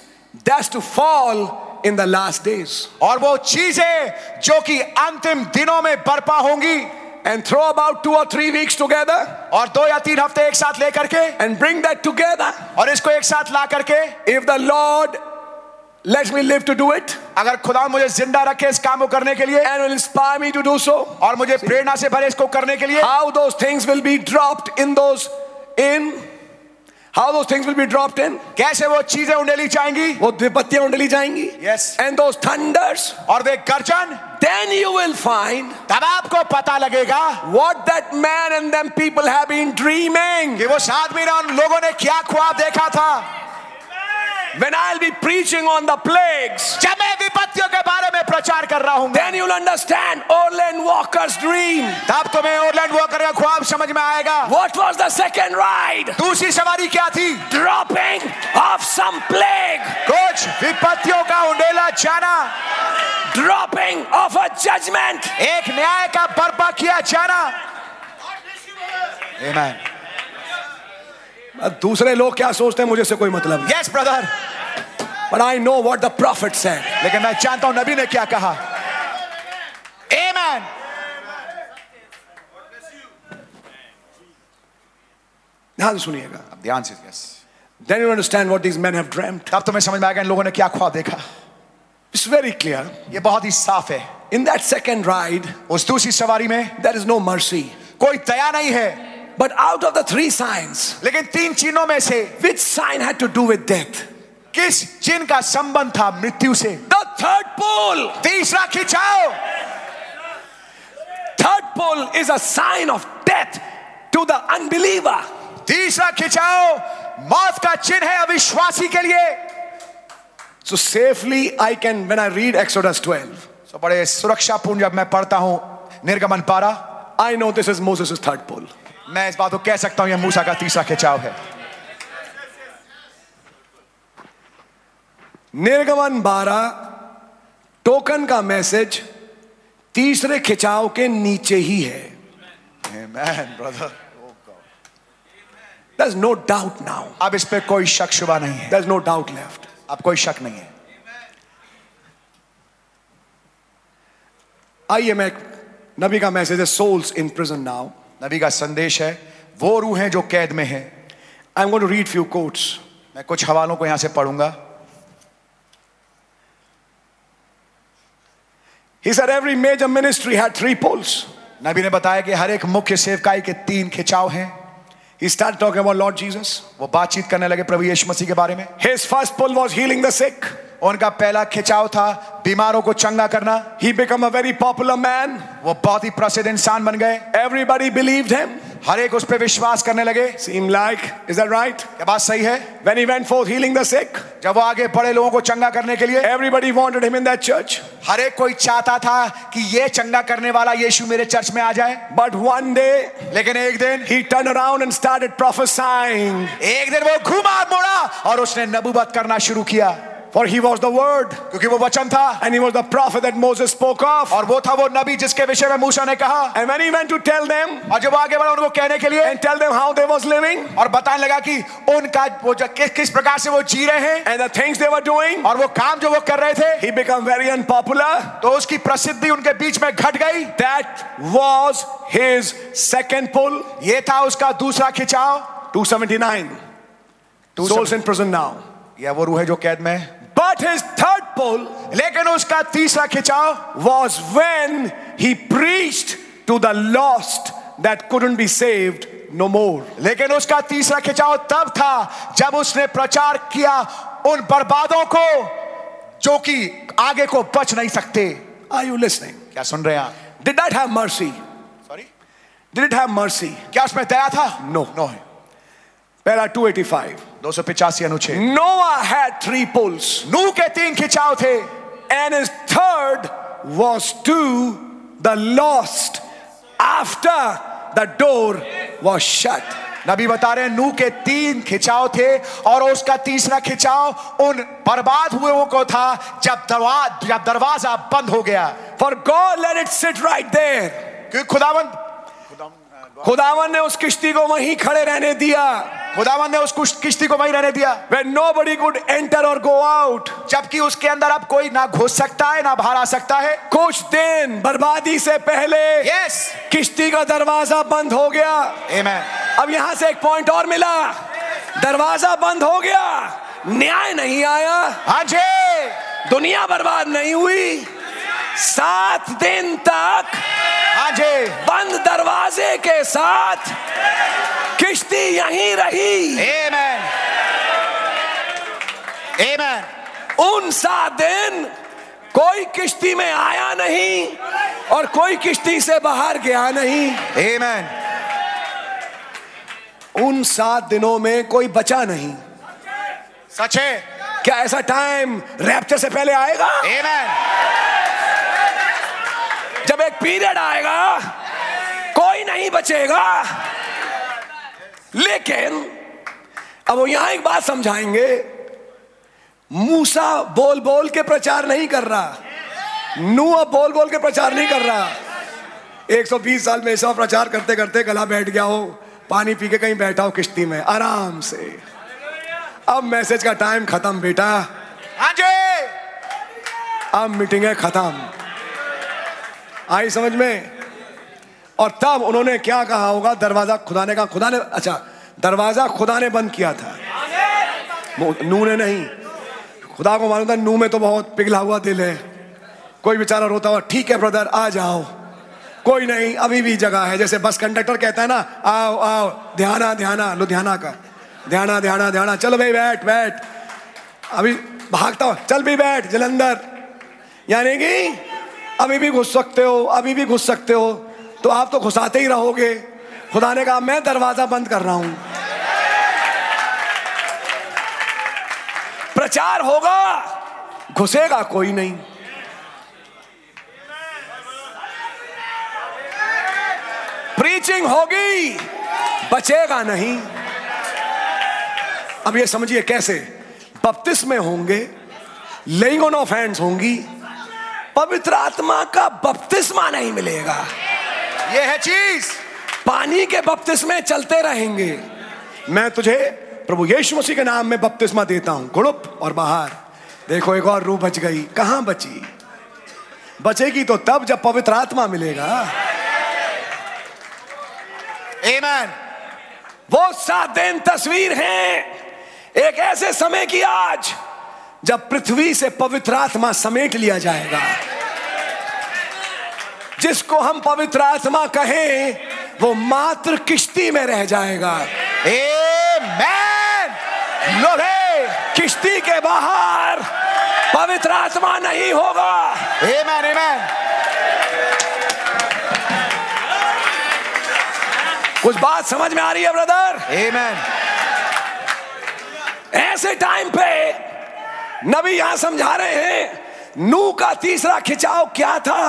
Speaker 13: that's to fall in the last days.
Speaker 12: और वो चीजें जो कि अंतिम दिनों में बर्पा होंगी
Speaker 13: and throw about two or three weeks together
Speaker 12: और दो या तीन हफ्ते एक साथ लेकर के
Speaker 13: and bring that together.
Speaker 12: और इसको एक साथ ला करके
Speaker 13: If the Lord lets me live to do it
Speaker 12: अगर खुदा मुझे जिंदा रखे इस काम को करने के लिए
Speaker 13: and will inspire me to do so,
Speaker 12: और मुझे प्रेरणा से भरे इसको करने के लिए
Speaker 13: how those things will be dropped in those in how those things will be dropped in
Speaker 12: कैसे वो चीजें उंडेली जाएंगी
Speaker 13: वो विपत्तियां उंडली जाएंगी
Speaker 12: Yes.
Speaker 13: and those thunders
Speaker 12: और वे गर्जन
Speaker 13: then you will find
Speaker 12: तब आपको पता लगेगा
Speaker 13: what that man and them people have been dreaming
Speaker 12: कि वो साथ में उन लोगों ने क्या ख्वाब देखा था
Speaker 13: When I'll be preaching on the plagues, जब मैं विपत्तियों के बारे में प्रचार कर रहा हूँ then you'll understand Orland Walker's dream. तब तुम्हें Orland Walker का ख्वाब समझ में आएगा What was the second ride? दूसरी सवारी क्या थी Dropping of some plague. कुछ विपत्तियों का उंडेला जाना Dropping of a judgment. एक न्याय का बर्पा किया जाना
Speaker 12: Amen.
Speaker 13: अब दूसरे लोग क्या सोचते हैं मुझे से कोई मतलब yes brother but I know what the prophet से लेकिन मैं जानता हूं नबी ने क्या कहा
Speaker 12: Amen.
Speaker 13: ध्यान से सुनिएगा
Speaker 10: ध्यान से yes
Speaker 13: then you understand what these men have dreamed अब तुम्हें समझ में आएगा इन लोगों ने क्या ख्वाब देखा इट्स वेरी क्लियर ये बहुत ही साफ है इन दैट सेकंड राइड उस दूसरी सवारी में देयर इज नो मर्सी कोई दया नहीं है but out of the three signs लेकिन तीन चिन्हों में से which sign had to do with death किस चिन्ह का संबंध था मृत्यु से द थर्ड पोल तीसरा खिंचाओ third pull is a sign of death to the unbeliever तीसरा खिंचाओ मौत का चिन्ह है अविश्वासी के लिए so safely I can when I read Exodus 12
Speaker 12: सो बड़े सुरक्षापूर्ण जब मैं पढ़ता हूं निर्गमन पारा
Speaker 13: I know this is Moses third pull
Speaker 12: मैं इस बात को कह सकता हूं यह मूसा का तीसरा खिंचाव है
Speaker 13: निर्गमन 12 टोकन का मैसेज तीसरे खिंचाव के नीचे ही है
Speaker 10: Amen, brother.
Speaker 13: There's no doubt now.
Speaker 12: अब इस पे कोई शक शुबा नहीं है
Speaker 13: There's no doubt left.
Speaker 12: अब कोई शक नहीं है
Speaker 13: आइए मैं नबी का मैसेज है सोल्स इन प्रिजन नाउ
Speaker 12: नबी का संदेश है वो रूह हैं जो कैद में हैं
Speaker 13: I am going to read few quotes
Speaker 12: मैं कुछ हवालों को यहां से पढ़ूंगा
Speaker 13: He said every major ministry had three poles.
Speaker 12: नबी ने बताया कि हर एक मुख्य सेवकाई के तीन खिंचाव हैं
Speaker 13: He started talking about Lord Jesus.
Speaker 12: वो बातचीत करने लगे प्रभु यीशु मसीह के बारे में
Speaker 13: His first pull was healing the sick.
Speaker 12: उनका पहला खिंचाव था बीमारों को चंगा करना
Speaker 13: He became a very popular man.
Speaker 12: वो बहुत ही प्रसिद्ध इंसान बन गए
Speaker 13: Everybody believed him.
Speaker 12: हर एक उस पर विश्वास करने लगे
Speaker 13: Seemed like, is that right?
Speaker 12: क्या बात सही है
Speaker 13: When he went forth healing the sick,
Speaker 12: जब वो आगे बड़े लोगों को चंगा करने के लिए
Speaker 13: everybody wanted him in that church.
Speaker 12: हर एक कोई चाहता था कि ये चंगा करने वाला यीशु मेरे चर्च में आ जाए
Speaker 13: But one day,
Speaker 12: लेकिन एक दिन
Speaker 13: he turned around and started prophesying.
Speaker 12: एक दिन वो घुमा मोड़ा और उसने नबूबत करना शुरू किया
Speaker 13: For he was the word,
Speaker 12: क्योंकि वो वचन था
Speaker 13: and he was the prophet that Moses spoke of.
Speaker 12: और वो था वो नबी जिसके विषय में मूसा ने कहा
Speaker 13: And when he went to tell them
Speaker 12: और जब वो आगे बढ़ा उनको कहने के लिए
Speaker 13: and tell them how they was living
Speaker 12: और बताने लगा कि उनका वो जो किस किस प्रकार से वो जी रहे हैं
Speaker 13: and the things they were doing,
Speaker 12: और वो काम जो वो कर रहे थे
Speaker 13: he became very unpopular.
Speaker 12: तो उसकी प्रसिद्धि उनके बीच में घट गई
Speaker 13: That was his second pull.
Speaker 12: ये था उसका दूसरा खिंचाव
Speaker 13: 279. Souls in prison now.
Speaker 12: या वो रूह है जो कैद में है।
Speaker 13: But his third pull
Speaker 12: लेकिन उसका तीसरा खिंचाव
Speaker 13: was when he preached to the lost that couldn't be saved no more.
Speaker 12: लेकिन उसका तीसरा खिंचाव तब था जब उसने प्रचार किया उन बर्बादों को जो कि आगे को बच नहीं सकते
Speaker 13: Are you listening?
Speaker 12: क्या सुन रहे हैं आप
Speaker 13: Did that have mercy?
Speaker 12: Sorry
Speaker 13: Did it have mercy?
Speaker 12: क्या उसमें दया था
Speaker 13: No.
Speaker 12: No
Speaker 13: Para 285.
Speaker 12: दो सौ पिचासी अनुच्छेद
Speaker 13: Noah had three pulls,
Speaker 12: नू के तीन खिंचाव थे
Speaker 13: and his third was to the lost after the door was shut.
Speaker 12: नबी बता रहे हैं नू के तीन खिंचाव थे और उसका तीसरा खिंचाव उन बर्बाद हुए को था जब दरवाजा जब दरवाजा बंद हो गया
Speaker 13: For God let it sit right there.
Speaker 12: क्योंकि खुदावंद
Speaker 13: खुदावन ने उस किश्ती को वहीं खड़े रहने दिया
Speaker 12: खुदावन ने उस कुश- किश्ती को वहीं रहने दिया
Speaker 13: Where nobody could enter or go out.
Speaker 12: जबकि उसके अंदर अब कोई ना घुस सकता है ना बाहर आ सकता है
Speaker 13: कुछ दिन बर्बादी से पहले
Speaker 12: यस
Speaker 13: किश्ती का दरवाजा बंद हो गया
Speaker 12: आमेन
Speaker 13: अब यहां से एक पॉइंट और मिला दरवाजा बंद हो गया न्याय नहीं आया
Speaker 12: हाँ जी
Speaker 13: दुनिया बर्बाद नहीं हुई सात दिन तक
Speaker 12: हाँ जी
Speaker 13: बंद दरवाजे के साथ किश्ती यहीं रही
Speaker 12: आमेन आमेन
Speaker 13: उन सात दिन कोई किश्ती में आया नहीं और कोई किश्ती से बाहर गया नहीं
Speaker 12: आमेन
Speaker 13: उन सात दिनों में कोई बचा नहीं
Speaker 12: सच है
Speaker 13: क्या ऐसा टाइम रैप्चर से पहले आएगा जब एक पीरियड आएगा कोई नहीं बचेगा लेकिन अब वो यहां एक बात समझाएंगे मूसा बोल बोल के प्रचार नहीं कर रहा नूह बोल बोल के प्रचार नहीं कर रहा 120 साल में ऐसा प्रचार करते करते गला बैठ गया हो पानी पी के कहीं बैठा हो किश्ती में आराम से अब मैसेज का टाइम खत्म बेटा हाँ जी अब मीटिंग है खत्म आई समझ में और तब उन्होंने क्या कहा होगा दरवाजा खुदा ने कहा खुदा ने अच्छा दरवाजा खुदा ने बंद किया था वो नूह ने नहीं खुदा को मालूम था नूह में तो बहुत पिघला हुआ दिल है कोई बेचारा रोता हुआ ठीक है ब्रदर आ जाओ कोई नहीं अभी भी जगह है जैसे बस कंडक्टर कहता है ना आओ आओ ध्याना ध्याना लुधियाना का ध्याना ध्याना ध्याना चलो भाई बैठ बैठ अभी भागता हो चल भी बैठ जलंधर यानी कि अभी भी घुस सकते हो अभी भी घुस सकते हो तो आप तो घुसाते ही रहोगे खुदा ने कहा मैं दरवाजा बंद कर रहा हूं प्रचार होगा घुसेगा कोई नहीं प्रीचिंग होगी बचेगा नहीं अब ये समझिए कैसे बपतिस में होंगे लेइंग ऑन ऑफ हैंड्स होंगी पवित्र आत्मा का बपतिस्मा नहीं मिलेगा यह है चीज पानी के बपतिस्मे चलते रहेंगे मैं तुझे प्रभु यीशु मसीह के नाम में बपतिस्मा देता हूं गुड़ुप और बाहर देखो एक और रूह बच गई कहां बची बचेगी तो तब जब पवित्र आत्मा मिलेगा Amen. वो सात दिन तस्वीर हैं एक ऐसे समय की आज जब पृथ्वी से पवित्र आत्मा समेट लिया जाएगा जिसको हम पवित्र आत्मा कहें वो मात्र किश्ती में रह जाएगा Amen. लोहे किश्ती के बाहर पवित्र आत्मा नहीं होगा Amen, amen. कुछ बात समझ में आ रही है ब्रदर Amen. ऐसे टाइम पे नबी यहां समझा रहे हैं नू का तीसरा खिंचाव क्या था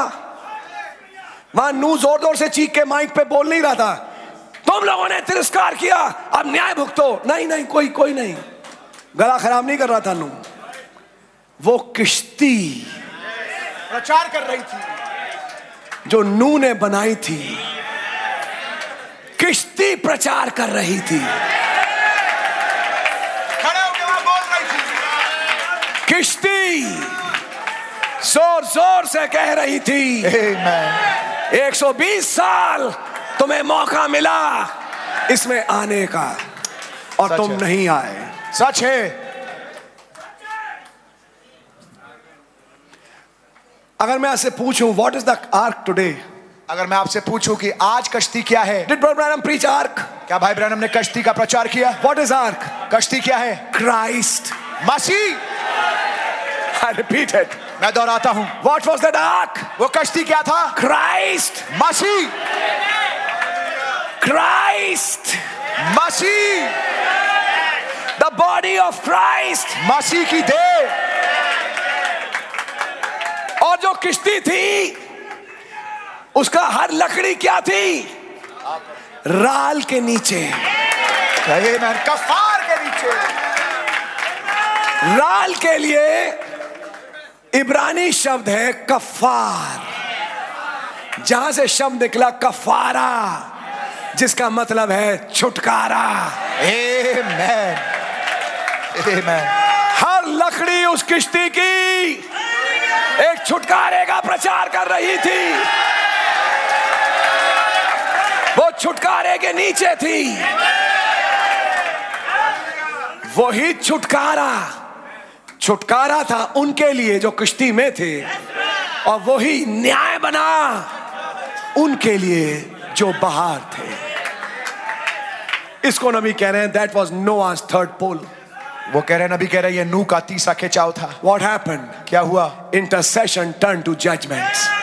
Speaker 13: वहां नू जोर जोर से चीख के माइक पे बोल नहीं रहा था तुम लोगों ने तिरस्कार किया अब न्याय भुगतो नहीं नहीं कोई कोई नहीं गला खराब नहीं कर रहा था नू वो किश्ती
Speaker 12: प्रचार कर रही थी
Speaker 13: जो नू ने बनाई थी किश्ती प्रचार कर रही थी किश्ती जोर जोर से कह रही थी 120 साल तुम्हें मौका मिला इसमें आने का और तुम नहीं आए सच है अगर मैं आपसे पूछूं what is the ark today
Speaker 12: अगर मैं आपसे पूछूं कि आज कश्ती क्या है
Speaker 13: did brother Branham preach ark
Speaker 12: क्या भाई ब्रैनम ने कश्ती का प्रचार किया
Speaker 13: व्हाट इज आर्क
Speaker 12: कश्ती क्या है
Speaker 13: क्राइस्ट
Speaker 12: मसीह
Speaker 13: आई रिपीट इट
Speaker 12: मैं दोहराता हूं
Speaker 13: व्हाट वाज दैट आर्क
Speaker 12: वो कश्ती क्या था
Speaker 13: क्राइस्ट
Speaker 12: मसीह
Speaker 13: क्राइस्ट
Speaker 12: मसीह
Speaker 13: द बॉडी ऑफ क्राइस्ट
Speaker 12: मसीह की देह
Speaker 13: और जो किश्ती थी उसका हर लकड़ी क्या थी राल के नीचे
Speaker 12: Amen. कफार के नीचे
Speaker 13: राल के लिए इब्रानी शब्द है कफार जहां से शब्द निकला कफारा जिसका मतलब है छुटकारा
Speaker 12: Amen. Amen.
Speaker 13: हर लकड़ी उस किश्ती की एक छुटकारे का प्रचार कर रही थी वो छुटकारे के नीचे थी वही छुटकारा छुटकारा था उनके लिए जो किश्ती में थे और वही न्याय बना उनके लिए जो बाहर थे इसको नबी कह रहे हैं दैट वॉज नो आज थर्ड पोल
Speaker 12: वो कह रहे हैं नबी कह रहे हैं ये नू का तीसरा खिंचाव था
Speaker 13: वॉट हैपन
Speaker 12: क्या हुआ
Speaker 13: इंटरसेशन टर्न टू जजमेंट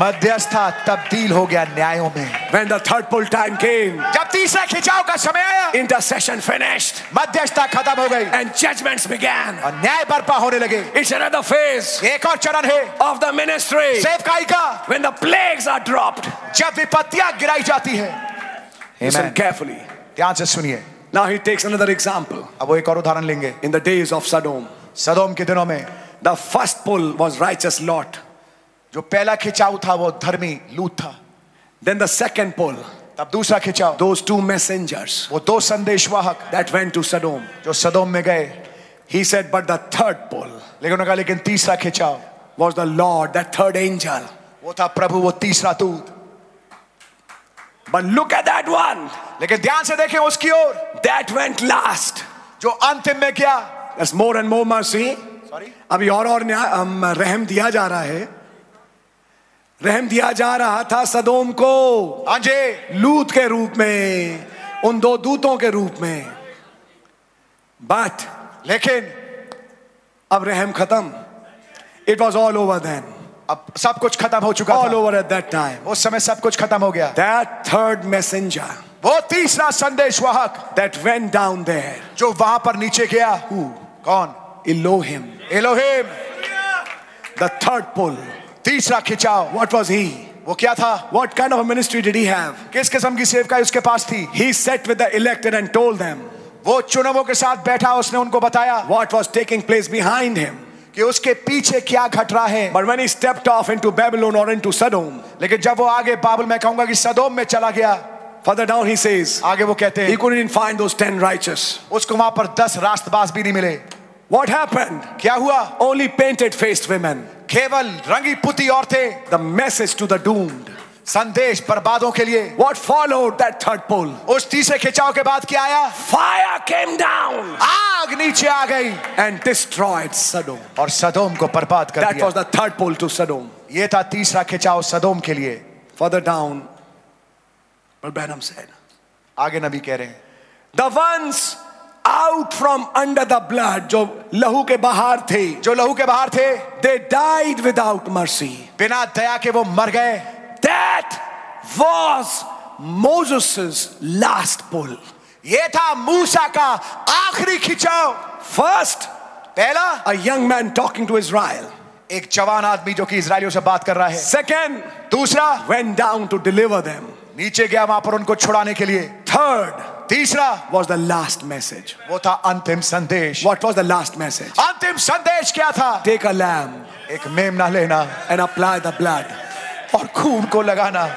Speaker 12: मध्यस्था तब्दील हो गया न्यायों में
Speaker 11: When the third pull time came,
Speaker 12: जब तीसरा खिंचाव का समय आया
Speaker 11: intercession finished,
Speaker 12: मध्यस्थता खत्म हो गई
Speaker 11: and judgments began.
Speaker 12: और न्याय बर्पा होने लगे
Speaker 11: It's another phase
Speaker 12: एक और चरण है
Speaker 11: of the ministry
Speaker 12: सेवकाई का
Speaker 11: when the plagues are dropped.
Speaker 12: जब विपत्तियां गिराई जाती है
Speaker 11: Listen carefully.
Speaker 12: ध्यान से सुनिए
Speaker 11: Now he takes another example.
Speaker 12: अब वो एक और उदाहरण लेंगे
Speaker 11: In the days of Sodom,
Speaker 12: सदोम के दिनों में
Speaker 11: the first pull was righteous Lot.
Speaker 12: जो पहला खिंचाव था वो धर्मी लूत था
Speaker 11: Then the second pull,
Speaker 12: तब दूसरा खिंचाव
Speaker 11: those two messengers
Speaker 12: वो दो संदेशवाहक
Speaker 11: that went to Sodom.
Speaker 12: जो सदोम में गए
Speaker 11: He said, but the third pull
Speaker 12: लेकिन उन्होंने कहा लेकिन तीसरा खिंचाव
Speaker 11: was the Lord, that third angel.
Speaker 12: वो था प्रभु वो तीसरा दूत
Speaker 11: But look at that one
Speaker 12: लेकिन ध्यान से देखें उसकी ओर
Speaker 11: that went last.
Speaker 12: जो अंतिम में गया
Speaker 11: There's more and more mercy.
Speaker 12: Sorry
Speaker 11: अभी और और न्याय अम, रहम दिया जा रहा है रहम दिया जा रहा था सदोम को
Speaker 12: हाँ जी
Speaker 11: लूत के रूप में उन दो दूतों के रूप में बट
Speaker 12: लेकिन
Speaker 11: अब रहम खत्म it was all over then
Speaker 12: अब सब कुछ खत्म हो चुका
Speaker 11: ऑल
Speaker 12: था
Speaker 11: ओवर एट दैट टाइम
Speaker 12: उस समय सब कुछ खत्म हो गया
Speaker 11: दैट थर्ड मैसेंजर
Speaker 12: वो तीसरा संदेशवाहक
Speaker 11: दैट वेंट डाउन देयर
Speaker 12: जो वहां पर नीचे गया हु कौन
Speaker 11: Elohim
Speaker 12: Elohim
Speaker 11: the third pull
Speaker 12: तीसरा खिंचाव
Speaker 11: व्हाट वाज ही
Speaker 12: वो क्या था
Speaker 11: what kind of ministry did he have
Speaker 12: किस किस्म की सेवकाई उसके पास थी
Speaker 11: he sat with the elected and told them
Speaker 12: वो चुनावों के साथ बैठा उसने उनको बताया
Speaker 11: what was taking place behind him.
Speaker 12: कि उसके पीछे क्या घट रहा है
Speaker 11: But when he stepped off into Babylon or into Sodom,
Speaker 12: लेकिन जब वो आगे बाबुल मैं कहूंगा कि सदोम में चला गया
Speaker 11: further down he says,
Speaker 12: आगे वो कहते
Speaker 11: he
Speaker 12: हैं
Speaker 11: couldn't find those 10 righteous.
Speaker 12: उसको वहां पर दस रास्तबाज भी नहीं मिले
Speaker 11: What happened?
Speaker 12: क्या हुआ
Speaker 11: Only painted faced women.
Speaker 12: केवल रंगी पुती औरतें
Speaker 11: The message to the doomed.
Speaker 12: संदेश बर्बादों के लिए
Speaker 11: What followed that third pole?
Speaker 12: उस तीसरे खिंचाव के बाद क्या आया
Speaker 11: Fire came down
Speaker 12: आग नीचे आ गई
Speaker 11: and destroyed Sodom.
Speaker 12: और सदोम को बर्बाद कर
Speaker 11: That
Speaker 12: दिया
Speaker 11: was the third pole to Sodom.
Speaker 12: ये था तीसरा खिंचाव सदोम के लिए
Speaker 11: Further down, but Branham said,
Speaker 12: आगे नबी कह रहे हैं
Speaker 11: The ones out from under the blood, जो लहू के बाहर थे,
Speaker 12: जो लहू के बाहर थे
Speaker 11: They died without mercy.
Speaker 12: बिना दया के वो मर गए
Speaker 11: That was Moses' last pull.
Speaker 12: ये था मूसा का आखिरी खिंचाव
Speaker 11: First,
Speaker 12: पहला
Speaker 11: a young man talking to Israel.
Speaker 12: एक जवान आदमी जो कि इसराइलियों से बात कर रहा है
Speaker 11: Second,
Speaker 12: दूसरा
Speaker 11: went down to deliver them.
Speaker 12: नीचे गया वहां पर उनको छुड़ाने के लिए
Speaker 11: Third,
Speaker 12: तीसरा
Speaker 11: was the last message.
Speaker 12: वो था अंतिम संदेश
Speaker 11: What was the last message?
Speaker 12: अंतिम संदेश क्या था
Speaker 11: Take a lamb
Speaker 12: एक मेमना लेना
Speaker 11: and apply the blood.
Speaker 12: और खून को लगाना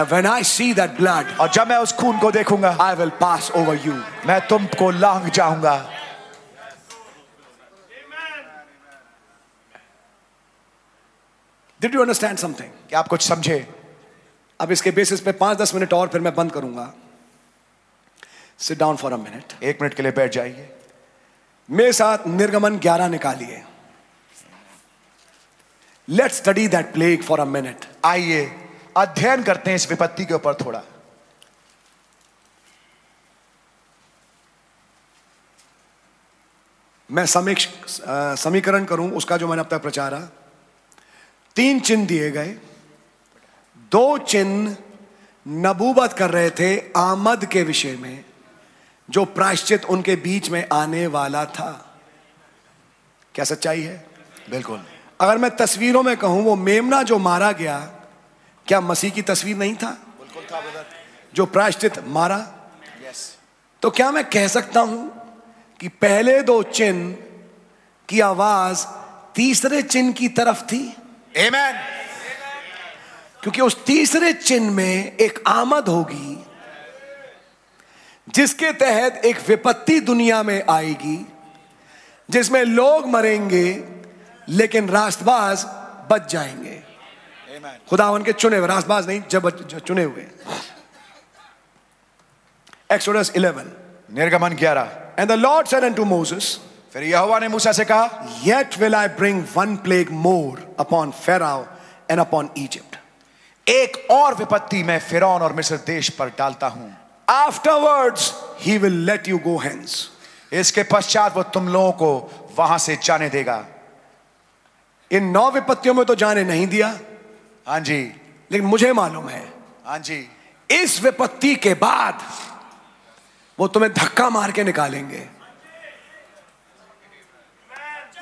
Speaker 11: And when I see that blood,
Speaker 12: और जब मैं उस खून को देखूंगा
Speaker 11: I will pass over you.
Speaker 12: मैं तुमको लांग जाऊंगा
Speaker 11: Did you understand something?
Speaker 12: क्या आप कुछ समझे
Speaker 11: अब इसके बेसिस पे पांच दस मिनट और फिर मैं बंद करूंगा Sit down for a minute.
Speaker 12: एक मिनट के लिए बैठ जाइए
Speaker 11: मेरे साथ निर्गमन 11 निकालिए let study that plague for a minute
Speaker 12: आइए अध्ययन करते हैं इस विपत्ति के ऊपर थोड़ा
Speaker 11: मैं समीक्ष अ, समीकरण करूं उसका जो मैंने अब तक प्रचारा तीन चिन्ह दिए गए दो चिन्ह नबूबत कर रहे थे आमद के विषय में जो प्रायश्चित उनके बीच में आने वाला था क्या सच्चाई है
Speaker 12: बिल्कुल
Speaker 11: अगर मैं तस्वीरों में कहूं वो मेमना जो मारा गया क्या मसीह की तस्वीर नहीं था
Speaker 12: बिल्कुल था ब्रदर
Speaker 11: जो प्रायश्चित मारा
Speaker 12: यस
Speaker 11: तो क्या मैं कह सकता हूं कि पहले दो चिन्ह की आवाज तीसरे चिन्ह की तरफ थी
Speaker 12: आमेन
Speaker 11: क्योंकि उस तीसरे चिन्ह में एक आमद होगी जिसके तहत एक विपत्ति दुनिया में आएगी जिसमें लोग मरेंगे लेकिन रास्तबाज बच जाएंगे खुदावन के चुने हुए रास्तबाज नहीं जब जो चुने हुए एक्सोडस 11
Speaker 12: निर्गमन 11
Speaker 11: and the Lord said and to Moses
Speaker 12: फिर यहोवा ने मूसा से कहा
Speaker 11: Yet will I bring one plague more upon Pharaoh and upon Egypt.
Speaker 12: एक और विपत्ति मैं फिरौन और मिस्र देश पर डालता हूं
Speaker 11: Afterwards, he will let you go hence.
Speaker 12: इसके पश्चात वो तुम लोगों को वहां से जाने देगा
Speaker 11: इन नौ विपत्तियों में तो जाने नहीं दिया
Speaker 10: हाँ जी
Speaker 11: लेकिन मुझे मालूम है
Speaker 10: हाँ जी
Speaker 11: इस विपत्ति के बाद वो तुम्हें धक्का मार के निकालेंगे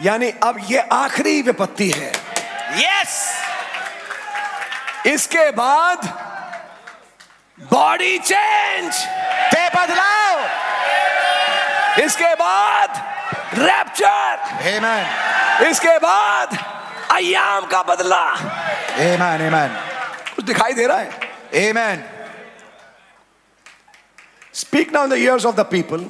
Speaker 11: यानी अब ये आखिरी विपत्ति है
Speaker 13: यस
Speaker 11: इसके बाद बॉडी चेंज
Speaker 13: पे बदलाव
Speaker 11: इसके बाद रैप्चर
Speaker 10: Amen.
Speaker 11: इसके बाद अयाम का बदला
Speaker 10: Amen, amen.
Speaker 11: कुछ दिखाई दे रहा है
Speaker 10: Amen.
Speaker 11: Speak now in the ears of the people.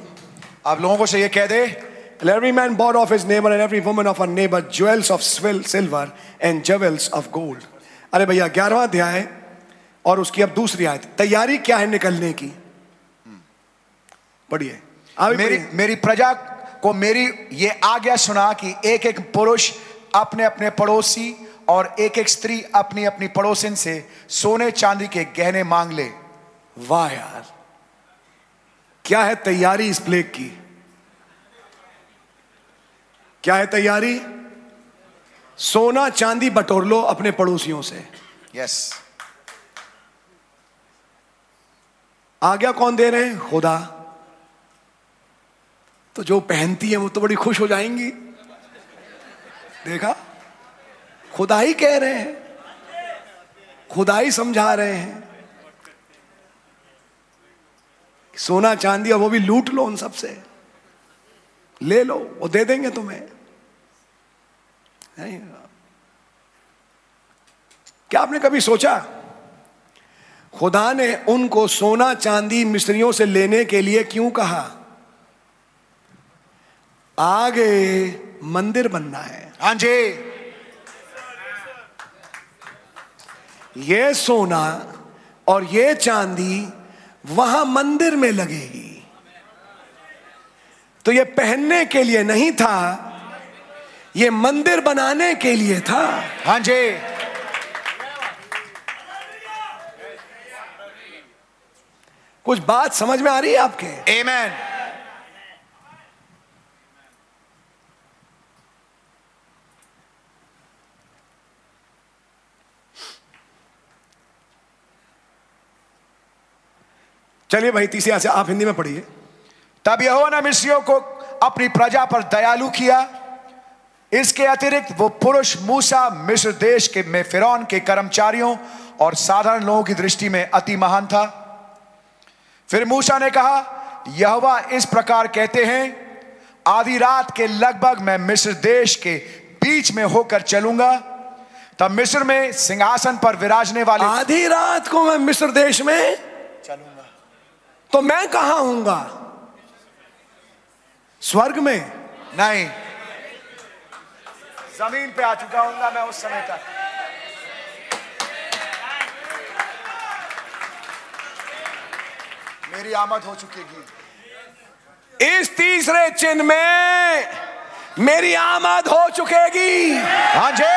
Speaker 10: आप लोगों को चाहिए कह दे
Speaker 11: And every man bought of his neighbor and every woman of her neighbor jewels of swil- silver and jewels of gold. अरे भैया ग्यारहवा अध्याय है और उसकी अब दूसरी आयत तैयारी क्या है निकलने की पढ़िए
Speaker 10: मेरी मेरी प्रजा को मेरी ये आज्ञा सुना कि एक एक पुरुष अपने अपने पड़ोसी और एक एक स्त्री अपनी अपनी पड़ोसिन से सोने चांदी के गहने मांग ले
Speaker 11: वाह यार क्या है तैयारी इस प्लेग की क्या है तैयारी सोना चांदी बटोर लो अपने पड़ोसियों से
Speaker 10: यस
Speaker 11: आज्ञा कौन दे रहे हैं खुदा तो जो पहनती है वो तो बड़ी खुश हो जाएंगी देखा खुदा ही कह रहे हैं खुदा ही समझा रहे हैं सोना चांदी और वो भी लूट लो उन सबसे ले लो वो दे देंगे तुम्हें नहीं। हाँ। क्या आपने कभी सोचा खुदा ने उनको सोना चांदी मिस्रियों से लेने के लिए क्यों कहा आगे मंदिर बनना है
Speaker 10: हाँ जी
Speaker 11: ये सोना और ये चांदी वहां मंदिर में लगेगी तो ये पहनने के लिए नहीं था ये मंदिर बनाने के लिए था
Speaker 10: हाँ जी
Speaker 11: कुछ बात समझ में आ रही है आपके
Speaker 10: Amen.
Speaker 11: चलिए भाई तीसरी आयत से आप हिंदी में पढ़िए
Speaker 10: तब यहोवा ने मिस्रियों को अपनी प्रजा पर दयालु किया इसके अतिरिक्त वो पुरुष मूसा मिस्र देश के में फिरौन के कर्मचारियों और साधारण लोगों की दृष्टि में अति महान था फिर मूसा ने कहा यहोवा इस प्रकार कहते हैं आधी रात के लगभग मैं मिस्र देश के बीच में होकर चलूंगा तब मिस्र में सिंहासन पर विराजने वाले
Speaker 11: आधी रात को मैं मिस्र देश में
Speaker 10: चलूंगा
Speaker 11: तो मैं कहा हूंगा स्वर्ग में
Speaker 10: नहीं जमीन पे आ चुका हूंगा मैं उस समय तक मेरी आमद हो चुकेगी
Speaker 11: इस तीसरे चिन्ह में मेरी आमद हो चुकेगी
Speaker 10: हाँ जी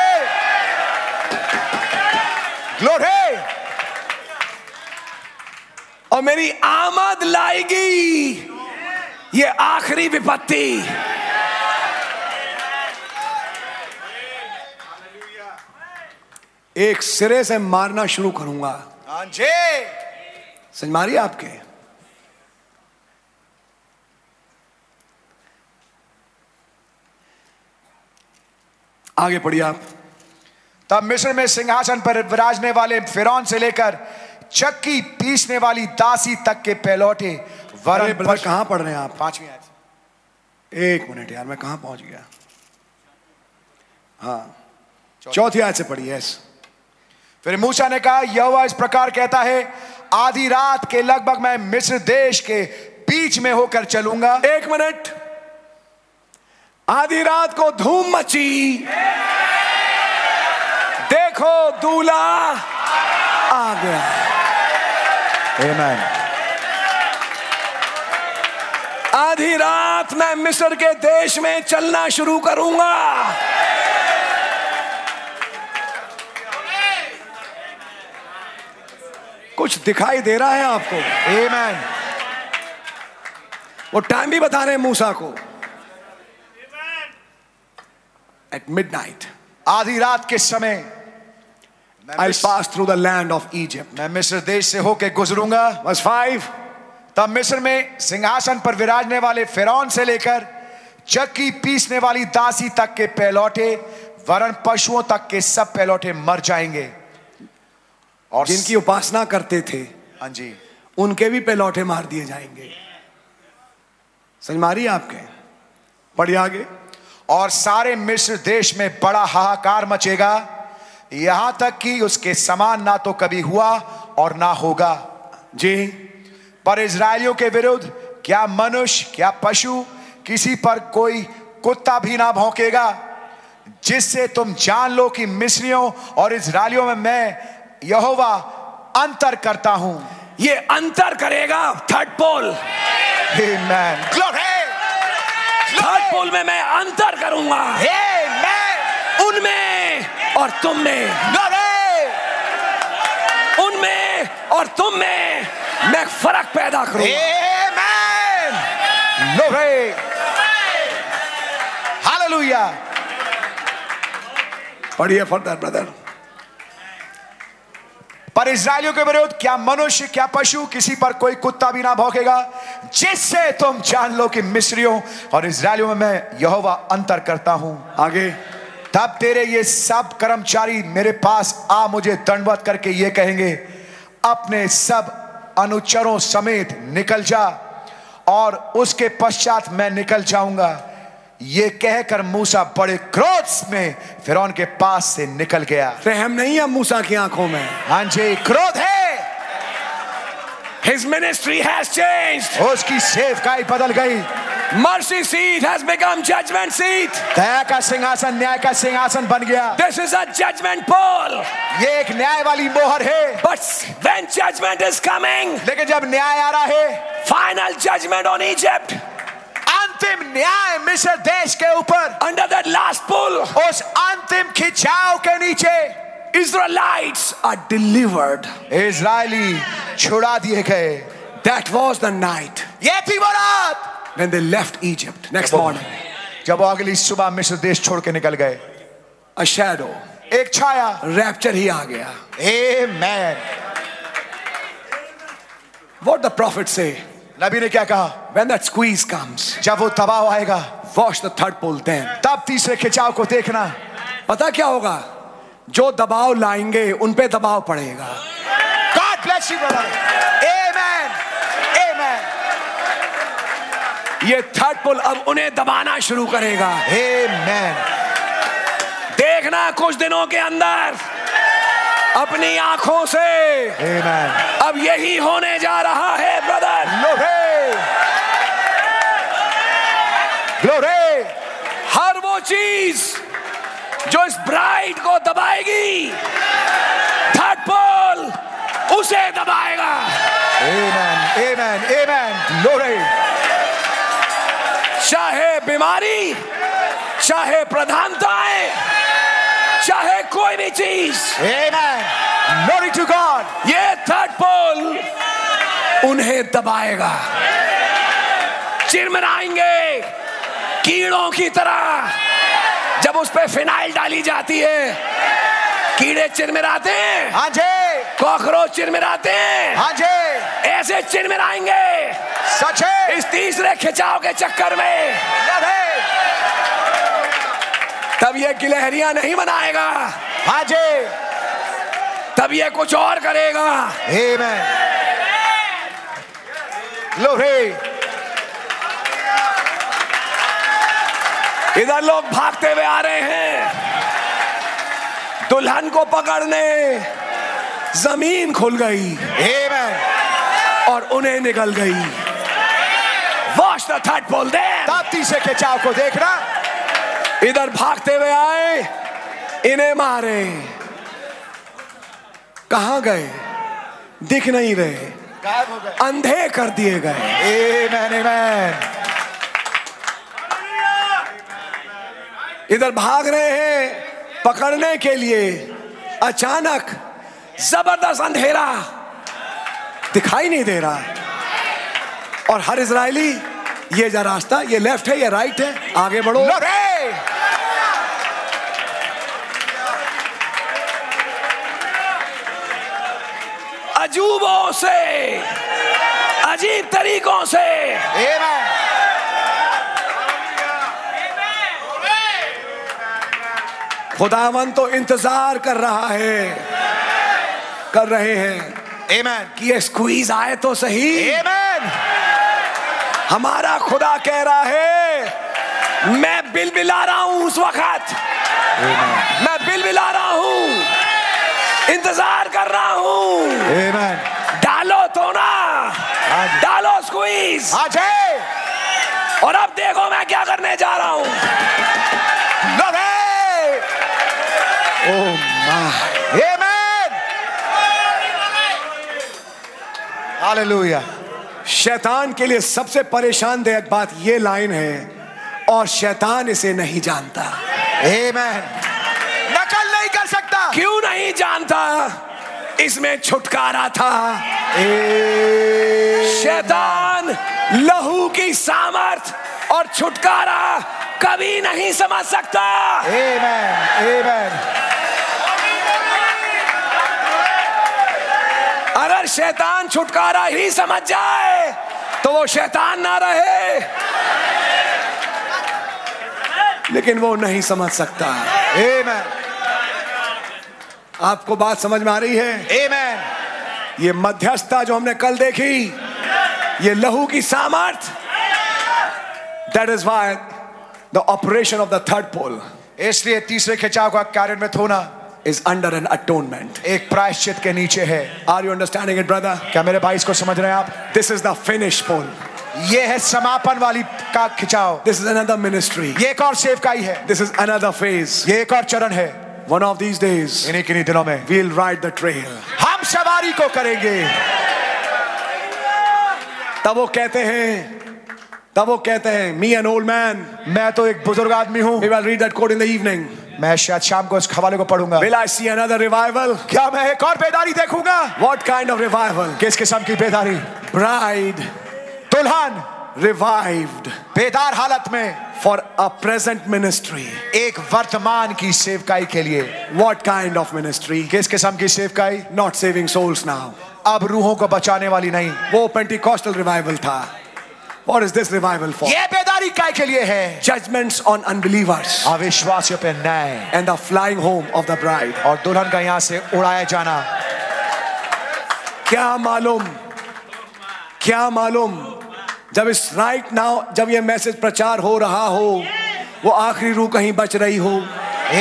Speaker 10: ग्लोरी
Speaker 11: और मेरी आमद लाएगी ये आखिरी विपत्ति एक सिरे से मारना शुरू करूंगा
Speaker 10: हाँ जी
Speaker 11: समझ मारिए आपके आगे पढ़िए आप
Speaker 10: तब मिस्र में सिंहासन पर विराजने वाले फिरौन से लेकर चक्की पीसने वाली दासी तक के पहलौठे
Speaker 11: अरे
Speaker 10: वरन
Speaker 11: ब्रदर कहाँ पढ़ रहे हैं आप
Speaker 10: पांचवी आयत
Speaker 11: एक मिनट यार मैं कहाँ पहुंच गया हाँ चौथी आयत से पढ़िए यस
Speaker 10: फिर मूसा ने कहा यहोवा इस प्रकार कहता है आधी रात के लगभग मैं मिस्र देश के बीच में होकर चलूंगा
Speaker 11: एक मिनट आधी रात को धूम मची देखो दूल्हा आ गया आधी रात मैं मिस्र के देश में चलना शुरू करूंगा कुछ दिखाई दे रहा है आपको
Speaker 10: Amen.
Speaker 11: वो टाइम भी बता रहे हैं मूसा को एट मिड नाइट
Speaker 10: आधी रात के समय
Speaker 12: I'll pass through the land of Egypt.
Speaker 10: मैं मिस्र देश से होकर गुजरूंगा
Speaker 12: वर्स 5
Speaker 10: तब मिस्र में सिंहासन पर विराजने वाले फिरौन से लेकर चक्की पीसने वाली दासी तक के पैलौटे वरण पशुओं तक के सब पैलौटे मर जाएंगे
Speaker 12: और जिनकी उपासना करते थे
Speaker 10: हाँ जी
Speaker 12: उनके भी पेलौठे मार दिए जाएंगे समझ मारी आपके पढ़िए आगे
Speaker 10: और सारे मिस्र देश में बड़ा हाहाकार मचेगा यहां तक कि उसके समान ना तो कभी हुआ और ना होगा
Speaker 12: जी
Speaker 10: पर इजरायलियों के विरुद्ध क्या मनुष्य क्या पशु किसी पर कोई कुत्ता भी ना भौंकेगा जिससे तुम जान लो कि मिस्रियों और इजरायलियों में मैं यहोवा अंतर करता हूं
Speaker 13: ये अंतर करेगा third pull
Speaker 10: Amen.
Speaker 13: Third pull में मैं अंतर करूंगा उनमें और तुम में उनमें और तुम में मैं फर्क पैदा
Speaker 10: करूंगा Glory. Hallelujah.
Speaker 12: पढ़िए फर्दर ब्रदर
Speaker 10: पर इसराइलियों के विरोध क्या मनुष्य क्या पशु किसी पर कोई कुत्ता भी ना भौंकेगा जिससे तुम जान लो कि मिस्रियों और इसराइलियों में मैं यहोवा अंतर करता हूं
Speaker 12: आगे
Speaker 10: तब तेरे ये सब कर्मचारी मेरे पास आ मुझे दंडवत करके ये कहेंगे अपने सब अनुचरों समेत निकल जा और उसके पश्चात मैं निकल जाऊंगा ये कहकर मूसा बड़े क्रोध में फिरौन के पास से निकल गया
Speaker 12: रहम नहीं है मूसा की आंखों में
Speaker 10: हाँ जी क्रोध है
Speaker 13: His ministry has changed.
Speaker 10: उसकी सेवकाई बदल गई
Speaker 13: Mercy seat has become judgment seat.
Speaker 10: दया का सिंहासन न्याय का सिंहासन बन गया
Speaker 13: This is a judgment pole.
Speaker 10: ये एक न्याय वाली मोहर है
Speaker 13: But when judgment is coming,
Speaker 10: लेकिन जब न्याय आ रहा है
Speaker 13: final judgment on Egypt.
Speaker 10: अंतिम न्याय मिस्र देश के ऊपर
Speaker 13: Under that last pull,
Speaker 10: उस अंतिम खिंचाव के नीचे
Speaker 13: Israelites are delivered.
Speaker 10: इजरायली छुड़ा दिए गए
Speaker 12: That was the night
Speaker 10: ये थी वो रात
Speaker 12: when they left Egypt. Next morning,
Speaker 10: जब वो अगली सुबह मिस्र देश छोड़ के निकल गए
Speaker 12: a shadow.
Speaker 10: एक छाया
Speaker 12: Rapture ही आ गया.
Speaker 10: Amen.
Speaker 12: What the prophet say?
Speaker 10: नबी ने क्या कहा
Speaker 12: When that squeeze comes,
Speaker 10: जब वो दबाव आएगा
Speaker 12: watch the third pole then.
Speaker 10: तब तीसरे खिंचाव को देखना
Speaker 12: पता क्या होगा? जो दबाव लाएंगे उन पे दबाव पड़ेगा
Speaker 10: God bless you, brother. Amen. Amen.
Speaker 13: ये थर्ड पुल अब उन्हें दबाना शुरू करेगा
Speaker 10: Amen.
Speaker 13: देखना कुछ दिनों के अंदर अपनी आंखों से
Speaker 10: Amen.
Speaker 13: अब यही होने जा रहा है ब्रदर
Speaker 10: Glory. Glory.
Speaker 13: हर वो चीज जो इस ब्राइड को दबाएगी थर्ड पोल उसे दबाएगा
Speaker 10: Amen. Amen. Amen. Glory.
Speaker 13: चाहे बीमारी चाहे प्रधानताएं चाहे कोई भी चीज
Speaker 10: Amen. Glory to God.
Speaker 13: ये थर्ड पोल उन्हें दबाएगा चिरमिराएंगे कीड़ों की तरह जब उस पे फिनाइल डाली जाती है कीड़े चिरमिराते हैं
Speaker 10: हाँ जी.
Speaker 13: कॉकरोच चिरमिराते हैं
Speaker 10: हाँ जी.
Speaker 13: ऐसे चिरमिराएंगे
Speaker 10: सच है.
Speaker 13: इस तीसरे खिंचाव के चक्कर में
Speaker 10: Glory.
Speaker 13: तब ये गिलहरियां नहीं बनाएगा
Speaker 10: हाँ जी.
Speaker 13: तब ये कुछ और करेगा
Speaker 10: Amen. Glory.
Speaker 13: इधर लोग भागते हुए आ रहे हैं दुल्हन को पकड़ने जमीन खुल गई
Speaker 10: Amen.
Speaker 13: और उन्हें निकल गई वॉश द थर्ड पोल दे
Speaker 10: तब तीसरे खिंचाव को देखना
Speaker 13: इधर भागते हुए आए इन्हें मारे कहा गए दिख नहीं रहे
Speaker 10: गायब हो
Speaker 13: Oh
Speaker 10: गए
Speaker 13: अंधे कर दिए गए
Speaker 10: Amen, amen.
Speaker 13: इधर भाग रहे हैं पकड़ने के लिए अचानक जबरदस्त अंधेरा दिखाई नहीं दे रहा और हर इसराइली ये जा रास्ता ये लेफ्ट है ये राइट है आगे बढ़ो
Speaker 10: Glory.
Speaker 13: अजूबों से अजीब तरीकों से
Speaker 12: खुदावन तो इंतजार कर रहा है कर रहे हैं
Speaker 16: Amen.
Speaker 12: कि ये स्क्वीज आए तो सही Amen. हमारा खुदा कह रहा है
Speaker 13: मैं बिल बिला रहा हूं उस वक्त मैं बिल बिला रहा हूं इंतजार कर रहा हूं डालो तो ना डालो स्क्वीज और अब देखो मैं क्या करने जा रहा हूं
Speaker 16: हालेलुया
Speaker 12: शैतान के लिए सबसे परेशानदायक बात ये लाइन है और शैतान इसे नहीं जानता
Speaker 16: Amen.
Speaker 12: नकल नहीं कर सकता
Speaker 13: क्यों नहीं जानता इसमें छुटकारा था शैतान लहू की सामर्थ और छुटकारा कभी नहीं समझ सकता
Speaker 16: Amen. Amen.
Speaker 13: अगर शैतान छुटकारा ही समझ जाए तो वो शैतान ना रहे
Speaker 12: लेकिन वो नहीं समझ सकता आपको बात समझ में आ रही है ये मध्यस्थता जो हमने कल देखी ये लहू की सामर्थ that is why the operation of the third पोल
Speaker 16: इसलिए तीसरे खिंचाव का कार्यान्वित होना
Speaker 12: इज अंडर एन अटोनमेंट
Speaker 16: एक प्रायश्चित के नीचे है
Speaker 12: are you understanding it brother
Speaker 16: क्या मेरे भाई इसको समझ रहे हैं आप
Speaker 12: दिस इज द फिनिश पोल
Speaker 16: ये है समापन वाली का खिंचाव
Speaker 12: दिस इज अनदर मिनिस्ट्री
Speaker 16: ये एक और सेवकाई है
Speaker 12: दिस इज अनदर फेज
Speaker 16: ये एक और चरण है
Speaker 12: वन ऑफ दीज डेज
Speaker 16: इन्हीं किन्हीं दिनों में
Speaker 12: वील राइड द ट्रेल
Speaker 16: हम सवारी को करेंगे
Speaker 12: तब वो कहते हैं तब वो कहते हैं मी एन ओल्ड मैन
Speaker 16: मैं तो एक बुजुर्ग आदमी हूँ
Speaker 12: read that code in the evening
Speaker 16: मैं शायद शाम को इस हवाले को पढ़ूंगा
Speaker 12: will I see another revival
Speaker 16: क्या मैं एक और बेदारी देखूंगा
Speaker 12: व्हाट काइंड ऑफ रिवाइवल
Speaker 16: किस किस्म की बेदारी
Speaker 12: ब्राइड
Speaker 16: दुल्हन
Speaker 12: revived
Speaker 16: बेदार हालत में
Speaker 12: for a present ministry
Speaker 16: एक वर्तमान की सेवकाई के लिए
Speaker 12: what kind of ministry
Speaker 16: किस किस्म की सेवकाई
Speaker 12: not saving souls now
Speaker 16: अब रूहों को बचाने वाली नहीं
Speaker 12: वो pentecostal revival था what is this revival for
Speaker 16: ये बेदारी काय के लिए है
Speaker 12: judgments on unbelievers
Speaker 16: अविश्वासियों पे न्याय
Speaker 12: and the flying home of the bride
Speaker 16: और दुल्हन का यहाँ से उड़ाया जाना
Speaker 12: क्या मालूम क्या मालूम जब इस राइट नाउ जब ये मैसेज प्रचार हो रहा हो वो आखिरी रूह कहीं बच रही हो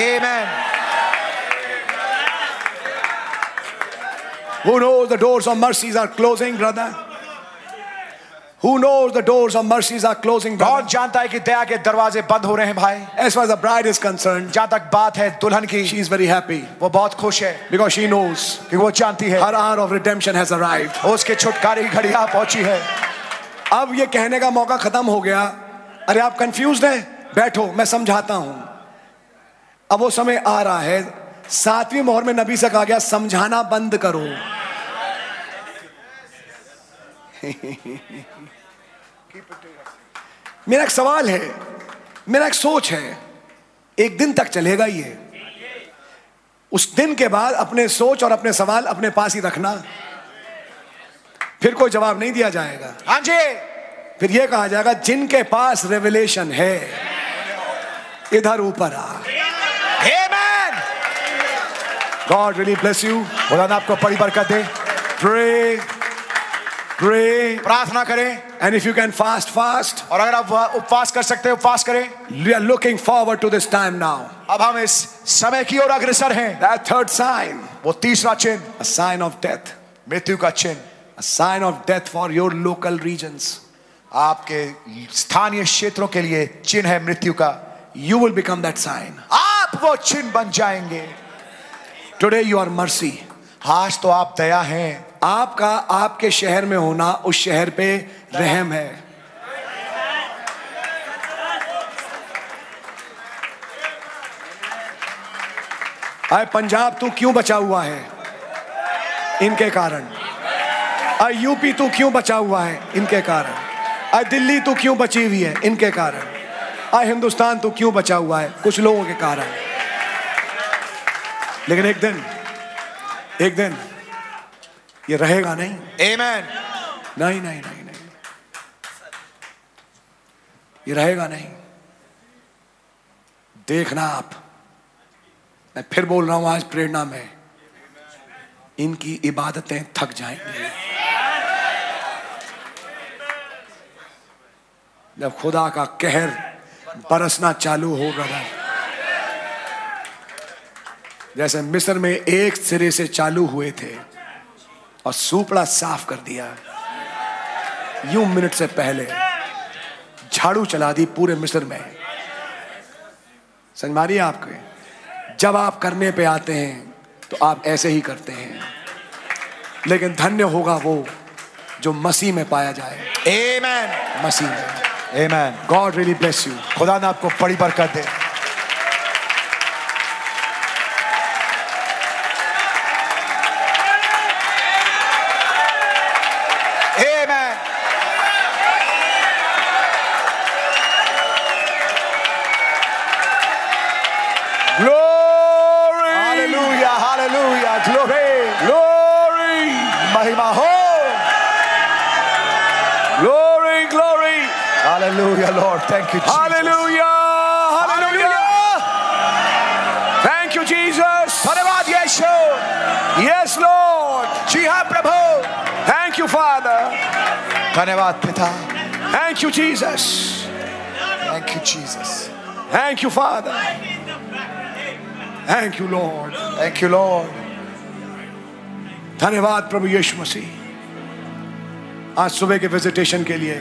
Speaker 16: Amen.
Speaker 12: Who knows the doors of mercies are closing, brother? Who knows the doors of mercies are closing,
Speaker 16: कौन
Speaker 12: brother?
Speaker 16: जानता है कि दया के दरवाजे बंद हो रहे हैं भाई
Speaker 12: As far as the bride is concerned,
Speaker 16: जहाँ तक बात है दुल्हन की
Speaker 12: she is very happy
Speaker 16: वो बहुत खुश है
Speaker 12: because she knows
Speaker 16: कि वो जानती है
Speaker 12: her hour of redemption has arrived.
Speaker 16: उसके छुटकारे की घड़ी आ पहुंची है
Speaker 12: अब ये कहने का मौका खत्म हो गया अरे आप कंफ्यूज हैं बैठो मैं समझाता हूं अब वो समय आ रहा है सातवीं मोहर में नबी से कहा गया समझाना बंद करो मेरा एक सवाल है मेरा एक सोच है एक दिन तक चलेगा ये उस दिन के बाद अपने सोच और अपने सवाल अपने पास ही रखना फिर कोई जवाब नहीं दिया जाएगा
Speaker 16: हाँ जी
Speaker 12: फिर यह कहा जाएगा जिनके पास रेवलेशन है इधर ऊपर आ
Speaker 16: Amen.
Speaker 12: God really bless you
Speaker 16: खुदा आपको बड़ी बरकत दे
Speaker 12: प्रे प्रे
Speaker 16: प्रार्थना करें
Speaker 12: and if you can fast fast
Speaker 16: और अगर आप वह उपवास कर सकते हैं उपवास करें
Speaker 12: we are looking forward to this time now
Speaker 16: अब हम इस समय की ओर अग्रसर हैं
Speaker 12: दैट थर्ड साइन
Speaker 16: वो तीसरा चिन्ह
Speaker 12: a sign of death
Speaker 16: मृत्यु का चिन्ह
Speaker 12: a sign of death for your local regions
Speaker 16: आपके स्थानीय क्षेत्रों के लिए चिन्ह है मृत्यु का
Speaker 12: you will become that sign
Speaker 16: आप वो चिन्ह बन जाएंगे
Speaker 12: today you are mercy
Speaker 16: आज तो आप दया हैं
Speaker 12: आपका आपके शहर में होना उस शहर पे रहम है अरे पंजाब तू क्यों बचा हुआ है इनके कारण अरे यूपी तू क्यों बचा हुआ है इनके कारण अरे दिल्ली तू क्यों बची हुई है इनके कारण अरे हिंदुस्तान तू क्यों बचा हुआ है कुछ लोगों के कारण लेकिन एक दिन एक दिन
Speaker 11: ये रहेगा नहीं
Speaker 13: Amen.
Speaker 11: नहीं नहीं नहीं नहीं ये रहेगा नहीं देखना आप मैं फिर बोल रहा हूं आज प्रेरणा में इनकी इबादतें थक जाएंगी जब खुदा का कहर बरसना चालू होगा ना जैसे मिस्र में एक सिरे से चालू हुए थे और सूपड़ा साफ कर दिया यूं मिनट से पहले झाड़ू चला दी पूरे मिस्र में समझ मारिए आपके जब आप करने पे आते हैं तो आप ऐसे ही करते हैं लेकिन धन्य होगा वो जो मसीह में पाया जाए
Speaker 13: Amen.
Speaker 11: मसीह में
Speaker 13: Amen.
Speaker 11: God really bless you.
Speaker 13: खुदा ने आपको बड़ी बरकत दे Amen. Glory. Hallelujah. Hallelujah. Glory. Glory. महिमा हो. Glory. Glory. Hallelujah, Lord. Thank you. Jesus.
Speaker 10: Hallelujah. Hallelujah. Thank you, Jesus.
Speaker 13: धन्यवाद यीशु
Speaker 10: Yes, Lord.
Speaker 13: जी हाँ प्रभु
Speaker 10: Thank you, Father.
Speaker 13: धन्यवाद पिता
Speaker 10: Thank you, Jesus.
Speaker 13: Thank you, Jesus.
Speaker 10: Thank you, Father. Thank you, Lord.
Speaker 13: Thank you, Lord.
Speaker 11: धन्यवाद प्रभु यीशु मसीह आज सुबह के visitation के लिए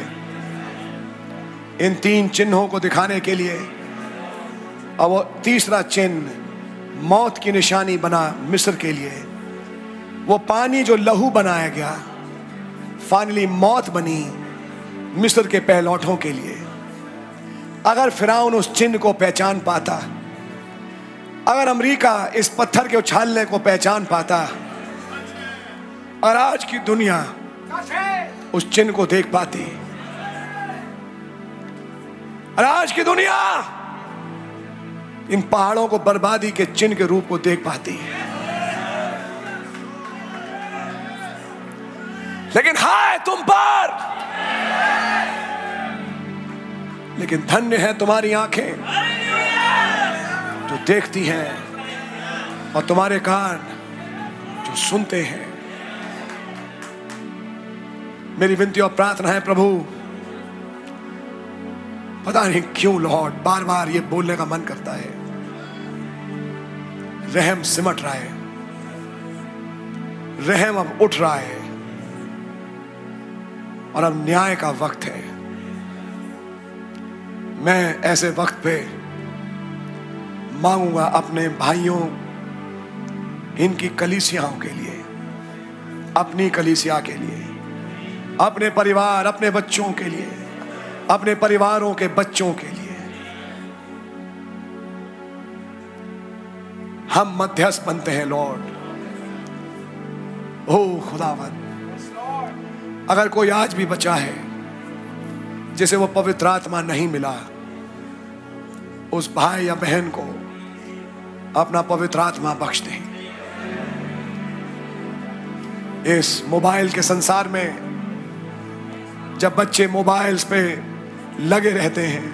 Speaker 11: इन तीन चिन्हों को दिखाने के लिए और वो तीसरा चिन्ह मौत की निशानी बना मिस्र के लिए वो पानी जो लहू बनाया गया फाइनली मौत बनी मिस्र के पहलौठों के लिए अगर फिराउन उस चिन्ह को पहचान पाता अगर अमेरिका इस पत्थर के उछालने को पहचान पाता और आज की दुनिया उस चिन्ह को देख पाती और आज की दुनिया इन पहाड़ों को बर्बादी के चिन्ह के रूप को देख पाती लेकिन हाय तुम पर लेकिन धन्य है तुम्हारी आंखें जो देखती हैं और तुम्हारे कान जो सुनते हैं मेरी विनती और प्रार्थना है प्रभु पता नहीं क्यों लॉर्ड बार बार ये बोलने का मन करता है रहम सिमट रहा है रहम अब उठ रहा है और अब न्याय का वक्त है मैं ऐसे वक्त पे मांगूंगा अपने भाइयों इनकी कलीसियाओं के लिए अपनी कलीसिया के लिए अपने परिवार अपने बच्चों के लिए अपने परिवारों के बच्चों के लिए हम मध्यस्थ बनते हैं लॉर्ड ओ खुदावन अगर कोई आज भी बचा है जिसे वो पवित्र आत्मा नहीं मिला उस भाई या बहन को अपना पवित्र आत्मा बख्श दें इस मोबाइल के संसार में जब बच्चे मोबाइल्स पे लगे रहते हैं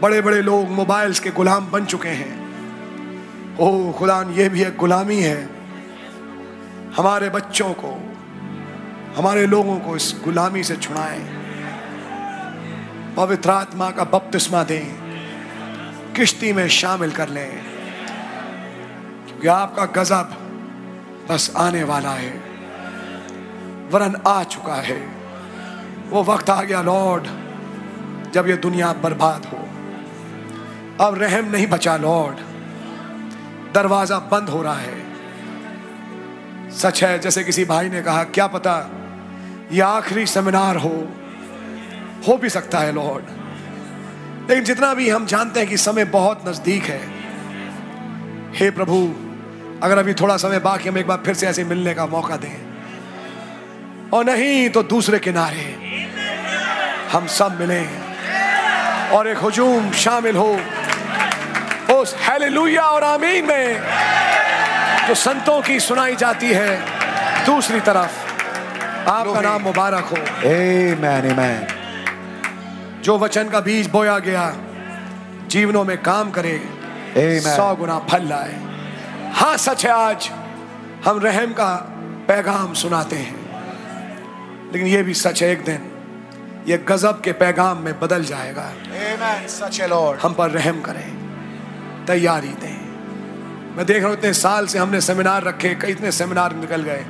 Speaker 11: बड़े बड़े लोग मोबाइल्स के गुलाम बन चुके हैं ओ खुदा ये भी एक गुलामी है हमारे बच्चों को हमारे लोगों को इस गुलामी से छुड़ाएं पवित्र आत्मा का बपतिस्मा दें किश्ती में शामिल कर लें क्योंकि आपका गजब बस आने वाला है वरन आ चुका है वो वक्त आ गया लॉर्ड जब ये दुनिया बर्बाद हो अब रहम नहीं बचा लॉर्ड दरवाजा बंद हो रहा है सच है जैसे किसी भाई ने कहा क्या पता ये आखिरी सेमिनार हो हो भी सकता है लॉर्ड लेकिन जितना भी हम जानते हैं कि समय बहुत नजदीक है हे प्रभु अगर अभी थोड़ा समय बाकी हम एक बार फिर से ऐसे मिलने का मौका दें और नहीं तो दूसरे किनारे हम सब मिलें और एक हुजूम शामिल हो उस हेलेलुया और आमीन में जो संतों की सुनाई जाती है दूसरी तरफ आपका नाम मुबारक हो
Speaker 10: Amen, amen.
Speaker 11: जो वचन का बीज बोया गया जीवनों में काम करे
Speaker 10: Amen.
Speaker 11: सौ गुना फल लाए हाँ सच है आज हम रहम का पैगाम सुनाते हैं लेकिन ये भी सच है एक दिन ये गजब के पैगाम में बदल जाएगा
Speaker 10: Amen. Such a Lord.
Speaker 11: हम पर रहम करें तैयारी दें मैं देख रहा हूं इतने साल से हमने सेमिनार रखे कई इतने सेमिनार निकल गए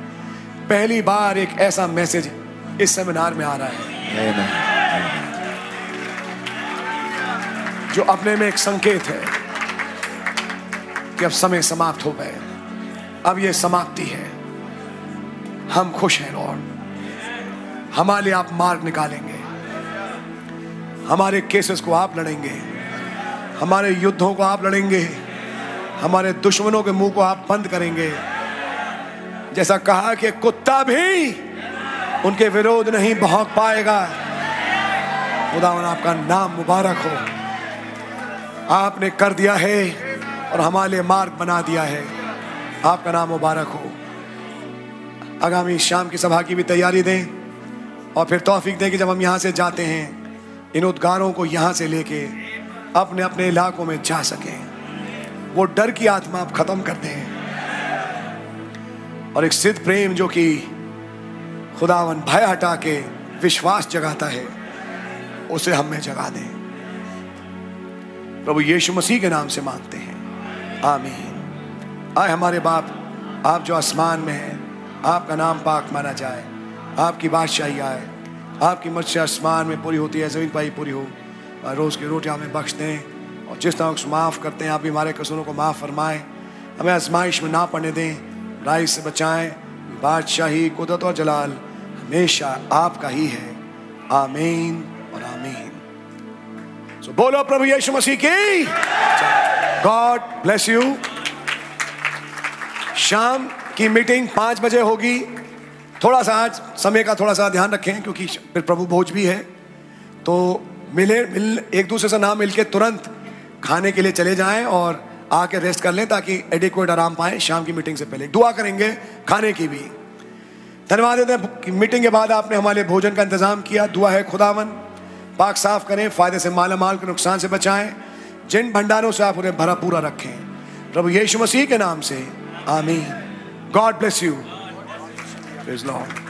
Speaker 11: पहली बार एक ऐसा मैसेज इस सेमिनार में आ रहा है
Speaker 10: Amen.
Speaker 11: जो अपने में एक संकेत है कि अब समय समाप्त हो गए अब ये समाप्ति है हम खुश हैं लॉर्ड हमारे लिए आप मार्ग निकालेंगे हमारे केसेस को आप लड़ेंगे हमारे युद्धों को आप लड़ेंगे हमारे दुश्मनों के मुंह को आप बंद करेंगे जैसा कहा कि कुत्ता भी उनके विरोध नहीं भौंक पाएगा खुदावन आपका नाम मुबारक हो आपने कर दिया है और हमारे लिए मार्ग बना दिया है आपका नाम मुबारक हो आगामी शाम की सभा की भी तैयारी दें और फिर तौफीक दें कि जब हम यहाँ से जाते हैं इन उद्गारों को यहाँ से लेके अपने अपने इलाकों में जा सकें वो डर की आत्मा आप खत्म कर दें और एक सिद्ध प्रेम जो कि खुदावन भय हटा के विश्वास जगाता है उसे हम में जगा दें प्रभु यीशु मसीह के नाम से मांगते हैं आमीन आए हमारे बाप आप जो आसमान में हैं आपका नाम पाक माना जाए आपकी बादशाही आए आपकी मर्जी आसमान में पूरी होती है जमीन पर ही पूरी हो और रोज़ की रोटी हमें बख्श दें और जिस तरह उसको माफ़ करते हैं आप भी हमारे कसूरों को माफ़ फरमाएं हमें आजमाइश में ना पड़ने दें राय से बचाएं बादशाही कुदरत और जलाल हमेशा आपका ही है आमीन और आमीन सो बोलो प्रभु यीशु मसीह की गॉड ब्लेस यू शाम की मीटिंग पाँच बजे होगी थोड़ा सा आज समय का थोड़ा सा ध्यान रखें क्योंकि फिर प्रभु भोज भी है तो मिले मिल एक दूसरे से ना मिल के तुरंत खाने के लिए चले जाएं और आके रेस्ट कर लें ताकि एडिक्वेट आराम पाएं शाम की मीटिंग से पहले दुआ करेंगे खाने की भी धन्यवाद देते हैं कि मीटिंग के बाद आपने हमारे लिए भोजन का इंतजाम किया दुआ है खुदावन पाक साफ करें फायदे से माला माल के नुकसान से बचाएं जिन भंडारों से आप उन्हें भरा पूरा रखें प्रभु यीशु मसीह के नाम से आमीन God bless you praise Lord